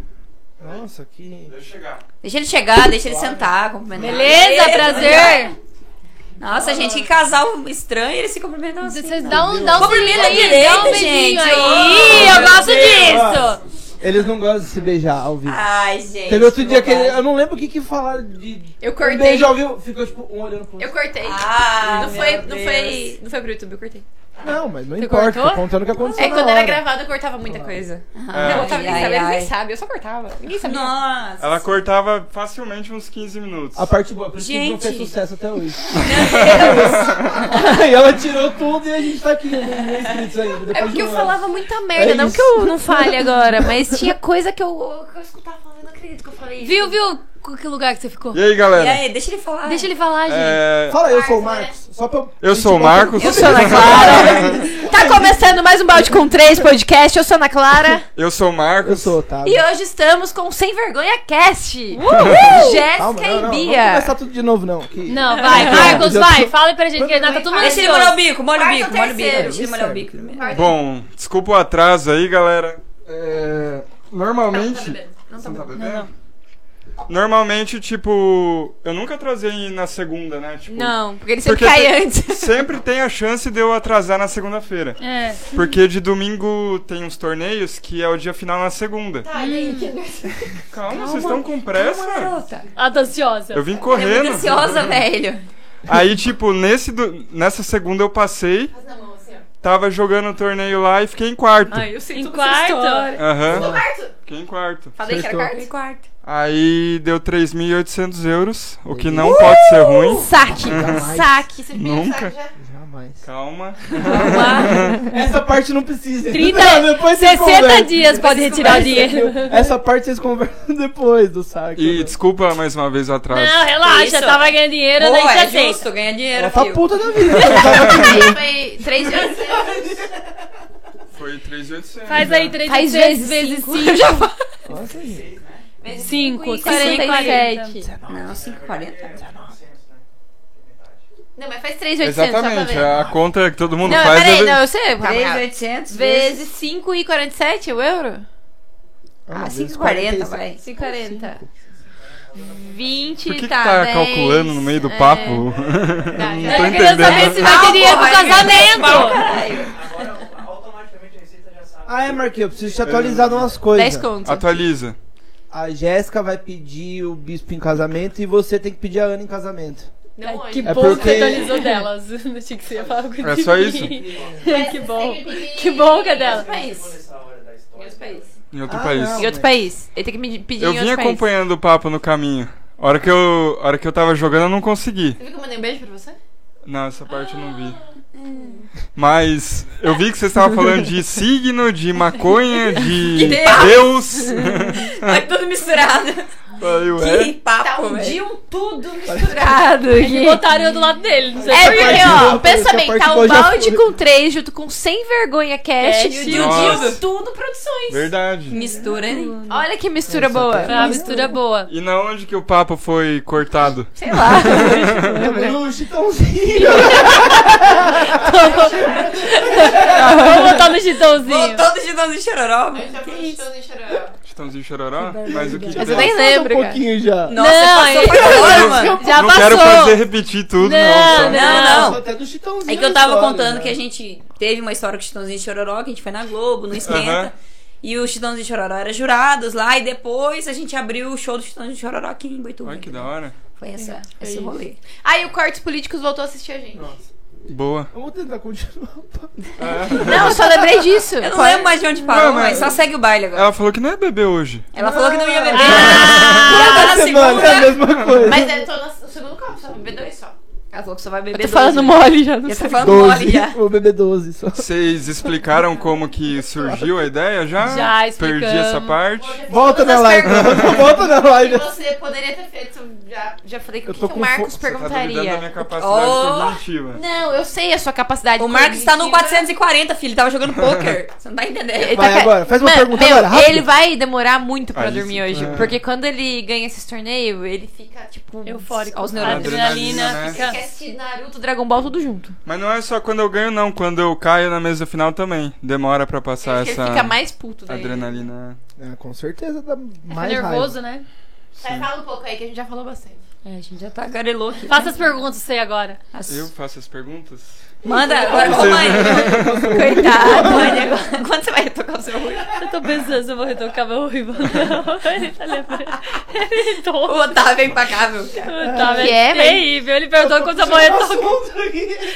Speaker 4: Nossa, que.
Speaker 6: Deixa eu chegar.
Speaker 2: Deixa ele chegar, deixa ele sentar, cumprimentar.
Speaker 3: Beleza,
Speaker 2: Beleza.
Speaker 3: prazer.
Speaker 2: Nossa, gente, que casal estranho, eles se cumprimentam assim.
Speaker 3: Vocês dão, dão um
Speaker 2: Cumprimenta
Speaker 3: beijinho aí,
Speaker 2: direito,
Speaker 3: dá um beijinho
Speaker 2: gente.
Speaker 3: aí.
Speaker 2: Oh,
Speaker 3: eu
Speaker 2: meu
Speaker 3: gosto
Speaker 4: Deus.
Speaker 3: disso.
Speaker 4: Eles não gostam de se beijar ao
Speaker 1: Ah,
Speaker 4: vivo.
Speaker 2: Ai, gente.
Speaker 4: Teve outro dia que
Speaker 2: bobagem.
Speaker 4: ele- eu não lembro o que que falaram de.
Speaker 1: Eu
Speaker 4: Um
Speaker 1: cortei.
Speaker 4: beijo ao vivo, ficou tipo um olhando pro outro.
Speaker 1: Eu cortei.
Speaker 2: Ah,
Speaker 1: não, foi,
Speaker 2: meu
Speaker 1: não,
Speaker 2: Deus.
Speaker 1: foi, não foi pro YouTube, eu cortei.
Speaker 4: Não, mas não
Speaker 3: Você
Speaker 4: importa,
Speaker 3: cortou?
Speaker 4: tô contando o que
Speaker 1: É
Speaker 4: aconteceu.
Speaker 1: que
Speaker 4: na
Speaker 1: quando era
Speaker 4: hora.
Speaker 1: gravado eu cortava muita coisa.
Speaker 2: Ai,
Speaker 1: eu não tava nem
Speaker 2: ai,
Speaker 1: sabendo, eles
Speaker 2: ai.
Speaker 1: nem sabem, eu só cortava. Ninguém sabia.
Speaker 2: Nossa.
Speaker 6: É. Ela cortava facilmente uns 15 minutos.
Speaker 4: A parte boa, por isso que não
Speaker 2: Gente.
Speaker 4: fez sucesso até hoje. e ela tirou tudo e a gente tá aqui, né, inscritos ainda. depois
Speaker 1: É porque
Speaker 4: de
Speaker 1: eu
Speaker 4: um ano.
Speaker 1: falava muita merda,
Speaker 4: É
Speaker 1: não
Speaker 4: isso.
Speaker 1: que eu não fale agora, mas tinha coisa que eu, que eu escutava falando, eu não acredito que eu falei isso.
Speaker 3: Viu, viu com que lugar que você ficou?
Speaker 6: E aí,
Speaker 2: E
Speaker 6: galera?
Speaker 2: aí, deixa ele falar.
Speaker 3: Deixa ele falar, gente.
Speaker 6: É,
Speaker 4: Fala, eu sou o
Speaker 1: né?
Speaker 4: Marcos. Só pra
Speaker 6: Eu sou o Marcos.
Speaker 1: Eu sou Ana Clara. Tá começando mais um balde com três podcast. Eu sou Ana Clara.
Speaker 6: Eu sou o Marcos.
Speaker 4: Eu sou, tá?
Speaker 1: E hoje estamos com o Sem Vergonha Cast.
Speaker 4: Calma,
Speaker 1: Jéssica
Speaker 4: não, não,
Speaker 1: e
Speaker 4: Não vamos
Speaker 1: Bia.
Speaker 4: começar tudo de novo, não. que-
Speaker 3: Não, vai, Marcos, vai. Fala pra gente que tá todo mundo
Speaker 2: Ah, Deixa ele molhar o
Speaker 3: ansioso.
Speaker 2: bico, molha o
Speaker 1: Quarto
Speaker 2: bico, molha o bico.
Speaker 1: terceiro.
Speaker 2: Deixa ele molhar o bico primeiro.
Speaker 6: Bom, desculpa o atraso aí, galera. É, normalmente. Não tá bebendo? Normalmente, tipo, eu nunca atrasei na segunda, né? Tipo,
Speaker 1: Não, porque ele sempre
Speaker 6: Porque
Speaker 1: cai
Speaker 6: tem-
Speaker 1: antes.
Speaker 6: sempre tem a chance de eu atrasar na segunda-feira.
Speaker 3: É.
Speaker 6: Porque de domingo tem uns torneios que é o dia final na segunda. Calma, vocês estão com pressa?
Speaker 3: Ela tá ansiosa.
Speaker 6: Eu vim
Speaker 2: Ela é muito
Speaker 6: correndo.
Speaker 2: ansiosa, velho.
Speaker 6: Aí, tipo, nesse do- nessa segunda eu passei, tava jogando o torneio lá e fiquei em quarto.
Speaker 1: eu sei
Speaker 3: Em quarto.
Speaker 6: Aham,
Speaker 1: Quarto.
Speaker 6: fiquei em quarto.
Speaker 1: Falei que era
Speaker 4: Acertou.
Speaker 1: quarto?
Speaker 2: quarto.
Speaker 6: Aí deu 3.800 euros, o que não pode ser ruim.
Speaker 1: Saque,
Speaker 4: Jamais.
Speaker 1: saque. Você pediu
Speaker 6: Nunca.
Speaker 1: saque já?
Speaker 4: Jamais.
Speaker 6: Calma.
Speaker 4: Essa parte não precisa.
Speaker 3: 30,
Speaker 4: Não, depois vocês
Speaker 3: 60
Speaker 4: conversam.
Speaker 3: dias pode retirar o dinheiro.
Speaker 4: Essa parte vocês conversam depois do saco.
Speaker 6: E desculpa mais uma vez o atraso.
Speaker 3: Não, relaxa,
Speaker 2: Isso.
Speaker 3: tava ganhando dinheiro,
Speaker 2: Boa,
Speaker 3: daí já
Speaker 2: é
Speaker 3: aceita.
Speaker 2: justo, ganha dinheiro,
Speaker 4: Ela tá
Speaker 2: filho.
Speaker 4: puta da vida.
Speaker 1: Foi três vezes.
Speaker 6: Foi 3.800.
Speaker 3: Faz aí 3
Speaker 7: Faz
Speaker 3: vezes,
Speaker 7: vezes
Speaker 3: vezes 5. Já faz
Speaker 4: Nossa, gente.
Speaker 3: 5, 40, 40.
Speaker 7: 47.
Speaker 2: Não, 5,40.
Speaker 1: Não, mas faz três vezes.
Speaker 6: Exatamente, É
Speaker 1: Só pra ver.
Speaker 6: a conta que todo mundo
Speaker 1: Não,
Speaker 6: faz.
Speaker 1: peraí,
Speaker 6: deve-
Speaker 1: não, eu sei. calma, calma.
Speaker 2: 3,800 vezes...
Speaker 1: Vezes 5 e 47 o euro?
Speaker 2: Ah,
Speaker 4: Uma vez
Speaker 2: 5,40,
Speaker 4: 45.
Speaker 2: vai.
Speaker 1: 5,40. 20
Speaker 6: Por que, que
Speaker 1: tá,
Speaker 6: tá
Speaker 1: 10,
Speaker 6: calculando no meio do
Speaker 1: é,
Speaker 6: papo?
Speaker 1: tá,
Speaker 6: Não
Speaker 1: já-
Speaker 6: tô
Speaker 3: Eu queria saber se
Speaker 6: entendendo.
Speaker 3: vai ter dinheiro pro casamento.
Speaker 2: Caralho.
Speaker 4: Ah, é, Marquinhos, eu preciso te atualizar de umas coisas.
Speaker 1: 10 conto.
Speaker 6: Atualiza.
Speaker 4: A Jéssica vai pedir o bispo em casamento e você tem que pedir a Ana em casamento.
Speaker 1: Não hoje.
Speaker 3: Que
Speaker 4: É
Speaker 3: bom que
Speaker 4: porque-
Speaker 3: você atualizou delas. Achei que você ia falar algo
Speaker 6: É
Speaker 3: de
Speaker 6: só
Speaker 3: mim.
Speaker 6: isso?
Speaker 3: que bom. Que bom que é dela.
Speaker 1: País. Em outro país.
Speaker 6: Em outro
Speaker 4: Ah,
Speaker 6: país.
Speaker 4: não.
Speaker 1: Em outro país. Ele tem que me pedir
Speaker 6: Eu
Speaker 1: em
Speaker 6: vim
Speaker 1: outro país.
Speaker 6: acompanhando o papo no caminho. A hora que eu, a hora que eu tava jogando, eu não consegui.
Speaker 1: Você viu que eu mandei um beijo pra você? Ah, é.
Speaker 6: Não, essa parte eu não vi. Mas eu vi que vocês estavam falando de signo, de maconha, de Deus.
Speaker 2: Vai tudo misturado.
Speaker 6: Falei, ué.
Speaker 2: Que papo, velho.
Speaker 1: um tudo misturado. aqui.
Speaker 3: Botaram eu do lado dele. Não sei
Speaker 1: É
Speaker 3: por quê.
Speaker 1: porque,
Speaker 4: boa,
Speaker 1: ó,
Speaker 4: essa
Speaker 1: pensa
Speaker 4: parte
Speaker 1: bem, tá
Speaker 4: boa
Speaker 1: o
Speaker 4: já
Speaker 1: balde
Speaker 4: foi.
Speaker 1: com 3 junto com Sem Vergonha Cast
Speaker 3: Cast.
Speaker 1: É, e o
Speaker 6: Nossa.
Speaker 1: Dildo, tudo produções.
Speaker 6: Verdade.
Speaker 2: Mistura, hein?
Speaker 1: Olha que Ah, mistura
Speaker 4: Nossa,
Speaker 1: boa.
Speaker 3: Foi uma mistura boa.
Speaker 6: E na onde que o papo foi cortado?
Speaker 1: Sei lá.
Speaker 4: É No chitãozinho.
Speaker 3: Vamos botar no chitãozinho.
Speaker 2: Voltou do Gidão do Chororó. mano.
Speaker 6: Estãozinho chororó? Mas o que, que
Speaker 1: Mas eu nem
Speaker 6: tem?
Speaker 1: lembro,
Speaker 4: um
Speaker 1: cara.
Speaker 4: pouquinho já.
Speaker 2: Nossa,
Speaker 3: Não,
Speaker 2: passou pra agora, mano.
Speaker 1: Já
Speaker 6: não
Speaker 1: passou.
Speaker 6: quero fazer repetir tudo, não. só-
Speaker 3: Não,
Speaker 2: Não, não.
Speaker 4: Até do chitãozinho.
Speaker 2: É que eu tava
Speaker 4: história,
Speaker 2: contando
Speaker 4: né?
Speaker 2: que a gente teve uma história com o Chitãozinho de Chororó, que a gente foi na Globo, no Esquenta.
Speaker 6: Aham.
Speaker 2: E o Chitãozinho de Chororó era jurados lá, e depois a gente abriu o show do Chitãozinho de Chororó aqui em Boituva.
Speaker 6: Olha que da hora.
Speaker 2: Foi essa, esse
Speaker 3: isso.
Speaker 2: rolê.
Speaker 1: Aí o Cortes Políticos voltou a assistir a gente.
Speaker 6: Boa. É.
Speaker 4: Vamos tentar continuar. o papo.
Speaker 1: Não, eu só lembrei disso.
Speaker 2: Eu não lembro mais de onde parou,
Speaker 6: Não,
Speaker 2: mas
Speaker 6: mas-
Speaker 2: só segue o baile agora.
Speaker 6: Ela falou que não é né? bebê hoje.
Speaker 2: Ela falou que não ia beber.
Speaker 4: Toda
Speaker 2: Ah,
Speaker 4: semana é a mesma coisa.
Speaker 1: Mas eu tô no segundo copo, só beber dois só.
Speaker 2: Ela falou que só vai beber.
Speaker 1: Eu tô falando mole já, não
Speaker 2: Já
Speaker 1: sei.
Speaker 2: tá falando mole
Speaker 4: 12.
Speaker 2: já.
Speaker 4: Vou beber 12 só.
Speaker 6: Vocês explicaram como que surgiu a ideia já?
Speaker 3: Já
Speaker 6: Perdi
Speaker 3: explicamos.
Speaker 6: essa parte.
Speaker 4: Volta na live. Volta na live.
Speaker 1: Você poderia ter feito. Já, já falei que,
Speaker 4: Eu
Speaker 1: o
Speaker 4: tô
Speaker 1: que que
Speaker 4: com
Speaker 1: o Marcos
Speaker 4: fo-
Speaker 6: Você tá duvidando da minha
Speaker 1: perguntaria.
Speaker 6: capacidade
Speaker 2: Oh.
Speaker 6: cognitiva.
Speaker 1: Não, eu sei a sua capacidade.
Speaker 2: O Marcos tá no
Speaker 1: cognitiva.
Speaker 2: 440, filho. Tava jogando poker. Você não tá entendendo.
Speaker 1: Ele
Speaker 4: Vai
Speaker 1: ca-
Speaker 4: agora, faz uma
Speaker 1: Mano,
Speaker 4: pergunta
Speaker 1: meu,
Speaker 4: agora, rápido.
Speaker 1: Ele vai demorar muito pra
Speaker 6: Ah, isso-
Speaker 1: dormir hoje.
Speaker 6: é.
Speaker 1: Porque quando ele ganha esses torneios, ele fica, tipo,
Speaker 3: Eufórico. né?
Speaker 1: aos neurônios.
Speaker 6: Adrenalina,
Speaker 3: Adrenalina.
Speaker 6: né?
Speaker 3: fica-
Speaker 1: Esquece Naruto, Dragon Ball, tudo junto.
Speaker 6: Mas não é só quando eu ganho, não. Quando eu caio na mesa final também. Demora pra
Speaker 4: Tá,
Speaker 6: passar
Speaker 1: Acho que
Speaker 6: essa
Speaker 1: ele fica mais puto daí.
Speaker 6: adrenalina.
Speaker 4: Ah, com certeza dá
Speaker 3: Fica
Speaker 4: mais
Speaker 3: nervoso, né?
Speaker 1: Mas fala um pouco aí, que a gente já falou bastante.
Speaker 2: É, a gente já tá garelou aqui.
Speaker 3: Faça as perguntas, sei agora.
Speaker 6: Eu faço as perguntas?
Speaker 2: Manda agora. Ô, mãe. Coitado, mãe.
Speaker 1: né?
Speaker 2: agora- Quando você vai retocar o seu olho?
Speaker 3: Eu tô pensando se eu vou retocar meu ruivo. Não, ele tá lembrando. Ele
Speaker 2: O
Speaker 3: tô.
Speaker 2: Otávio é impagável, cara.
Speaker 3: Tá,
Speaker 1: Que é,
Speaker 3: é
Speaker 1: velho?
Speaker 3: terrível. Ele perguntou quando eu vou retocar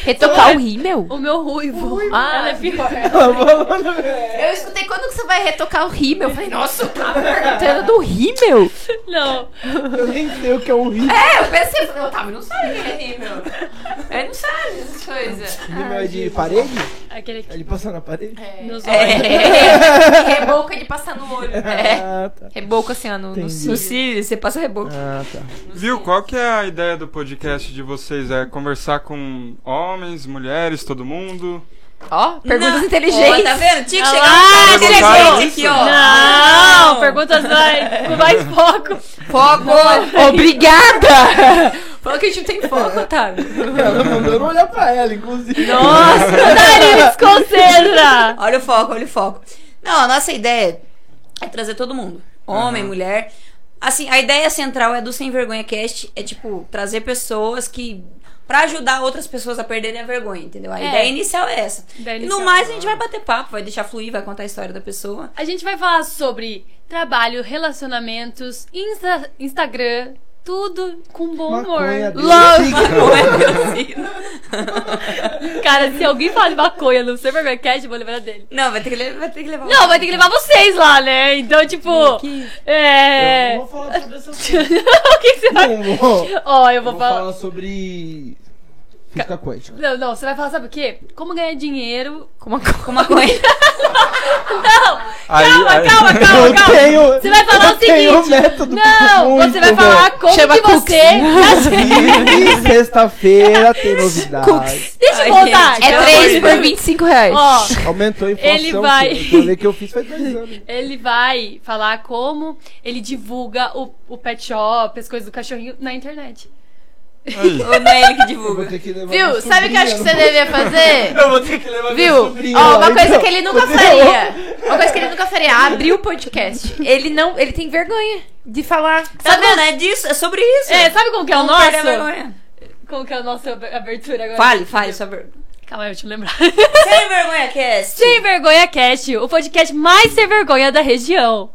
Speaker 1: Retocar o rímel?
Speaker 3: o meu ruivo. Ah, ela é pior.
Speaker 4: Tá
Speaker 1: Eu escutei quando que você vai retocar o rímel. Eu falei, nossa, eu tava perguntando do rímel.
Speaker 3: Não.
Speaker 4: Eu nem sei o que é um ritmo,
Speaker 1: É, eu pensei, eu falei, Otávio não sabe o que é rímel. Ele É, não sabe essas coisas.
Speaker 4: é de parede?
Speaker 3: Aquele aqui.
Speaker 4: Ele passou na parede?
Speaker 3: Nos
Speaker 2: É.
Speaker 3: olhos.
Speaker 1: Rebouca de passar no olho. É.
Speaker 4: Ah, tá.
Speaker 1: Rebouca assim, ó, no, no
Speaker 4: Entendi.
Speaker 2: No
Speaker 1: cílio.
Speaker 2: Sirius, você passa
Speaker 3: É.
Speaker 2: reboco.
Speaker 4: Ah, tá.
Speaker 6: Viu? Qual que é a ideia do podcast de vocês? É conversar com homens, mulheres, todo mundo?
Speaker 1: Ó, perguntas
Speaker 2: Não.
Speaker 1: inteligentes.
Speaker 2: Ó, tá vendo? Tinha que
Speaker 3: Ah,
Speaker 2: chegar
Speaker 3: lá,
Speaker 2: um cara
Speaker 6: chegou.
Speaker 2: inteligente aqui, ó.
Speaker 3: Não, perguntas mais, com mais foco.
Speaker 2: Foco.
Speaker 1: Obrigada! Falou que a gente não tem foco, Otávio.
Speaker 4: Ela mandou eu não olhar pra ela, inclusive.
Speaker 3: Nossa, Dari, me desconcentra.
Speaker 2: Olha o foco, olha o foco. Não, a nossa ideia é trazer todo mundo. Homem, mulher. Assim, a ideia central é do Sem Vergonha Cast. É, tipo, trazer pessoas que... Pra ajudar outras pessoas a perderem a vergonha, entendeu? A
Speaker 3: É.
Speaker 2: ideia inicial é essa.
Speaker 3: Ideia
Speaker 2: E
Speaker 3: inicial.
Speaker 2: no mais, a gente vai bater papo, vai deixar fluir, vai contar a história da pessoa.
Speaker 3: A gente vai falar sobre trabalho, relacionamentos, Insta- Instagram, tudo com bom
Speaker 4: Maconha,
Speaker 3: humor.
Speaker 4: Deus
Speaker 3: Love.
Speaker 4: fica.
Speaker 3: Cara, se alguém falar de maconha no supermercado, eu vou lembrar dele.
Speaker 2: Não, vai ter que, le- vai ter que levar.
Speaker 3: Não, vai ter que levar vocês lá, né? Então, tipo. É.
Speaker 4: Eu não vou falar sobre essas coisas.
Speaker 3: o que que você vai.
Speaker 4: Não vou.
Speaker 3: Ó, eu
Speaker 4: Eu
Speaker 3: vou
Speaker 4: vou
Speaker 3: falar.
Speaker 4: falar sobre. Física quântica.
Speaker 3: Não, não, você vai falar, sabe o quê? Como ganhar dinheiro.
Speaker 1: Com uma co-
Speaker 2: Com maconha.
Speaker 3: Não!
Speaker 6: Aí,
Speaker 3: Calma,
Speaker 6: aí-
Speaker 3: calma, calma,
Speaker 4: eu
Speaker 3: calma!
Speaker 4: tenho.
Speaker 3: Você vai falar
Speaker 4: eu
Speaker 3: o
Speaker 4: tenho um
Speaker 3: seguinte.
Speaker 4: método é
Speaker 3: Não,
Speaker 4: muito
Speaker 3: você vai falar como
Speaker 1: Chama
Speaker 3: que
Speaker 1: Cooks.
Speaker 3: você.
Speaker 4: E sexta-feira tem novidade.
Speaker 3: Deixa
Speaker 2: Ai,
Speaker 3: eu voltar.
Speaker 2: gente,
Speaker 1: É
Speaker 3: Calma.
Speaker 1: 3 por 25 reais.
Speaker 3: Ó,
Speaker 4: Aumentou a inflação.
Speaker 3: Ele vai-
Speaker 4: filho. O problema que eu fiz faz dois anos.
Speaker 3: ele vai falar como ele divulga o, o pet shop, as coisas do cachorrinho na internet.
Speaker 6: aí.
Speaker 2: Ou não é ele que
Speaker 4: Eu vou
Speaker 2: divulga?
Speaker 4: ter que levar
Speaker 1: Viu?
Speaker 4: minha
Speaker 1: Sabe o que eu acho que você
Speaker 4: sobrinha,
Speaker 1: devia fazer?
Speaker 6: Eu vou ter que levar
Speaker 1: Viu?
Speaker 4: sobrinha
Speaker 1: Ó,
Speaker 4: lá,
Speaker 1: uma coisa
Speaker 4: então.
Speaker 1: que ele nunca faria. Uma coisa que ele nunca faria. Abrir o podcast. Ele não. Ele tem vergonha de falar.
Speaker 2: Tá vendo? É disso, é sobre isso.
Speaker 3: É, sabe como que é o
Speaker 2: Não perde a
Speaker 3: nosso?
Speaker 2: vergonha.
Speaker 3: Como que é o nosso ab- abertura agora?
Speaker 2: Fale, fale sobre.
Speaker 3: Calma, eu te lembrar.
Speaker 2: Sem vergonha, Cast.
Speaker 3: Sem Vergonha Cast, o podcast mais sem vergonha da região.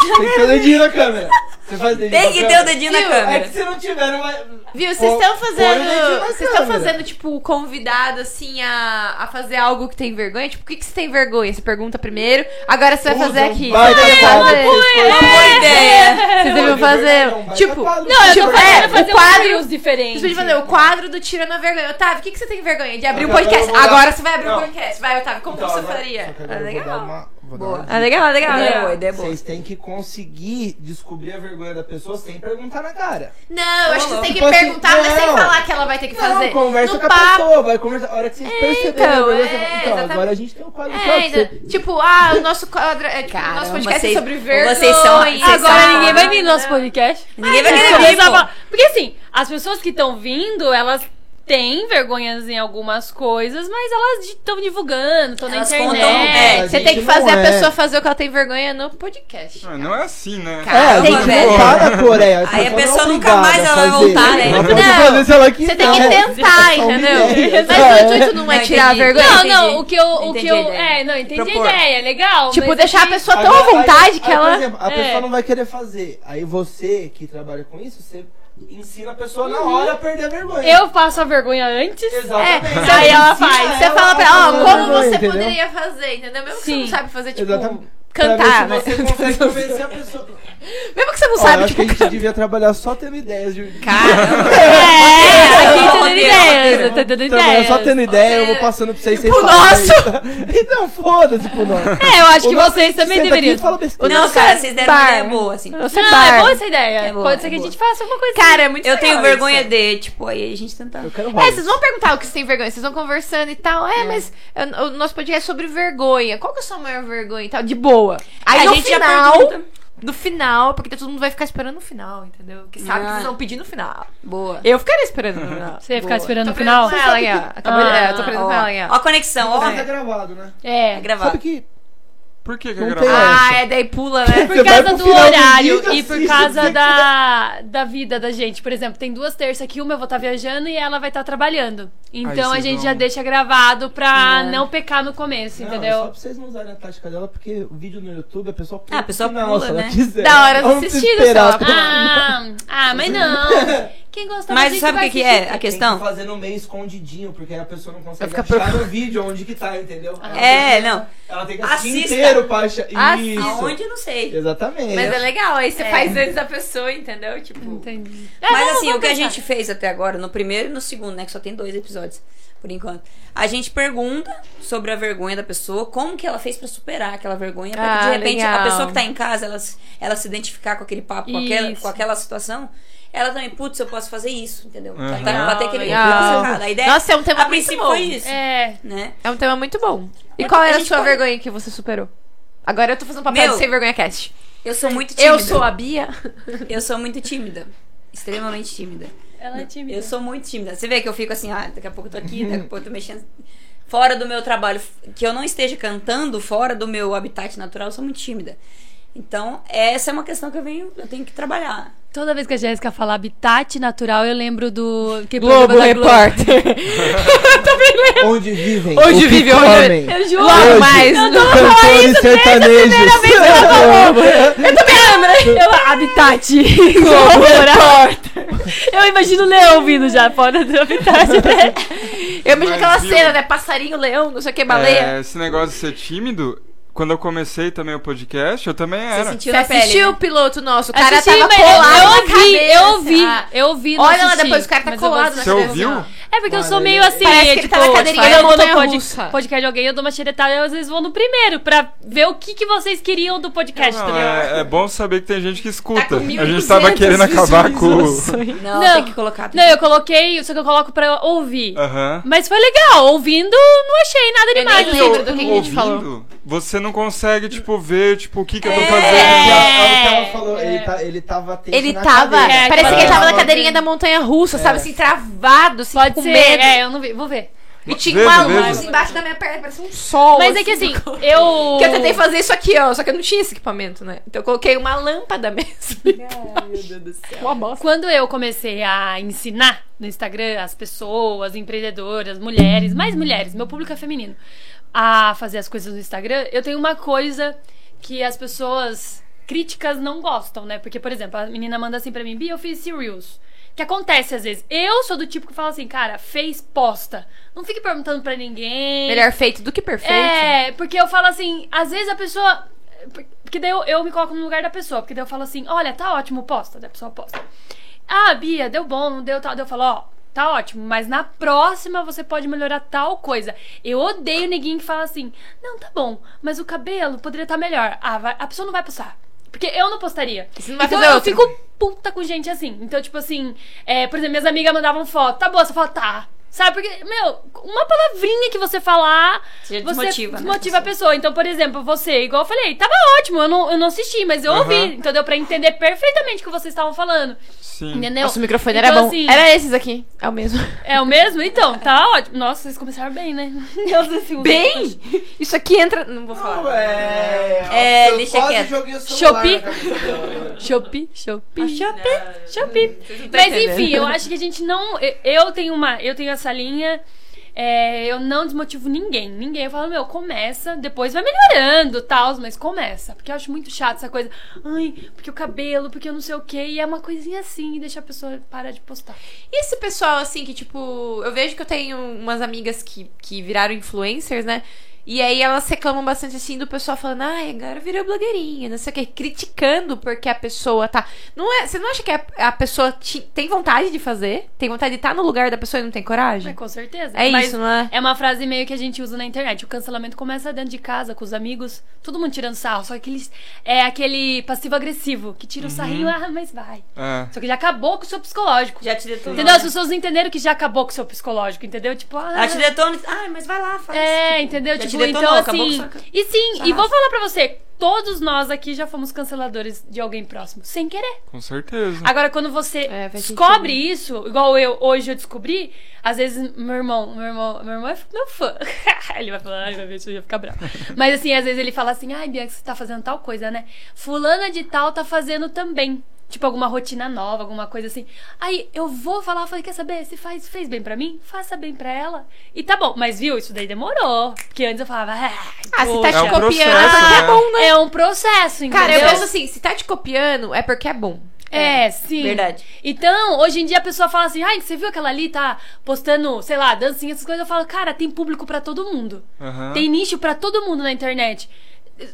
Speaker 4: Tem que ter o dedinho na câmera. Você faz dedinho
Speaker 2: Tem que
Speaker 4: na
Speaker 2: ter o
Speaker 4: câmera.
Speaker 2: dedinho na
Speaker 1: Viu?
Speaker 4: É que
Speaker 2: câmera.
Speaker 4: se não tiver, não vai.
Speaker 1: Viu? Vocês
Speaker 4: Põe-
Speaker 1: estão
Speaker 4: põe
Speaker 1: fazendo.
Speaker 4: na gente na
Speaker 1: Vocês estão
Speaker 4: câmera.
Speaker 1: fazendo, tipo, convidado, assim, a, a fazer algo que tem vergonha? Tipo, o que, que você tem vergonha? Você pergunta primeiro. Agora você vai
Speaker 4: Porra,
Speaker 1: fazer
Speaker 4: é um
Speaker 1: aqui.
Speaker 4: baita
Speaker 1: Vocês devem
Speaker 4: quadro.
Speaker 1: fazer.
Speaker 3: É,
Speaker 2: Boa ideia.
Speaker 1: Vocês deviam
Speaker 4: É um
Speaker 1: fazer.
Speaker 4: baita
Speaker 1: Tipo.
Speaker 4: quadro.
Speaker 3: Não, eu tô
Speaker 1: Tipo,
Speaker 3: fazendo
Speaker 1: é,
Speaker 3: fazer
Speaker 1: o quadro-
Speaker 3: um diferente.
Speaker 1: Vocês podiam fazer o quadro do Tirando a Vergonha. Otávio, o que, que você tem vergonha? De abrir um
Speaker 4: Agora eu
Speaker 1: podcast.
Speaker 4: vou dar-
Speaker 1: Agora você vai abrir um
Speaker 4: Não.
Speaker 1: podcast. Vai, Otávio, como que você faria?
Speaker 4: Só que
Speaker 1: Ah,
Speaker 4: agora eu vou dar
Speaker 1: legal.
Speaker 4: uma. Vou dar
Speaker 2: É Boa. É
Speaker 4: uma
Speaker 1: Ah, legal, legal.
Speaker 2: Ideia
Speaker 1: legal.
Speaker 2: boa, ideia boa.
Speaker 4: Vocês têm que conseguir descobrir a vergonha da pessoa sem perguntar na cara.
Speaker 1: Não, eu acho que você tem que
Speaker 4: Tipo assim,
Speaker 1: perguntar, mas sem
Speaker 4: não.
Speaker 1: falar que ela vai ter que fazer.
Speaker 4: Não, conversa
Speaker 1: no
Speaker 4: com a
Speaker 1: papo.
Speaker 4: pessoa, vai conversar. A hora que vocês perceberem a
Speaker 1: então,
Speaker 4: vergonha,
Speaker 1: é,
Speaker 4: você fala, então
Speaker 1: exatamente.
Speaker 4: agora a gente tem um quadro
Speaker 1: É,
Speaker 4: só que
Speaker 1: ainda,
Speaker 4: você...
Speaker 1: tipo, ah, o nosso quadro é tipo, o nosso
Speaker 2: Caramba,
Speaker 1: podcast
Speaker 2: vocês-
Speaker 1: é sobre vergonha.
Speaker 2: vocês são- vocês são-
Speaker 3: Agora
Speaker 2: Ah,
Speaker 3: ninguém vai vir no nosso podcast.
Speaker 2: Ninguém vai
Speaker 3: Ai,
Speaker 2: querer
Speaker 3: gente,
Speaker 2: ver,
Speaker 3: eu
Speaker 2: pô.
Speaker 3: tava- Porque assim, as pessoas que estão vindo, elas têm vergonhas em algumas coisas, mas elas estão divulgando, estão na
Speaker 2: Elas
Speaker 3: internet.
Speaker 2: contam, é,
Speaker 4: A
Speaker 1: Você
Speaker 4: gente
Speaker 1: tem que
Speaker 4: não
Speaker 1: fazer a
Speaker 4: é.
Speaker 1: pessoa fazer o que ela tem vergonha no podcast.
Speaker 6: Ah, Não é assim, né?
Speaker 4: É,
Speaker 1: Ah,
Speaker 4: a
Speaker 2: Tem
Speaker 4: gente
Speaker 2: vergonha.
Speaker 4: não tá na Coreia.
Speaker 2: Aí a
Speaker 4: não é
Speaker 2: pessoa nunca
Speaker 4: obrigada
Speaker 2: mais
Speaker 4: a
Speaker 2: ela vai
Speaker 4: fazer.
Speaker 2: voltar, né?
Speaker 4: Ela pode
Speaker 1: Não,
Speaker 4: fazer se ela quiser.
Speaker 1: Você tem que tentar, entendeu?
Speaker 4: ideia.
Speaker 1: Mas o intuito não é
Speaker 2: Não,
Speaker 1: tirar a
Speaker 2: entendi.
Speaker 1: vergonha.
Speaker 3: Não,
Speaker 1: entendi.
Speaker 3: não, o que eu. O
Speaker 2: Entendi
Speaker 3: que
Speaker 2: a
Speaker 3: eu
Speaker 2: ideia.
Speaker 3: é, não, entendi
Speaker 6: Propor.
Speaker 3: a ideia, é legal.
Speaker 1: Tipo,
Speaker 3: mas assim,
Speaker 1: deixar a
Speaker 3: aqui-
Speaker 1: pessoa tão à
Speaker 4: Agora, aí-
Speaker 1: vontade que
Speaker 4: aí, por
Speaker 1: ela.
Speaker 4: exemplo, a
Speaker 3: é.
Speaker 4: pessoa não vai querer fazer. Aí você que trabalha com isso, você ensina a pessoa na
Speaker 1: Uhum.
Speaker 4: hora a perder a vergonha.
Speaker 3: Eu faço a vergonha antes.
Speaker 1: É,
Speaker 4: Exatamente.
Speaker 1: você-
Speaker 3: Aí ela
Speaker 4: ensina
Speaker 3: faz.
Speaker 1: Você fala pra
Speaker 4: a
Speaker 1: ela, ó,
Speaker 4: perder a
Speaker 1: como
Speaker 4: vergonha,
Speaker 1: você
Speaker 4: entendeu?
Speaker 1: poderia fazer, entendeu? Mesmo que você não
Speaker 3: Sim.
Speaker 1: sabe fazer, tipo,
Speaker 4: Exatamente.
Speaker 1: cantar,
Speaker 4: Pra ver se
Speaker 1: né?
Speaker 4: você consegue convencer a pessoa.
Speaker 1: Mesmo que você não
Speaker 4: Ó, eu
Speaker 1: sabe,
Speaker 4: acho que
Speaker 1: tipo,
Speaker 4: a gente devia trabalhar só tendo ideias de.
Speaker 2: Caramba. Roteiro,
Speaker 3: É, aqui tá dando
Speaker 2: roteiro, roteiro.
Speaker 3: ideias, eu tô dando
Speaker 4: Trabalhar
Speaker 3: ideias.
Speaker 4: só tendo ideia, eu vou passando pra vocês. vocês
Speaker 1: Pro
Speaker 4: falam aí. Então foda-se pro nosso.
Speaker 3: É, eu acho que
Speaker 4: O nosso
Speaker 3: vocês também
Speaker 4: senta aqui
Speaker 3: deveriam.
Speaker 4: e fala besteira.
Speaker 2: Não, cara, vocês deram uma
Speaker 1: bar.
Speaker 2: ideia boa, assim.
Speaker 1: você
Speaker 3: Não, é
Speaker 1: bar.
Speaker 3: boa essa ideia.
Speaker 2: É boa,
Speaker 3: Pode ser que
Speaker 2: é
Speaker 3: a
Speaker 2: boa.
Speaker 3: gente faça alguma coisa.
Speaker 1: Cara, é muito
Speaker 2: Eu tenho
Speaker 1: legal isso.
Speaker 2: vergonha de, tipo, aí a gente tentar.
Speaker 4: Eu quero
Speaker 1: É,
Speaker 4: rolar.
Speaker 1: vocês vão perguntar o que vocês têm vergonha, vocês vão conversando e tal. É, mas eu- o nosso podcast é sobre vergonha. Qual que é a sua maior vergonha e tal? De boa. Aí
Speaker 2: a
Speaker 1: no
Speaker 2: gente já
Speaker 1: final,
Speaker 2: pergunta.
Speaker 1: no final, porque todo mundo vai ficar esperando no final, entendeu? Que sabe que
Speaker 2: Ah.
Speaker 1: vocês vão pedir no final.
Speaker 2: Boa.
Speaker 1: Eu ficaria esperando no final.
Speaker 3: Você ia ficar esperando
Speaker 1: Tô
Speaker 3: no final?
Speaker 1: aprendendo com ela aí, ó. Acabou de- é,
Speaker 3: Ah,
Speaker 1: eu tô aprendendo com ela aí,
Speaker 2: Ó,
Speaker 1: ó.
Speaker 2: a conexão, ó.
Speaker 1: é.
Speaker 4: Mas tá gravado, né?
Speaker 2: Tá
Speaker 3: É.
Speaker 2: gravado.
Speaker 4: Sabe que
Speaker 6: Por que que
Speaker 4: Não
Speaker 6: é
Speaker 4: tem
Speaker 6: gravado?
Speaker 1: Ah, é, daí pula, né?
Speaker 4: Você
Speaker 3: Por
Speaker 4: vai
Speaker 3: causa
Speaker 4: pro
Speaker 3: do
Speaker 4: final do
Speaker 3: horário
Speaker 4: vídeo,
Speaker 3: e por
Speaker 4: assiste,
Speaker 3: causa
Speaker 4: você-
Speaker 3: da, da vida da gente. Por exemplo, tem duas terças que uma eu vou estar viajando e ela vai estar trabalhando. Então a
Speaker 6: vocês
Speaker 3: gente
Speaker 6: vão-
Speaker 3: já deixa gravado pra
Speaker 2: é.
Speaker 3: não pecar no começo,
Speaker 4: Não, é só
Speaker 3: entendeu?
Speaker 4: pra vocês não usarem a tática dela, porque o vídeo no YouTube a pessoa pula.
Speaker 2: Ah, a pessoa
Speaker 4: no final,
Speaker 2: pula,
Speaker 4: se ela
Speaker 2: né?
Speaker 4: quiser.
Speaker 1: Da hora
Speaker 4: Ela um não precisa
Speaker 1: assistida,
Speaker 4: esperar.
Speaker 1: só ela
Speaker 3: Ah, ah, mas não. Quem gostou da
Speaker 2: Mas
Speaker 3: gente
Speaker 2: sabe o
Speaker 3: vai
Speaker 2: que, que
Speaker 3: assistir.
Speaker 2: é a
Speaker 4: Tem
Speaker 2: questão?
Speaker 4: que fazer no meio escondidinho, porque aí a pessoa não consegue
Speaker 1: Vai
Speaker 4: achar
Speaker 1: ficar
Speaker 4: no vídeo onde que tá, entendeu? Ela
Speaker 2: É,
Speaker 4: tem que-
Speaker 2: não.
Speaker 4: Ela tem que assistir
Speaker 2: Assista.
Speaker 4: inteiro pra achar. Isso.
Speaker 2: Aonde, eu não sei.
Speaker 4: Exatamente.
Speaker 1: Mas é legal, aí você
Speaker 2: É.
Speaker 1: faz antes da pessoa, entendeu? Tipo.
Speaker 3: Entendi.
Speaker 2: Mas assim, o que a gente fez até agora, no primeiro e no segundo, né? Que só tem dois episódios, por enquanto. A gente pergunta sobre a vergonha da pessoa, como que ela fez pra superar aquela vergonha. Pra que
Speaker 1: Ah,
Speaker 2: de repente,
Speaker 1: legal.
Speaker 2: a pessoa que tá em casa, ela, se- ela se identificar com aquele papo, com aquela,
Speaker 3: Isso.
Speaker 2: com aquela situação, ela também, putz, eu posso fazer isso, entendeu? Tá
Speaker 6: Uhum.
Speaker 2: ligado? Pra ter aquele
Speaker 1: Ah, Legal.
Speaker 2: impulso, cara. A ideia
Speaker 1: Nossa, é um tema
Speaker 2: a
Speaker 1: muito
Speaker 2: princípio
Speaker 1: bom.
Speaker 2: foi isso,
Speaker 3: É.
Speaker 2: né?
Speaker 1: É um tema muito bom. E
Speaker 2: Mas
Speaker 1: qual
Speaker 2: a
Speaker 1: era a
Speaker 2: gente
Speaker 1: sua
Speaker 2: pode-
Speaker 1: vergonha que você superou? Agora eu tô fazendo um papel
Speaker 2: Meu.
Speaker 1: de sem vergonha cast.
Speaker 2: Eu sou muito tímida.
Speaker 1: Eu sou a Bia.
Speaker 2: Eu sou muito tímida. Extremamente tímida.
Speaker 3: Ela é tímida.
Speaker 2: Eu sou muito tímida. Você vê que eu fico assim, ah, daqui a pouco eu tô aqui, daqui a pouco eu tô mexendo. Fora do meu trabalho, que eu não esteja cantando fora do meu habitat natural, eu sou muito tímida. Então, essa é uma questão que eu venho, eu tenho que trabalhar.
Speaker 3: Toda vez que a Jéssica fala habitat natural, eu lembro do. Que
Speaker 1: Globo
Speaker 3: programa da Globo.
Speaker 1: Repórter. Também lembro.
Speaker 4: Onde vivem?
Speaker 1: Onde
Speaker 4: o
Speaker 1: vive,
Speaker 4: que
Speaker 1: onde-
Speaker 4: comem.
Speaker 3: Eu juro.
Speaker 1: Logo
Speaker 4: Hoje.
Speaker 1: mais.
Speaker 4: Eu
Speaker 1: no-
Speaker 4: Cantores sertanejos.
Speaker 3: Eu, habitat. Globo Repórter. Eu imagino o leão vindo já fora do habitat. né?
Speaker 1: Eu imagino
Speaker 6: Mas,
Speaker 1: aquela
Speaker 6: viu?
Speaker 1: cena, né? Passarinho, leão, não sei o que, baleia.
Speaker 6: É, esse negócio de ser tímido, quando eu comecei também o podcast, eu também
Speaker 2: Você
Speaker 6: era.
Speaker 2: sentiu
Speaker 1: Você
Speaker 2: na pele?
Speaker 1: assistiu
Speaker 2: né?
Speaker 1: o piloto nosso? O cara
Speaker 3: Assisti,
Speaker 1: tava
Speaker 3: mas
Speaker 1: colado
Speaker 3: eu
Speaker 1: na
Speaker 3: ouvi,
Speaker 1: cabeça.
Speaker 3: eu ouvi, Tá
Speaker 1: Ah.
Speaker 3: eu ouvi. não
Speaker 1: Olha lá,
Speaker 3: assisti,
Speaker 1: depois o cara tá
Speaker 3: mas eu vou
Speaker 1: colado na
Speaker 3: assistir.
Speaker 6: Você ouviu?
Speaker 3: É porque eu sou
Speaker 4: Mano,
Speaker 3: meio
Speaker 4: ele-
Speaker 3: assim,
Speaker 1: Parece
Speaker 3: é,
Speaker 1: que ele
Speaker 3: tipo,
Speaker 1: tá na cadeirinha
Speaker 3: tipo,
Speaker 1: da
Speaker 3: eu mando
Speaker 1: montanha
Speaker 3: pod-
Speaker 1: russa.
Speaker 3: podcast de alguém, eu dou uma xeretada e às vezes vou no primeiro pra ver o que, que vocês queriam do podcast, tá
Speaker 6: Não,
Speaker 3: entendeu?
Speaker 6: é, é bom saber que tem gente que
Speaker 3: Tá
Speaker 6: escuta.
Speaker 1: com
Speaker 6: a gente tava
Speaker 1: 1.200
Speaker 6: querendo acabar com. o-
Speaker 2: né? Não,
Speaker 3: Não.
Speaker 2: tem que colocar. tem
Speaker 3: Não,
Speaker 2: que-
Speaker 3: eu coloquei, só que eu coloco pra ouvir.
Speaker 6: Aham.
Speaker 3: Mas foi legal, ouvindo, não achei nada assim.
Speaker 1: nem
Speaker 3: demais.
Speaker 1: lembro do que
Speaker 6: Eu-
Speaker 1: que a gente
Speaker 6: ouvindo,
Speaker 1: falou.
Speaker 6: Você não consegue, tipo, ver, tipo, o que que
Speaker 3: É.
Speaker 6: eu tô
Speaker 4: E
Speaker 6: fazendo.
Speaker 4: a hora É. que ela falou, ele, tá, ele tava tenso
Speaker 1: Ele
Speaker 4: na
Speaker 1: tava.
Speaker 4: cadeira.
Speaker 3: É,
Speaker 1: parece que ele tava na
Speaker 3: tava-
Speaker 1: cadeirinha da montanha russa, sabe?
Speaker 6: É.
Speaker 1: Assim, travado, assim,
Speaker 3: Pode
Speaker 1: com
Speaker 3: ser,
Speaker 1: medo.
Speaker 3: é, eu não vi, vou ver.
Speaker 1: E tinha
Speaker 6: Veja,
Speaker 1: uma
Speaker 6: veja.
Speaker 1: luz embaixo da minha perna, parecia um sol.
Speaker 3: Mas é que assim,
Speaker 1: no corpo.
Speaker 3: eu...
Speaker 1: Que eu tentei fazer isso aqui, ó. Só que eu não tinha esse equipamento, né? Então eu coloquei uma lâmpada mesmo. então. Uma bosta.
Speaker 3: Quando eu comecei a ensinar no Instagram as pessoas, empreendedoras, mulheres, mais mulheres, meu público é feminino, a fazer as coisas no Instagram, eu tenho uma coisa que as pessoas críticas não gostam, né? Porque, por exemplo, a menina manda assim pra mim, Bia, eu fiz esse Reels. Que acontece às vezes. Eu sou do tipo que fala assim, cara, fez posta. Não fique perguntando pra ninguém.
Speaker 1: Melhor feito do que perfeito.
Speaker 3: É, porque eu falo assim, às vezes a pessoa. Porque daí eu, eu me coloco no lugar da pessoa, porque daí eu falo assim, olha, tá ótimo, posta, daí a pessoa posta. Ah, Bia, deu bom, não deu tal. Daí eu falo, ó, tá ótimo, mas na próxima você pode melhorar tal coisa. Eu odeio neguinho que fala assim, não, tá bom, mas o cabelo poderia estar melhor. Ah, vai- a pessoa não vai postar. Porque eu não postaria.
Speaker 1: Você não vai
Speaker 3: então
Speaker 1: fazer
Speaker 3: eu
Speaker 1: outro.
Speaker 3: fico puta com gente assim. Então, tipo assim, é, por exemplo, minhas amigas mandavam foto, tá boa, você fala, tá. Sabe, porque, meu, uma palavrinha que você falar,
Speaker 2: Você já
Speaker 3: você
Speaker 2: desmotiva,
Speaker 3: desmotiva,
Speaker 2: né, a
Speaker 3: a pessoa. Então, por exemplo, você, igual eu falei, tava ótimo, eu não, eu não assisti, mas eu ouvi.
Speaker 6: Aham.
Speaker 3: Então deu pra entender perfeitamente o que vocês estavam falando.
Speaker 6: Sim.
Speaker 3: Entendeu?
Speaker 1: Nossa, o microfone
Speaker 3: Então,
Speaker 1: era bom.
Speaker 3: assim,
Speaker 1: Era esses aqui. É o mesmo.
Speaker 3: É o mesmo? Então, tá ótimo. Nossa, vocês começaram bem, né? Eu sei se-
Speaker 1: Bem! Isso aqui entra. Não vou
Speaker 4: Não,
Speaker 1: falar.
Speaker 4: É,
Speaker 2: É, deixa
Speaker 4: quase
Speaker 2: quieto.
Speaker 4: joguei o celular
Speaker 3: Shopee?
Speaker 4: na cabeça dela.
Speaker 3: Chopi, chopi.
Speaker 2: Achou?
Speaker 3: Shopee.
Speaker 1: tão
Speaker 3: Mas
Speaker 1: entendendo.
Speaker 3: enfim, eu acho que a gente não. eu- Eu tenho uma. Eu tenho essa linha. é, eu não desmotivo ninguém. Ninguém. Eu falo, meu, começa, depois vai melhorando, tal, mas começa. Porque eu acho muito chato essa coisa. Ai, porque o cabelo, porque eu não sei o quê. E é uma coisinha assim, e deixa a pessoa parar de postar.
Speaker 1: E esse pessoal, assim, que tipo. Eu vejo que eu tenho umas amigas que, que viraram influencers, né? E aí elas reclamam bastante, assim, do pessoal falando, ai, agora virou blogueirinha, não sei o quê. Criticando porque a pessoa tá. Não é, você não acha que a, a pessoa ti- tem vontade de fazer? Tem vontade de estar no lugar da pessoa e não tem
Speaker 3: Mas
Speaker 1: coragem?
Speaker 3: com certeza.
Speaker 1: É
Speaker 3: Mas
Speaker 1: isso,
Speaker 2: né?
Speaker 1: não é?
Speaker 3: É uma frase meio que a gente usa na internet. O cancelamento começa dentro de casa, com os amigos, todo mundo tirando sarro. Só que eles, é aquele passivo-agressivo que
Speaker 2: Uhum.
Speaker 3: tira o sarrinho, ah, mas vai.
Speaker 6: É.
Speaker 3: Só que já acabou com o seu psicológico.
Speaker 2: Já te detona.
Speaker 3: Entendeu? As pessoas não entenderam que já acabou com o seu psicológico, entendeu? Tipo, ah.
Speaker 2: Ela te detona. Ai, mas vai lá, faz.
Speaker 3: É, entendeu?
Speaker 2: Já te
Speaker 3: tipo,
Speaker 2: detonou,
Speaker 3: então
Speaker 2: acabou
Speaker 3: assim.
Speaker 2: com sua-
Speaker 3: E sim,
Speaker 2: sua
Speaker 3: e vou
Speaker 2: raça.
Speaker 3: falar pra você, todos nós aqui já fomos canceladores de alguém próximo, sem querer.
Speaker 6: Com certeza.
Speaker 3: Agora, quando você
Speaker 1: É, faz
Speaker 3: descobre isso, igual eu hoje eu descobri, às vezes meu irmão, meu irmão, meu irmão é meu fã. ele vai falar, ai, vai ver, eu ia ficar bravo. Mas assim, às vezes ele fala assim, ai, Bianca, você tá fazendo tal coisa, né? Fulana de tal tá fazendo também. Tipo, alguma rotina nova, alguma coisa assim. Aí eu vou falar, eu falei, quer saber? Se faz, fez bem pra mim, faça bem pra ela. E tá bom, mas viu, isso daí demorou. Porque antes eu falava, ah,
Speaker 1: Ah, se tá
Speaker 6: É
Speaker 1: te
Speaker 6: um
Speaker 1: copiando,
Speaker 6: processo,
Speaker 1: é porque
Speaker 6: né?
Speaker 1: é bom, né?
Speaker 3: é um processo, entendeu?
Speaker 1: Cara, eu penso assim, se tá te copiando, é porque é bom.
Speaker 3: É, sim.
Speaker 2: Verdade.
Speaker 3: Então, hoje em dia a pessoa fala assim: ai, você viu aquela ali tá postando, sei lá, dancinha, essas coisas. Eu falo, cara, tem público pra todo mundo.
Speaker 6: Aham.
Speaker 3: Ah, Tem nicho pra todo mundo na internet.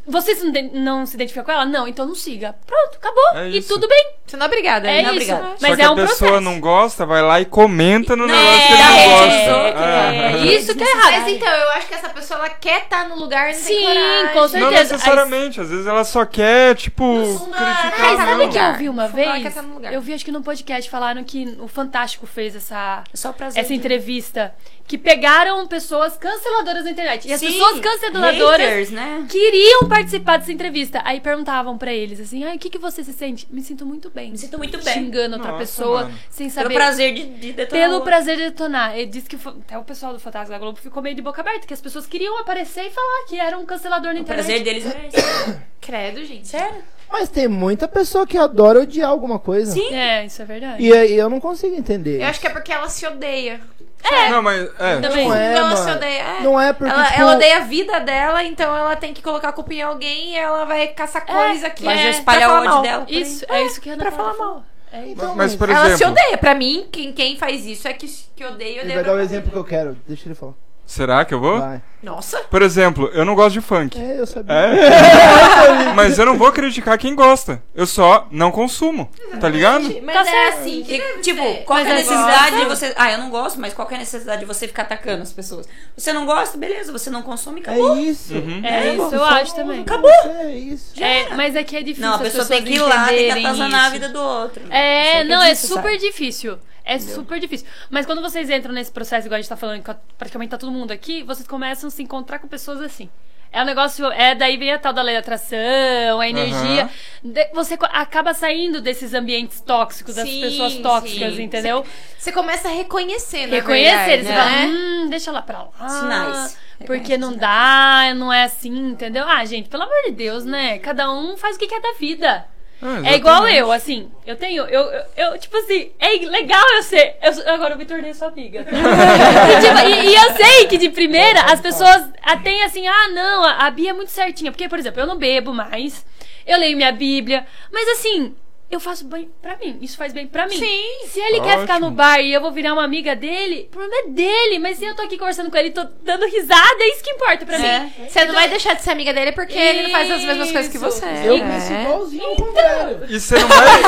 Speaker 3: Você se não, de- não se identifica com ela? Não, então não siga. Pronto, acabou.
Speaker 6: É
Speaker 3: e
Speaker 6: isso.
Speaker 3: tudo bem.
Speaker 1: Você não é obrigada,
Speaker 3: É
Speaker 1: né?
Speaker 3: isso.
Speaker 2: obrigada.
Speaker 6: Só
Speaker 3: Mas
Speaker 6: que
Speaker 3: é
Speaker 6: a
Speaker 3: um
Speaker 6: pessoa
Speaker 3: processo. Né,
Speaker 6: não gosta, vai lá e comenta no negócio que
Speaker 2: da
Speaker 6: ele
Speaker 2: rede,
Speaker 6: gosta.
Speaker 3: é,
Speaker 6: É.
Speaker 3: isso que é errado.
Speaker 1: Mas então, eu acho que essa pessoa ela quer estar no lugar não tem
Speaker 3: Sim,
Speaker 1: coragem.
Speaker 3: com
Speaker 6: Não
Speaker 3: certeza.
Speaker 6: necessariamente, às vezes ela só quer, tipo, criticar.
Speaker 3: né? Ai, sabe
Speaker 1: Não.
Speaker 3: o que eu vi uma
Speaker 1: Vou falar
Speaker 3: vez?
Speaker 1: que essa é no lugar.
Speaker 3: Eu vi, acho que num podcast, falaram que o Fantástico fez essa,
Speaker 2: é Só prazer.
Speaker 3: essa entrevista. Que pegaram pessoas canceladoras na internet. E as pessoas canceladoras
Speaker 2: Haters, né?
Speaker 3: queriam participar dessa entrevista. Aí perguntavam pra eles assim: "Ai, o que, que você se sente?" Me sinto muito bem. Me
Speaker 2: sinto muito bem.
Speaker 3: Xingando outra
Speaker 6: Nossa,
Speaker 3: pessoa
Speaker 6: mano.
Speaker 3: sem
Speaker 2: Pelo
Speaker 3: saber.
Speaker 2: prazer de, de detonar.
Speaker 3: Pelo
Speaker 2: o outro.
Speaker 3: prazer de detonar. Ele disse que foi- até o pessoal do Fantástico da Globo ficou meio de boca aberta, que as pessoas queriam aparecer e falar que era um cancelador na
Speaker 2: O
Speaker 3: internet.
Speaker 2: prazer deles é esse.
Speaker 1: Credo, gente.
Speaker 2: Sério?
Speaker 4: Mas tem muita pessoa que adora odiar alguma coisa.
Speaker 2: Sim.
Speaker 3: É, isso é verdade.
Speaker 4: E, aí eu não consigo entender.
Speaker 1: Eu acho que é porque ela se odeia. Tipo,
Speaker 6: Não, mas. É.
Speaker 3: Também.
Speaker 4: Não é,
Speaker 1: ela se
Speaker 4: mano.
Speaker 1: odeia. É.
Speaker 4: Não é porque.
Speaker 1: Ela,
Speaker 4: tipo,
Speaker 1: ela odeia a vida dela, então ela tem que colocar a culpa em alguém e ela vai caçar coisa que
Speaker 2: Mas
Speaker 1: é,
Speaker 2: já
Speaker 1: pra
Speaker 2: espalhar
Speaker 1: falar
Speaker 2: o ódio
Speaker 1: mal.
Speaker 2: dela. por aí.
Speaker 3: Isso, é isso que a Ana
Speaker 1: pra
Speaker 3: Paula
Speaker 1: falar mal.
Speaker 3: falou. É isso.
Speaker 4: Então,
Speaker 6: Mas, por
Speaker 1: ela se
Speaker 6: exemplo,
Speaker 1: odeia. Pra mim, quem, quem faz isso é que, que odeia,
Speaker 4: Ele
Speaker 1: odeia. pra
Speaker 4: vai dar o
Speaker 1: caralho.
Speaker 4: exemplo que eu quero. Deixa ele falar.
Speaker 6: será que eu vou?
Speaker 4: Vai.
Speaker 1: Nossa,
Speaker 6: Por exemplo, eu não gosto de funk.
Speaker 4: É, eu sabia.
Speaker 6: É? Mas eu não vou criticar quem gosta. Eu só não consumo. Tá ligado?
Speaker 1: mas
Speaker 3: Tá
Speaker 1: é
Speaker 3: certo.
Speaker 1: assim que
Speaker 2: E,
Speaker 1: deve
Speaker 2: tipo,
Speaker 1: ser.
Speaker 2: qual que é a
Speaker 1: Mas é
Speaker 2: necessidade de você. Ah, eu não gosto, mas qual que é a necessidade de você ficar atacando as pessoas? Você não gosta, beleza, você não consome,
Speaker 4: É
Speaker 2: acabou.
Speaker 4: isso.
Speaker 6: Uhum.
Speaker 3: É isso, eu
Speaker 4: Só
Speaker 3: acho
Speaker 4: um-
Speaker 3: também.
Speaker 4: Acabou. É isso.
Speaker 3: É, mas é que é difícil.
Speaker 2: não, a
Speaker 3: as
Speaker 2: pessoa
Speaker 3: pessoas
Speaker 2: tem que ir lá, tem que
Speaker 3: entenderem
Speaker 2: atazanar a
Speaker 3: isso.
Speaker 2: vida do outro.
Speaker 3: É,
Speaker 2: Isso
Speaker 3: não, é
Speaker 2: disso,
Speaker 3: super
Speaker 2: sabe?
Speaker 3: difícil. É super difícil. Mas quando vocês entram nesse processo, igual a gente tá falando, que praticamente tá todo mundo aqui, vocês começam a se encontrar com pessoas assim. É um negócio. É, daí vem a tal da lei da atração, a energia. De- você co- acaba saindo desses ambientes tóxicos, das
Speaker 1: Sim,
Speaker 3: pessoas tóxicas,
Speaker 1: sim.
Speaker 3: entendeu?
Speaker 1: Você começa a reconhecer, na
Speaker 3: Reconhecer,
Speaker 1: verdade,
Speaker 3: eles você
Speaker 1: né?
Speaker 3: fala, hum, deixa lá pra lá.
Speaker 2: Sinais.
Speaker 3: Porque não dá, não é assim, entendeu? Ah, gente, pelo amor de Deus, né? Cada um faz o que quer da vida. É
Speaker 6: Ah,
Speaker 3: igual eu, assim, eu tenho, eu, eu, eu, tipo assim, é legal eu ser, eu- agora eu me tornei sua amiga. e, tipo, e- e eu sei que de primeira as pessoas ah, têm assim, ah não, a, a Bia é muito certinha, porque, por exemplo, eu não bebo mais, eu leio minha Bíblia, mas assim, eu faço bem pra mim, isso faz bem pra mim.
Speaker 1: Sim.
Speaker 3: Se ele quer ficar
Speaker 6: Ótimo.
Speaker 3: no bar e eu vou virar uma amiga dele, o problema é dele, mas se eu tô aqui conversando com ele, tô dando risada, é isso que importa pra mim.
Speaker 1: Você não vai deixar de ser amiga dele porque ele não faz as mesmas coisas que
Speaker 3: Isso.
Speaker 1: você.
Speaker 4: Eu
Speaker 1: É.
Speaker 4: penso igualzinho ao contrário.
Speaker 6: E você não vai.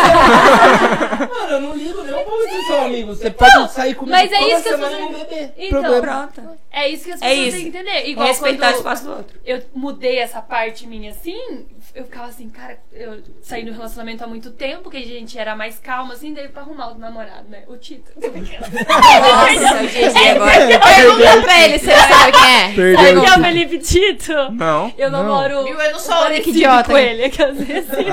Speaker 4: Mano, eu não ligo nem um pra vocês são amigos. Você pode sair comigo
Speaker 3: mas é
Speaker 4: toda
Speaker 3: isso que eu tô
Speaker 4: semana e não beber.
Speaker 3: Então,
Speaker 2: Tá
Speaker 4: Problema.
Speaker 2: Pronto.
Speaker 3: É isso que as
Speaker 2: É
Speaker 3: pessoas
Speaker 2: isso.
Speaker 3: têm que entender. Igual
Speaker 2: Respeitar o
Speaker 3: quando-
Speaker 2: espaço do outro.
Speaker 3: eu mudei essa parte minha assim, eu ficava assim, cara, eu saí do relacionamento há muito tempo, que a gente era mais calma, assim, daí pra arrumar o namorado, né? O Tito.
Speaker 2: Nossa, gente, e É, agora.
Speaker 1: Pergunta pra ele se ele sabe quem é.
Speaker 3: Sabe quem é o Felipe Tito?
Speaker 6: Não.
Speaker 3: Eu namoro.
Speaker 1: Viu? Eu não sou a única
Speaker 3: parecido
Speaker 1: idiota.
Speaker 3: com ele, aquelas vezes assim.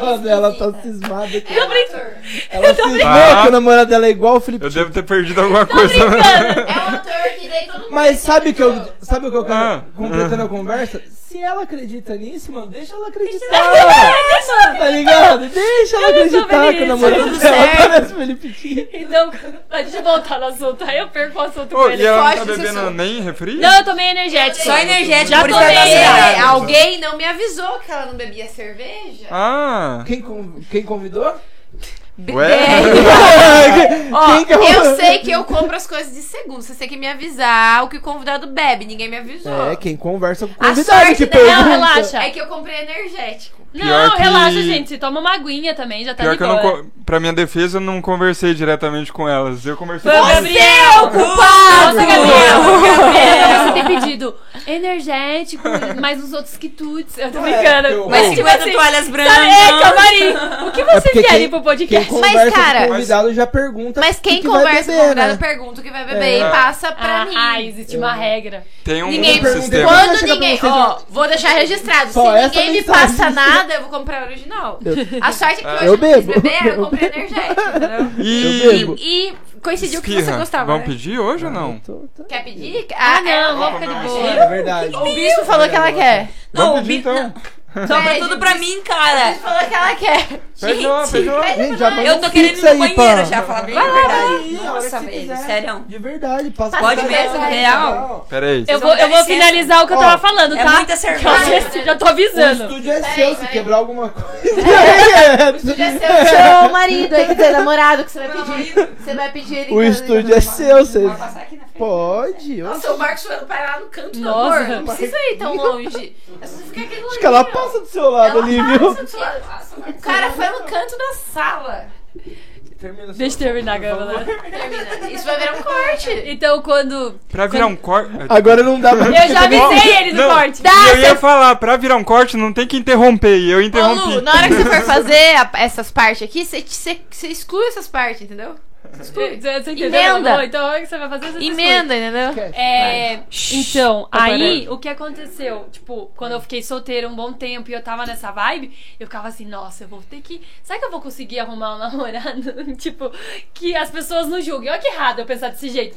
Speaker 4: Mano, ela tá cismada aqui.
Speaker 3: Tô
Speaker 1: é
Speaker 3: brincando.
Speaker 4: Ela cismou
Speaker 6: brincando.
Speaker 4: que o namorado dela é igual o Felipe.
Speaker 6: Eu devo ter perdido alguma coisa. né?
Speaker 1: É um ator que daí todo mundo.
Speaker 4: Mas sabe o que eu, sabe o que eu quero?
Speaker 6: Ah.
Speaker 4: completando a conversa, se ela acredita nisso, mano, deixa ela acreditar.
Speaker 3: Deixa
Speaker 4: Tá ligado? Deixa ela acreditar que o
Speaker 3: feliz, tá
Speaker 4: namorado
Speaker 3: tudo
Speaker 4: dela
Speaker 1: certo.
Speaker 4: parece Felipe Tito.
Speaker 3: Então, mas deixa eu voltar no assunto. Aí eu perco o assunto
Speaker 6: Ô,
Speaker 3: com
Speaker 6: e
Speaker 3: ele.
Speaker 6: ela não tá
Speaker 1: Pode ser
Speaker 6: bebendo
Speaker 1: sua.
Speaker 6: nem refri?
Speaker 3: Não, eu tomei energético.
Speaker 2: Só energético,
Speaker 3: Já
Speaker 2: por isso ela tá
Speaker 3: tomei.
Speaker 2: acelerada.
Speaker 1: É, alguém não me avisou que ela não bebia cerveja.
Speaker 6: Ah.
Speaker 4: Quem, con- quem convidou?
Speaker 6: Ué?
Speaker 1: Ó,
Speaker 4: Quem que é eu-
Speaker 1: É, então, eu sei que eu compro as coisas de segundo. Você tem que me avisar o que o convidado bebe. Ninguém me avisou.
Speaker 4: É, quem conversa com o
Speaker 1: A
Speaker 4: convidado
Speaker 1: sorte
Speaker 4: que
Speaker 1: dela,
Speaker 4: pergunta.
Speaker 3: Não, relaxa.
Speaker 1: É que eu comprei energético.
Speaker 3: Não,
Speaker 6: Pior que-
Speaker 3: relaxa, gente. Toma uma aguinha também, já tá
Speaker 6: Pior
Speaker 3: de
Speaker 6: que eu
Speaker 3: boa.
Speaker 6: não. co- Pra minha defesa, eu não conversei diretamente com elas. Eu conversei
Speaker 3: Foi é o
Speaker 6: com
Speaker 3: Gabriel!
Speaker 2: Culpado!
Speaker 3: Nossa, Gabriel! Gabriel, você tem pedido energético, mais uns outros quitutes. Eu tô brincando.
Speaker 4: eu-
Speaker 2: Mas
Speaker 4: Tipo
Speaker 2: 50 toalhas brancas.
Speaker 3: Sabe, é, camarim. O que
Speaker 4: É
Speaker 3: vocês
Speaker 4: porque
Speaker 3: querem
Speaker 4: quem-
Speaker 3: pro
Speaker 4: Quem
Speaker 3: podcast?
Speaker 4: conversa
Speaker 1: cara-
Speaker 4: com o convidado já pergunta.
Speaker 1: Mas
Speaker 4: o
Speaker 1: quem
Speaker 4: Tá, que vai
Speaker 1: conversa com o
Speaker 4: beber,
Speaker 1: convidado
Speaker 4: né?
Speaker 1: pergunta o que vai beber
Speaker 6: É.
Speaker 1: e passa pra
Speaker 3: Ah,
Speaker 1: mim.
Speaker 3: ah, existe uma regra.
Speaker 6: Tem um
Speaker 1: Ninguém
Speaker 4: pergunta.
Speaker 6: sistema.
Speaker 4: Quando
Speaker 1: Quando
Speaker 4: chega pra
Speaker 1: ninguém.
Speaker 4: vocês,
Speaker 1: Ó, vou deixar registrado.
Speaker 4: Só
Speaker 1: Se
Speaker 4: essa
Speaker 1: ninguém me
Speaker 4: mensagem.
Speaker 1: passa nada, eu vou comprar original. A sorte é que hoje
Speaker 4: Eu
Speaker 1: eu não quis
Speaker 4: bebo.
Speaker 1: beber, eu comprei
Speaker 4: Eu
Speaker 1: energético. entendeu?
Speaker 4: Eu
Speaker 6: E.
Speaker 4: bebo.
Speaker 1: E coincidiu que você
Speaker 6: Esfirra.
Speaker 1: gostava.
Speaker 6: Vão
Speaker 1: né?
Speaker 6: pedir hoje ou não?
Speaker 4: Tô- tô-
Speaker 1: Quer pedir?
Speaker 3: Ah, não, vou
Speaker 1: ficar de
Speaker 4: É
Speaker 1: boa.
Speaker 4: verdade.
Speaker 1: O bispo falou que ela quer.
Speaker 2: Não,
Speaker 6: Vamos
Speaker 2: o
Speaker 6: pedir
Speaker 2: bico.
Speaker 6: então.
Speaker 1: é
Speaker 2: Sobra tudo pra mim, cara.
Speaker 1: Falou que ela quer.
Speaker 6: Pede lá,
Speaker 2: Gente,
Speaker 6: pede lá.
Speaker 4: Gente, já manda
Speaker 2: Eu tô
Speaker 4: um
Speaker 2: querendo ir
Speaker 4: pix
Speaker 2: no
Speaker 4: aí,
Speaker 2: banheiro
Speaker 4: pá.
Speaker 2: já, falar bem a
Speaker 4: Vai
Speaker 2: verdade.
Speaker 4: lá,
Speaker 2: Nossa,
Speaker 4: se
Speaker 2: velho,
Speaker 4: quiser.
Speaker 2: sério.
Speaker 4: De verdade, passa
Speaker 2: Pode
Speaker 4: pra
Speaker 2: mesmo,
Speaker 4: ela.
Speaker 2: real?
Speaker 6: Pera aí.
Speaker 3: Eu
Speaker 2: Vocês
Speaker 3: vou,
Speaker 2: vão dar
Speaker 3: eu vou
Speaker 2: licença?
Speaker 3: finalizar o que eu
Speaker 4: Ó,
Speaker 3: tava falando,
Speaker 2: É
Speaker 3: tá?
Speaker 2: muita cerveja.
Speaker 3: Já, já tô
Speaker 4: O
Speaker 3: avisando.
Speaker 4: estúdio é seu,
Speaker 1: Peraí,
Speaker 4: se
Speaker 1: peraí.
Speaker 4: quebrar alguma coisa.
Speaker 1: Podia ser É, o seu marido, aí, quer dizer, namorado, que você vai pedir. Você vai pedir ele.
Speaker 4: O
Speaker 1: em casa,
Speaker 4: estúdio
Speaker 1: né?
Speaker 4: é seu, você
Speaker 2: Passar aqui na frente.
Speaker 4: pode. eu
Speaker 1: Nossa, o Marcos vai parar no canto, meu
Speaker 3: Nossa.
Speaker 1: amor. Não precisa ir tão longe. É só você ficar aqui no
Speaker 4: Acho que ela passa do seu lado ali, viu?
Speaker 1: O cara foi no canto da sala.
Speaker 3: Deixa eu terminar, galera.
Speaker 1: Termina. Isso vai virar um corte.
Speaker 3: Então, quando.
Speaker 6: Pra virar um corte.
Speaker 4: Agora não dá pra.
Speaker 3: Eu já avisei ele no
Speaker 6: Tá Não.
Speaker 3: corte.
Speaker 6: E eu ia falar, pra virar um corte não tem que interromper. E eu
Speaker 1: Ô, Lu,
Speaker 6: interrompi.
Speaker 1: na hora que você for fazer a- essas partes aqui, você, você- você exclui essas partes, entendeu?
Speaker 3: Você você entendeu?
Speaker 1: Emenda.
Speaker 3: Bom, Então, o que você vai fazer? Você
Speaker 1: Emenda, entendeu?
Speaker 3: É, então, aí
Speaker 1: parando.
Speaker 3: o que aconteceu? Tipo, quando eu fiquei solteira um bom tempo e eu tava nessa vibe, eu ficava assim, nossa, eu vou ter que. Será que eu vou conseguir arrumar um namorado? tipo, que as pessoas não julguem. Olha que errado eu pensar desse jeito.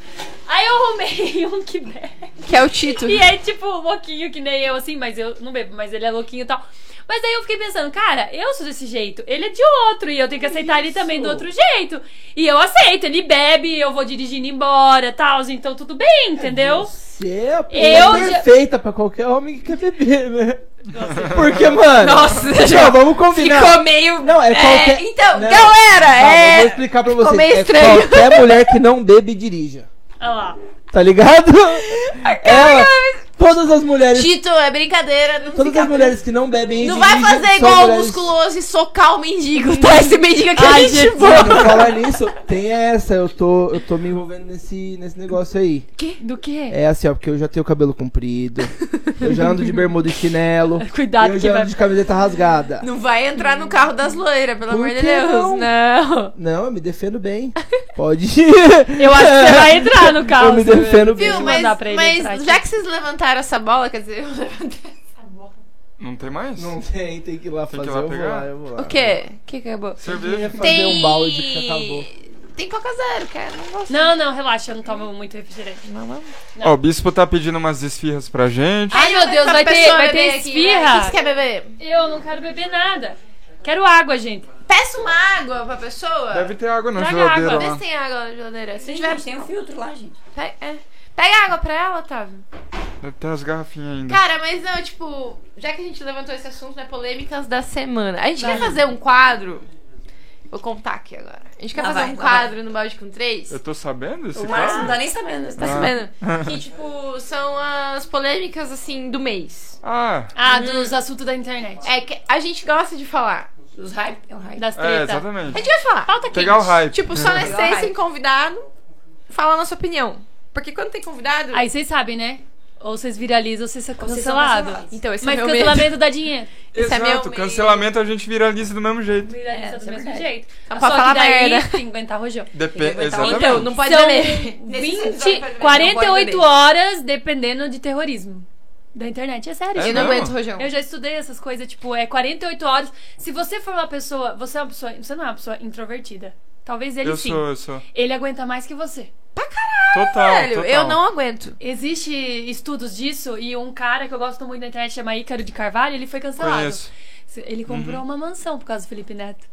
Speaker 3: Aí eu arrumei um que bebe.
Speaker 1: Que é o Tito.
Speaker 3: E é tipo, louquinho que nem eu, assim, mas eu não bebo, mas ele é louquinho e tal. Mas aí eu fiquei pensando, cara, eu sou desse jeito, ele é de outro, e eu tenho que aceitar ele também do outro jeito. E eu aceito, ele bebe, eu vou dirigindo embora, tal, então tudo
Speaker 4: É
Speaker 3: bem, entendeu?
Speaker 4: Você é a
Speaker 3: Eu
Speaker 4: pessoa
Speaker 3: já-
Speaker 4: perfeita pra qualquer homem que quer beber, né? Porque, mano.
Speaker 1: Nossa,
Speaker 4: já vamos combinar.
Speaker 1: Ficou meio.
Speaker 4: Não, é qualquer.
Speaker 2: Então,
Speaker 4: Não. Tá
Speaker 2: galera,
Speaker 4: Calma, eu vou
Speaker 2: é.
Speaker 4: explicar pra
Speaker 1: Ficou
Speaker 4: vocês.
Speaker 1: meio
Speaker 4: É
Speaker 1: estranho.
Speaker 4: qualquer mulher que não bebe e dirija.
Speaker 3: Olha lá.
Speaker 4: Tá ligado? Ela, todas as mulheres.
Speaker 1: Tito, é brincadeira. Não,
Speaker 4: Todas
Speaker 1: fica-
Speaker 4: as mulheres que não bebem e
Speaker 1: não vai
Speaker 4: dirigem
Speaker 1: fazer
Speaker 4: são
Speaker 1: igual o
Speaker 4: mulheres-
Speaker 1: musculoso e socar o mendigo, tá? Esse mendigo que
Speaker 3: Ai,
Speaker 1: a gente
Speaker 3: gente.
Speaker 1: voa.
Speaker 4: Mano, falar nisso, tem essa, eu tô, eu tô me envolvendo nesse, nesse negócio aí.
Speaker 3: Do quê?
Speaker 4: É assim, ó, porque eu já tenho o cabelo comprido, eu já ando de bermuda e chinelo,
Speaker 3: É, Cuidado
Speaker 4: eu
Speaker 3: que
Speaker 4: já
Speaker 3: vai.
Speaker 4: ando de camiseta rasgada.
Speaker 1: Não vai entrar no carro das loiras, pelo
Speaker 4: Por
Speaker 1: amor de
Speaker 4: que
Speaker 1: Deus.
Speaker 4: não?
Speaker 3: Não.
Speaker 4: Não, eu me defendo bem. Pode
Speaker 3: Eu acho que você vai entrar no carro.
Speaker 4: Eu me
Speaker 3: você-
Speaker 4: defendo bem.
Speaker 1: Viu,
Speaker 3: eu
Speaker 1: mas,
Speaker 3: mandar pra ele entrar
Speaker 1: mas
Speaker 3: aqui.
Speaker 1: já que vocês levantaram essa bola, quer dizer, eu levantei.
Speaker 6: Não tem mais?
Speaker 4: Não tem, tem que ir lá
Speaker 6: Tem que
Speaker 4: fazer.
Speaker 6: ir lá
Speaker 4: eu vou
Speaker 6: pegar?
Speaker 4: lá, eu vou lá.
Speaker 1: O quê? O que acabou?
Speaker 4: Eu ia
Speaker 6: Cerveja.
Speaker 4: fazer
Speaker 1: Tem.
Speaker 4: um balde que acabou.
Speaker 1: Tem Coca Zero, cara. Não gosto.
Speaker 3: Não, não, relaxa, eu não tomo muito refrigerante.
Speaker 1: Não, não.
Speaker 6: Ó, o bispo tá pedindo umas esfirras pra gente.
Speaker 3: Ai, meu Deus,
Speaker 1: Essa
Speaker 3: vai ter,
Speaker 1: pessoa
Speaker 3: vai
Speaker 1: beber aqui, né?
Speaker 3: ter
Speaker 1: O que
Speaker 3: esfirra.
Speaker 1: você quer beber?
Speaker 3: Eu não quero beber nada. Quero água, gente.
Speaker 1: Peça uma água pra pessoa.
Speaker 6: Ah, Deve ter água na
Speaker 3: Traga
Speaker 6: geladeira
Speaker 3: água.
Speaker 1: Vê
Speaker 6: lá.
Speaker 1: se tem água na geladeira. Se tiver,
Speaker 2: Gente, tem um filtro lá, gente.
Speaker 1: pega, é. Pega água pra ela, Otávio.
Speaker 6: Hum. Deve ter as garrafinhas ainda.
Speaker 1: Cara, mas não, tipo, já que a gente levantou esse assunto, né? Polêmicas da semana. A gente
Speaker 3: Vai.
Speaker 1: quer fazer um quadro. Vou contar aqui agora. A gente quer
Speaker 2: Lá
Speaker 1: fazer
Speaker 2: vai,
Speaker 1: um
Speaker 2: lá
Speaker 1: quadro no balde com três.
Speaker 6: Eu tô sabendo esse
Speaker 2: O Márcio não
Speaker 6: cara?
Speaker 2: tá nem sabendo. Tá
Speaker 4: Ah.
Speaker 1: Tá
Speaker 2: sabendo.
Speaker 1: sabendo? que, tipo, são as polêmicas, assim, do mês.
Speaker 6: Ah,
Speaker 3: Ah, dos assuntos da internet.
Speaker 1: É que a gente gosta de falar.
Speaker 2: Os hype, é um hype.
Speaker 3: Das
Speaker 6: é,
Speaker 3: treta.
Speaker 1: A
Speaker 6: exatamente.
Speaker 1: gente vai falar.
Speaker 3: Falta quente.
Speaker 6: Pegar o hype.
Speaker 1: Tipo, só nós
Speaker 2: Legal,
Speaker 1: três
Speaker 2: vai.
Speaker 1: sem convidado, falar a nossa opinião. Porque quando tem convidado.
Speaker 3: Aí vocês sabem, né? Ou vocês viralizam ou vocês são
Speaker 2: vocês são
Speaker 3: cancelados.
Speaker 2: cancelados.
Speaker 1: Então, esse
Speaker 3: Mas
Speaker 1: é meu
Speaker 3: cancelamento
Speaker 1: medo.
Speaker 3: dá dinheiro.
Speaker 1: Esse é meu
Speaker 6: Exato,
Speaker 1: medo.
Speaker 6: cancelamento a gente viraliza do mesmo jeito.
Speaker 3: Viraliza do
Speaker 2: isso é
Speaker 3: mesmo
Speaker 2: verdade.
Speaker 3: jeito.
Speaker 1: Então,
Speaker 3: Só
Speaker 1: pra falar
Speaker 3: que daí
Speaker 1: merda.
Speaker 3: tem que aguentar rojão.
Speaker 6: Depende,
Speaker 2: Então,
Speaker 6: exatamente.
Speaker 1: Então, não pode
Speaker 3: São
Speaker 1: beber. Nesse episódio
Speaker 3: 20,
Speaker 1: pode beber, não pode
Speaker 3: 48
Speaker 1: beber.
Speaker 3: horas dependendo de terrorismo. Da internet, é sério.
Speaker 6: É
Speaker 3: gente.
Speaker 1: Eu não
Speaker 6: mesmo?
Speaker 1: aguento, Rojão.
Speaker 3: Eu já estudei essas coisas, tipo, é 48 horas. Se você for uma pessoa, você é uma pessoa, você não é uma pessoa introvertida. Talvez ele
Speaker 6: eu
Speaker 3: sim.
Speaker 6: sou, eu sou.
Speaker 3: Ele aguenta mais que você.
Speaker 6: Total,
Speaker 1: Velho,
Speaker 6: total.
Speaker 1: eu não aguento.
Speaker 3: Existe estudos disso e um cara que eu gosto muito da internet chama Ícaro de Carvalho, ele foi cancelado.
Speaker 6: conheço. Uhum.
Speaker 3: Ele comprou uma mansão por causa do Felipe Neto.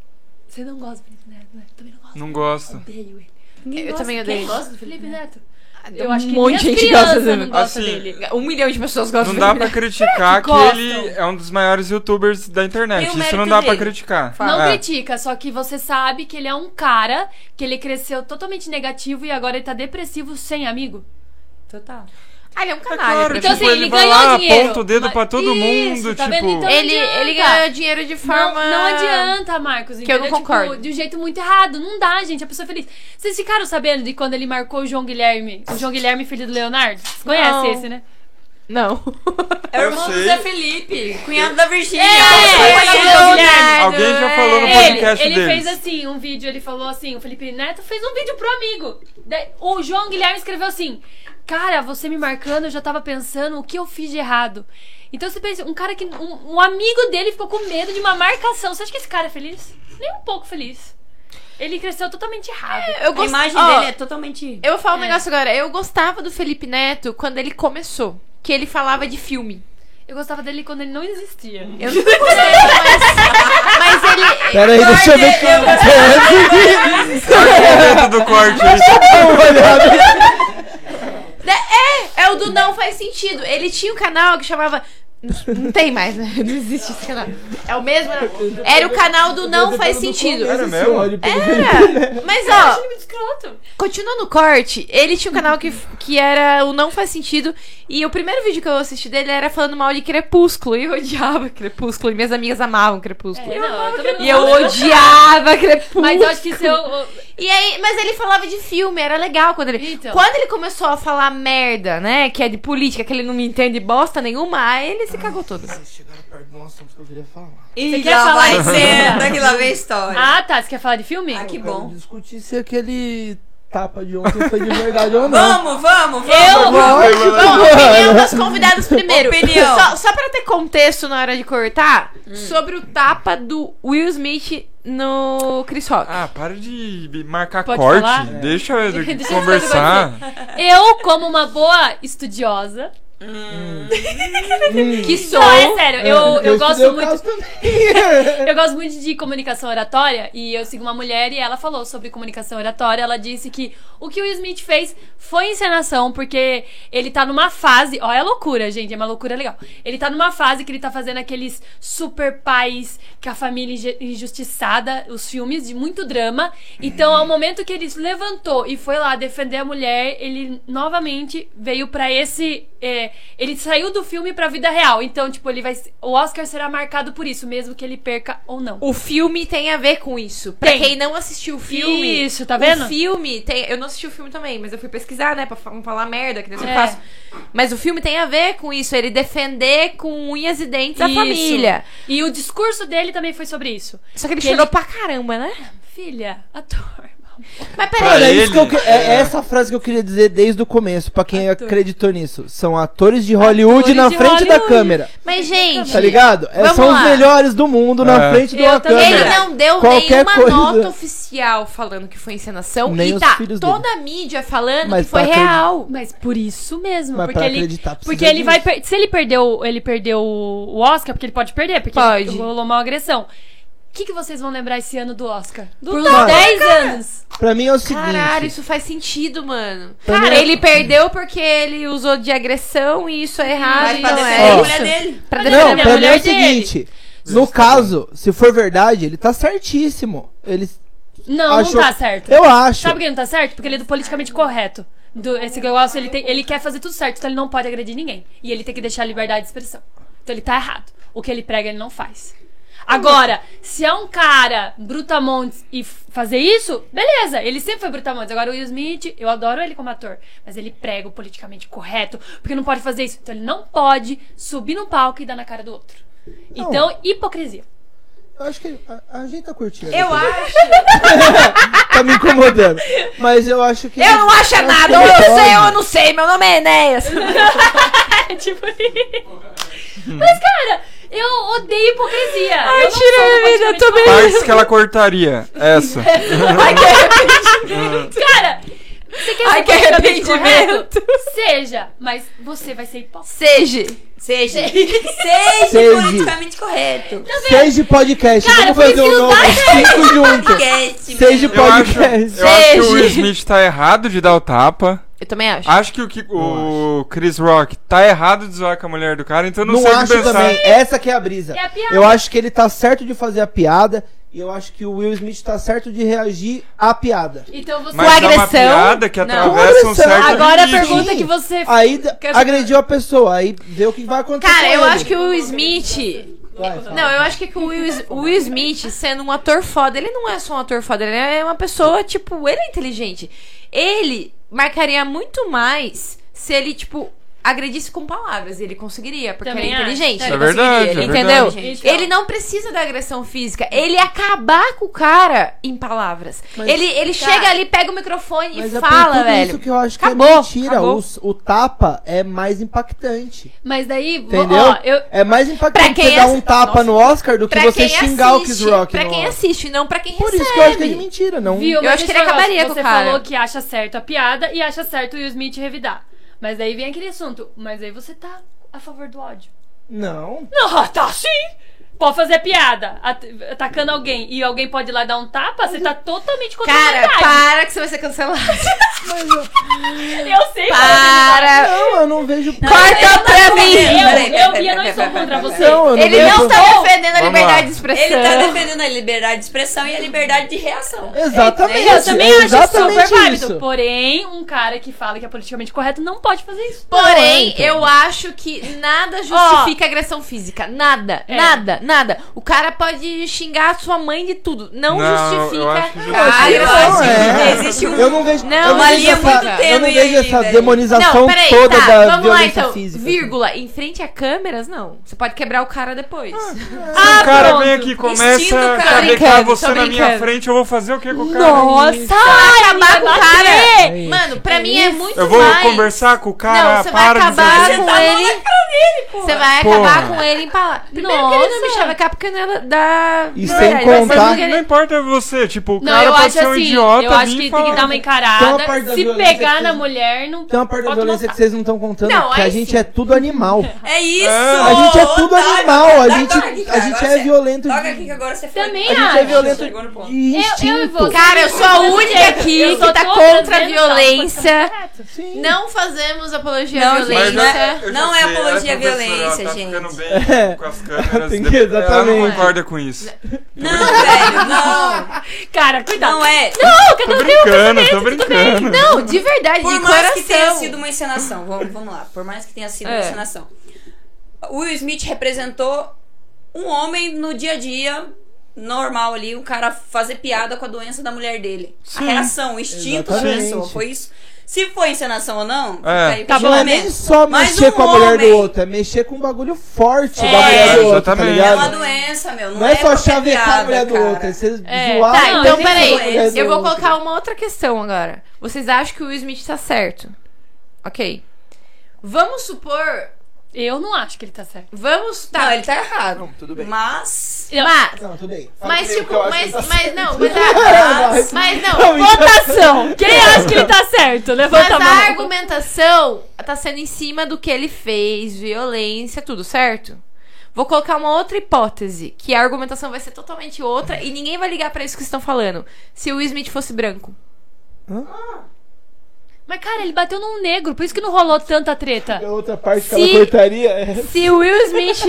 Speaker 3: Você não gosta do Felipe Neto, né? Eu também não gosto.
Speaker 6: Não gosto.
Speaker 3: Odeio ele.
Speaker 1: Eu também
Speaker 2: Quem
Speaker 1: odeio.
Speaker 2: gosta do
Speaker 3: Felipe
Speaker 2: Felipe Neto?
Speaker 3: Neto. Uhum. Eu acho que
Speaker 1: um monte de
Speaker 3: nem as
Speaker 1: gente gosta
Speaker 3: crianças
Speaker 1: dele.
Speaker 3: não gostam
Speaker 6: Assim,
Speaker 3: dele.
Speaker 1: Um milhão de pessoas gostam
Speaker 6: Não dá
Speaker 1: dele.
Speaker 6: pra criticar que
Speaker 3: gostam.
Speaker 6: ele é um dos maiores youtubers da internet.
Speaker 2: Tem o
Speaker 6: Isso não
Speaker 2: mérito
Speaker 6: dá pra
Speaker 2: dele.
Speaker 6: criticar.
Speaker 3: Não
Speaker 6: é.
Speaker 3: critica, só que você sabe que ele é um cara que ele cresceu totalmente negativo e agora ele tá depressivo sem amigo. Total.
Speaker 1: Ah, ele é um
Speaker 6: É
Speaker 1: canalha.
Speaker 6: claro,
Speaker 1: pra
Speaker 3: Então,
Speaker 1: mim.
Speaker 6: tipo,
Speaker 3: assim,
Speaker 6: ele,
Speaker 3: ele
Speaker 6: vai
Speaker 3: ganhou
Speaker 6: lá,
Speaker 3: dinheiro,
Speaker 6: aponta o dedo
Speaker 3: mas-
Speaker 6: pra
Speaker 3: Isso,
Speaker 6: todo mundo,
Speaker 3: tá
Speaker 6: tipo...
Speaker 3: vendo? Então-
Speaker 1: ele,
Speaker 3: adianta.
Speaker 1: ele ganhou dinheiro de
Speaker 3: Não,
Speaker 1: forma.
Speaker 3: não adianta, Marcos.
Speaker 1: Que eu não
Speaker 3: entendeu?
Speaker 1: concordo.
Speaker 3: Tipo, de um jeito muito errado. Não dá, gente. A pessoa é feliz. Vocês ficaram sabendo de quando ele marcou o João Guilherme? O João Guilherme, filho do Leonardo?
Speaker 1: Não.
Speaker 3: Vocês conhecem esse, né?
Speaker 1: Não.
Speaker 2: É o
Speaker 6: Eu
Speaker 2: irmão do
Speaker 6: sei.
Speaker 2: Zé Felipe, cunhado da Virgínia.
Speaker 3: É,
Speaker 2: Olha, olha,
Speaker 3: ele é o
Speaker 2: olha.
Speaker 3: Guilherme.
Speaker 6: Alguém já falou
Speaker 1: É,
Speaker 6: no
Speaker 3: Ele,
Speaker 6: podcast
Speaker 3: ele
Speaker 6: deles.
Speaker 3: fez assim, um vídeo, ele falou assim, o Felipe Neto fez um vídeo pro amigo. Daí, O João Guilherme escreveu assim, cara, você me marcando, eu já tava pensando o que eu fiz de errado. Então você pensa, um cara que. Um, um amigo dele ficou com medo de uma marcação. Você acha que esse cara é feliz? Nem um pouco feliz. Ele cresceu totalmente errado.
Speaker 1: Eu
Speaker 2: A
Speaker 1: gost...
Speaker 2: imagem
Speaker 1: Ó,
Speaker 2: dele é totalmente.
Speaker 1: Eu vou falar um
Speaker 3: É.
Speaker 1: negócio agora. Eu gostava do Felipe Neto quando ele começou. Que ele falava de filme.
Speaker 3: Eu gostava dele quando ele não existia.
Speaker 1: Eu não gostei, mas, mas ele.
Speaker 4: Pera aí, deixa eu ver o que acontece.
Speaker 6: Dentro do corte. isso.
Speaker 1: É, é o do não faz sentido. Ele tinha um canal que chamava. Não tem mais, né? Não existe esse canal. É o mesmo. né? Era o canal do não faz sentido.
Speaker 6: Era
Speaker 4: Esse
Speaker 6: mesmo?
Speaker 4: olho pelo
Speaker 1: Era! Mas ó,
Speaker 3: Muito escroto.
Speaker 1: continuando o corte, ele tinha um canal que, que era o Não Faz Sentido. E o primeiro vídeo que eu assisti dele era falando mal de Crepúsculo. E eu odiava Crepúsculo. E minhas amigas amavam Crepúsculo.
Speaker 3: É, não, eu também não
Speaker 1: E eu
Speaker 3: gosto.
Speaker 1: odiava Crepúsculo.
Speaker 3: Mas eu acho que é se eu. eu-
Speaker 1: E aí, mas ele falava de filme, era legal quando ele.
Speaker 3: Então.
Speaker 1: Quando ele começou a falar merda, né? Que é de política, que ele não me entende bosta nenhuma, aí ele se cagou todo.
Speaker 4: Vocês chegaram perto de um assunto que eu queria falar.
Speaker 2: E
Speaker 3: quer
Speaker 2: lá
Speaker 3: falar
Speaker 2: vai
Speaker 3: isso?
Speaker 2: sendo, que lá vem a história.
Speaker 3: Ah, tá. Você quer falar de filme?
Speaker 2: Ah, que
Speaker 4: Eu quero
Speaker 2: bom.
Speaker 4: discutir se aquele tapa de ontem foi de verdade ou não. é tipo
Speaker 2: Vamos, vamos, vamos.
Speaker 3: Eu-
Speaker 1: Bom, opinião dos convidados primeiro.
Speaker 2: Opinião. Hum.
Speaker 1: Só, só pra ter contexto na hora de cortar, sobre o tapa do Will Smith no Chris Rock.
Speaker 6: Ah, para de me marcar
Speaker 3: Pode
Speaker 6: corte.
Speaker 3: falar?
Speaker 6: Deixa eu
Speaker 3: Deixa eu
Speaker 6: conversar.
Speaker 3: Eu, como uma boa estudiosa,
Speaker 4: assim,
Speaker 1: Que sou.
Speaker 3: Não, é sério, eu, eu
Speaker 4: estudei
Speaker 3: gosto
Speaker 4: o
Speaker 3: muito.
Speaker 4: caos também.
Speaker 3: Eu gosto muito de comunicação oratória e eu sigo uma mulher e ela falou sobre comunicação oratória. Ela disse que o que o Will Smith fez foi encenação, porque ele tá numa fase. Ó, é loucura, gente, é uma loucura legal. Ele tá numa fase que ele tá fazendo aqueles super pais que a família inje- injustiçada, os filmes de muito drama. Então, ao momento que ele se levantou e foi lá defender a mulher, ele novamente veio pra esse. é, ele saiu do filme pra vida real. Então, tipo, ele vai. O Oscar será marcado por isso, mesmo que ele perca ou não.
Speaker 1: O filme tem a ver com isso. Pra
Speaker 3: Tem.
Speaker 1: quem não assistiu o filme.
Speaker 3: Isso, tá vendo?
Speaker 1: O filme tem. Eu não assisti o filme também, mas eu fui pesquisar, né? Pra fa- não falar merda, que nem eu
Speaker 3: É.
Speaker 1: faço. Mas o filme tem a ver com isso. Ele defender com unhas e dentes a
Speaker 3: Isso.
Speaker 1: família.
Speaker 3: E o discurso dele também foi sobre isso.
Speaker 1: Só que ele
Speaker 3: Que
Speaker 1: chorou
Speaker 3: ele-
Speaker 1: pra caramba, né?
Speaker 3: Filha, ator.
Speaker 1: Mas
Speaker 6: Pra
Speaker 1: peraí.
Speaker 4: Cara, é, isso
Speaker 6: ele,
Speaker 4: que eu que- é-
Speaker 6: é.
Speaker 4: é essa frase que eu queria dizer desde o começo, pra quem
Speaker 3: Ator.
Speaker 4: acreditou nisso. São atores de Hollywood na
Speaker 3: de
Speaker 4: frente da
Speaker 3: Hollywood.
Speaker 4: câmera.
Speaker 1: Mas, gente.
Speaker 4: Tá ligado? É,
Speaker 1: Vamos
Speaker 4: são os
Speaker 1: lá.
Speaker 4: melhores do mundo na
Speaker 6: É.
Speaker 4: frente de
Speaker 3: Eu
Speaker 4: uma
Speaker 3: também.
Speaker 4: câmera.
Speaker 1: Ele não deu
Speaker 4: né? Qualquer
Speaker 1: nenhuma
Speaker 4: coisa.
Speaker 1: nota oficial falando que foi encenação.
Speaker 4: Nem
Speaker 1: e
Speaker 4: os
Speaker 1: tá
Speaker 4: filhos
Speaker 1: toda a mídia falando
Speaker 4: Mas
Speaker 1: que foi
Speaker 4: pra acredi-
Speaker 1: real.
Speaker 3: Mas por isso mesmo,
Speaker 4: Mas
Speaker 3: porque
Speaker 4: pra
Speaker 3: ele
Speaker 4: acreditar, precisa um-
Speaker 3: porque ele
Speaker 4: disso.
Speaker 3: vai per- se ele perdeu, ele perdeu o Oscar, porque ele pode perder, porque
Speaker 1: Pode.
Speaker 3: rolou uma agressão. O que, que vocês vão lembrar esse ano do Oscar? Do Por
Speaker 4: nada,
Speaker 3: 10 anos.
Speaker 4: Pra mim é o seguinte.
Speaker 1: Caralho, isso faz sentido, mano.
Speaker 4: Também
Speaker 1: Cara,
Speaker 4: é-
Speaker 1: ele perdeu porque ele usou de agressão e isso é errado.
Speaker 2: Vai
Speaker 1: Então
Speaker 2: fazer
Speaker 1: é
Speaker 4: Ó.
Speaker 2: a
Speaker 1: isso.
Speaker 2: mulher dele.
Speaker 1: Pra
Speaker 3: Não,
Speaker 1: defender
Speaker 4: Não,
Speaker 1: a
Speaker 3: Ele é
Speaker 4: pra mim é
Speaker 3: mulher
Speaker 4: o seguinte.
Speaker 6: tá
Speaker 4: No caso, se for verdade, ele tá certíssimo. Ele
Speaker 3: Não,
Speaker 4: achou-
Speaker 3: não tá certo.
Speaker 4: Eu acho.
Speaker 3: Sabe por que não tá certo? Porque ele é do politicamente correto. Do, esse negócio, ele, tem- ele quer fazer tudo certo, então ele não pode agredir ninguém. E ele tem que deixar a liberdade de expressão. Então ele tá errado. O que ele prega, ele não faz. Agora, se é um cara brutamontes e f- fazer isso, beleza, ele sempre foi brutamontes. Agora o Will Smith, eu adoro ele como ator, mas ele prega o politicamente correto, porque não pode fazer isso. Então ele não pode subir no palco e dar na cara do outro. Então, hipocrisia.
Speaker 4: Eu acho que a, a gente tá curtindo.
Speaker 1: Eu acho.
Speaker 4: Tá me incomodando. Mas eu acho que.
Speaker 1: Eu não acho é nada. Ou eu sei ou eu não sei. Meu nome é Enéas.
Speaker 3: É tipo isso. Mas, cara, eu odeio hipocrisia. Ai,
Speaker 1: tira minha vida, eu tô bem.
Speaker 6: Partes que ela cortaria. Essa.
Speaker 1: Ai, que arrependimento.
Speaker 3: Cara, você quer
Speaker 1: Ai,
Speaker 3: ser
Speaker 1: que
Speaker 3: politicamente
Speaker 1: arrependimento.
Speaker 3: correto? Seja, mas você vai ser hipócrita.
Speaker 1: Seja.
Speaker 2: Seja. Seja
Speaker 4: Seja.
Speaker 2: politicamente correto.
Speaker 4: Seja podcast.
Speaker 3: Cara,
Speaker 4: Vamos fazer
Speaker 3: por isso não
Speaker 4: o nome. Cinco juntos.
Speaker 2: Podcast,
Speaker 4: Seja
Speaker 6: Eu acho,
Speaker 4: podcast.
Speaker 6: eu acho que o Will
Speaker 1: Seja.
Speaker 6: Smith tá errado de dar o tapa.
Speaker 1: Eu também acho.
Speaker 4: Ah,
Speaker 6: Acho que o, que, o Chris Rock tá errado de zoar com a mulher do cara, então eu não,
Speaker 4: Não
Speaker 6: sei o que
Speaker 4: acho
Speaker 6: pensar.
Speaker 4: também. Essa que é a brisa.
Speaker 3: É a piada.
Speaker 4: Eu acho que ele tá certo de fazer a piada. E eu acho que o Will Smith tá certo de reagir à piada.
Speaker 3: Então você.
Speaker 6: Mas é uma
Speaker 1: agressão?
Speaker 6: piada que
Speaker 1: Não.
Speaker 6: atravessa
Speaker 4: Com
Speaker 6: um
Speaker 4: agressão.
Speaker 6: certo
Speaker 3: Agora a
Speaker 6: limite.
Speaker 3: pergunta que você.
Speaker 4: Aí d-
Speaker 3: Quer saber?
Speaker 4: agrediu a pessoa, aí vê o que vai acontecer.
Speaker 1: Cara,
Speaker 4: com
Speaker 1: eu
Speaker 4: ele.
Speaker 1: acho que o Smith.
Speaker 4: Vai, fala.
Speaker 1: Não, eu acho que que o Will, o Will Smith, sendo um ator foda, ele não é só um ator foda, ele é uma pessoa, tipo, ele é inteligente. Ele marcaria muito mais se ele, tipo, agredisse com palavras. Ele conseguiria, porque
Speaker 3: Também
Speaker 1: ele é
Speaker 3: acho.
Speaker 1: inteligente.
Speaker 3: É
Speaker 1: ele
Speaker 6: verdade,
Speaker 1: conseguiria,
Speaker 6: é
Speaker 1: entendeu?
Speaker 6: verdade.
Speaker 1: Gente,
Speaker 3: Então.
Speaker 1: Ele não precisa da agressão física. Ele ia acabar com o cara em palavras. ele ele chega ali, pega o microfone
Speaker 4: Mas
Speaker 1: e
Speaker 4: é por
Speaker 1: fala,
Speaker 4: tudo
Speaker 1: velho.
Speaker 4: isso que eu acho que é
Speaker 1: Acabou,
Speaker 4: mentira.
Speaker 1: acabou.
Speaker 4: Os- O, tapa é mais impactante.
Speaker 3: Mas daí, vou-
Speaker 4: Entendeu?
Speaker 3: ó, eu.
Speaker 4: É mais
Speaker 1: Pra
Speaker 4: impactante
Speaker 1: quem
Speaker 4: você dar um
Speaker 1: assi-
Speaker 4: tapa
Speaker 1: Nossa.
Speaker 4: no Oscar do que
Speaker 1: Pra quem
Speaker 4: você xingar o Kiss
Speaker 1: assiste,
Speaker 4: Rock.
Speaker 1: Pra
Speaker 4: no
Speaker 1: quem
Speaker 4: Oscar.
Speaker 1: assiste, não pra quem
Speaker 4: Por
Speaker 1: recebe.
Speaker 4: isso que eu acho que é de mentira, não.
Speaker 3: Viu?
Speaker 1: Eu
Speaker 3: Mas
Speaker 1: acho que
Speaker 3: esse
Speaker 1: ele
Speaker 3: negócio
Speaker 1: acabaria
Speaker 3: que
Speaker 1: com
Speaker 3: Você
Speaker 1: o cara.
Speaker 3: falou que acha certo a piada e acha certo o Will Smith revidar. Mas daí vem aquele assunto. Mas aí você tá a favor do ódio.
Speaker 4: Não.
Speaker 3: Não, tá sim! Pode fazer piada at- atacando alguém e alguém pode ir lá dar um tapa, você tá totalmente contra a
Speaker 1: Cara,
Speaker 3: verdade.
Speaker 1: para que você vai ser cancelado.
Speaker 3: Eu sei
Speaker 1: Para.
Speaker 4: Não, eu não vejo.
Speaker 1: Corta
Speaker 2: tá
Speaker 1: pra
Speaker 3: Eu,
Speaker 1: mim.
Speaker 3: eu, eu, eu não estou contra você.
Speaker 4: Não, eu não
Speaker 1: Ele
Speaker 4: vejo.
Speaker 1: não tá defendendo a
Speaker 6: Vamos
Speaker 1: liberdade
Speaker 6: lá.
Speaker 1: de expressão.
Speaker 2: Ele tá defendendo a liberdade de expressão e a liberdade de reação.
Speaker 4: Exatamente.
Speaker 3: Eu também
Speaker 4: é
Speaker 3: acho
Speaker 4: exatamente
Speaker 3: super válido.
Speaker 4: isso.
Speaker 3: Porém, um cara que fala que é politicamente correto não pode fazer isso.
Speaker 1: Porém, eu acho que nada justifica agressão física. Nada,
Speaker 3: É.
Speaker 1: nada, nada. O cara pode xingar a sua mãe de tudo. Não,
Speaker 6: Não, eu acho
Speaker 1: justifica.
Speaker 6: justo.
Speaker 1: a
Speaker 2: Eu
Speaker 1: agressão.
Speaker 2: acho
Speaker 4: é.
Speaker 2: que existe um-
Speaker 4: Eu não vejo.
Speaker 1: Não,
Speaker 4: eu não
Speaker 1: uma
Speaker 4: vejo
Speaker 1: linha
Speaker 4: essa,
Speaker 1: muito
Speaker 4: Eu não
Speaker 2: tênue
Speaker 4: vejo
Speaker 2: aí,
Speaker 4: essa
Speaker 2: velho.
Speaker 4: demonização
Speaker 1: Não, peraí,
Speaker 4: toda
Speaker 1: tá,
Speaker 4: da
Speaker 1: vamos lá
Speaker 4: violência
Speaker 1: então.
Speaker 4: física. assim.
Speaker 1: Vírgula, em frente a câmeras, não. Você pode quebrar o cara depois. Ah,
Speaker 6: Se o Um cara
Speaker 3: pronto.
Speaker 6: vem aqui e
Speaker 2: Instinto,
Speaker 6: começa a
Speaker 2: cara.
Speaker 6: cabecar
Speaker 1: é. Brincando,
Speaker 6: você
Speaker 1: tô
Speaker 6: na minha
Speaker 1: brincando.
Speaker 6: frente, eu vou fazer o que com o cara?
Speaker 1: Nossa, vai acabar com o cara.
Speaker 4: É isso.
Speaker 1: Mano, pra mim é muito
Speaker 6: Eu vou
Speaker 1: mais...
Speaker 6: conversar com o cara,
Speaker 1: não, você tá vai
Speaker 6: para de
Speaker 1: acabar
Speaker 6: fazer
Speaker 1: com ele.
Speaker 2: dele, pô.
Speaker 1: Você vai
Speaker 6: Porra.
Speaker 1: acabar com ele em palavras. Primeiro que ele não me
Speaker 3: Nossa.
Speaker 1: chama é cá porque ela dá...
Speaker 4: E
Speaker 6: Não,
Speaker 4: sem
Speaker 6: mas
Speaker 4: contar-
Speaker 6: Não, não importa você, tipo, o
Speaker 3: Não,
Speaker 6: cara
Speaker 3: eu
Speaker 6: pode
Speaker 3: acho
Speaker 6: ser um
Speaker 3: assim,
Speaker 6: idiota.
Speaker 3: eu acho
Speaker 6: vir
Speaker 3: que
Speaker 6: e falar,
Speaker 3: tem que dar uma
Speaker 4: Tem uma
Speaker 3: encarada.
Speaker 4: parte da
Speaker 3: Se
Speaker 4: violência
Speaker 3: pegar
Speaker 4: que
Speaker 3: na
Speaker 4: vocês-
Speaker 3: mulher, não
Speaker 4: Tem uma parte da
Speaker 3: pode
Speaker 4: violência
Speaker 3: matar.
Speaker 4: que vocês não estão contando,
Speaker 1: Não,
Speaker 4: que a
Speaker 1: aí
Speaker 4: gente
Speaker 1: sim.
Speaker 4: é tudo animal.
Speaker 2: É isso!
Speaker 6: Ah,
Speaker 4: A gente é
Speaker 2: ô,
Speaker 4: tudo
Speaker 2: otário,
Speaker 4: animal, a
Speaker 2: tá,
Speaker 4: gente,
Speaker 2: toca aqui,
Speaker 4: a
Speaker 2: cara,
Speaker 4: gente
Speaker 2: agora
Speaker 4: é
Speaker 2: você-
Speaker 4: violento
Speaker 2: Toca
Speaker 4: de,
Speaker 2: aqui que agora você foi.
Speaker 3: Também
Speaker 4: a gente é
Speaker 3: acho.
Speaker 4: violento
Speaker 2: Chegou no ponto.
Speaker 4: de
Speaker 3: Eu, eu e
Speaker 4: instinto.
Speaker 3: você.
Speaker 1: Cara, eu sou a única aqui
Speaker 3: Eu sou
Speaker 1: que tá
Speaker 3: contra
Speaker 1: contra a
Speaker 3: a violência.
Speaker 1: violência.
Speaker 4: Sim.
Speaker 1: Não fazemos apologia à
Speaker 2: Não, gente,
Speaker 6: Mas
Speaker 1: violência.
Speaker 6: eu-
Speaker 2: né?
Speaker 6: eu já
Speaker 2: Não é
Speaker 6: sei,
Speaker 2: apologia à
Speaker 6: ela é professora,
Speaker 2: violência,
Speaker 6: ela tá
Speaker 2: gente.
Speaker 6: ficando bem com as câmeras.
Speaker 4: Tem que-
Speaker 6: dele. Ela não
Speaker 4: exatamente.
Speaker 6: concorda com isso.
Speaker 2: Não, velho, não.
Speaker 3: Cara, cuidado.
Speaker 2: Não é.
Speaker 3: Não, que eu
Speaker 6: Tô
Speaker 3: não tenho
Speaker 6: brincando, tô
Speaker 3: pensamento, tudo bem.
Speaker 6: brincando.
Speaker 1: Não, de verdade,
Speaker 2: Por
Speaker 1: de
Speaker 2: mais
Speaker 1: coração.
Speaker 2: que tenha sido uma encenação, vamos, vamos lá. Por mais que tenha sido uma
Speaker 1: É.
Speaker 2: encenação. O Will Smith representou um homem no dia a dia normal ali, um cara fazer piada com a doença da mulher dele. A reação, o instinto da
Speaker 4: Exatamente.
Speaker 2: pessoa, foi isso? Se foi encenação ou não, fica
Speaker 6: É.
Speaker 2: aí o
Speaker 3: Tá bom,
Speaker 4: Não é
Speaker 2: questionamento.
Speaker 4: nem só
Speaker 2: Mas
Speaker 4: mexer
Speaker 2: um
Speaker 4: com a mulher
Speaker 2: homem-
Speaker 4: do outro, é mexer com um bagulho forte
Speaker 2: É,
Speaker 4: da mulher do outro, tá
Speaker 6: exatamente.
Speaker 2: É uma
Speaker 4: ligado?
Speaker 2: doença, meu. Não,
Speaker 4: Não é só
Speaker 2: qualquer
Speaker 4: chavecar a
Speaker 2: piada,
Speaker 4: mulher do
Speaker 2: cara.
Speaker 4: outro, é você
Speaker 3: É.
Speaker 4: zoar.
Speaker 1: Tá,
Speaker 3: Não,
Speaker 1: então
Speaker 2: tem
Speaker 1: peraí.
Speaker 4: é
Speaker 2: influência.
Speaker 1: Eu vou colocar uma outra questão agora. Vocês acham que o Will Smith tá certo? Ok. Vamos supor.
Speaker 3: Eu não acho que ele tá certo.
Speaker 1: Vamos. Tá.
Speaker 2: Não, ele tá errado.
Speaker 4: tudo
Speaker 2: Mas.
Speaker 1: Mas,
Speaker 4: Não, tudo bem. Fala
Speaker 1: mas
Speaker 4: comigo
Speaker 1: tipo,
Speaker 4: que eu acho
Speaker 1: mas,
Speaker 4: que tá
Speaker 1: mas não, mas,
Speaker 4: Mas-
Speaker 1: a- mas não.
Speaker 4: Não, então-
Speaker 3: Votação! Quem acha que ele tá certo?
Speaker 1: Mas
Speaker 3: Levanta a
Speaker 1: a
Speaker 3: mão.
Speaker 1: argumentação tá sendo em cima do que ele fez, violência, tudo certo? Vou colocar uma outra hipótese, que a argumentação vai ser totalmente outra e ninguém vai ligar pra isso que estão falando. Se o Will Smith fosse branco.
Speaker 3: Mas, cara, ele bateu num negro, por isso que não rolou tanta treta.
Speaker 4: E A outra parte que
Speaker 1: Se-
Speaker 4: ela cortaria é.
Speaker 1: Se o Will Smith.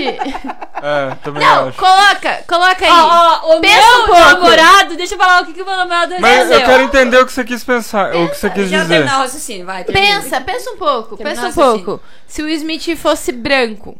Speaker 6: É, também
Speaker 1: Não,
Speaker 6: acho.
Speaker 1: coloca, coloca aí.
Speaker 3: Ó, ó, o
Speaker 1: Pensa um
Speaker 3: meu
Speaker 1: pouco.
Speaker 3: namorado, deixa eu falar o que, que o meu namorado
Speaker 6: Mas eu
Speaker 3: resolveu.
Speaker 6: quero entender o que você quis pensar, o que você quis
Speaker 2: Já
Speaker 6: dizer.
Speaker 2: terminar o raciocínio, vai. termina.
Speaker 1: Pensa, pensa um pouco, pensa
Speaker 2: Terminou
Speaker 1: um
Speaker 2: o raciocínio.
Speaker 1: pouco. Se o Will Smith fosse branco,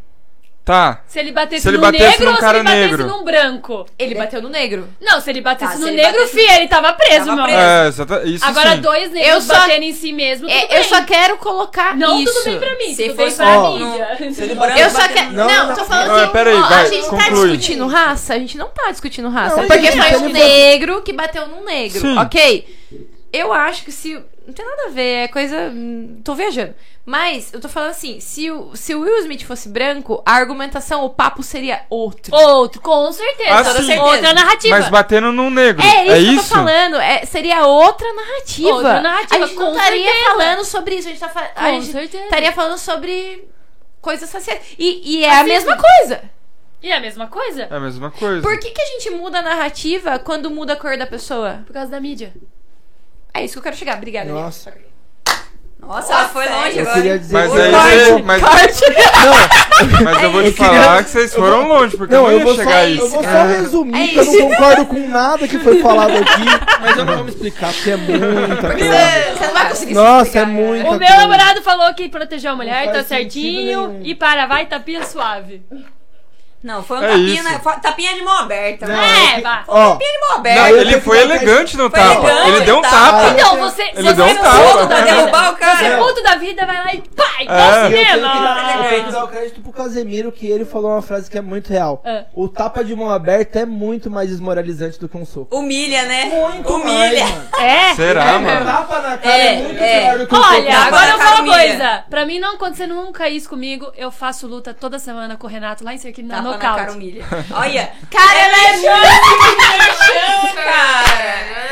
Speaker 6: Tá.
Speaker 3: Se ele batesse
Speaker 6: Se ele
Speaker 3: num
Speaker 6: batesse
Speaker 3: negro
Speaker 6: num
Speaker 3: ou se
Speaker 6: cara
Speaker 3: ele batesse
Speaker 6: negro.
Speaker 3: num branco?
Speaker 1: ele bateu no negro.
Speaker 3: Não, se ele batesse
Speaker 2: Tá,
Speaker 3: no
Speaker 2: se ele
Speaker 3: negro,
Speaker 2: batesse-
Speaker 3: fi, ele tava preso,
Speaker 2: Tava
Speaker 3: meu
Speaker 2: preso.
Speaker 3: amor.
Speaker 6: É, exata- isso
Speaker 3: Agora,
Speaker 6: sim.
Speaker 3: dois negros
Speaker 1: só-
Speaker 3: batendo em si mesmo, tudo
Speaker 1: É,
Speaker 3: bem.
Speaker 1: eu só quero colocar
Speaker 3: Não,
Speaker 1: isso.
Speaker 3: tudo bem pra mim,
Speaker 2: Se
Speaker 3: tudo bem
Speaker 2: fosse-
Speaker 3: pra
Speaker 4: Ó,
Speaker 3: mídia.
Speaker 2: Se ele
Speaker 1: Eu
Speaker 2: branco
Speaker 1: só
Speaker 2: bater
Speaker 1: quero.
Speaker 4: Não,
Speaker 1: Não,
Speaker 4: não.
Speaker 1: tô falando
Speaker 6: Não,
Speaker 1: assim.
Speaker 6: é, peraí,
Speaker 1: ó,
Speaker 6: vai,
Speaker 1: a gente tá
Speaker 6: conclui. é
Speaker 1: discutindo raça? A gente não tá discutindo raça.
Speaker 4: Não,
Speaker 1: porque
Speaker 4: gente,
Speaker 1: foi
Speaker 4: ele
Speaker 1: um
Speaker 4: vai-
Speaker 1: negro que bateu num negro,
Speaker 6: Sim.
Speaker 1: ok? Eu acho que se. Não tem nada a ver, é coisa. hum, Tô viajando. Mas eu tô falando assim: se o, se o Will Smith fosse branco, a argumentação, o papo seria outro.
Speaker 3: Outro, com certeza.
Speaker 6: Ah, sim.
Speaker 3: Outra narrativa.
Speaker 6: Mas batendo num negro.
Speaker 1: É isso
Speaker 6: É
Speaker 1: que eu tô
Speaker 6: isso?
Speaker 1: falando. é- seria outra narrativa.
Speaker 3: Outra narrativa,
Speaker 1: A gente
Speaker 3: com
Speaker 1: não estaria
Speaker 3: certeza.
Speaker 1: falando sobre isso. A gente, tá fa- a
Speaker 3: Com
Speaker 1: gente tá-
Speaker 3: certeza.
Speaker 1: estaria falando sobre coisas sociais. E, e é a
Speaker 3: Racismo.
Speaker 1: mesma coisa.
Speaker 3: E é a mesma coisa?
Speaker 6: É a mesma coisa.
Speaker 1: Por que, que a gente muda a narrativa quando muda a cor da pessoa?
Speaker 3: Por causa da mídia.
Speaker 1: É isso que eu quero chegar. Obrigada. Lia.
Speaker 4: Nossa,
Speaker 2: Nossa, ela foi longe
Speaker 4: eu
Speaker 2: agora.
Speaker 4: queria dizer
Speaker 6: Mas
Speaker 4: que-
Speaker 6: aí
Speaker 4: Corte.
Speaker 6: você- mas, mas
Speaker 3: É
Speaker 6: eu vou te
Speaker 4: Eu queria-
Speaker 6: falar que vocês foram longe, porque eu
Speaker 4: Não,
Speaker 6: não
Speaker 4: eu
Speaker 6: ia
Speaker 4: vou só,
Speaker 6: chegar a
Speaker 4: eu
Speaker 6: isso.
Speaker 4: vou só
Speaker 6: cara.
Speaker 4: resumir,
Speaker 1: É
Speaker 4: que eu
Speaker 1: isso.
Speaker 4: não concordo com nada que foi falado aqui, mas eu não vou me explicar, porque é muita coisa.
Speaker 1: Você não vai conseguir
Speaker 4: Nossa, é
Speaker 1: explicar, né?
Speaker 4: muita
Speaker 3: O meu
Speaker 4: coisa.
Speaker 3: namorado falou que protegeu a mulher,
Speaker 4: faz
Speaker 3: tá
Speaker 4: sentido
Speaker 3: certinho.
Speaker 4: nenhum.
Speaker 3: E para, vai, tapinha suave.
Speaker 2: Não, foi um
Speaker 6: É
Speaker 2: tapinha,
Speaker 6: isso.
Speaker 2: na- foi- tapinha de mão aberta.
Speaker 4: Não,
Speaker 2: né?
Speaker 3: É,
Speaker 4: eu-
Speaker 3: vá.
Speaker 4: Ó,
Speaker 2: Tapinha de mão
Speaker 6: Não,
Speaker 4: Aí
Speaker 2: aberta.
Speaker 4: eu
Speaker 6: ele
Speaker 4: tenho
Speaker 6: foi
Speaker 4: que-
Speaker 6: elegante no
Speaker 2: Foi
Speaker 6: tapa.
Speaker 2: elegante,
Speaker 6: ele deu um
Speaker 2: tá.
Speaker 6: tapa.
Speaker 3: Então, você,
Speaker 6: Ele
Speaker 3: você
Speaker 6: deu um
Speaker 3: no
Speaker 6: tapa.
Speaker 3: ponto da
Speaker 2: Pra derrubar
Speaker 3: vida.
Speaker 2: o cara.
Speaker 3: Você ponto da vida, vai tá É. lá e pá, igual
Speaker 6: É.
Speaker 3: ao
Speaker 4: eu tenho que
Speaker 3: cinema.
Speaker 4: dar- eu tenho que dar o crédito pro Casemiro, que ele falou uma frase que é muito real.
Speaker 3: É.
Speaker 4: O tapa de mão aberta é muito mais desmoralizante do que um soco.
Speaker 2: Humilha, né?
Speaker 4: Muito
Speaker 2: Humilha.
Speaker 4: mais, mano.
Speaker 3: É.
Speaker 6: Será,
Speaker 4: Um
Speaker 6: mano?
Speaker 4: tapa na cara
Speaker 2: É,
Speaker 4: é, muito
Speaker 2: é.
Speaker 4: pior do que um soco.
Speaker 3: Olha, agora eu
Speaker 2: Cara,
Speaker 3: falo uma
Speaker 2: humilha.
Speaker 3: coisa. Pra mim não acontecer nunca isso comigo. Eu faço luta toda semana com o Renato lá em Cerquilho na
Speaker 2: Tapa na cara
Speaker 3: nocaute.
Speaker 2: humilha. Olha.
Speaker 1: Cara, ela é
Speaker 2: Não, cara.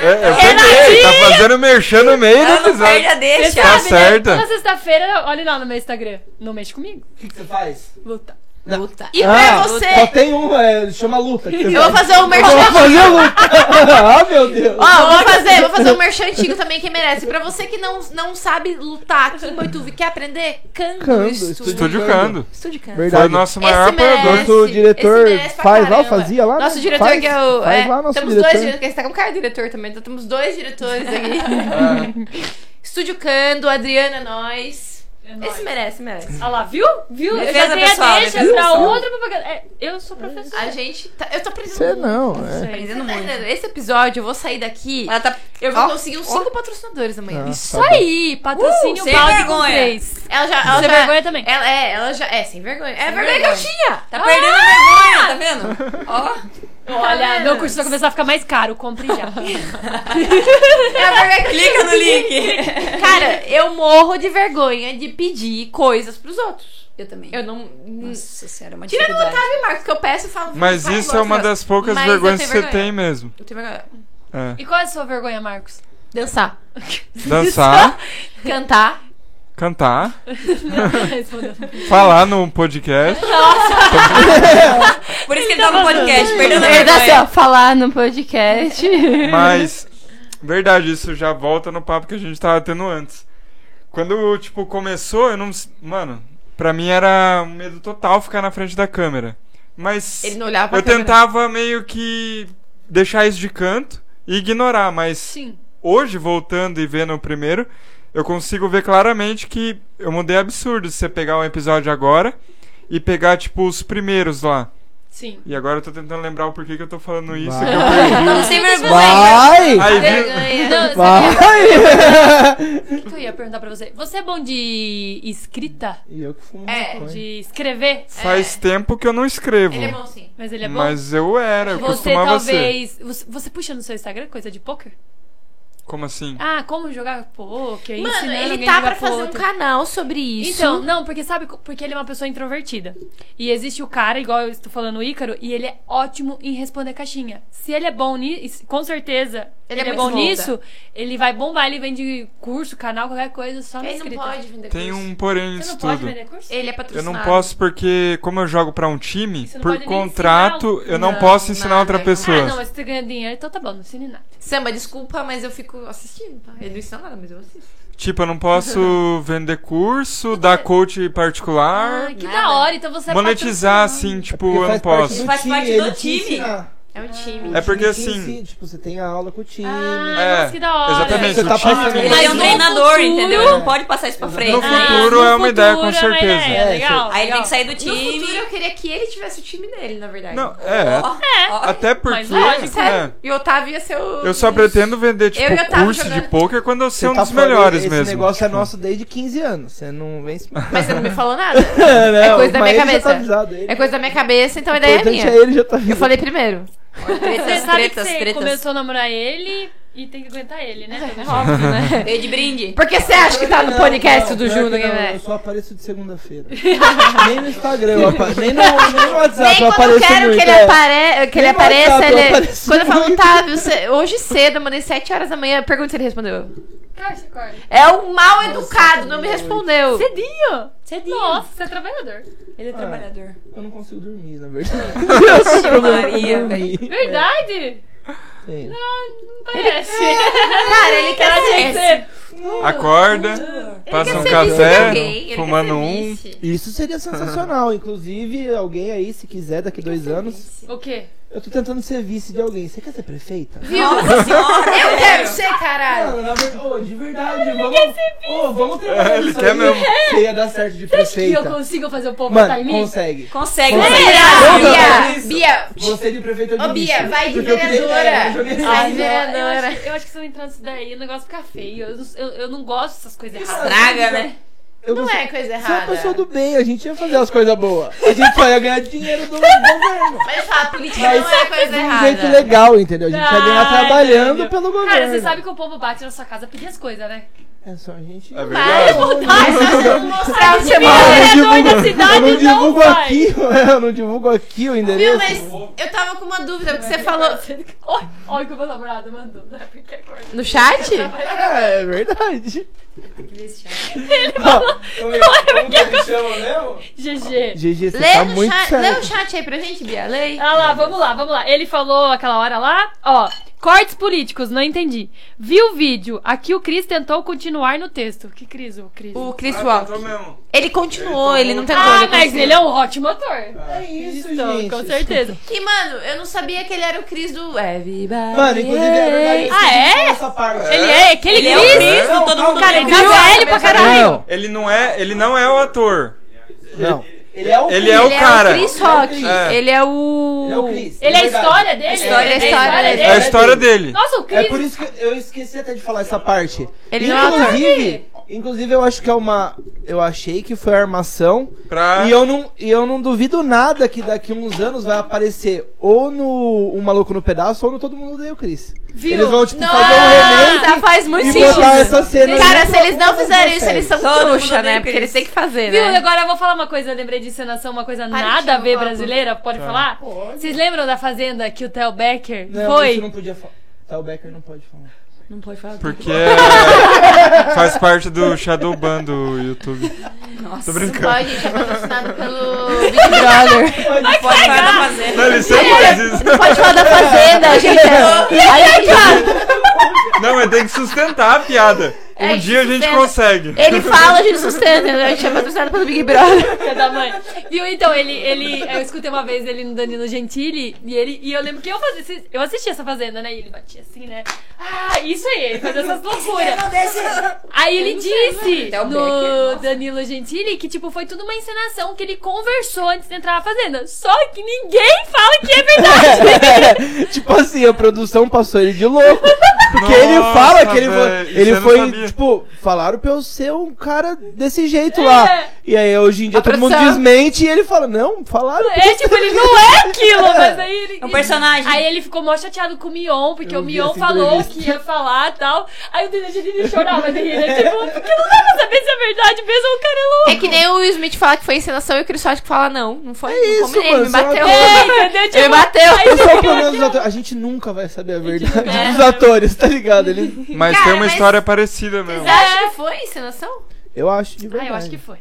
Speaker 6: É, eu peguei, tá fazendo merchan no meio
Speaker 2: Ela
Speaker 6: do
Speaker 2: não perde
Speaker 6: episódio.
Speaker 2: a deixa.
Speaker 6: Tá
Speaker 3: Sabe, né?
Speaker 6: certa.
Speaker 3: Toda sexta-feira, olha lá no meu Instagram. Não mexe comigo.
Speaker 4: O que, que você faz?
Speaker 3: Luta.
Speaker 2: Luta.
Speaker 1: E pra
Speaker 4: Ah,
Speaker 1: você.
Speaker 4: só tem um, é, chama luta. que você
Speaker 1: Eu vou
Speaker 4: faz.
Speaker 1: fazer um merchan.
Speaker 4: Eu vou fazer luta. ah, meu Deus.
Speaker 1: Ó, vou fazer, vou fazer um merchan antigo também que merece. Pra você que não, não sabe lutar aqui em Boituva e quer aprender, cando,
Speaker 4: Cando,
Speaker 1: estúdio.
Speaker 4: estúdio.
Speaker 6: Estúdio Cando.
Speaker 1: Estúdio cando.
Speaker 4: Verdade.
Speaker 6: Foi o nosso maior
Speaker 1: Esse merece.
Speaker 6: apoiador.
Speaker 4: Nosso diretor
Speaker 1: esse merece pra
Speaker 4: faz lá,
Speaker 1: caramba.
Speaker 4: fazia lá?
Speaker 1: Nosso
Speaker 4: né?
Speaker 1: diretor
Speaker 4: Faz-
Speaker 1: que é o.
Speaker 4: Faz
Speaker 1: é,
Speaker 4: lá, nosso
Speaker 1: temos
Speaker 4: diretor.
Speaker 1: dois diretores, porque você tá com cara de diretor também, então temos dois diretores aqui.
Speaker 4: É.
Speaker 1: Estúdio Cando, Adriana, é nós.
Speaker 3: É
Speaker 1: Esse merece, merece.
Speaker 3: Olha lá, viu? Viu? eu
Speaker 2: Defesa
Speaker 3: já tenho
Speaker 2: pessoal,
Speaker 3: a deixa
Speaker 2: defesa
Speaker 3: pra
Speaker 2: pessoal.
Speaker 3: outra propaganda. É, eu sou professora.
Speaker 1: A gente. tá- eu tô aprendendo.
Speaker 4: Você
Speaker 1: muito.
Speaker 4: não, é.
Speaker 3: Gente,
Speaker 2: Aprendendo muito.
Speaker 1: tá Esse episódio, eu vou sair daqui.
Speaker 2: Ela tá...
Speaker 1: Eu vou
Speaker 2: Ó,
Speaker 1: conseguir uns cinco patrocinadores amanhã.
Speaker 4: Ah,
Speaker 3: Isso
Speaker 4: tá bom.
Speaker 3: aí, patrocínio
Speaker 2: Uh, sem
Speaker 3: balde Tá com
Speaker 2: vergonha.
Speaker 3: três.
Speaker 1: Ela já. Ela
Speaker 3: Sem
Speaker 1: já,
Speaker 3: vergonha também.
Speaker 1: Ela é, ela já. É, sem vergonha. é vergonha, que eu Ah!
Speaker 2: vergonha.
Speaker 1: tinha!
Speaker 2: Tá perdendo a vergonha, tá vendo? Ó.
Speaker 3: Olha, meu curso vai começar a ficar mais caro, compre já.
Speaker 1: É
Speaker 2: Clica no link.
Speaker 1: Cara, eu morro de vergonha de pedir coisas pros outros.
Speaker 2: Eu também.
Speaker 1: Eu não.
Speaker 2: Nossa senhora, é uma
Speaker 1: Tirando o
Speaker 2: dificuldade.
Speaker 1: Otávio e Marcos, que eu peço e falo.
Speaker 6: Mas
Speaker 1: "Vai,
Speaker 6: isso
Speaker 1: gosto,
Speaker 6: é uma
Speaker 1: gosto."
Speaker 6: das poucas
Speaker 1: Mas eu
Speaker 6: vergonhas que
Speaker 1: tenho
Speaker 6: você
Speaker 1: vergonha.
Speaker 6: tem mesmo.
Speaker 1: Eu tenho vergonha.
Speaker 6: É.
Speaker 3: E qual é a sua vergonha, Marcos?
Speaker 1: Dançar,
Speaker 6: Dançar,
Speaker 1: cantar.
Speaker 6: cantar,
Speaker 3: Respondeu.
Speaker 6: falar no podcast.
Speaker 2: Por isso que ele tá no podcast, perdendo a
Speaker 1: Verdade,
Speaker 2: vergonha.
Speaker 1: ó, falar no podcast.
Speaker 6: Mas, verdade, isso já volta no papo que a gente tava tendo antes. Quando, tipo, começou, eu não. s- Mano, pra mim era um medo total ficar na frente da câmera. Mas
Speaker 1: Ele não olhava pra
Speaker 6: eu
Speaker 1: câmera.
Speaker 6: tentava meio que deixar isso de canto e ignorar. Mas
Speaker 3: Sim.
Speaker 6: hoje, voltando e vendo o primeiro, eu consigo ver claramente que eu mudei absurdo. Se você pegar um episódio agora e pegar, tipo, os primeiros lá.
Speaker 3: Sim.
Speaker 6: E agora eu tô tentando lembrar o porquê que eu tô falando isso.
Speaker 4: Vai.
Speaker 6: que eu
Speaker 2: Não sem vergonha.
Speaker 4: Vai!
Speaker 6: Aí, viu?
Speaker 3: Vergonha. Não, sabe
Speaker 4: Vai!
Speaker 3: o que eu ia perguntar pra você? Você é bom de escrita?
Speaker 4: E eu que fumo
Speaker 1: É,
Speaker 4: maconha.
Speaker 3: De escrever?
Speaker 6: Faz tempo que eu não escrevo.
Speaker 1: Ele é bom sim.
Speaker 3: Mas É. ele é bom?
Speaker 6: É. Mas eu era, eu
Speaker 3: você
Speaker 6: costumava ser.
Speaker 3: talvez. Você, você puxa no seu Instagram coisa de poker?
Speaker 6: Como assim?
Speaker 3: Ah, como jogar poker?
Speaker 1: Mano,
Speaker 3: ensinando
Speaker 1: ele
Speaker 3: alguém
Speaker 1: tá
Speaker 3: a jogar
Speaker 1: pra fazer um
Speaker 3: poker.
Speaker 1: canal sobre isso.
Speaker 3: Então, não, porque sabe, co- porque ele é uma pessoa introvertida. E existe o cara, igual eu estou falando, o Ícaro, e ele é ótimo em responder caixinha. Se ele é bom nisso, com certeza,
Speaker 1: Ele
Speaker 3: ele,
Speaker 1: é
Speaker 3: é,
Speaker 1: muito
Speaker 3: bom
Speaker 1: bom.
Speaker 3: nisso, ele vai bombar, ele vende curso, canal, qualquer coisa, só na
Speaker 1: ele não
Speaker 3: escrita.
Speaker 1: pode vender
Speaker 6: Tem
Speaker 1: curso.
Speaker 6: um porém
Speaker 3: Você
Speaker 6: nisso
Speaker 3: não pode
Speaker 6: tudo.
Speaker 3: vender curso?
Speaker 1: Ele é
Speaker 6: Eu
Speaker 1: patrocinado.
Speaker 6: não posso porque, como eu jogo pra um time,
Speaker 3: Você não
Speaker 6: por
Speaker 3: pode nem
Speaker 6: contrato eu não,
Speaker 1: Não,
Speaker 6: posso ensinar
Speaker 1: nada,
Speaker 6: outra
Speaker 1: não.
Speaker 6: pessoa.
Speaker 3: Ah, não, mas você ganha dinheiro, então tá bom, não ensine nada.
Speaker 1: Samba, desculpa, mas eu fico assistindo. Tá? Ele não ensina nada, mas eu assisto.
Speaker 6: Tipo, eu não posso vender curso, dar coach particular,
Speaker 3: Ah, que
Speaker 2: nada.
Speaker 3: da hora, então você é
Speaker 6: monetizar
Speaker 3: patrocinado.
Speaker 6: assim,
Speaker 4: É
Speaker 6: tipo,
Speaker 4: Porque
Speaker 6: eu não
Speaker 4: faz
Speaker 6: posso.
Speaker 2: Faz parte
Speaker 4: ele
Speaker 2: do
Speaker 4: te
Speaker 2: time.
Speaker 4: ensina.
Speaker 1: É um time.
Speaker 6: É porque
Speaker 4: Ele te
Speaker 6: assim-
Speaker 4: ensina, Tipo, você tem a aula com o time.
Speaker 3: Ah,
Speaker 6: É,
Speaker 3: nossa, que da hora.
Speaker 6: exatamente.
Speaker 4: Você
Speaker 6: o
Speaker 4: tá
Speaker 6: time
Speaker 4: passando
Speaker 6: tem-
Speaker 2: Ele é um
Speaker 3: No
Speaker 2: treinador,
Speaker 3: futuro-
Speaker 2: entendeu? Não pode passar isso pra frente.
Speaker 6: No
Speaker 3: Ah,
Speaker 6: futuro é uma ideia, com
Speaker 3: futuro é uma
Speaker 6: certeza.
Speaker 3: ideia,
Speaker 4: É,
Speaker 3: legal,
Speaker 2: Aí ele tem
Speaker 3: legal.
Speaker 2: que sair do
Speaker 1: No futuro
Speaker 2: time.
Speaker 1: eu queria que ele tivesse o time dele, na verdade. Ah,
Speaker 6: Não, é.
Speaker 2: Ó, ó.
Speaker 6: Até porque.
Speaker 3: lógico,
Speaker 6: é,
Speaker 1: Sério. E o Otávio ia ser o.
Speaker 6: eu só pretendo vender, tipo,
Speaker 1: Eu e o Otávio
Speaker 6: curso de
Speaker 1: jogando-
Speaker 6: poker quando eu ser
Speaker 4: Você
Speaker 6: um
Speaker 4: tá
Speaker 6: dos
Speaker 4: falando,
Speaker 6: melhores
Speaker 4: esse
Speaker 6: mesmo.
Speaker 4: Esse negócio é
Speaker 6: Tipo,
Speaker 4: nosso desde 15 anos. Você não vem se.
Speaker 1: Mas você não me falou nada.
Speaker 6: né,
Speaker 4: é
Speaker 1: coisa da minha cabeça.
Speaker 4: Tá avisado, ele.
Speaker 1: É coisa da minha cabeça, então a
Speaker 4: O
Speaker 1: ideia é
Speaker 4: importante
Speaker 1: minha.
Speaker 4: é ele já tá avisado.
Speaker 1: Eu falei primeiro.
Speaker 3: Você
Speaker 2: Tretas,
Speaker 3: sabe
Speaker 2: tretas,
Speaker 3: que você
Speaker 2: tretas.
Speaker 3: começou a namorar ele e tem que aguentar ele, né?
Speaker 1: É óbvio, né?
Speaker 2: Veio de brinde.
Speaker 1: Por que você acha que tá no
Speaker 4: Não,
Speaker 1: podcast
Speaker 4: não,
Speaker 1: do
Speaker 4: pior
Speaker 1: Juno,
Speaker 4: que não,
Speaker 1: né?
Speaker 4: Eu só apareço de segunda-feira. nem no Instagram, eu apa- nem, no, nem no WhatsApp
Speaker 1: Nem
Speaker 4: eu
Speaker 1: quando eu
Speaker 4: apareço
Speaker 1: quero
Speaker 4: muito.
Speaker 1: que ele,
Speaker 4: é.
Speaker 1: apare... que ele
Speaker 4: Nem no WhatsApp
Speaker 1: apareça,
Speaker 4: eu
Speaker 1: ele...
Speaker 4: apareço
Speaker 1: quando eu falo,
Speaker 4: muito.
Speaker 1: Otávio, você- hoje cedo, eu mandei 7 horas da manhã, pergunta se ele respondeu.
Speaker 3: Corte, corte.
Speaker 1: É um mal educado, não me respondeu.
Speaker 4: tá
Speaker 3: Cedinho! Cedinho! Nossa, você é trabalhador.
Speaker 2: Ele é trabalhador.
Speaker 4: Eu não consigo dormir, na verdade. Eu
Speaker 2: é
Speaker 4: sou problema pra
Speaker 2: Maria,
Speaker 4: dormir.
Speaker 3: É Verdade?
Speaker 4: Sim.
Speaker 3: Ah, Não, não parece.
Speaker 1: Cara, ele quer
Speaker 4: é
Speaker 3: Parece.
Speaker 1: ser.
Speaker 6: Acorda, passa
Speaker 1: ser
Speaker 6: um
Speaker 1: vice de alguém,
Speaker 6: café,
Speaker 1: ele
Speaker 6: fumando um.
Speaker 1: quer ser vice.
Speaker 4: Isso seria sensacional. Inclusive, alguém aí, se quiser, daqui dois anos.
Speaker 3: O quê?
Speaker 4: Eu tô tentando ser vice de alguém. Você quer ser prefeita?
Speaker 2: Nossa senhora.
Speaker 1: Eu quero ser, caralho.
Speaker 4: Mano, na verdade, ô, de verdade, vamos. Ô, vamos trabalhar.
Speaker 6: É, ele
Speaker 4: nisso
Speaker 6: quer
Speaker 4: aí.
Speaker 6: mesmo.
Speaker 4: Você ia dar certo de
Speaker 3: E eu
Speaker 4: prefeita.
Speaker 3: consigo fazer o povo votar em
Speaker 4: Mano,
Speaker 3: mim?
Speaker 4: consegue.
Speaker 2: Consegue.
Speaker 4: Consegue.
Speaker 2: consegue.
Speaker 4: Eu
Speaker 1: Bia,
Speaker 4: faço isso.
Speaker 1: Bia,
Speaker 4: Você de prefeita eu
Speaker 1: Ô, Bia, vai de
Speaker 4: Porque eu queria- é, eu joguei
Speaker 1: vereadora.
Speaker 4: esse
Speaker 1: Vai
Speaker 4: aí.
Speaker 1: de
Speaker 3: Eu
Speaker 1: vereadora.
Speaker 3: acho, eu acho que se eu entrar nisso daí, o negócio fica feio. Eu, não- eu, eu não gosto dessas coisas erradas.
Speaker 2: Traga, né?
Speaker 4: Eu
Speaker 1: Não
Speaker 4: gostei.
Speaker 1: é coisa
Speaker 4: Você é uma
Speaker 1: errada.
Speaker 4: pessoa do bem, a gente ia fazer as coisas boas. A gente só ia ganhar dinheiro do governo.
Speaker 1: Mas fala, política
Speaker 4: Mas
Speaker 1: não é coisa
Speaker 4: De um
Speaker 1: errada.
Speaker 4: jeito legal, entendeu? A gente ia ganhar
Speaker 3: Ah,
Speaker 4: trabalhando
Speaker 3: entendeu.
Speaker 4: pelo governo.
Speaker 3: Cara, você sabe que o povo bate na sua casa pedir as coisas, né?
Speaker 4: É só a gente.
Speaker 1: Vai,
Speaker 6: É verdade.
Speaker 1: vontade, nós vamos mostrar o
Speaker 3: Ai,
Speaker 1: seu
Speaker 3: meu
Speaker 4: Ah,
Speaker 3: Vereador
Speaker 4: eu
Speaker 3: da é cidade
Speaker 4: eu não
Speaker 3: não
Speaker 4: divulgo
Speaker 3: vai.
Speaker 4: aqui, eu não divulgo aqui o
Speaker 1: Viu,
Speaker 4: endereço.
Speaker 1: mas eu tava com uma dúvida, porque você falou...
Speaker 3: Olha, olha o que o meu namorado mandou, né? Porque é coisa.
Speaker 1: No chat?
Speaker 4: É, é verdade. é,
Speaker 3: GG.
Speaker 4: GG, você
Speaker 1: Lê,
Speaker 4: tá
Speaker 1: no
Speaker 4: muito
Speaker 1: chat, lê o
Speaker 4: certo.
Speaker 1: chat aí pra gente, Bia, lê.
Speaker 3: Ah lá, vamos lá, vamos lá. Ele falou aquela hora lá, ó. Cortes políticos, não entendi. Vi o vídeo. Aqui o Cris tentou continuar no texto. Que Cris, o Cris?
Speaker 1: O Chris
Speaker 6: Ah,
Speaker 1: Walk.
Speaker 6: tô mesmo.
Speaker 1: Ele continuou, ele não tentou.
Speaker 3: Ah,
Speaker 1: ele um
Speaker 3: mas
Speaker 1: conseguiu.
Speaker 3: ele é um ótimo ator.
Speaker 4: É isso,
Speaker 3: Então,
Speaker 4: gente.
Speaker 3: com certeza.
Speaker 1: E, mano, eu não sabia que ele era o Chris do Everybody.
Speaker 4: Mano, inclusive é verdade. eu
Speaker 3: Ah,
Speaker 4: esqueci de
Speaker 3: é?
Speaker 4: falar Essa parte. né?
Speaker 3: Ele é, aquele
Speaker 2: Ele é o
Speaker 3: Cris.
Speaker 2: Cris,
Speaker 4: Não,
Speaker 2: não todo
Speaker 4: calma,
Speaker 2: mundo
Speaker 4: calma,
Speaker 2: lembra.
Speaker 1: é
Speaker 3: Tá velho pra caralho.
Speaker 4: Não,
Speaker 6: Ele não é, ele não é o ator.
Speaker 4: não. Ele é o
Speaker 6: Ele é o
Speaker 1: ele
Speaker 6: cara.
Speaker 1: é o Chris Rock.
Speaker 6: É.
Speaker 1: Ele é o.
Speaker 4: Ele é o Chris.
Speaker 3: Ele é a
Speaker 4: verdade.
Speaker 3: história dele?
Speaker 1: história-
Speaker 3: É
Speaker 1: a história dele.
Speaker 6: É a história dele.
Speaker 3: Nossa, o Cris.
Speaker 4: É por isso que eu esqueci até de falar essa parte.
Speaker 1: Ele não é
Speaker 4: Inclusive, Inclusive, eu acho que é uma. Eu achei que foi armação.
Speaker 6: Pra...
Speaker 4: E eu, não, e eu não duvido nada que daqui uns anos vai aparecer ou no O Maluco no Pedaço ou no Todo Mundo Deu Cris.
Speaker 3: Viu?
Speaker 4: Eles vão, tipo, fazer
Speaker 1: é
Speaker 4: um remake
Speaker 1: Nossa, Ah, tá, faz muito
Speaker 4: e
Speaker 1: sentido.
Speaker 4: botar essa cena. é
Speaker 1: Cara,
Speaker 4: junto
Speaker 1: se eles
Speaker 4: com
Speaker 1: não
Speaker 4: todas as
Speaker 1: fizerem isso, eles
Speaker 4: séries.
Speaker 1: são
Speaker 2: Todo
Speaker 1: trouxa,
Speaker 2: mundo
Speaker 1: né?
Speaker 2: odeia
Speaker 1: Porque eles têm que fazer,
Speaker 3: Viu? E
Speaker 1: né?
Speaker 3: agora eu vou falar uma coisa, eu lembrei de encenação, uma coisa
Speaker 1: Para de
Speaker 3: nada a
Speaker 1: chamar
Speaker 3: ver
Speaker 1: o
Speaker 3: brasileira, pode
Speaker 4: Tá.
Speaker 3: falar?
Speaker 4: Pode.
Speaker 3: Vocês lembram da Fazenda que o Theo Becker
Speaker 4: Não,
Speaker 3: foi?
Speaker 4: isso não podia falar. Tá, o Becker não pode falar.
Speaker 2: Não pode falar.
Speaker 6: Porque faz parte do shadow ban do YouTube.
Speaker 2: Nossa.
Speaker 6: Tô brincando.
Speaker 1: Pode, gente, é patrocinado pelo Big Brother.
Speaker 2: Não pode falar da fazenda.
Speaker 6: Não, ele sempre faz isso.
Speaker 1: Não pode falar da Fazenda, gente. é- Aí, gente,
Speaker 6: Não, mas tem que sustentar a piada. Um
Speaker 1: É,
Speaker 6: dia a gente
Speaker 1: sustenta.
Speaker 6: consegue.
Speaker 1: ele fala, a gente sustenta, né? A gente é patrocinado pelo Big Brother.
Speaker 3: Filha da mãe. Viu? Então, ele, ele. Eu escutei uma vez ele no Danilo Gentili e ele. E eu lembro que eu fazia. Eu assistia essa fazenda, né? E ele batia assim, né? Ah, isso aí, ele fazia essas loucuras. Aí ele disse
Speaker 2: né? Até o Becker,
Speaker 3: no Danilo Gentili que, tipo, foi tudo uma encenação que ele conversou antes de entrar na fazenda. Só que ninguém fala que é verdade.
Speaker 4: tipo assim, a produção passou ele de louco. Porque ele
Speaker 6: Nossa,
Speaker 4: fala que ele,
Speaker 6: véi,
Speaker 4: vo-
Speaker 6: isso
Speaker 4: ele
Speaker 6: eu não
Speaker 4: foi,
Speaker 6: sabia.
Speaker 4: tipo, falaram pra eu ser um cara desse jeito lá.
Speaker 3: É.
Speaker 4: E aí hoje em dia
Speaker 1: A
Speaker 4: todo mundo
Speaker 1: produção.
Speaker 4: desmente e ele fala, não, falaram.
Speaker 3: É, tipo, ele não é aquilo, mas aí ele.
Speaker 2: É um personagem.
Speaker 3: Aí ele ficou mó chateado com o Mion, porque
Speaker 4: Eu
Speaker 3: o
Speaker 4: vi assim
Speaker 3: Mion
Speaker 4: essa
Speaker 3: falou
Speaker 4: entrevista.
Speaker 3: que ia falar e tal. Aí o Danilo Gentili chorava de rir, né? Tipo, porque não dá pra saber se é verdade mesmo, o cara é louco.
Speaker 1: É que nem o Will Smith fala que foi encenação e o Chris Rock fala não. Não foi?
Speaker 4: É
Speaker 1: não
Speaker 4: isso,
Speaker 1: combinei,
Speaker 4: mano,
Speaker 1: ele me
Speaker 4: só-
Speaker 1: bateu.
Speaker 3: É, entendeu? Tipo,
Speaker 1: Ele bateu.
Speaker 3: aí você
Speaker 4: Esse é o
Speaker 3: fica tipo,
Speaker 4: problema dos
Speaker 3: naquela-
Speaker 4: atores. A gente nunca vai saber a verdade
Speaker 3: É.
Speaker 4: dos atores, tá ligado? Ele...
Speaker 6: Mas
Speaker 1: Cara,
Speaker 6: tem uma
Speaker 1: mas-
Speaker 6: história parecida mesmo.
Speaker 1: Você acha que foi encenação?
Speaker 4: Eu acho de
Speaker 3: Ah,
Speaker 4: verdade.
Speaker 3: eu acho que foi.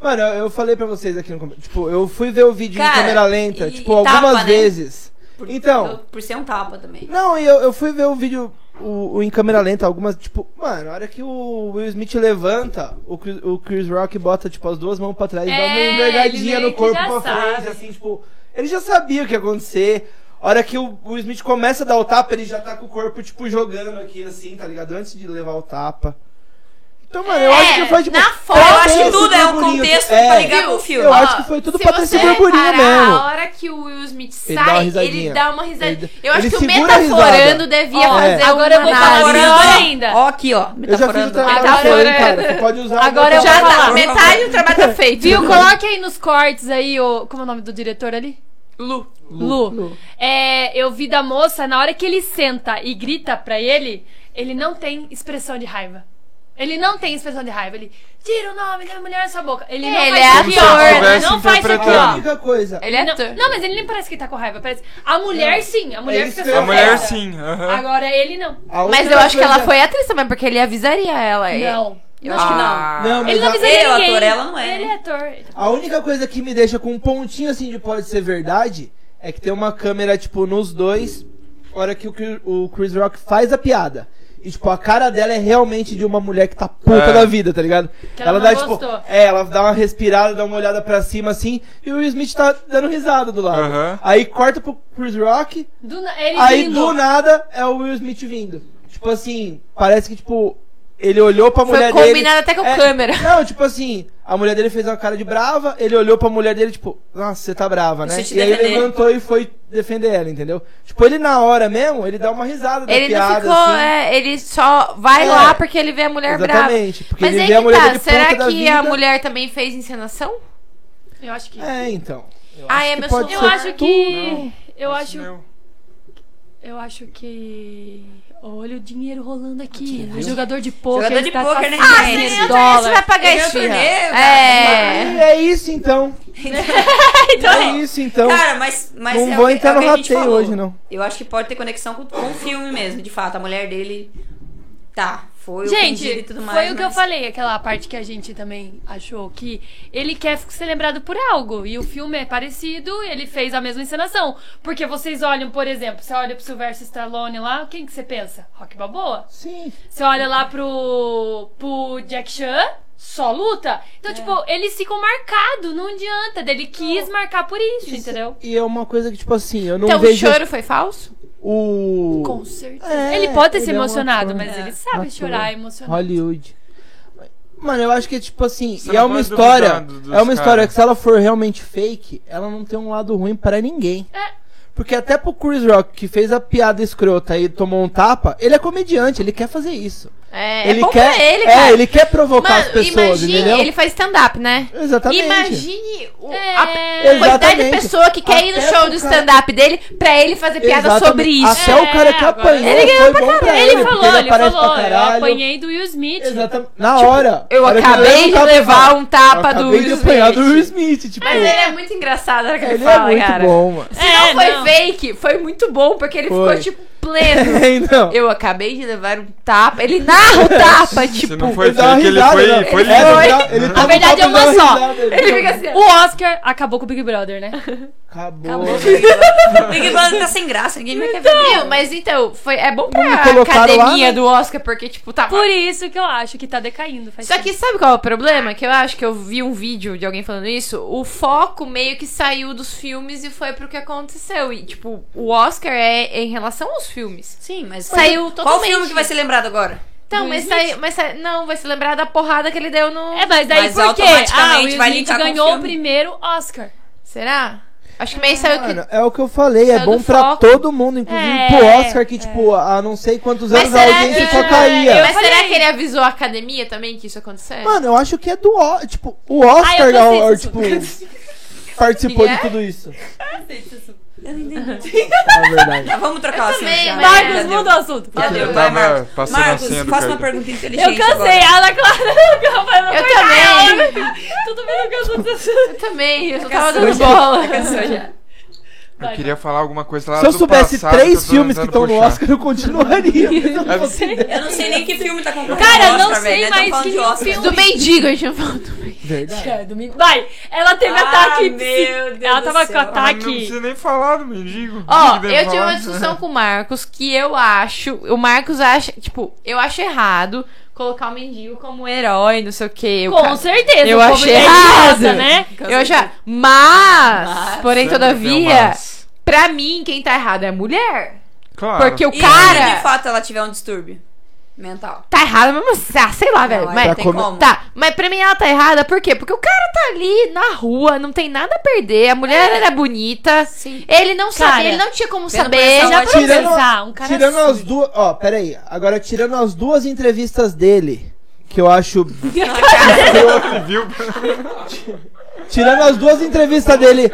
Speaker 4: Mano, eu eu falei pra vocês aqui no começo. Tipo, eu fui ver o vídeo
Speaker 2: Cara,
Speaker 4: em câmera lenta,
Speaker 2: e-
Speaker 4: tipo,
Speaker 2: e tapa,
Speaker 4: algumas
Speaker 2: né?
Speaker 4: vezes.
Speaker 2: Por-
Speaker 4: Então.
Speaker 2: Por ser um tapa também.
Speaker 4: Não, e eu, eu fui ver o vídeo o, o em câmera lenta, algumas, tipo, mano, a hora que o Will Smith levanta, o Chris, o Chris Rock bota, tipo, as duas mãos pra trás e dá uma
Speaker 3: É, ele
Speaker 4: envergadinha
Speaker 3: meio
Speaker 4: no
Speaker 3: que
Speaker 4: corpo
Speaker 3: já
Speaker 4: pra frente,
Speaker 3: sabe.
Speaker 4: assim, tipo, ele já sabia o que ia acontecer. A hora que o Will Smith começa a dar o tapa, ele já tá com o corpo, tipo, jogando aqui, assim, tá ligado? Antes de levar o tapa. Então, mano, eu
Speaker 1: É,
Speaker 4: acho que foi, tipo...
Speaker 1: na foto,
Speaker 4: pra
Speaker 1: eu
Speaker 4: ter
Speaker 1: acho que
Speaker 4: esse
Speaker 2: tudo é um
Speaker 4: burburinho,
Speaker 2: contexto
Speaker 4: é,
Speaker 2: pra ligar com o filme.
Speaker 4: Eu
Speaker 1: Ó,
Speaker 4: acho que foi tudo
Speaker 1: se
Speaker 4: pra ter
Speaker 1: você
Speaker 4: esse burburinho
Speaker 1: reparar, A
Speaker 4: mesmo.
Speaker 1: hora que o Will Smith sai,
Speaker 4: Ele dá uma
Speaker 1: ele dá uma,
Speaker 4: risadinha.
Speaker 1: risadinha.
Speaker 4: Ele-
Speaker 1: Eu acho
Speaker 4: ele
Speaker 1: que o
Speaker 4: segura a
Speaker 1: metaforando
Speaker 4: risada.
Speaker 1: devia
Speaker 4: Ó,
Speaker 1: fazer
Speaker 4: é.
Speaker 3: Agora eu vou
Speaker 1: uma
Speaker 3: falar
Speaker 1: análise.
Speaker 3: melhor
Speaker 2: ó,
Speaker 3: ainda.
Speaker 2: Ó, aqui, ó.
Speaker 4: Eu já fiz o
Speaker 2: Metaforando.
Speaker 4: trabalho
Speaker 1: Agora- é-
Speaker 4: todo, cara. Você pode usar...
Speaker 3: Agora eu vou
Speaker 1: Já tá,
Speaker 3: falar.
Speaker 1: metade do trabalho tá feito.
Speaker 3: Viu? Coloque aí nos cortes aí o. Como é o nome do diretor ali? Lu. Lu. É, eu vi da moça, na hora que ele senta e grita pra ele, ele não tem expressão de raiva. Ele não tem expressão de raiva. Ele tira o nome da mulher da sua boca. Ele não
Speaker 1: Ele
Speaker 3: faz
Speaker 1: é
Speaker 3: isso aqui,
Speaker 1: ator,
Speaker 3: ó.
Speaker 1: né?
Speaker 3: Ele Não
Speaker 6: Estivesse
Speaker 3: faz isso aqui,
Speaker 4: A
Speaker 3: ó.
Speaker 4: única coisa...
Speaker 1: Ele é
Speaker 3: Não,
Speaker 1: ator.
Speaker 3: não, mas ele nem parece que tá com raiva. Parece... A mulher, sim. A mulher
Speaker 4: isso
Speaker 3: fica
Speaker 4: que eu
Speaker 3: só
Speaker 6: A
Speaker 4: ia
Speaker 6: mulher
Speaker 3: quieta.
Speaker 6: sim. aham.
Speaker 3: Agora ele não.
Speaker 4: a
Speaker 1: Mas
Speaker 4: única
Speaker 1: eu acho que ela
Speaker 4: coisa- é
Speaker 1: foi atriz também, porque ele avisaria ela. Ah. E-
Speaker 3: Não.
Speaker 2: Eu acho que não.
Speaker 4: Não, mas
Speaker 3: Ele não
Speaker 4: a-
Speaker 3: avisaria
Speaker 2: Ele é
Speaker 3: ninguém.
Speaker 2: ator, ela não é,
Speaker 3: Ele é
Speaker 2: né?
Speaker 3: ator.
Speaker 4: A única coisa que me deixa com um pontinho assim de pode ser verdade é que tem uma câmera, tipo, nos dois, hora que o Cri- o Chris Rock faz a piada. E, tipo, a cara dela é realmente de uma mulher que tá puta
Speaker 6: É.
Speaker 4: da vida, tá ligado?
Speaker 3: Que ela não
Speaker 4: dá, tipo.
Speaker 3: gostou.
Speaker 4: É, ela dá uma respirada, dá uma olhada pra cima assim, e o Will Smith tá dando risada do lado.
Speaker 6: Aham.
Speaker 4: Aí corta pro Chris Rock,
Speaker 3: Do na- Ele
Speaker 4: aí
Speaker 3: lindo.
Speaker 4: do nada é o Will Smith vindo. Tipo assim, parece que, tipo, ele olhou pra
Speaker 1: Foi
Speaker 4: mulher
Speaker 1: combinado
Speaker 4: dele.
Speaker 1: até com
Speaker 4: É,
Speaker 1: câmera.
Speaker 4: Não, tipo assim, a mulher dele fez uma cara de brava, ele olhou pra mulher dele, tipo, nossa, você tá brava, né?
Speaker 2: Deixa eu te
Speaker 4: E aí
Speaker 2: defender.
Speaker 4: levantou e foi defender ela, entendeu? Tipo, ele na hora mesmo, ele dá uma risada da
Speaker 1: Ele não
Speaker 4: piada,
Speaker 1: ficou,
Speaker 4: assim.
Speaker 1: é, ele só vai
Speaker 4: É.
Speaker 1: lá porque ele vê a mulher brava.
Speaker 4: Exatamente, porque
Speaker 1: Mas
Speaker 4: ele
Speaker 1: aí
Speaker 4: vê a
Speaker 1: que
Speaker 4: mulher
Speaker 1: tá,
Speaker 4: dele
Speaker 1: será
Speaker 4: puta da
Speaker 1: que a
Speaker 4: vida.
Speaker 1: mulher também fez encenação?
Speaker 3: Eu acho que.
Speaker 4: É, então. Eu
Speaker 1: Ah,
Speaker 4: acho
Speaker 1: é
Speaker 4: que
Speaker 1: meu
Speaker 4: pode
Speaker 1: sonho.
Speaker 3: Eu
Speaker 4: ser
Speaker 3: acho que. Eu acho.
Speaker 6: Meu.
Speaker 3: Eu acho que. Olha o dinheiro rolando aqui. O jogador de pôquer.
Speaker 2: Jogador de
Speaker 3: está tá
Speaker 2: pôquer, né,
Speaker 3: com
Speaker 2: gente?
Speaker 3: 600
Speaker 2: Ah, sim, eu
Speaker 1: Você
Speaker 3: dólares.
Speaker 1: vai pagar
Speaker 2: Ele é
Speaker 1: esse filho.
Speaker 2: torneiro,
Speaker 1: É.
Speaker 4: E é isso então. é
Speaker 2: Então,
Speaker 4: isso então.
Speaker 2: cara, mas, mas
Speaker 4: não
Speaker 2: é o
Speaker 4: vou
Speaker 2: que- é
Speaker 4: entrar
Speaker 2: o
Speaker 4: no
Speaker 2: que a gente
Speaker 4: rateio
Speaker 2: falou.
Speaker 4: hoje, não.
Speaker 2: Eu acho que pode ter conexão com, com o filme mesmo, de fato. A mulher dele. Tá, foi ofendida
Speaker 3: Gente,
Speaker 2: e tudo mais.
Speaker 3: foi o que eu
Speaker 2: mas-
Speaker 3: falei, aquela parte que a gente também achou que ele quer ser lembrado por algo. E o filme é parecido, e ele fez a mesma encenação. Porque vocês olham, por exemplo, você olha pro Sylvester Stallone lá, quem que você pensa? Rock Balboa.
Speaker 4: Sim.
Speaker 3: Você olha lá pro, pro Jack Chan, só luta. Então, tipo, eles ficam marcados, não adianta. Ele quis marcar por isso, entendeu?
Speaker 4: E é uma coisa que, tipo assim, eu não
Speaker 1: Então o
Speaker 4: vejo
Speaker 1: choro foi falso?
Speaker 4: o.
Speaker 3: Com certeza.
Speaker 4: É,
Speaker 3: ele pode ter se
Speaker 4: ele é um
Speaker 3: emocionado,
Speaker 4: ator. Um
Speaker 3: mas
Speaker 2: É,
Speaker 3: ele sabe
Speaker 4: ator.
Speaker 3: chorar emocionado.
Speaker 4: Hollywood. Mano, eu acho que é tipo assim,
Speaker 6: Você
Speaker 4: e é
Speaker 6: não
Speaker 4: uma
Speaker 6: pode
Speaker 4: história,
Speaker 6: duvidar do- dos
Speaker 4: é uma história
Speaker 6: caras.
Speaker 4: que se ela for realmente fake, ela não tem um lado ruim pra ninguém.
Speaker 3: É.
Speaker 4: Porque até pro Chris Rock, que fez a piada escrota e tomou um tapa, ele é comediante, ele quer fazer isso.
Speaker 1: É,
Speaker 4: ele
Speaker 1: é bom
Speaker 4: quer,
Speaker 1: pra ele,
Speaker 4: é,
Speaker 1: cara.
Speaker 4: ele quer provocar
Speaker 1: Mano,
Speaker 4: as pessoas,
Speaker 1: imagine,
Speaker 4: entendeu?
Speaker 1: ele faz stand-up, né?
Speaker 4: Exatamente.
Speaker 1: Imagine o, a
Speaker 3: É.
Speaker 1: pe- quantidade de
Speaker 4: Exatamente.
Speaker 1: pessoa que quer ir no
Speaker 4: Até
Speaker 1: show
Speaker 4: o
Speaker 1: do
Speaker 4: cara-
Speaker 1: stand-up dele pra ele fazer piada
Speaker 4: Exatamente.
Speaker 1: sobre isso.
Speaker 4: Até
Speaker 3: É,
Speaker 4: o cara que
Speaker 3: agora-
Speaker 4: apanhou
Speaker 1: Ele
Speaker 4: foi bom pra ele.
Speaker 3: Ele
Speaker 4: porque
Speaker 3: falou, ele
Speaker 4: aparece
Speaker 3: falou,
Speaker 4: pra
Speaker 3: eu
Speaker 4: caralho.
Speaker 3: apanhei do Will Smith.
Speaker 4: Exatamente. Na hora.
Speaker 1: tipo, Eu
Speaker 4: Na hora que
Speaker 1: acabei
Speaker 4: levo
Speaker 1: de
Speaker 4: o tapa,
Speaker 1: levar um
Speaker 4: eu
Speaker 1: tapa do
Speaker 4: acabei
Speaker 1: Will
Speaker 4: de apanhar do Will
Speaker 1: Smith.
Speaker 4: Smith. Tipo,
Speaker 1: Mas ele é muito engraçado na hora que ele,
Speaker 4: ele é
Speaker 1: fala,
Speaker 4: muito
Speaker 1: cara.
Speaker 4: bom, mano.
Speaker 1: Se não
Speaker 3: É,
Speaker 1: foi
Speaker 3: não.
Speaker 1: fake, foi muito bom, porque ele
Speaker 4: Foi.
Speaker 1: ficou, tipo, pleno.
Speaker 4: Então,
Speaker 1: Eu acabei de levar um tapa. Ele narra o tapa, tipo.
Speaker 6: Se não foi
Speaker 4: ele dá uma
Speaker 6: fake, ele
Speaker 4: risada,
Speaker 6: foi,
Speaker 4: né?
Speaker 6: foi
Speaker 4: Ele
Speaker 6: lindo.
Speaker 4: dá- ele tá
Speaker 6: Uhum.
Speaker 4: no
Speaker 3: A verdade é
Speaker 4: papo e dá
Speaker 3: uma só.
Speaker 4: risada,
Speaker 1: Ele fica assim.
Speaker 3: O Oscar acabou com o Big Brother, né?
Speaker 4: Acabou.
Speaker 2: Big Brother tá sem graça, ninguém vai querer ver.
Speaker 1: Viu? Mas então, foi, é bom
Speaker 4: Não me
Speaker 1: pra
Speaker 4: colocaram lá,
Speaker 1: academia
Speaker 4: né?
Speaker 1: do Oscar, porque, tipo, tá.
Speaker 3: Por isso que eu acho que tá decaindo. Faz
Speaker 1: Só que sabe qual é o problema? Que eu acho que eu vi um vídeo de alguém falando isso. O foco meio que saiu dos filmes e foi pro que aconteceu. E, tipo, o Oscar é em relação aos filmes.
Speaker 2: Sim, mas.
Speaker 1: Saiu
Speaker 2: Qual
Speaker 1: totalmente.
Speaker 2: filme que vai ser lembrado agora?
Speaker 1: Então,
Speaker 3: Do
Speaker 1: mas,
Speaker 3: Smith?
Speaker 1: sai, mas sai- não, vai se lembrar da porrada que ele deu no.
Speaker 3: É, mas daí
Speaker 2: Mas
Speaker 3: por quê? Ah, o
Speaker 2: automaticamente
Speaker 3: Will
Speaker 2: vai
Speaker 3: Smith
Speaker 2: linkar com o
Speaker 3: ganhou o
Speaker 2: filme.
Speaker 3: primeiro Oscar.
Speaker 1: Será? Acho que meio saiu que.
Speaker 4: Mano, é o que eu falei, é
Speaker 1: Saiu
Speaker 4: bom
Speaker 1: do
Speaker 4: pra
Speaker 1: foco.
Speaker 4: todo mundo, inclusive
Speaker 3: É,
Speaker 4: pro Oscar, que, tipo, há não sei quantos
Speaker 1: Mas
Speaker 4: anos a
Speaker 1: será
Speaker 4: audiência
Speaker 1: que-
Speaker 4: só caía.
Speaker 3: Eu
Speaker 1: mas
Speaker 3: falei.
Speaker 1: será que ele avisou a academia também que isso aconteceu?
Speaker 4: Mano, eu acho que é do Oscar. Tipo, o Oscar,
Speaker 3: Ah, eu não sei
Speaker 4: ó,
Speaker 3: se
Speaker 4: tipo, participou
Speaker 1: Que que
Speaker 4: de
Speaker 1: é?
Speaker 4: tudo isso.
Speaker 2: Eu não entendi.
Speaker 4: Na verdade.
Speaker 2: Tá, vamos trocar o assunto.
Speaker 1: também,
Speaker 2: já.
Speaker 1: mas-
Speaker 2: Vai,
Speaker 3: Marcos,
Speaker 2: cadê?
Speaker 3: muda o assunto. por
Speaker 2: Eu
Speaker 3: favor.
Speaker 6: Eu
Speaker 2: Vai,
Speaker 6: tava
Speaker 2: Marcos.
Speaker 6: passando a senha
Speaker 2: Marcos,
Speaker 6: do
Speaker 2: faça uma
Speaker 6: cara.
Speaker 2: pergunta inteligente.
Speaker 3: Eu cansei,
Speaker 2: agora.
Speaker 3: a Ana Clara nunca vai não
Speaker 1: Eu
Speaker 3: cortar
Speaker 1: também.
Speaker 3: ela. Todo mundo cansou desse assunto.
Speaker 1: Eu também, eu só tava
Speaker 2: cansou
Speaker 1: dando
Speaker 4: é
Speaker 2: já.
Speaker 1: bola.
Speaker 2: Cansou já.
Speaker 6: Eu queria falar alguma coisa lá
Speaker 4: Se eu
Speaker 6: do
Speaker 4: soubesse
Speaker 6: passado,
Speaker 4: três
Speaker 6: eu tô
Speaker 4: filmes que
Speaker 6: tentando
Speaker 4: estão no
Speaker 6: puxar. É,
Speaker 4: Oscar, eu continuaria. mas eu não
Speaker 6: Eu
Speaker 4: consigo.
Speaker 2: Eu não sei nem que filme tá concorrendo.
Speaker 3: Cara,
Speaker 2: ao
Speaker 3: não
Speaker 2: Oscar,
Speaker 3: sei
Speaker 2: velho, né? Tão
Speaker 3: mais
Speaker 2: falando
Speaker 3: que
Speaker 2: de Oscar.
Speaker 3: filme.
Speaker 1: Do mendigo, a gente não falou.
Speaker 4: Verdade.
Speaker 3: É, domingo. Vai, ela teve
Speaker 2: Ah,
Speaker 3: ataque.
Speaker 2: meu
Speaker 3: psi-
Speaker 2: Deus
Speaker 3: tá ela
Speaker 2: do céu.
Speaker 3: tava com
Speaker 2: Ah, não
Speaker 6: Ah, Não
Speaker 3: ataque.
Speaker 6: precisa nem falar do mendigo.
Speaker 1: Ó,
Speaker 6: O que que deve
Speaker 1: eu tive
Speaker 6: falar?
Speaker 1: uma discussão com o Marcos que eu acho. O Marcos acha. Tipo, eu acho errado colocar o mendigo como um herói, não sei o quê. Eu,
Speaker 3: Com
Speaker 1: ca-
Speaker 3: certeza.
Speaker 1: eu
Speaker 3: o povo
Speaker 1: achei
Speaker 3: é
Speaker 1: errado.
Speaker 3: idiota, né?
Speaker 1: eu já. Mas,
Speaker 2: Mas-
Speaker 1: porém,
Speaker 6: Sempre tem um
Speaker 1: todavia,
Speaker 6: mas.
Speaker 1: pra mim, quem tá errado é a mulher.
Speaker 6: Claro.
Speaker 1: Porque o
Speaker 2: E se de
Speaker 1: cara.
Speaker 2: fato ela tiver um distúrbio mental?
Speaker 1: Tá errado mesmo. Ah, sei lá, velho.
Speaker 2: Não, aí
Speaker 1: mas-
Speaker 2: não
Speaker 4: Pra
Speaker 2: tem
Speaker 4: come-
Speaker 2: como.
Speaker 1: Tá, mas pra mim ela tá errada, por quê? Porque o cara tá ali na rua, não tem nada a perder, a mulher era bonita,
Speaker 2: Sim.
Speaker 1: ele não sabia,
Speaker 3: É. Cara,
Speaker 1: ele não tinha como
Speaker 2: vendo
Speaker 1: saber.
Speaker 2: por essa
Speaker 1: Já...
Speaker 3: Pra
Speaker 4: Tirando-
Speaker 3: É pensar, um cara
Speaker 4: tirando as
Speaker 3: sujo.
Speaker 4: duas. Ó, peraí. Agora, tirando as duas entrevistas dele, que eu acho.
Speaker 6: Viu?
Speaker 4: Tirando as duas entrevistas dele.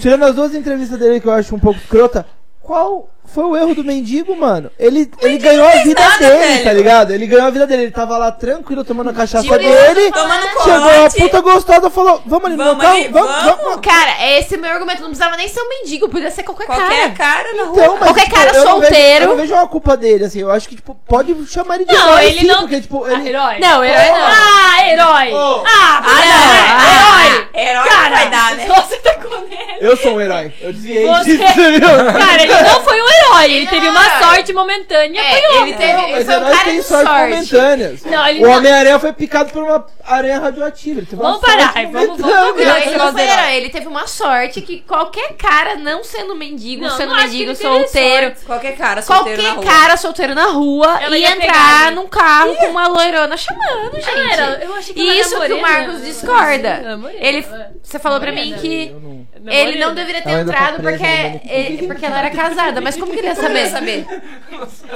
Speaker 4: Tirando as duas entrevistas dele que eu acho um pouco crota. Qual foi o erro do mendigo, mano? Ele, ele ganhou a vida
Speaker 2: nada,
Speaker 4: dele,
Speaker 2: velho.
Speaker 4: tá ligado? Ele ganhou a vida dele. Ele tava lá tranquilo tomando a cachaça
Speaker 2: Tipo,
Speaker 4: dele.
Speaker 2: tomando
Speaker 4: Chegou a
Speaker 2: corote.
Speaker 4: puta gostosa falou: Vamos ali no meu
Speaker 2: Vamos
Speaker 4: carro?
Speaker 2: ali,
Speaker 4: vamos,
Speaker 2: vamos."
Speaker 4: vamos.
Speaker 1: Cara, esse é meu argumento, não precisava nem ser um mendigo, podia ser qualquer,
Speaker 2: Qualquer
Speaker 1: cara.
Speaker 2: cara na rua.
Speaker 4: Então, mas,
Speaker 1: Qualquer cara
Speaker 4: eu não vejo-
Speaker 1: solteiro.
Speaker 4: eu não vejo uma culpa dele, assim. Eu acho que, tipo, pode chamar ele de
Speaker 3: Não,
Speaker 4: herói,
Speaker 3: ele
Speaker 4: sim,
Speaker 3: não-
Speaker 4: Porque, tipo,
Speaker 3: Ah,
Speaker 4: ele...
Speaker 3: herói.
Speaker 1: Não, herói não.
Speaker 3: Ah, herói.
Speaker 4: Oh.
Speaker 3: Ah,
Speaker 2: Ah,
Speaker 3: herói.
Speaker 2: não,
Speaker 3: herói.
Speaker 2: é. Herói
Speaker 3: Cara,
Speaker 2: não vai dar, né?
Speaker 3: Você tá com ele.
Speaker 4: Eu sou um herói. Eu desviei
Speaker 3: Você-
Speaker 4: disso, entendeu?
Speaker 3: Cara, ele não foi um herói. Ele
Speaker 1: Não,
Speaker 3: teve uma
Speaker 1: cara.
Speaker 3: sorte momentânea.
Speaker 1: É,
Speaker 3: foi
Speaker 1: ele
Speaker 3: outra.
Speaker 1: teve-
Speaker 4: Não, mas
Speaker 1: foi um
Speaker 4: herói
Speaker 1: cara
Speaker 4: tem
Speaker 1: de
Speaker 4: sorte
Speaker 1: sorte.
Speaker 4: momentâneas.
Speaker 3: Não, ele
Speaker 4: o
Speaker 3: não-
Speaker 4: Homem-Aranha foi picado por uma aranha radioativa. Ele teve uma
Speaker 3: Vamos parar,
Speaker 4: sorte
Speaker 3: vamos- vamos
Speaker 4: momentânea.
Speaker 1: Não, ele
Speaker 3: Esse
Speaker 1: não foi
Speaker 3: negócio do herói.
Speaker 1: herói, ele teve uma sorte que qualquer cara, não sendo mendigo,
Speaker 3: Não,
Speaker 1: sendo
Speaker 3: não acho
Speaker 1: mendigo,
Speaker 3: que ele teve
Speaker 1: solteiro,
Speaker 2: Qualquer cara solteiro na
Speaker 1: qualquer
Speaker 2: rua.
Speaker 1: cara solteiro na rua
Speaker 3: Ela
Speaker 1: ia
Speaker 3: ia
Speaker 1: entrar
Speaker 3: pegar ele.
Speaker 1: num carro com uma loirona chamando, gente.
Speaker 3: Ah, era- eu achei que ela
Speaker 1: E
Speaker 3: era
Speaker 1: isso que o
Speaker 3: morena.
Speaker 1: Marcos discorda.
Speaker 3: É, morena,
Speaker 1: Ele,
Speaker 3: é.
Speaker 1: você falou pra mim
Speaker 3: Morena.
Speaker 1: que
Speaker 3: Não,
Speaker 1: ele não
Speaker 3: morena.
Speaker 1: deveria ter
Speaker 4: Ela ainda tá
Speaker 1: entrado
Speaker 4: presa,
Speaker 1: porque,
Speaker 4: né?
Speaker 1: é, porque ela era casada. Mas como que ele ia
Speaker 2: Quer
Speaker 1: saber?
Speaker 2: saber?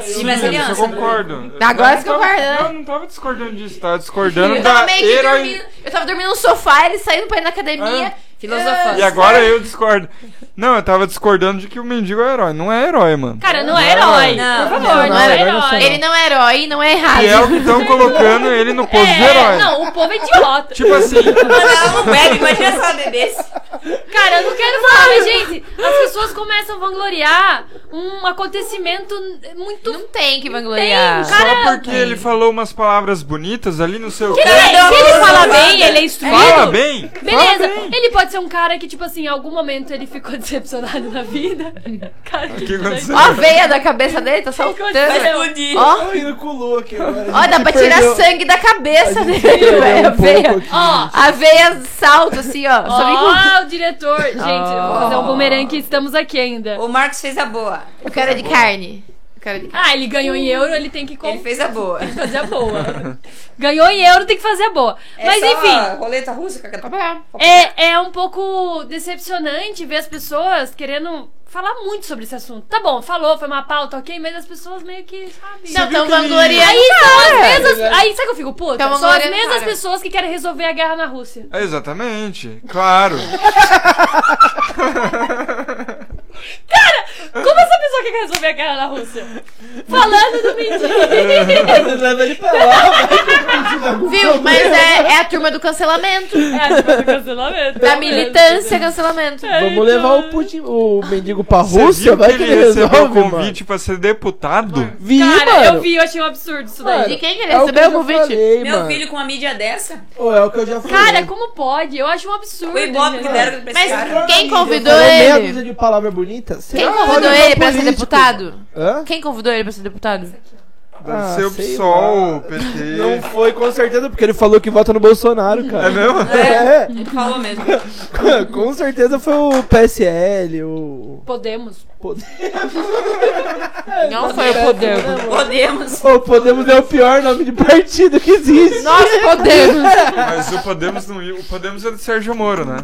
Speaker 2: Sim, mas ele
Speaker 6: Eu
Speaker 2: anda.
Speaker 6: concordo.
Speaker 1: né? Agora
Speaker 6: Eu
Speaker 1: você
Speaker 6: não tava-
Speaker 1: concorda, né?
Speaker 6: Eu não tava discordando disso, tava discordando
Speaker 1: Eu tava
Speaker 6: da
Speaker 1: meio que
Speaker 6: heroína.
Speaker 1: dormindo. Eu tava dormindo no sofá, ele saindo pra ir na academia.
Speaker 6: Ah.
Speaker 2: Filosofando.
Speaker 6: E agora eu discordo. Não, eu tava discordando de que o mendigo é herói. Não é herói, mano.
Speaker 3: Cara, não é herói.
Speaker 2: Não,
Speaker 3: Por
Speaker 4: não,
Speaker 3: favor,
Speaker 4: não
Speaker 3: não é
Speaker 4: é herói,
Speaker 3: herói.
Speaker 1: Ele não é herói, não é errado.
Speaker 6: E é o que estão colocando ele no posto de herói.
Speaker 3: É, Não, o povo é idiota.
Speaker 6: Tipo assim,
Speaker 2: Mano, ela não bebe, imagina se ela bebesse.
Speaker 3: Cara, eu não quero falar, mas, gente, as pessoas começam a vangloriar um acontecimento muito.
Speaker 1: Não tem um que vangloriar.
Speaker 3: Tem, cara.
Speaker 6: só porque ele falou umas palavras bonitas ali, não sei o
Speaker 3: Ele-
Speaker 6: quê.
Speaker 3: se ele fala bem, ele é instruído.
Speaker 6: Fala bem.
Speaker 3: Beleza,
Speaker 6: Fala bem.
Speaker 3: ele pode ser um cara que, tipo assim, em algum momento ele ficou decepcionado na vida. Cara,
Speaker 6: O que aconteceu?
Speaker 1: Ó a veia da cabeça dele, tá
Speaker 2: Vai
Speaker 1: saltando.
Speaker 2: explodir.
Speaker 1: Ó,
Speaker 4: Tô indo com o Lu aqui agora.
Speaker 1: ó, dá pra tirar sangue da cabeça dele,
Speaker 6: um
Speaker 4: um
Speaker 1: velho. A veia.
Speaker 3: Ó,
Speaker 1: A veia salta assim, ó. Hum. Só vem com-
Speaker 3: ó, o diretor. Gente, vou fazer um bumerangue que estamos aqui ainda.
Speaker 2: O Marcos fez a boa.
Speaker 1: o cara é de carne.
Speaker 2: O
Speaker 1: cara é de cara.
Speaker 3: Ah, ele ganhou em euro, ele tem que com-
Speaker 2: Ele fez a boa.
Speaker 3: fazer a boa. ganhou em euro, tem que fazer a boa. Mas
Speaker 2: é só
Speaker 3: enfim.
Speaker 2: a Roleta russa. que-
Speaker 3: É, é um pouco decepcionante ver as pessoas querendo falar muito sobre esse assunto. Tá bom, falou, foi uma pauta, ok, mas as pessoas meio que, sabe?
Speaker 1: Não, tão
Speaker 6: que ele-
Speaker 1: vangloriando.
Speaker 3: Aí são as mesmas. Aí sabe que eu fico puta?
Speaker 1: Tava
Speaker 3: são as
Speaker 1: gloriando,
Speaker 3: mesmas
Speaker 1: cara.
Speaker 3: pessoas que querem resolver a guerra na Rússia.
Speaker 6: É, Exatamente, claro.
Speaker 3: Como essa pessoa que quer resolver a guerra na Rússia? Falando do mendigo.
Speaker 4: Leva ele pra lá, vai.
Speaker 1: Viu? Mas é, é a turma do cancelamento.
Speaker 3: É, a turma do cancelamento.
Speaker 1: Da militância, cancelamento.
Speaker 3: É, então-
Speaker 4: Vamos levar o Putin, o mendigo pra
Speaker 6: Você
Speaker 4: Rússia,
Speaker 6: viu
Speaker 4: vai que ele resolve,
Speaker 6: recebeu o
Speaker 4: mano.
Speaker 6: convite pra ser deputado?
Speaker 4: Vi,
Speaker 3: Cara,
Speaker 4: mano.
Speaker 3: eu vi, eu achei um absurdo isso daí.
Speaker 4: Mano,
Speaker 1: De quem que ele
Speaker 4: é o que
Speaker 1: recebeu
Speaker 4: eu
Speaker 1: o
Speaker 4: já
Speaker 1: convite?
Speaker 4: falei,
Speaker 2: Meu
Speaker 4: mano.
Speaker 2: filho com uma mídia dessa.
Speaker 4: Ô, é o que eu já falei.
Speaker 3: Cara, como pode? Eu acho um absurdo.
Speaker 2: O Ibope que
Speaker 3: gente.
Speaker 2: deram pra esse
Speaker 1: Mas
Speaker 2: cara.
Speaker 1: quem convidou
Speaker 4: Falou meia
Speaker 1: ele?
Speaker 4: dúzia de palavra bonita? Você
Speaker 1: Quem
Speaker 4: não
Speaker 1: convidou
Speaker 4: olha
Speaker 1: ele
Speaker 4: pra
Speaker 1: pra ser
Speaker 4: político.
Speaker 1: deputado?
Speaker 4: Hã?
Speaker 1: Quem convidou ele pra ser deputado?
Speaker 6: Deve
Speaker 4: Ah,
Speaker 6: ser o
Speaker 4: sei
Speaker 6: PSOL,
Speaker 4: lá.
Speaker 6: o PT.
Speaker 4: Não foi, com certeza, porque ele falou que vota no Bolsonaro, cara.
Speaker 6: É mesmo?
Speaker 4: É,
Speaker 2: Ele falou mesmo.
Speaker 4: com certeza foi o PSL, o.
Speaker 3: Podemos.
Speaker 4: Poder- É,
Speaker 1: Não
Speaker 4: tá
Speaker 1: foi o poder.
Speaker 2: Podemos.
Speaker 4: Ô, Podemos é o pior nome de partido que existe.
Speaker 1: Nossa, Podemos!
Speaker 6: Mas o Podemos não ia. O Podemos é do Sérgio Moro, né?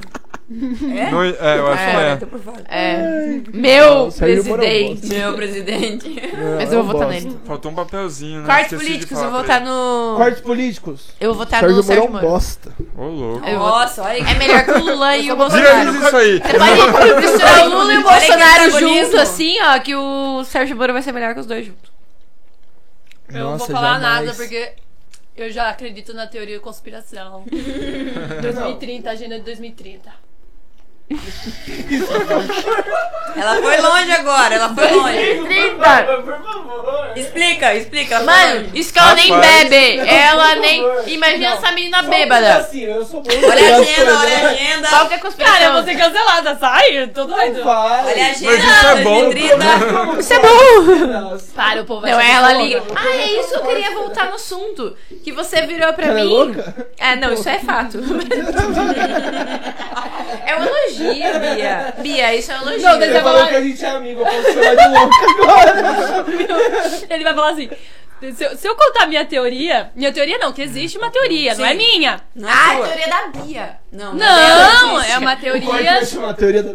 Speaker 2: É?
Speaker 6: Não ia- é, eu acho
Speaker 1: É.
Speaker 6: que é.
Speaker 2: Tô por fora.
Speaker 1: É. Meu
Speaker 4: o Sérgio Moro é um é
Speaker 1: presidente.
Speaker 2: Meu presidente.
Speaker 1: Mas eu vou votar nele.
Speaker 6: Faltou um papelzinho, né?
Speaker 1: Cortes
Speaker 6: Esqueci de
Speaker 1: políticos,
Speaker 6: falar
Speaker 1: eu vou
Speaker 6: pra
Speaker 1: votar
Speaker 6: ele.
Speaker 1: no.
Speaker 4: Cortes políticos.
Speaker 1: Eu vou votar no
Speaker 4: Sérgio Moro é
Speaker 1: Tá Sérgio
Speaker 4: um
Speaker 1: Moro.
Speaker 4: bosta.
Speaker 6: Ô, louco.
Speaker 1: Eu vou-
Speaker 2: Nossa, olha
Speaker 1: É
Speaker 2: que
Speaker 1: melhor que o Lula e o Bolsonaro.
Speaker 6: Viraliza isso aí.
Speaker 1: Você tá pode misturar o Lula e o
Speaker 2: Olha que
Speaker 1: Bolsonaro
Speaker 2: antagonismo.
Speaker 1: junto, assim, ó, que o Sérgio Moro vai ser melhor que os dois juntos.
Speaker 3: Eu não vou
Speaker 4: Nossa,
Speaker 3: falar
Speaker 4: jamais.
Speaker 3: nada, porque eu já acredito na teoria da conspiração. 2030, agenda de 2030.
Speaker 2: Ela foi longe agora, ela foi longe.
Speaker 1: Linda!
Speaker 2: Explica, explica. ela foi
Speaker 1: Mano,
Speaker 2: longe.
Speaker 1: isso que ela nem
Speaker 6: Rapaz.
Speaker 1: bebe. Ela
Speaker 4: por
Speaker 1: nem.
Speaker 4: favor.
Speaker 1: Imagina
Speaker 4: Não.
Speaker 1: essa menina bêbada.
Speaker 4: Assim, eu sou bom.
Speaker 2: Olha a agenda, olha a agenda.
Speaker 1: Qual que é a
Speaker 3: Cara, eu vou
Speaker 1: conspiração?
Speaker 3: ser cancelada, sai! Tô doido.
Speaker 2: Olha a
Speaker 4: Olha
Speaker 2: agenda.
Speaker 6: isso é bom.
Speaker 2: 2030.
Speaker 1: Isso é bom!
Speaker 3: Para, o povo vai
Speaker 1: Não,
Speaker 3: achar
Speaker 1: ela
Speaker 3: que eu
Speaker 1: liga.
Speaker 3: sou louca.
Speaker 1: Ah, é isso, eu queria voltar no assunto. Que você virou pra
Speaker 4: Ela é
Speaker 1: mim.
Speaker 4: louca?
Speaker 1: É, não, isso é fato. É um elogio, Bia. Bia, isso é um elogio.
Speaker 3: Não, deixa
Speaker 4: Você
Speaker 3: eu
Speaker 4: falou
Speaker 3: falar-
Speaker 4: que a gente é amigo, eu posso chamar de louca agora.
Speaker 3: Ele vai falar assim. Se eu, se eu contar minha teoria, minha teoria não, que existe uma teoria, não é
Speaker 2: Sim.
Speaker 3: minha.
Speaker 1: Ah, a
Speaker 2: sua.
Speaker 1: teoria da Bia.
Speaker 2: Não,
Speaker 3: Não, é uma
Speaker 4: Pode
Speaker 3: teoria.
Speaker 4: vai chamar a teoria da.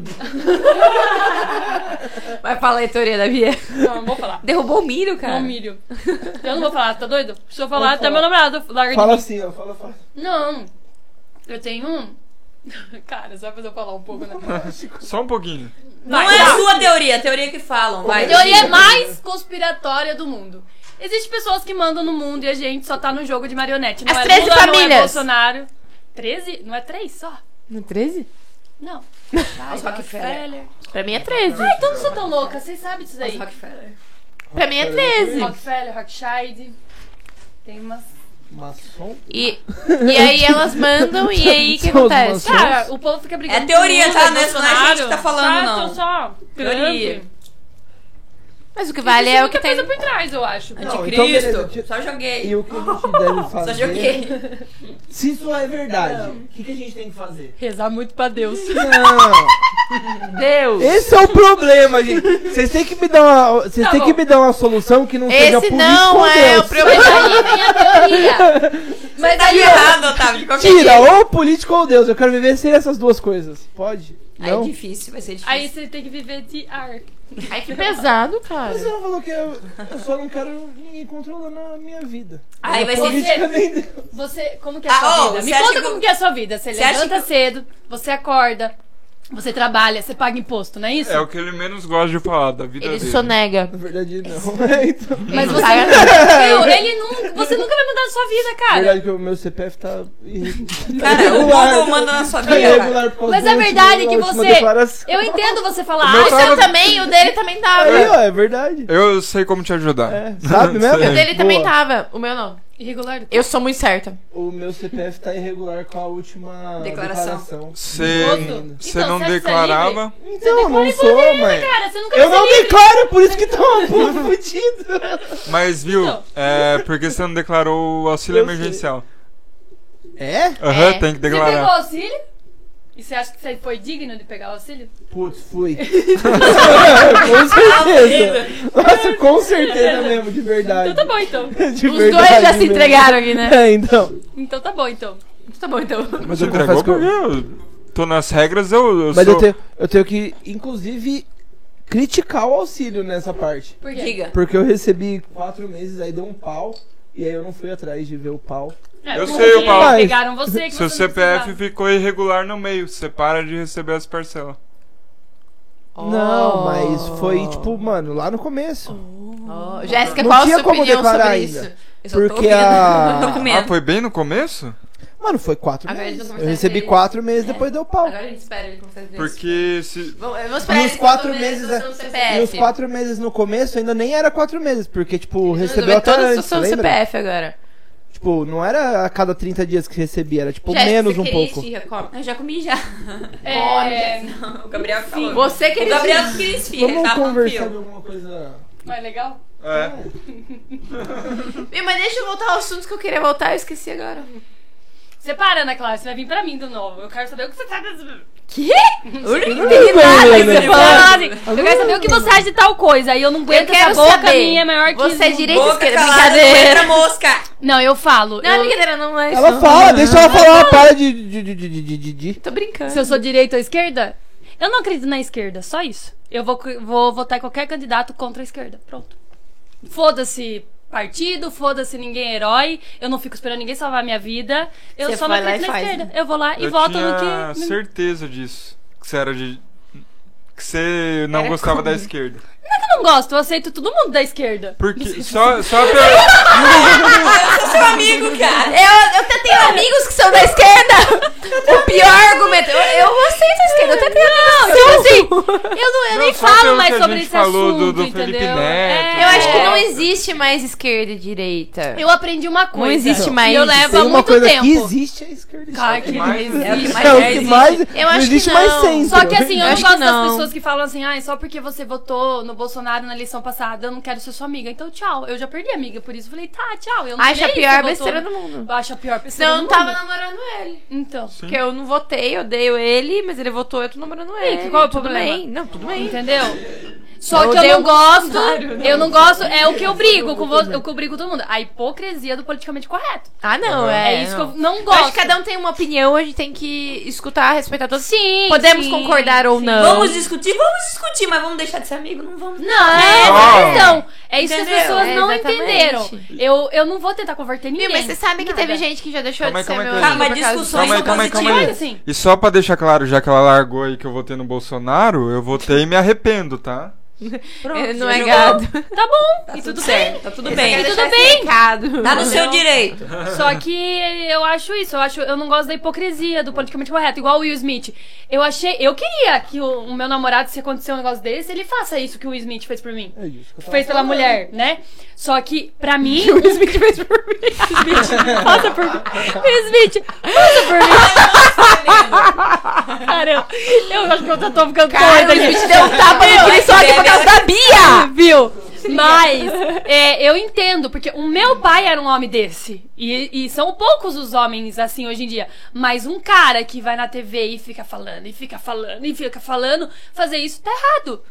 Speaker 1: Vai falar aí, teoria da Bia.
Speaker 3: Não, não vou falar.
Speaker 1: Derrubou o milho, cara.
Speaker 3: Não, É um milho. Eu não vou falar, tá doido? Se eu falar, até meu namorado larga de
Speaker 4: Fala
Speaker 3: mim.
Speaker 4: assim, ó, fala, fala.
Speaker 3: Não. Eu tenho um. Cara, só pra eu falar um pouco, né?
Speaker 6: Só um pouquinho.
Speaker 2: Não é a sua teoria, a teoria que falam, vai.
Speaker 3: A teoria mais conspiratória do mundo. Existem pessoas que mandam no mundo e a gente só tá no jogo de marionete. Não
Speaker 1: As
Speaker 3: é
Speaker 1: 13
Speaker 3: Lula, Não é
Speaker 1: famílias.
Speaker 3: Bolsonaro. 13? Não é 3 só?
Speaker 1: Não é 13?
Speaker 3: Não. Ai,
Speaker 2: Ah, Rockefeller.
Speaker 1: Pra mim é 13.
Speaker 3: Ai, então não sou tão louca. Vocês sabem disso daí.
Speaker 2: Rockefeller.
Speaker 1: Pra mim é 13.
Speaker 3: Rockefeller, Rothschild. Tem umas...
Speaker 4: Maçom?
Speaker 1: E, e aí elas mandam e aí o que
Speaker 4: São os
Speaker 1: acontece? Ah,
Speaker 4: maçons.
Speaker 3: Cara, o povo fica brigando.
Speaker 2: É teoria,
Speaker 3: com o
Speaker 2: tá?
Speaker 3: Lula,
Speaker 2: Não é- não é a gente
Speaker 3: Bolsonaro.
Speaker 2: que tá falando,
Speaker 3: Tá,
Speaker 2: não.
Speaker 3: então só.
Speaker 2: Teoria.
Speaker 3: Trump.
Speaker 1: Mas o que vale é o que
Speaker 3: Existe
Speaker 1: tem. Tipo,
Speaker 3: muita coisa por trás, eu acho.
Speaker 4: Não, então
Speaker 2: Anticristo.
Speaker 4: beleza, ti-
Speaker 2: Só joguei.
Speaker 4: E o que a gente deve fazer?
Speaker 2: Só joguei.
Speaker 4: Se isso é verdade, o que, que a gente tem que fazer?
Speaker 3: Rezar muito pra Deus.
Speaker 4: Não!
Speaker 1: Deus!
Speaker 4: Esse é o problema, gente. Vocês têm que me dar uma, vocês
Speaker 3: Tá
Speaker 4: têm
Speaker 3: bom.
Speaker 4: que me dar uma solução que não seja
Speaker 1: Esse
Speaker 4: político
Speaker 1: não
Speaker 4: ou
Speaker 1: é o
Speaker 4: Deus.
Speaker 1: problema. Aí vem a teoria.
Speaker 2: Mas tá errado, Otávio, de qualquer
Speaker 4: Tira,
Speaker 2: jeito.
Speaker 4: ou político ou Deus. Eu quero viver sem essas duas coisas. Pode?
Speaker 2: Aí é
Speaker 4: Não?
Speaker 2: difícil, vai ser difícil.
Speaker 3: Aí você tem que viver de ar.
Speaker 1: Ai, que pesado, cara.
Speaker 4: Você não falou que eu, eu só não quero ninguém controlando a minha vida.
Speaker 2: Aí vai ser
Speaker 3: Você-
Speaker 4: Política nem Deus.
Speaker 3: Você, como que é a
Speaker 2: Ah,
Speaker 3: sua
Speaker 2: ô,
Speaker 3: vida? Me
Speaker 2: você acha
Speaker 3: conta
Speaker 2: que
Speaker 3: como
Speaker 2: eu-
Speaker 3: que é a sua vida. Você,
Speaker 2: Você acha
Speaker 3: levanta
Speaker 2: que-
Speaker 3: cedo, você acorda, você trabalha, você paga imposto, não é isso?
Speaker 6: É o que ele menos gosta de falar da vida
Speaker 1: Ele
Speaker 6: dele.
Speaker 1: sonega.
Speaker 4: Na verdade, não. É, então.
Speaker 3: Mas você
Speaker 1: Paga-
Speaker 3: Meu, ele nunca, você nunca vai mudar a sua vida,
Speaker 4: Na
Speaker 3: cara.
Speaker 6: é-
Speaker 4: verdade, que o meu CPF tá. irre-
Speaker 2: Cara, o Google manda na sua
Speaker 4: tá
Speaker 2: vida, cara.
Speaker 4: irregular por causa
Speaker 3: Mas
Speaker 4: do
Speaker 3: a
Speaker 4: último-
Speaker 3: verdade é que
Speaker 4: da última
Speaker 3: você-
Speaker 4: declaração.
Speaker 3: Eu entendo você falar,
Speaker 6: meu
Speaker 1: O
Speaker 3: ah,
Speaker 6: pai-
Speaker 1: seu também, o dele também
Speaker 3: tá
Speaker 1: tava.
Speaker 4: Aí, ó, é verdade.
Speaker 6: Eu sei como te ajudar.
Speaker 4: É, sabe mesmo?
Speaker 1: O dele também tá-
Speaker 4: Boa.
Speaker 1: tava. O meu não.
Speaker 3: irregular.
Speaker 1: Eu sou muito certa.
Speaker 4: O meu CPF tá irregular com a última
Speaker 2: Declaração.
Speaker 4: declaração.
Speaker 6: Você
Speaker 3: Outro.
Speaker 6: você
Speaker 3: Então,
Speaker 6: não
Speaker 3: você acha que isso é
Speaker 6: declarava.
Speaker 4: Então, eu não sou, mãe.
Speaker 3: Cara, você nunca
Speaker 4: Eu
Speaker 3: vai
Speaker 4: não
Speaker 3: ser livre.
Speaker 4: declaro, por isso que tá um povo fudido.
Speaker 6: Mas viu,
Speaker 3: Então.
Speaker 6: é porque você não declarou o auxílio
Speaker 4: Eu sei.
Speaker 6: emergencial.
Speaker 4: É?
Speaker 6: Aham,
Speaker 1: É.
Speaker 6: tem que né?
Speaker 3: Você pegou
Speaker 6: declarar.
Speaker 3: auxílio? E você acha que você foi digno de pegar o auxílio?
Speaker 4: Putz, fui. com
Speaker 1: Tá
Speaker 4: certeza. Nossa, com certeza mesmo, de verdade.
Speaker 3: Então tá bom, então.
Speaker 4: De
Speaker 1: Os dois já
Speaker 4: verdade
Speaker 1: se
Speaker 4: mesmo.
Speaker 1: entregaram aqui, né?
Speaker 4: É, então.
Speaker 3: Então tá bom, então.
Speaker 1: Então Tá bom, então.
Speaker 4: Mas
Speaker 6: Você
Speaker 4: eu confesso
Speaker 6: entregou
Speaker 4: que eu-
Speaker 6: porque eu tô nas regras, eu, eu
Speaker 4: Mas
Speaker 6: sou...
Speaker 4: eu tenho, eu tenho que, inclusive, criticar o auxílio nessa parte.
Speaker 3: Por quê?
Speaker 2: Diga.
Speaker 4: Porque eu recebi quatro meses, aí deu um pau. E aí eu não fui atrás de ver o pau.
Speaker 3: É,
Speaker 6: Eu
Speaker 3: porque
Speaker 6: sei, eu falo.
Speaker 3: Pegaram você que
Speaker 6: Seu
Speaker 3: você não
Speaker 6: CPF
Speaker 3: precisava.
Speaker 6: ficou irregular no meio, você para de receber as parcelas.
Speaker 4: Não, mas foi, tipo, mano, lá no começo.
Speaker 1: Oh, Jéssica,
Speaker 4: Não
Speaker 1: qual a
Speaker 4: tinha
Speaker 1: sua
Speaker 4: como
Speaker 1: opinião
Speaker 4: declarar
Speaker 1: sobre
Speaker 4: ainda.
Speaker 1: isso?
Speaker 2: Eu só tô
Speaker 4: Porque
Speaker 2: ouvindo.
Speaker 4: a.
Speaker 2: Tô comendo.
Speaker 6: Ah, foi bem no começo?
Speaker 4: Mano, foi quatro
Speaker 1: Agora eles
Speaker 4: meses.
Speaker 1: vão
Speaker 4: Eu
Speaker 1: começar a
Speaker 4: recebi
Speaker 1: querer.
Speaker 4: quatro meses, depois deu pau.
Speaker 1: Agora ele espera ele confessar isso.
Speaker 6: Porque se...
Speaker 1: Vamos, vamos
Speaker 4: E
Speaker 1: esperar
Speaker 4: os
Speaker 1: eles
Speaker 4: quatro
Speaker 1: resolverem
Speaker 4: meses, é,
Speaker 1: a situação do CPF.
Speaker 4: E os quatro meses no começo ainda nem era quatro meses, porque, tipo,
Speaker 1: Eles vão
Speaker 4: recebeu
Speaker 1: resolver
Speaker 4: até
Speaker 1: toda a
Speaker 4: antes,
Speaker 1: situação do
Speaker 4: lembra?
Speaker 1: CPF agora.
Speaker 4: Tipo, não era a cada 30 dias que recebia, era, tipo,
Speaker 1: Jéssica,
Speaker 4: menos
Speaker 1: você
Speaker 4: um
Speaker 1: queria
Speaker 4: pouco.
Speaker 1: esfirra? Come.
Speaker 2: Eu já comi já.
Speaker 3: É,
Speaker 2: O Gabriel que falou.
Speaker 1: Você queria
Speaker 2: O Gabriel que queria esfirra, ele
Speaker 4: Vamos
Speaker 2: tava falando que
Speaker 4: conversar
Speaker 2: eu.
Speaker 4: de alguma coisa...
Speaker 3: mas legal.
Speaker 6: É.
Speaker 1: Ih, Mas deixa eu voltar ao assunto que eu queria voltar, eu esqueci agora.
Speaker 3: Você para, Ana Clara, você vai vir pra mim do novo. Eu quero saber o que você tá...
Speaker 1: Que? Eu não
Speaker 4: Não,
Speaker 1: entendi
Speaker 3: assim,
Speaker 1: nada que você
Speaker 4: velho, velho.
Speaker 1: falou.
Speaker 3: Eu quero saber o que você acha de tal coisa. Aí eu não aguento
Speaker 1: quero
Speaker 3: essa boca
Speaker 1: saber.
Speaker 3: minha é maior que...
Speaker 1: Você é direita ou
Speaker 2: Boca
Speaker 1: esquerda?
Speaker 2: calada, não
Speaker 1: Brincadeira.
Speaker 2: entra mosca.
Speaker 3: Não, eu falo.
Speaker 1: Não,
Speaker 3: eu-
Speaker 1: brincadeira, não é isso.
Speaker 4: Ela
Speaker 1: não.
Speaker 4: fala, deixa ela falar, para de... de, de, de, de, de, de.
Speaker 1: Tô brincando.
Speaker 3: Se eu sou direita ou esquerda? Eu não acredito na esquerda, só isso. Eu vou, vou votar em qualquer candidato contra a esquerda. Pronto. Foda-se partido, foda-se ninguém é herói. Eu não fico esperando ninguém salvar a minha vida. Eu
Speaker 1: Você
Speaker 3: só não
Speaker 1: vai lá
Speaker 3: acredito
Speaker 1: e
Speaker 3: na
Speaker 1: faz,
Speaker 3: esquerda. Eu vou lá e
Speaker 6: eu
Speaker 3: voto
Speaker 6: tinha
Speaker 3: no que.
Speaker 6: certeza disso. Que você era de... Que você não
Speaker 1: Era
Speaker 6: gostava
Speaker 1: como?
Speaker 6: da esquerda.
Speaker 3: Eu não gosto, eu aceito todo mundo da esquerda.
Speaker 6: Porque... Só, só pra...
Speaker 2: Seu amigo, cara.
Speaker 1: Eu, eu até tenho amigos que são da esquerda. O pior argumento. Eu, eu aceito a esquerda. Eu até tenho amigos que são assim.
Speaker 3: Eu, não, eu
Speaker 6: Não,
Speaker 3: nem
Speaker 6: só
Speaker 3: falo
Speaker 6: pelo
Speaker 3: mais
Speaker 6: que a
Speaker 3: sobre
Speaker 6: gente
Speaker 3: esse
Speaker 6: falou do-
Speaker 3: assunto,
Speaker 6: do Felipe
Speaker 3: entendeu?
Speaker 6: Neto.
Speaker 3: É,
Speaker 1: Eu acho que não existe mais esquerda e direita.
Speaker 3: Eu aprendi uma coisa.
Speaker 1: existe
Speaker 3: e
Speaker 1: mais
Speaker 3: Eu
Speaker 1: isso.
Speaker 3: levo
Speaker 4: Tem
Speaker 3: há
Speaker 4: uma
Speaker 3: muito
Speaker 4: coisa que
Speaker 3: tempo.
Speaker 4: existe é a esquerda. e
Speaker 3: Cara,
Speaker 4: direita.
Speaker 3: que
Speaker 6: Mas-
Speaker 2: É o que mais
Speaker 4: É o que
Speaker 2: existe.
Speaker 4: mais...
Speaker 1: Eu acho
Speaker 4: não
Speaker 1: que
Speaker 4: existe
Speaker 1: não.
Speaker 4: mais centro.
Speaker 3: Só que assim,
Speaker 1: Eu
Speaker 3: eu, não
Speaker 1: acho
Speaker 3: gosto
Speaker 1: que não.
Speaker 3: das pessoas que falam assim, ah, só porque você votou no Bolsonaro na eleição passada, eu não quero ser sua amiga. Então, tchau. Eu já perdi a amiga, por isso eu falei, tá, tchau. Eu não
Speaker 1: Acho
Speaker 3: sei
Speaker 1: a
Speaker 3: se
Speaker 1: pior
Speaker 3: eu
Speaker 1: besteira
Speaker 3: votou.
Speaker 1: do mundo.
Speaker 3: Acho a pior besteira
Speaker 1: Não, eu
Speaker 3: do
Speaker 1: não tava
Speaker 3: mundo.
Speaker 1: namorando ele.
Speaker 3: Então,
Speaker 1: Porque eu não votei, eu odeio ele, mas ele votou, eu tô namorando
Speaker 3: E aí,
Speaker 1: ele.
Speaker 3: que- qual é o
Speaker 1: tudo
Speaker 3: problema?
Speaker 1: bem. Não, tudo bem.
Speaker 3: entendeu? Só
Speaker 1: Eu
Speaker 3: que eu
Speaker 1: odeio
Speaker 3: não
Speaker 1: o
Speaker 3: gosto,
Speaker 1: Bolsonaro,
Speaker 3: eu não gosto, é o que eu brigo com você, o que eu brigo com todo mundo, a hipocrisia do politicamente correto.
Speaker 1: Ah, não,
Speaker 3: É,
Speaker 1: é. não.
Speaker 3: isso que eu não
Speaker 1: Eu
Speaker 3: gosto.
Speaker 1: acho que cada um tem uma opinião, a gente tem que escutar, respeitar todos.
Speaker 3: Sim,
Speaker 1: Podemos
Speaker 3: sim,
Speaker 1: concordar ou
Speaker 3: sim.
Speaker 1: não.
Speaker 2: Vamos discutir? Vamos discutir, mas vamos deixar de ser amigo? Então, Não vamos.
Speaker 3: Não, é
Speaker 6: Ah.
Speaker 3: essa a questão. É isso que as
Speaker 1: Né? Entendeu?
Speaker 3: pessoas
Speaker 1: É,
Speaker 3: não
Speaker 1: exatamente.
Speaker 3: entenderam. Eu, eu não vou tentar converter ninguém.
Speaker 1: Viu, mas você sabe que
Speaker 3: Nada.
Speaker 1: teve gente que já deixou
Speaker 6: Calma aí,
Speaker 1: de ser
Speaker 6: calma aí,
Speaker 1: meu
Speaker 6: calma aí.
Speaker 1: amigo
Speaker 2: Tá, mas é?
Speaker 1: por causa
Speaker 2: discussões
Speaker 1: disso.
Speaker 6: são Calma aí, calma
Speaker 3: Mas,
Speaker 6: aí, calma
Speaker 2: positivas.
Speaker 3: assim,
Speaker 6: E só pra deixar claro, já que ela largou aí que eu votei no Bolsonaro, eu votei e me arrependo, tá?
Speaker 1: Ele
Speaker 2: Pronto,
Speaker 1: não
Speaker 2: já
Speaker 1: é
Speaker 2: jogou.
Speaker 1: gado.
Speaker 3: tá bom,
Speaker 2: Tá
Speaker 3: e
Speaker 2: tudo
Speaker 3: tudo bem.
Speaker 2: certo, tá tudo bem.
Speaker 3: Tudo
Speaker 1: Deixar
Speaker 3: bem.
Speaker 1: explicado.
Speaker 2: Tá no seu direito.
Speaker 3: Só que eu acho isso, eu acho, eu não gosto da hipocrisia, do politicamente correto, igual o Will Smith. Eu achei, eu queria que o, o meu namorado, se acontecer um negócio desse, ele faça isso que o Will Smith fez por mim.
Speaker 4: É isso que eu tava
Speaker 3: Fez pela
Speaker 4: falando.
Speaker 3: mulher, né? Só que, pra mim. O Will Smith fez por mim. Smith, passa por mim. Will Smith, passa por mim. Caramba, eu acho que eu já tô ficando
Speaker 1: Cara,
Speaker 3: doida
Speaker 1: a
Speaker 3: aqui.
Speaker 1: gente deu um tapa no Cris só aqui por causa da Bia.
Speaker 3: Viu? Mas é, eu entendo, porque o meu pai era um homem desse. E, e são poucos os homens assim hoje em dia. Mas um cara que vai na TV e fica falando, e fica falando, e fica falando, fazer isso tá errado.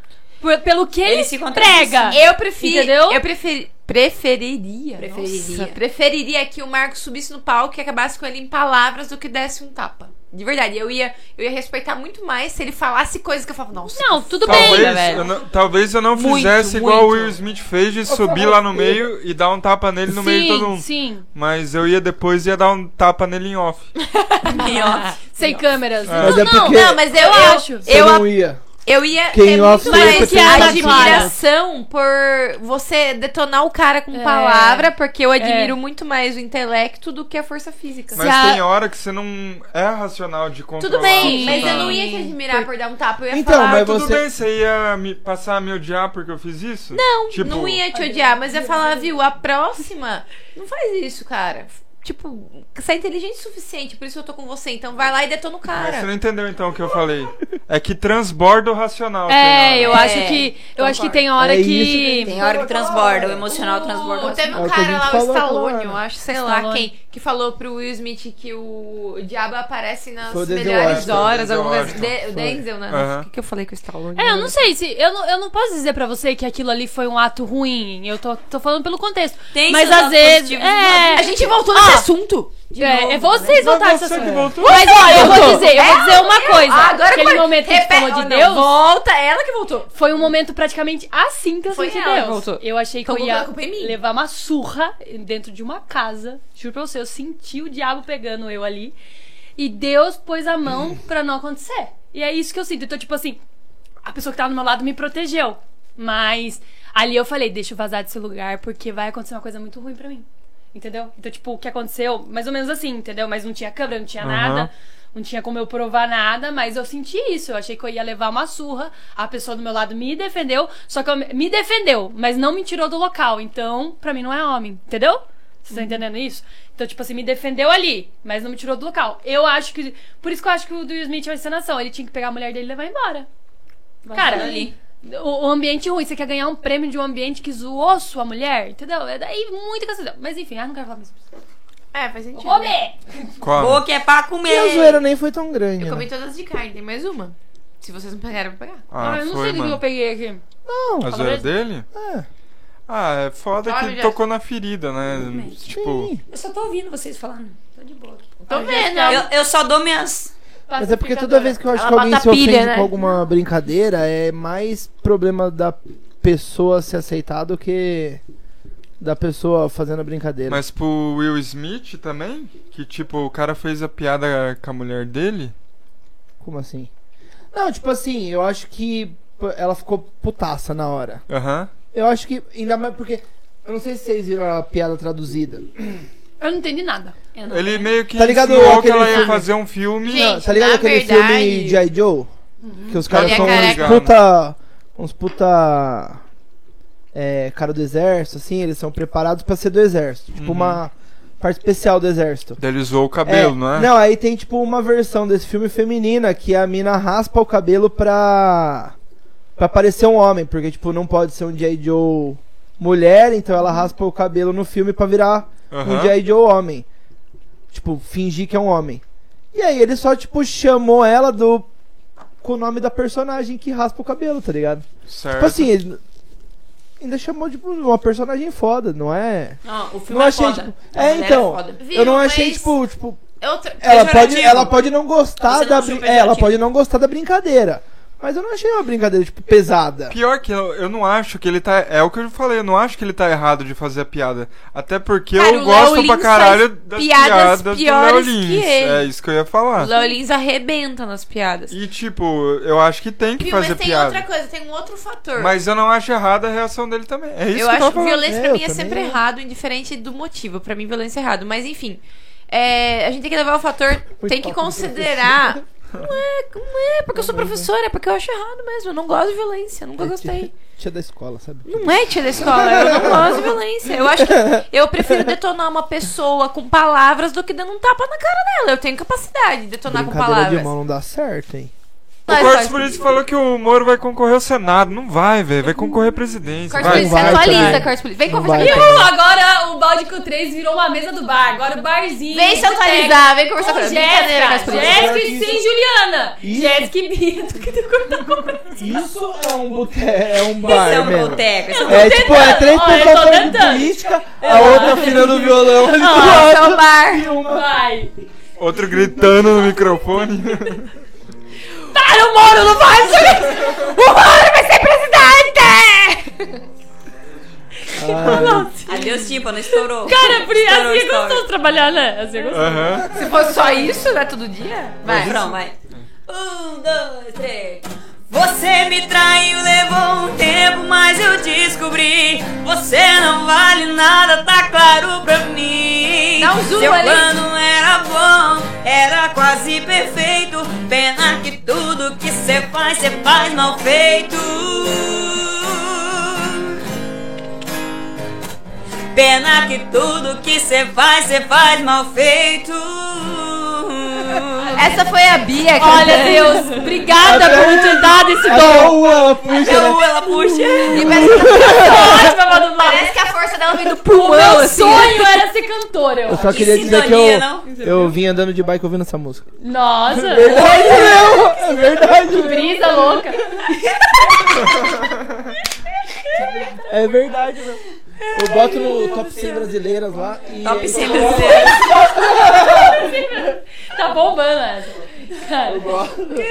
Speaker 3: Por- pelo que ele,
Speaker 2: Ele se contradiz.
Speaker 3: prega.
Speaker 1: Eu prefiro.
Speaker 3: Entendeu?
Speaker 1: Eu preferi- preferiria.
Speaker 2: Preferiria.
Speaker 1: nossa, preferiria que o Marcos subisse no palco e acabasse com ele em palavras do que desse um tapa. De verdade, eu ia, eu ia respeitar muito mais se ele falasse coisas que eu falava, nossa.
Speaker 3: Não, tudo
Speaker 6: Talvez,
Speaker 3: bem.
Speaker 1: velho.
Speaker 6: eu não, talvez eu não
Speaker 1: Muito,
Speaker 6: fizesse igual o
Speaker 1: muito.
Speaker 6: Will Smith fez de subir lá no meio e dar um tapa nele no
Speaker 3: sim,
Speaker 6: meio de todo mundo.
Speaker 3: sim.
Speaker 6: Mas eu ia depois e ia dar um tapa nele em off.
Speaker 3: Sem câmeras.
Speaker 6: Ah.
Speaker 3: Não,
Speaker 4: Mas é
Speaker 3: não.
Speaker 4: porque-
Speaker 1: Não, mas eu,
Speaker 3: Eu
Speaker 1: eu
Speaker 3: acho.
Speaker 1: Eu,
Speaker 4: Você
Speaker 1: a-
Speaker 4: não ia.
Speaker 1: eu ia
Speaker 4: Quem
Speaker 1: ter
Speaker 4: off
Speaker 1: muito
Speaker 4: ia
Speaker 1: mais
Speaker 4: preferir
Speaker 3: a Ana
Speaker 1: admiração por você detonar o cara com
Speaker 3: É.
Speaker 1: palavra, porque eu admiro
Speaker 3: É.
Speaker 1: muito mais o intelecto do que a força física.
Speaker 6: Mas
Speaker 3: a-
Speaker 6: tem hora que você não é racional de controlar.
Speaker 1: Tudo bem,
Speaker 6: o
Speaker 1: mas
Speaker 6: que
Speaker 1: eu
Speaker 6: tá-
Speaker 1: não ia te admirar por dar um tapa, eu ia
Speaker 4: Então,
Speaker 1: falar.
Speaker 4: mas
Speaker 6: Tudo
Speaker 4: você-
Speaker 6: bem, você ia me passar a me odiar porque eu fiz isso? Não, tipo,
Speaker 1: não ia te odiar, mas ia falar, viu, a próxima, não faz isso, cara. Tipo, você é inteligente o suficiente, por isso eu tô com você. Então vai lá e detona o
Speaker 6: Mas você não
Speaker 1: cara.
Speaker 6: entendeu então o que eu falei. É que transborda o racional.
Speaker 3: É,
Speaker 6: tem
Speaker 3: eu
Speaker 6: hora.
Speaker 3: acho que. Eu acho que tem hora
Speaker 4: É isso
Speaker 3: que.
Speaker 4: que
Speaker 2: Tem hora que transborda, o emocional transborda.
Speaker 1: Teve
Speaker 4: É
Speaker 1: um
Speaker 4: o que a
Speaker 1: cara
Speaker 4: gente
Speaker 1: lá, o
Speaker 4: falou agora.
Speaker 1: Stallone, eu acho, sei lá
Speaker 3: Stallone.
Speaker 1: quem, que falou pro Will Smith que o diabo aparece nas
Speaker 4: Foi o Denzel
Speaker 1: melhores
Speaker 4: Washington.
Speaker 1: horas,
Speaker 6: Denzel
Speaker 1: alguma coisa.
Speaker 6: Washington.
Speaker 1: De- O Denzel, né?
Speaker 6: Aham.
Speaker 1: O que, que eu falei com o Stallone?
Speaker 3: É, eu não sei se. Eu não, eu não posso dizer pra você que aquilo ali foi um ato ruim. Eu tô, tô falando pelo contexto.
Speaker 2: Tem
Speaker 3: Mas
Speaker 2: seus
Speaker 3: às
Speaker 2: lados
Speaker 3: vezes.
Speaker 2: positivos,
Speaker 3: É,
Speaker 1: A gente voltou nesse assunto.
Speaker 3: é,
Speaker 2: novo,
Speaker 3: é vocês voltaram
Speaker 6: né? Mas
Speaker 3: essa
Speaker 6: você que
Speaker 3: assunto.
Speaker 6: voltou.
Speaker 3: Mas olha, eu vou dizer, eu vou dizer uma coisa.
Speaker 1: Ah, agora
Speaker 3: Aquele
Speaker 1: que-
Speaker 3: momento que a gente
Speaker 1: Repete-
Speaker 3: falou de
Speaker 1: Oh, não,
Speaker 3: Deus
Speaker 1: Volta, ela que voltou.
Speaker 3: foi um momento praticamente assim que eu
Speaker 1: Foi
Speaker 3: senti
Speaker 1: ela que
Speaker 3: Deus.
Speaker 1: voltou.
Speaker 3: Eu achei que
Speaker 1: Então,
Speaker 3: eu ia
Speaker 1: a culpa é minha.
Speaker 3: levar uma surra dentro de uma casa. Juro pra você, eu senti o diabo pegando eu ali. E Deus pôs a mão pra não acontecer. E é isso que eu sinto. Então, tipo assim, a pessoa que tava do meu lado me protegeu. Mas ali eu falei, deixa eu vazar desse lugar, porque vai acontecer uma coisa muito ruim pra mim. Entendeu? Então, tipo, o que aconteceu, mais ou menos assim, entendeu? Mas não tinha câmera, não tinha nada, não tinha como eu provar nada, mas eu senti isso. Eu achei que eu ia levar uma surra. A pessoa do meu lado me defendeu, só que eu, me defendeu, mas não me tirou do local. Então, pra mim não é homem, entendeu? Vocês estão entendendo isso? Então, tipo assim, me defendeu ali, mas não me tirou do local. Eu acho que. Por isso que eu acho que o do Will Smith é uma encenação. Ele tinha que pegar a mulher dele e levar embora. Cara,
Speaker 2: ali.
Speaker 3: o, o ambiente ruim, você quer ganhar um prêmio de um ambiente que zoou sua mulher, entendeu? É daí muito cansadão. Mas enfim, ah, não quero falar mais sobre isso.
Speaker 1: É, faz sentido.
Speaker 3: Comer!
Speaker 6: Come.
Speaker 2: Boa que é pra
Speaker 4: E a
Speaker 2: comer.
Speaker 4: zoeira nem foi tão grande.
Speaker 1: Eu comi
Speaker 4: Né?
Speaker 1: todas de carne, tem mais uma. Se vocês não pegaram, eu vou pegar.
Speaker 3: Ah,
Speaker 6: Ah,
Speaker 3: eu não
Speaker 6: foi,
Speaker 3: sei o que eu
Speaker 6: mano.
Speaker 3: peguei aqui.
Speaker 6: A zoeira dele?
Speaker 4: É.
Speaker 6: Ah, é foda
Speaker 1: Fala,
Speaker 6: que
Speaker 1: Jéssica.
Speaker 6: tocou na ferida, né? Tipo,
Speaker 4: Sim.
Speaker 2: Eu só tô ouvindo vocês falando. Tô de boa aqui.
Speaker 1: Tô vendo.
Speaker 2: Eu, eu só dou minhas.
Speaker 4: Mas é porque toda vez que eu acho que alguém
Speaker 1: bota
Speaker 4: se ofende
Speaker 1: pilha, né?
Speaker 4: com alguma brincadeira, é mais problema da pessoa se aceitar do que da pessoa fazendo a brincadeira.
Speaker 6: mas pro Will Smith também, que tipo, o cara fez a piada com a mulher dele.
Speaker 4: Como assim? Não, tipo assim, eu acho que pô, ela ficou putaça na hora.
Speaker 6: Aham.
Speaker 4: Eu acho que, ainda mais porque. Eu não sei se vocês viram a piada traduzida.
Speaker 3: Eu não entendi nada.
Speaker 6: Ele meio que
Speaker 4: Tá ligado
Speaker 6: insinuou que
Speaker 4: aquele
Speaker 6: ela ia
Speaker 4: filme?
Speaker 6: fazer um filme.
Speaker 1: Uhum. Gente,
Speaker 4: tá ligado
Speaker 1: na
Speaker 4: aquele
Speaker 1: verdade-
Speaker 4: filme G.I. Joe? Que os caras
Speaker 1: Ele é
Speaker 4: são uns
Speaker 1: careca.
Speaker 4: puta. Uns puta. É, cara do exército, assim, eles são preparados pra ser do exército.
Speaker 6: Uhum.
Speaker 4: Tipo, uma parte especial do exército.
Speaker 6: Daí ele zoou o cabelo,
Speaker 4: É,
Speaker 6: não é?
Speaker 4: Não, aí tem tipo uma versão desse filme feminina que a mina raspa o cabelo pra. pra parecer um homem, porque tipo, não pode ser um G.I. Joe mulher, então ela raspa o cabelo no filme pra virar um
Speaker 6: Aham.
Speaker 4: G.I. Joe homem. Tipo, fingir que é um homem. E aí ele só, tipo, chamou ela do. com o nome da personagem que raspa o cabelo, tá ligado?
Speaker 6: Certo.
Speaker 4: Tipo assim, ele. Ainda chamou, tipo, uma personagem foda, não é?
Speaker 2: Não, o filme
Speaker 4: Não
Speaker 2: é
Speaker 4: achei,
Speaker 2: foda.
Speaker 4: tipo.
Speaker 2: A
Speaker 4: É,
Speaker 2: mulher
Speaker 4: então.
Speaker 2: foda.
Speaker 4: Eu não
Speaker 1: Viu,
Speaker 4: achei,
Speaker 1: mas
Speaker 4: tipo, tipo,
Speaker 1: é outra-
Speaker 4: ela pode,
Speaker 2: Pejorativo.
Speaker 4: ela pode não gostar
Speaker 2: Você não
Speaker 4: da
Speaker 2: achou
Speaker 4: brin- é,
Speaker 2: pejorativo?
Speaker 4: ela pode não gostar da brincadeira. Mas eu não achei uma brincadeira tipo pesada.
Speaker 6: Pior que eu, eu não acho que ele tá. É o que eu falei, eu não acho que ele tá errado de fazer a piada. Até porque
Speaker 1: Cara,
Speaker 6: eu
Speaker 1: o
Speaker 6: gosto
Speaker 1: Léo
Speaker 6: pra
Speaker 1: Lins
Speaker 6: caralho
Speaker 1: faz
Speaker 6: das
Speaker 1: piadas
Speaker 6: piadas, do Léo
Speaker 1: piores que
Speaker 6: Lins.
Speaker 1: ele.
Speaker 6: É isso que eu ia
Speaker 4: Ah.
Speaker 6: falar.
Speaker 1: O Léo Lins arrebenta nas piadas.
Speaker 6: E tipo, eu acho que tem que
Speaker 1: Viu,
Speaker 6: fazer
Speaker 1: mas tem
Speaker 6: piada.
Speaker 1: outra coisa, tem um outro fator.
Speaker 6: Mas eu não acho errada a reação dele também. É isso
Speaker 1: eu
Speaker 6: que
Speaker 1: acho
Speaker 6: eu
Speaker 1: que
Speaker 6: falo.
Speaker 1: violência
Speaker 4: É,
Speaker 1: pra
Speaker 4: eu
Speaker 1: mim é
Speaker 4: também
Speaker 1: sempre
Speaker 4: acho.
Speaker 1: errado, indiferente do motivo. Pra mim, violência é errado. Mas enfim, é, a gente tem que levar o fator. tem que
Speaker 4: papo de
Speaker 1: considerar. Não é, não é, porque eu sou professora, é porque eu acho errado mesmo. Eu não gosto de violência, eu nunca
Speaker 4: É,
Speaker 1: gostei.
Speaker 4: tia- Tia da escola, sabe?
Speaker 1: Não é tia da escola, eu não gosto de violência. Eu acho que eu prefiro detonar uma pessoa com palavras do que dando um tapa na cara dela. Eu tenho capacidade de detonar com
Speaker 4: Brincadeira de
Speaker 1: palavras.
Speaker 4: mão não dá certo, hein?
Speaker 6: O Cortes por isso falou que o Moro vai concorrer ao Senado. Não vai, velho. Vai concorrer à presidência.
Speaker 1: Cortes
Speaker 4: Vai,
Speaker 1: Polícia,
Speaker 4: vai,
Speaker 1: atualiza,
Speaker 4: vai.
Speaker 1: Cortes Polícia. Vem
Speaker 4: Não
Speaker 1: conversar
Speaker 4: vai,
Speaker 1: comigo.
Speaker 3: Viu? Uh, Agora o balde com três virou uma mesa do bar. Agora o barzinho.
Speaker 1: Vem se atualizar, vem conversar
Speaker 3: Com
Speaker 1: comigo. Brincadeira, Cortes
Speaker 3: Jéssica,
Speaker 1: Polícia.
Speaker 3: Jéssica e sem Juliana.
Speaker 4: Isso.
Speaker 3: Jéssica e Bento, que deu cortar com
Speaker 4: Isso é um boteco, é um
Speaker 2: Esse
Speaker 4: bar
Speaker 2: é um
Speaker 4: mesmo.
Speaker 2: boteco. esse é um-
Speaker 4: É tipo, é três
Speaker 3: Ó, eu tô
Speaker 4: pessoas falando de
Speaker 3: tentando.
Speaker 4: política, a outra afinando o violão ali do
Speaker 1: Nossa, é
Speaker 4: lado
Speaker 1: o bar.
Speaker 4: e uma.
Speaker 3: Vai.
Speaker 6: Outro gritando no microfone.
Speaker 3: Ah,
Speaker 1: Para, o Moro não faz isso! O Moro vai ser presidente!
Speaker 4: Ah,
Speaker 2: Adeus, tímpano, estourou.
Speaker 3: Cara, por
Speaker 2: Estourou,
Speaker 3: assim é
Speaker 2: estourou.
Speaker 3: gostoso trabalhar, né? Assim é gostoso.
Speaker 6: Aham.
Speaker 1: Se fosse só isso, né, todo dia? Vai.
Speaker 2: Pronto, vai. Um, dois, três. Você me traiu, levou um tempo, mas eu descobri. Você não vale nada, tá claro pra mim.
Speaker 1: Dá um zoom
Speaker 2: Seu
Speaker 1: ali.
Speaker 2: plano era bom, era quase perfeito. Pena que tudo que você faz, você faz mal feito. Pena que tudo que você faz, você faz mal feito. Essa foi a Bia, cara.
Speaker 3: Olha, Deus, obrigada por ter dado esse
Speaker 4: Até
Speaker 3: dom.
Speaker 4: o ela puxa, né?
Speaker 2: ela puxa.
Speaker 1: E parece,
Speaker 3: Ótima, Madu Mara.
Speaker 1: parece que a força dela vem do
Speaker 3: O
Speaker 1: pulmão,
Speaker 3: meu
Speaker 1: assim.
Speaker 3: sonho era ser cantora. eu
Speaker 4: Eu
Speaker 3: acho.
Speaker 4: só queria dizer que
Speaker 2: sintonia,
Speaker 4: eu, eu vim andando de bike ouvindo essa música.
Speaker 3: Nossa,
Speaker 4: Verdade, meu! É verdade, meu.
Speaker 3: brisa louca.
Speaker 4: É verdade, meu. Eu boto no top 100 brasileiras lá e.
Speaker 2: Top
Speaker 4: aí-
Speaker 2: 100 brasileiros.
Speaker 3: Tá bombando essa. Cara,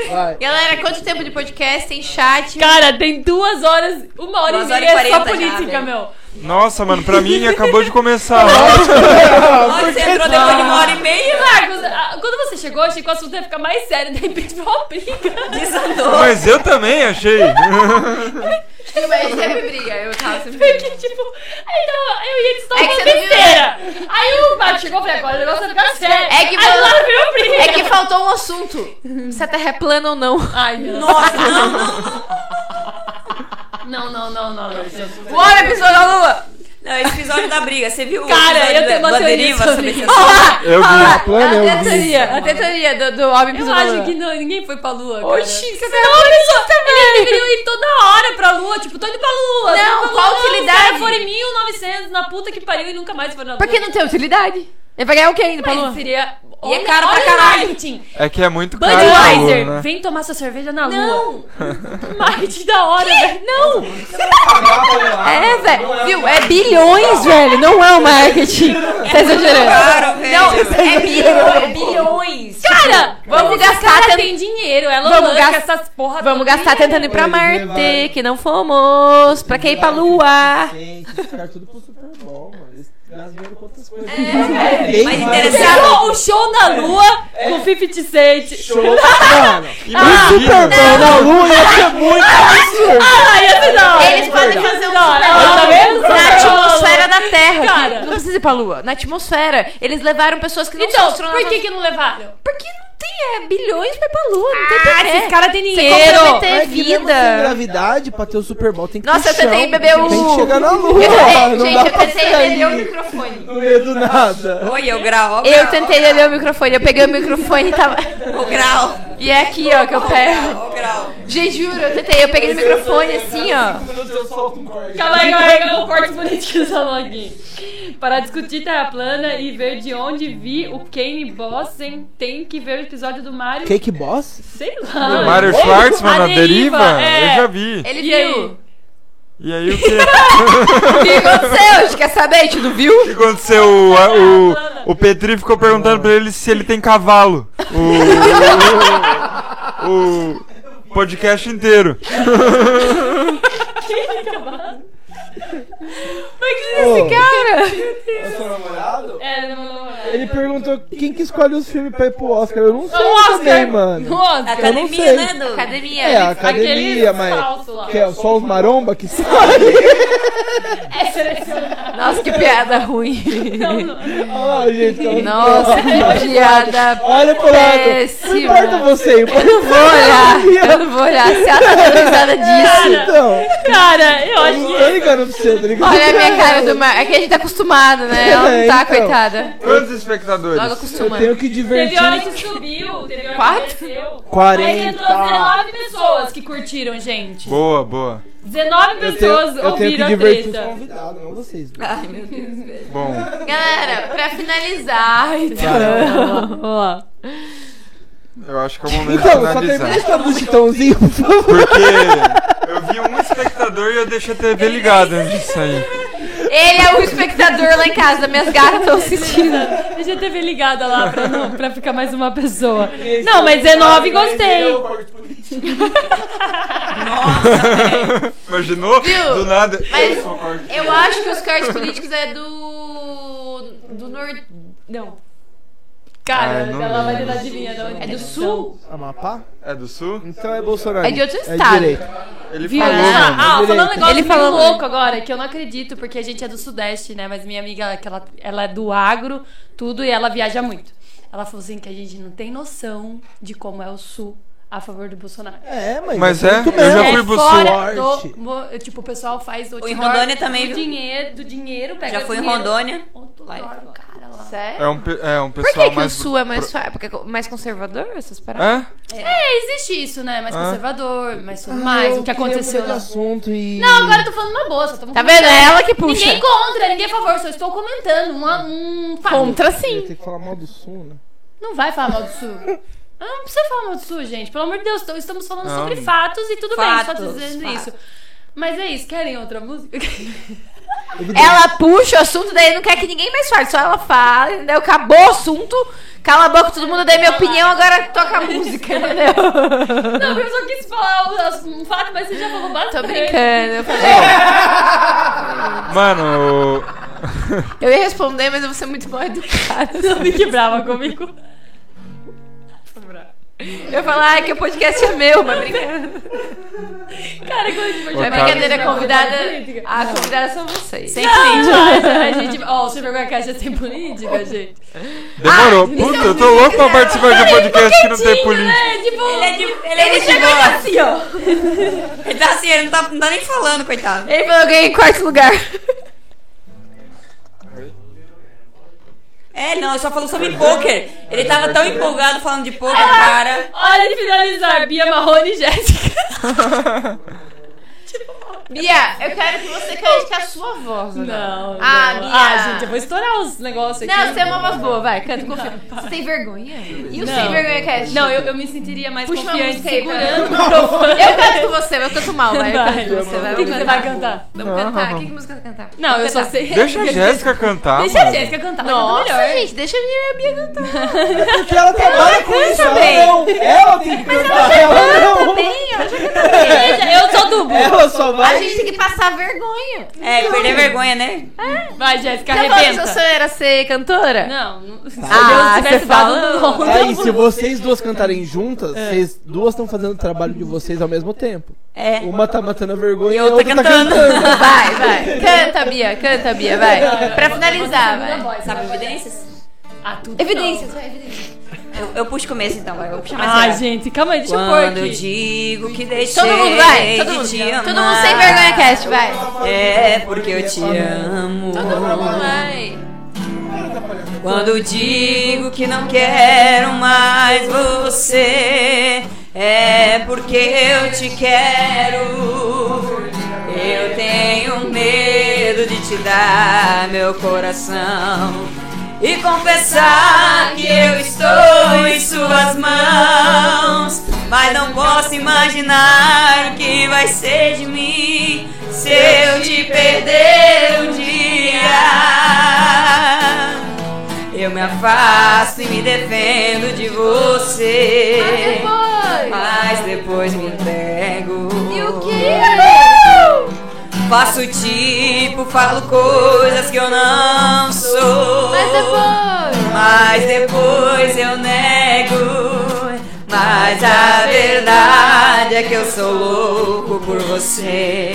Speaker 4: Vai.
Speaker 1: Galera, quanto tempo de podcast? Tem chat?
Speaker 3: cara, tem duas horas, uma hora
Speaker 2: Duas
Speaker 3: e
Speaker 2: horas e
Speaker 3: meia só
Speaker 2: 40 já,
Speaker 1: né?
Speaker 3: política,
Speaker 2: velho.
Speaker 3: meu.
Speaker 6: Nossa, mano, pra mim acabou de começar.
Speaker 2: Nossa, você entrou depois de uma hora e meia.
Speaker 3: Marcos, a- Ah, quando você chegou, achei que o assunto ia ficar mais sério, de repente foi uma briga.
Speaker 2: Desandou.
Speaker 6: Mas eu também achei.
Speaker 1: Sim, mas sempre briga. Eu tava sempre briga.
Speaker 3: Porque, tipo, aí tava, eu e eles estavam
Speaker 1: É que
Speaker 3: falando
Speaker 1: você não viu,
Speaker 3: besteira. Aí o Marcos chegou e falei, agora o negócio vai ficar sério.
Speaker 1: É que
Speaker 3: aí
Speaker 1: falou-
Speaker 3: agora virou briga.
Speaker 1: É que faltou um assunto. Se a Terra é plana ou não.
Speaker 3: Ai, meu Deus.
Speaker 2: Nossa, não, não.
Speaker 3: Não, não, não, não, não.
Speaker 2: Bora, episódio da Lua. Não, esse episódio da briga. Você viu o
Speaker 3: Cara,
Speaker 2: episódio
Speaker 3: eu tenho
Speaker 2: da,
Speaker 3: uma
Speaker 2: da
Speaker 3: teoria
Speaker 2: deriva
Speaker 3: sobre
Speaker 2: sobre
Speaker 3: isso.
Speaker 2: isso?
Speaker 6: Eu vi.
Speaker 4: Plano, eu
Speaker 1: Até
Speaker 4: vi.
Speaker 1: teoria. Até teoria do, do homem
Speaker 3: Eu acho que não, ninguém foi pra lua, cara.
Speaker 1: Oxi,
Speaker 3: você não, pessoa, eles deveriam ir toda hora pra lua, tipo, tô indo pra lua.
Speaker 1: Não,
Speaker 3: tô indo pra
Speaker 1: qual
Speaker 3: lua,
Speaker 1: utilidade?
Speaker 3: Os caras foram em 1900, na puta que pariu, e nunca mais foram na lua.
Speaker 1: Pra que não tem utilidade? Ele vai ganhar o quê ainda,
Speaker 3: Mas
Speaker 1: Paulo?
Speaker 3: seria...
Speaker 2: E é
Speaker 3: Olha-
Speaker 2: caro pra
Speaker 3: olha o
Speaker 2: caralho.
Speaker 3: marketing.
Speaker 6: É que é muito caro. pra Lua,
Speaker 3: Budweiser,
Speaker 6: né?
Speaker 3: vem tomar sua cerveja na lua.
Speaker 2: Não.
Speaker 3: Marketing da hora, velho. Não!
Speaker 1: É, velho. Viu? É bilhões, velho. Não é o marketing. Tá exagerando.
Speaker 2: Claro, velho.
Speaker 1: Não,
Speaker 2: é bilhões. É bilhões.
Speaker 1: Cara, vamos gastar
Speaker 3: Cara,
Speaker 1: tentando.
Speaker 3: tem dinheiro, ela
Speaker 1: Vamos
Speaker 3: vamos
Speaker 1: gas-
Speaker 3: essas porra
Speaker 1: Vamos
Speaker 3: toda.
Speaker 1: gastar tentando ir pra
Speaker 4: Oi,
Speaker 1: Marte,
Speaker 4: vai.
Speaker 1: que não fomos. Pra que ir pra Lua?
Speaker 4: Esses caras tudo pro Super Bowl, mano. Eles gastam quantas coisas.
Speaker 3: É,
Speaker 2: Mas
Speaker 4: Mas
Speaker 2: interessante.
Speaker 3: Fechou o show na lua com 50 Cent.
Speaker 4: Show, mano. O Super Bowl é na Lua ia ser muito absurdo.
Speaker 3: Ah, ia ser da hora.
Speaker 1: Eles podem fazer um
Speaker 3: Ah, tá vendo?
Speaker 1: na atmosfera da Terra.
Speaker 3: Cara.
Speaker 1: Não precisa ir pra Lua. Na atmosfera. Eles levaram pessoas que não são
Speaker 3: Então,
Speaker 1: astronautas.
Speaker 3: por que que não levaram?
Speaker 1: Porque não tem é, bilhões pra ir pra é. Lua. Não Ah, tem porquê.
Speaker 3: caras têm
Speaker 1: comprometer- É vida.
Speaker 4: gravidade pra ter o Super Bowl tem que
Speaker 1: Nossa, eu
Speaker 4: ter chão.
Speaker 1: tentei beber o-
Speaker 4: Tem que chegar na Lua.
Speaker 1: Eu
Speaker 4: mano.
Speaker 1: tentei,
Speaker 4: Não
Speaker 1: gente,
Speaker 4: dá
Speaker 1: eu
Speaker 4: pra
Speaker 1: tentei beber um o
Speaker 4: sair
Speaker 1: microfone.
Speaker 4: no meio do nada.
Speaker 2: É, Oi, eu grau. ó, o
Speaker 1: Eu
Speaker 2: grau, é
Speaker 1: tentei beber o microfone, eu peguei o microfone e tava.
Speaker 2: O grau.
Speaker 1: E é aqui, ó, que eu pego.
Speaker 2: Ó, o grau.
Speaker 1: Gente, juro, eu tentei, eu peguei o microfone assim, ó.
Speaker 3: Calma aí, calma aí, calma aí, o corte bonitinho só logo aqui. Para discutir Terra Plana e ver de onde vi o Kane Bossen, tem que ver o episódio do Mario.
Speaker 4: Cake Boss?
Speaker 3: Sei lá.
Speaker 6: Mário Schwartzman
Speaker 3: A
Speaker 6: na
Speaker 3: deriva,
Speaker 6: deriva?
Speaker 3: é.
Speaker 6: Eu já vi.
Speaker 1: Ele
Speaker 3: E aí?
Speaker 1: viu.
Speaker 6: E aí o que?
Speaker 1: O que aconteceu? Você quer saber? A gente não viu?
Speaker 6: O que aconteceu? O, a- o, o Petri ficou perguntando pra ele se ele tem cavalo. O, o, o podcast inteiro.
Speaker 4: Esse cara! É seu namorado?
Speaker 3: É, não, não, não.
Speaker 4: Ele perguntou quem que escolhe os filmes pra ir pro Oscar. Eu não sei
Speaker 1: Um
Speaker 3: Oscar!
Speaker 4: também, mano.
Speaker 3: Nossa,
Speaker 2: Academia,
Speaker 4: sei.
Speaker 2: né, do...
Speaker 1: Academia.
Speaker 4: É, a
Speaker 3: aquele
Speaker 4: academia, mas...
Speaker 3: falso lá.
Speaker 4: Que é só os maromba que saem.
Speaker 3: É selecionado.
Speaker 1: Nossa, que piada ruim.
Speaker 3: Não, não.
Speaker 4: Ai, gente, olha-
Speaker 1: Nossa, que piada.
Speaker 4: Olha pro lado. Não
Speaker 1: péssima.
Speaker 4: importa você, importa
Speaker 1: Eu não vou olhar. Eu não vou olhar. Se ela tá dando risada disso.
Speaker 4: Então,
Speaker 3: Cara, eu
Speaker 4: eu
Speaker 3: acho
Speaker 4: não
Speaker 3: que.
Speaker 4: tô ligando pra você, tá ligado?
Speaker 1: Olha a minha cara do mar. É que a gente tá acostumado, né? Ela não
Speaker 4: É,
Speaker 1: tá,
Speaker 4: então.
Speaker 1: coitada.
Speaker 6: Quantos
Speaker 1: Logo
Speaker 6: espectadores?
Speaker 4: Eu
Speaker 1: acostuma.
Speaker 4: tenho que
Speaker 3: Teve
Speaker 4: divertir.
Speaker 3: hora que subiu, teve hora
Speaker 1: Quatro?
Speaker 3: que desceu. Mas entrou
Speaker 4: 40.
Speaker 3: 19 pessoas que curtiram, gente.
Speaker 6: Boa, boa.
Speaker 3: 19
Speaker 4: Eu tenho,
Speaker 3: pessoas
Speaker 4: eu tenho que
Speaker 3: ouviram a
Speaker 4: divertir os
Speaker 3: treta.
Speaker 4: convidados, não vocês. né?
Speaker 6: Ah.
Speaker 2: Ai, meu Deus, velho.
Speaker 6: Bom,
Speaker 1: Galera, pra finalizar, então.
Speaker 4: Cara,
Speaker 6: eu acho que é o momento de
Speaker 4: Então, só termina
Speaker 6: finalizar.
Speaker 4: essa bustãozinho, por favor.
Speaker 6: Porque eu vi um espectador e eu deixei a TV ligada antes de sair.
Speaker 1: ele é o espectador lá em casa. Minhas gatas estão assistindo.
Speaker 3: Deixa a TV ligada lá pra, não, pra ficar mais uma pessoa. Não, mas
Speaker 4: é
Speaker 3: 19 gostei.
Speaker 6: Imaginou?
Speaker 1: Viu?
Speaker 6: Do nada.
Speaker 1: Mas- é,
Speaker 6: Eu sou forte.
Speaker 1: Eu acho que os cards políticos é do. do norte. Não.
Speaker 3: Cara,
Speaker 6: Ah, não
Speaker 3: ela vai
Speaker 6: lembro.
Speaker 3: tentar adivinhar de onde
Speaker 1: É do
Speaker 3: são.
Speaker 1: sul?
Speaker 4: Amapá?
Speaker 6: É do sul?
Speaker 4: Então é Bolsonaro.
Speaker 1: É de outro estado.
Speaker 4: direita.
Speaker 6: Ele
Speaker 3: Viu?
Speaker 6: falou.
Speaker 1: né?
Speaker 6: mano.
Speaker 3: Ah, ah, falando um
Speaker 4: Direito.
Speaker 3: negócio
Speaker 1: Ele
Speaker 3: Ele
Speaker 1: falou, né?
Speaker 3: louco agora, que eu não acredito, porque a gente é do Sudeste, né? Mas minha amiga, que ela, ela é do agro, tudo, e ela viaja muito. Ela falou assim que a gente não tem noção de como é o Sul a favor do Bolsonaro.
Speaker 4: É, mas.
Speaker 6: Mas é,
Speaker 4: muito
Speaker 6: eu já
Speaker 4: bem.
Speaker 6: fui
Speaker 3: é
Speaker 6: pro
Speaker 3: fora
Speaker 4: Norte.
Speaker 3: do... mo- Tipo, o pessoal faz o
Speaker 2: Em Rondônia também,
Speaker 3: do
Speaker 2: viu?
Speaker 3: dinheiro, do dinheiro, pega
Speaker 2: Já fui em
Speaker 3: dinheiro-
Speaker 2: Rondônia.
Speaker 3: Outro
Speaker 2: Vai.
Speaker 3: dólar, cara, lá.
Speaker 1: Sério?
Speaker 6: É um, pe- é um
Speaker 1: Por
Speaker 6: pessoal
Speaker 1: que, que o
Speaker 6: mais.
Speaker 1: sul é mais, fa- porque é co- mais conservador, essas paradas?
Speaker 6: Hã?
Speaker 3: É, existe isso, né? Mais
Speaker 6: Ah.
Speaker 3: conservador, mais tudo mais, É, o que aconteceu. lá.
Speaker 4: assunto e...
Speaker 3: Não, agora eu tô falando uma boa, só tamo
Speaker 1: Tá vendo? É ela que puxa.
Speaker 3: Ninguém contra, ninguém é a favor, só estou comentando uma- um fato.
Speaker 1: Contra
Speaker 4: Eu
Speaker 1: sim.
Speaker 4: tenho que falar mal do Sul, né?
Speaker 3: Não vai falar mal do Sul. Ah, Não precisa falar mal do Sul, gente. Pelo amor de Deus, t- estamos falando
Speaker 6: Não.
Speaker 3: sobre fatos e tudo bem, só tô
Speaker 2: Fatos,
Speaker 3: dizendo
Speaker 2: fatos.
Speaker 3: isso. Mas é isso, querem outra música?
Speaker 1: Ela puxa o assunto, daí não quer que ninguém mais fale, só ela fala, entendeu? Acabou o assunto, cala a boca todo mundo, daí minha opinião, agora toca a música, entendeu?
Speaker 3: Não, eu só quis falar o- as- um fato, mas você já falou bastante.
Speaker 1: Tô brincando. Eu falei,
Speaker 6: Mano, o-
Speaker 1: Eu ia responder, mas eu vou ser muito mal educada.
Speaker 3: Não fique brava comigo. Tô brava.
Speaker 1: Eu ia falar ah, que o podcast é meu, mas brincadeira.
Speaker 3: Cara, quando a gente for
Speaker 1: É
Speaker 6: Otávio.
Speaker 1: brincadeira, a convidada.
Speaker 3: Política.
Speaker 1: A convidada são vocês.
Speaker 3: Mas a gente. Ó, você vergonha a caixa sem política, gente.
Speaker 6: demorou. Puta, eu tô louco pra participar de um podcast que não tem política.
Speaker 3: É tipo.
Speaker 2: Ele é de. Ele é de
Speaker 1: chegou
Speaker 2: boa.
Speaker 1: assim, ó.
Speaker 2: Ele tá assim, ele não tá, não tá nem falando, coitado.
Speaker 1: Ele falou: eu ganhei em quarto lugar.
Speaker 2: É, não, ele só falou sobre pôquer. Ele tava tão empolgado falando de pôquer, cara.
Speaker 3: Hora de finalizar, Bia Marrone e Jéssica.
Speaker 1: Bia, eu quero que você cante a sua voz.
Speaker 3: Não.
Speaker 1: Ah,
Speaker 3: não.
Speaker 1: Bia.
Speaker 3: Ah, gente, eu vou estourar os negócios aqui.
Speaker 1: Não, você é uma voz boa, vai, canta, confia. Você tem vergonha? E o
Speaker 3: Não.
Speaker 1: sem vergonha cast?
Speaker 3: Não, eu, eu me sentiria mais
Speaker 1: Puxa uma
Speaker 3: confiante
Speaker 1: música aí pra
Speaker 3: segurando o
Speaker 1: mim.
Speaker 3: microfone.
Speaker 1: Eu canto com você, mas eu canto mal, vai. Eu
Speaker 3: Vai.
Speaker 1: canto com você, vai.
Speaker 3: O que, que você vai cantar?
Speaker 1: Vamos cantar. Que, que música você vai cantar?
Speaker 3: Não, eu só sei.
Speaker 6: Deixa a Jéssica cantar.
Speaker 3: Deixa a
Speaker 6: mano.
Speaker 3: Jéssica cantar.
Speaker 1: Nossa,
Speaker 3: vai cantar melhor.
Speaker 1: gente, deixa a minha Bia cantar.
Speaker 4: Porque ela trabalha com isso, ela não. Ela tem que cantar, ela não.
Speaker 1: Bem, ela já cantou.
Speaker 3: Veja, Eu sou duplo.
Speaker 4: Ela só
Speaker 1: A
Speaker 4: vai...
Speaker 1: gente tem que passar vergonha.
Speaker 2: É, perder vergonha, né?
Speaker 3: Vai, Jéssica,
Speaker 1: Já falou que seu
Speaker 3: arrebenta.
Speaker 1: sonho era ser cantora?
Speaker 3: Não,
Speaker 6: Tá.
Speaker 3: não. Se
Speaker 1: Ah,
Speaker 3: eu tivesse
Speaker 1: você
Speaker 3: dado
Speaker 1: falou.
Speaker 3: não.
Speaker 4: Aí, se vocês duas cantarem juntas, vocês duas estão fazendo o trabalho de vocês ao mesmo tempo.
Speaker 2: É.
Speaker 4: Uma tá matando a vergonha e a
Speaker 2: outra
Speaker 4: outra tá
Speaker 2: cantando.
Speaker 4: cantando.
Speaker 1: Vai, vai. Canta, Bia, canta, Bia, vai. Pra finalizar, vai.
Speaker 2: Sabe evidências?
Speaker 3: Ah, tudo
Speaker 1: Evidências, vai, evidências.
Speaker 2: Eu, eu puxo o começo então, vai. Eu vou puxar mais
Speaker 3: Ai,
Speaker 2: ela.
Speaker 3: gente, calma aí, deixa eu
Speaker 2: Quando
Speaker 3: pôr
Speaker 2: eu
Speaker 3: aqui.
Speaker 2: digo que deixei
Speaker 1: Todo mundo vai, todo
Speaker 2: de
Speaker 1: mundo.
Speaker 2: te amar,
Speaker 1: Todo mundo sem vergonha cast, vai.
Speaker 2: É porque eu te amo.
Speaker 1: Vai.
Speaker 2: Quando digo que não quero mais você, é porque eu te quero. Eu tenho medo de te dar meu coração e confessar que eu estou em suas mãos. Mas não posso imaginar o que vai ser de mim se eu te perder um dia. Eu me afasto e me defendo de você. Mas depois me entrego. E o Faço tipo, falo coisas que eu não sou. Mas depois. Mas depois eu nego. Mas a verdade é que eu sou louco por você.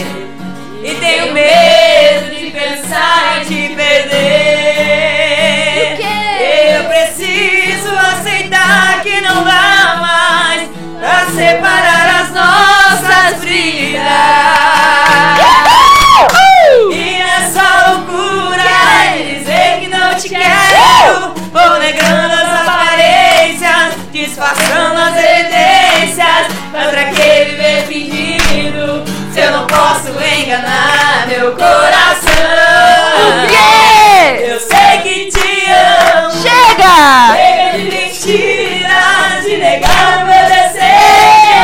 Speaker 2: E tenho medo de pensar em te perder. Eu preciso aceitar que não dá mais pra separar as nossas vidas. E nessa loucura de dizer que não te quero, vou negando as aparências, disfarçando as evidências. Mas pra que viver fingindo se eu não posso enganar meu coração? Eu sei que te amo.
Speaker 1: Chega!
Speaker 2: Chega de mentiras, de negar o meu desejo.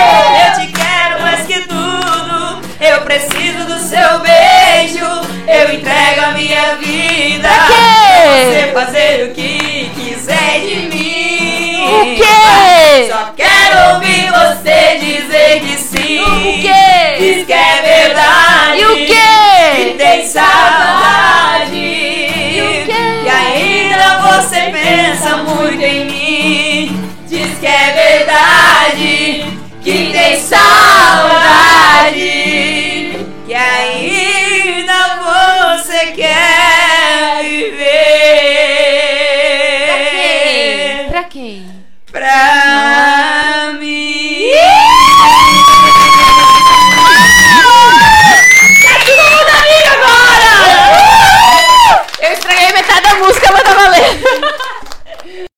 Speaker 2: Eu te quero mais que tudo. Eu preciso do seu beijo. Eu entrego a minha vida. Pra você fazer o que quiser de mim.
Speaker 1: O quê?
Speaker 2: Só quero ouvir você dizer que sim.
Speaker 1: O quê?
Speaker 2: Diz que é verdade.
Speaker 1: E o quê?
Speaker 2: Que tem saudade. E
Speaker 1: o quê?
Speaker 2: E ainda você pensa muito em mim. Diz que é verdade. Que tem saudade. Que ainda você quer viver.
Speaker 1: Pra quem?
Speaker 2: Pra Tá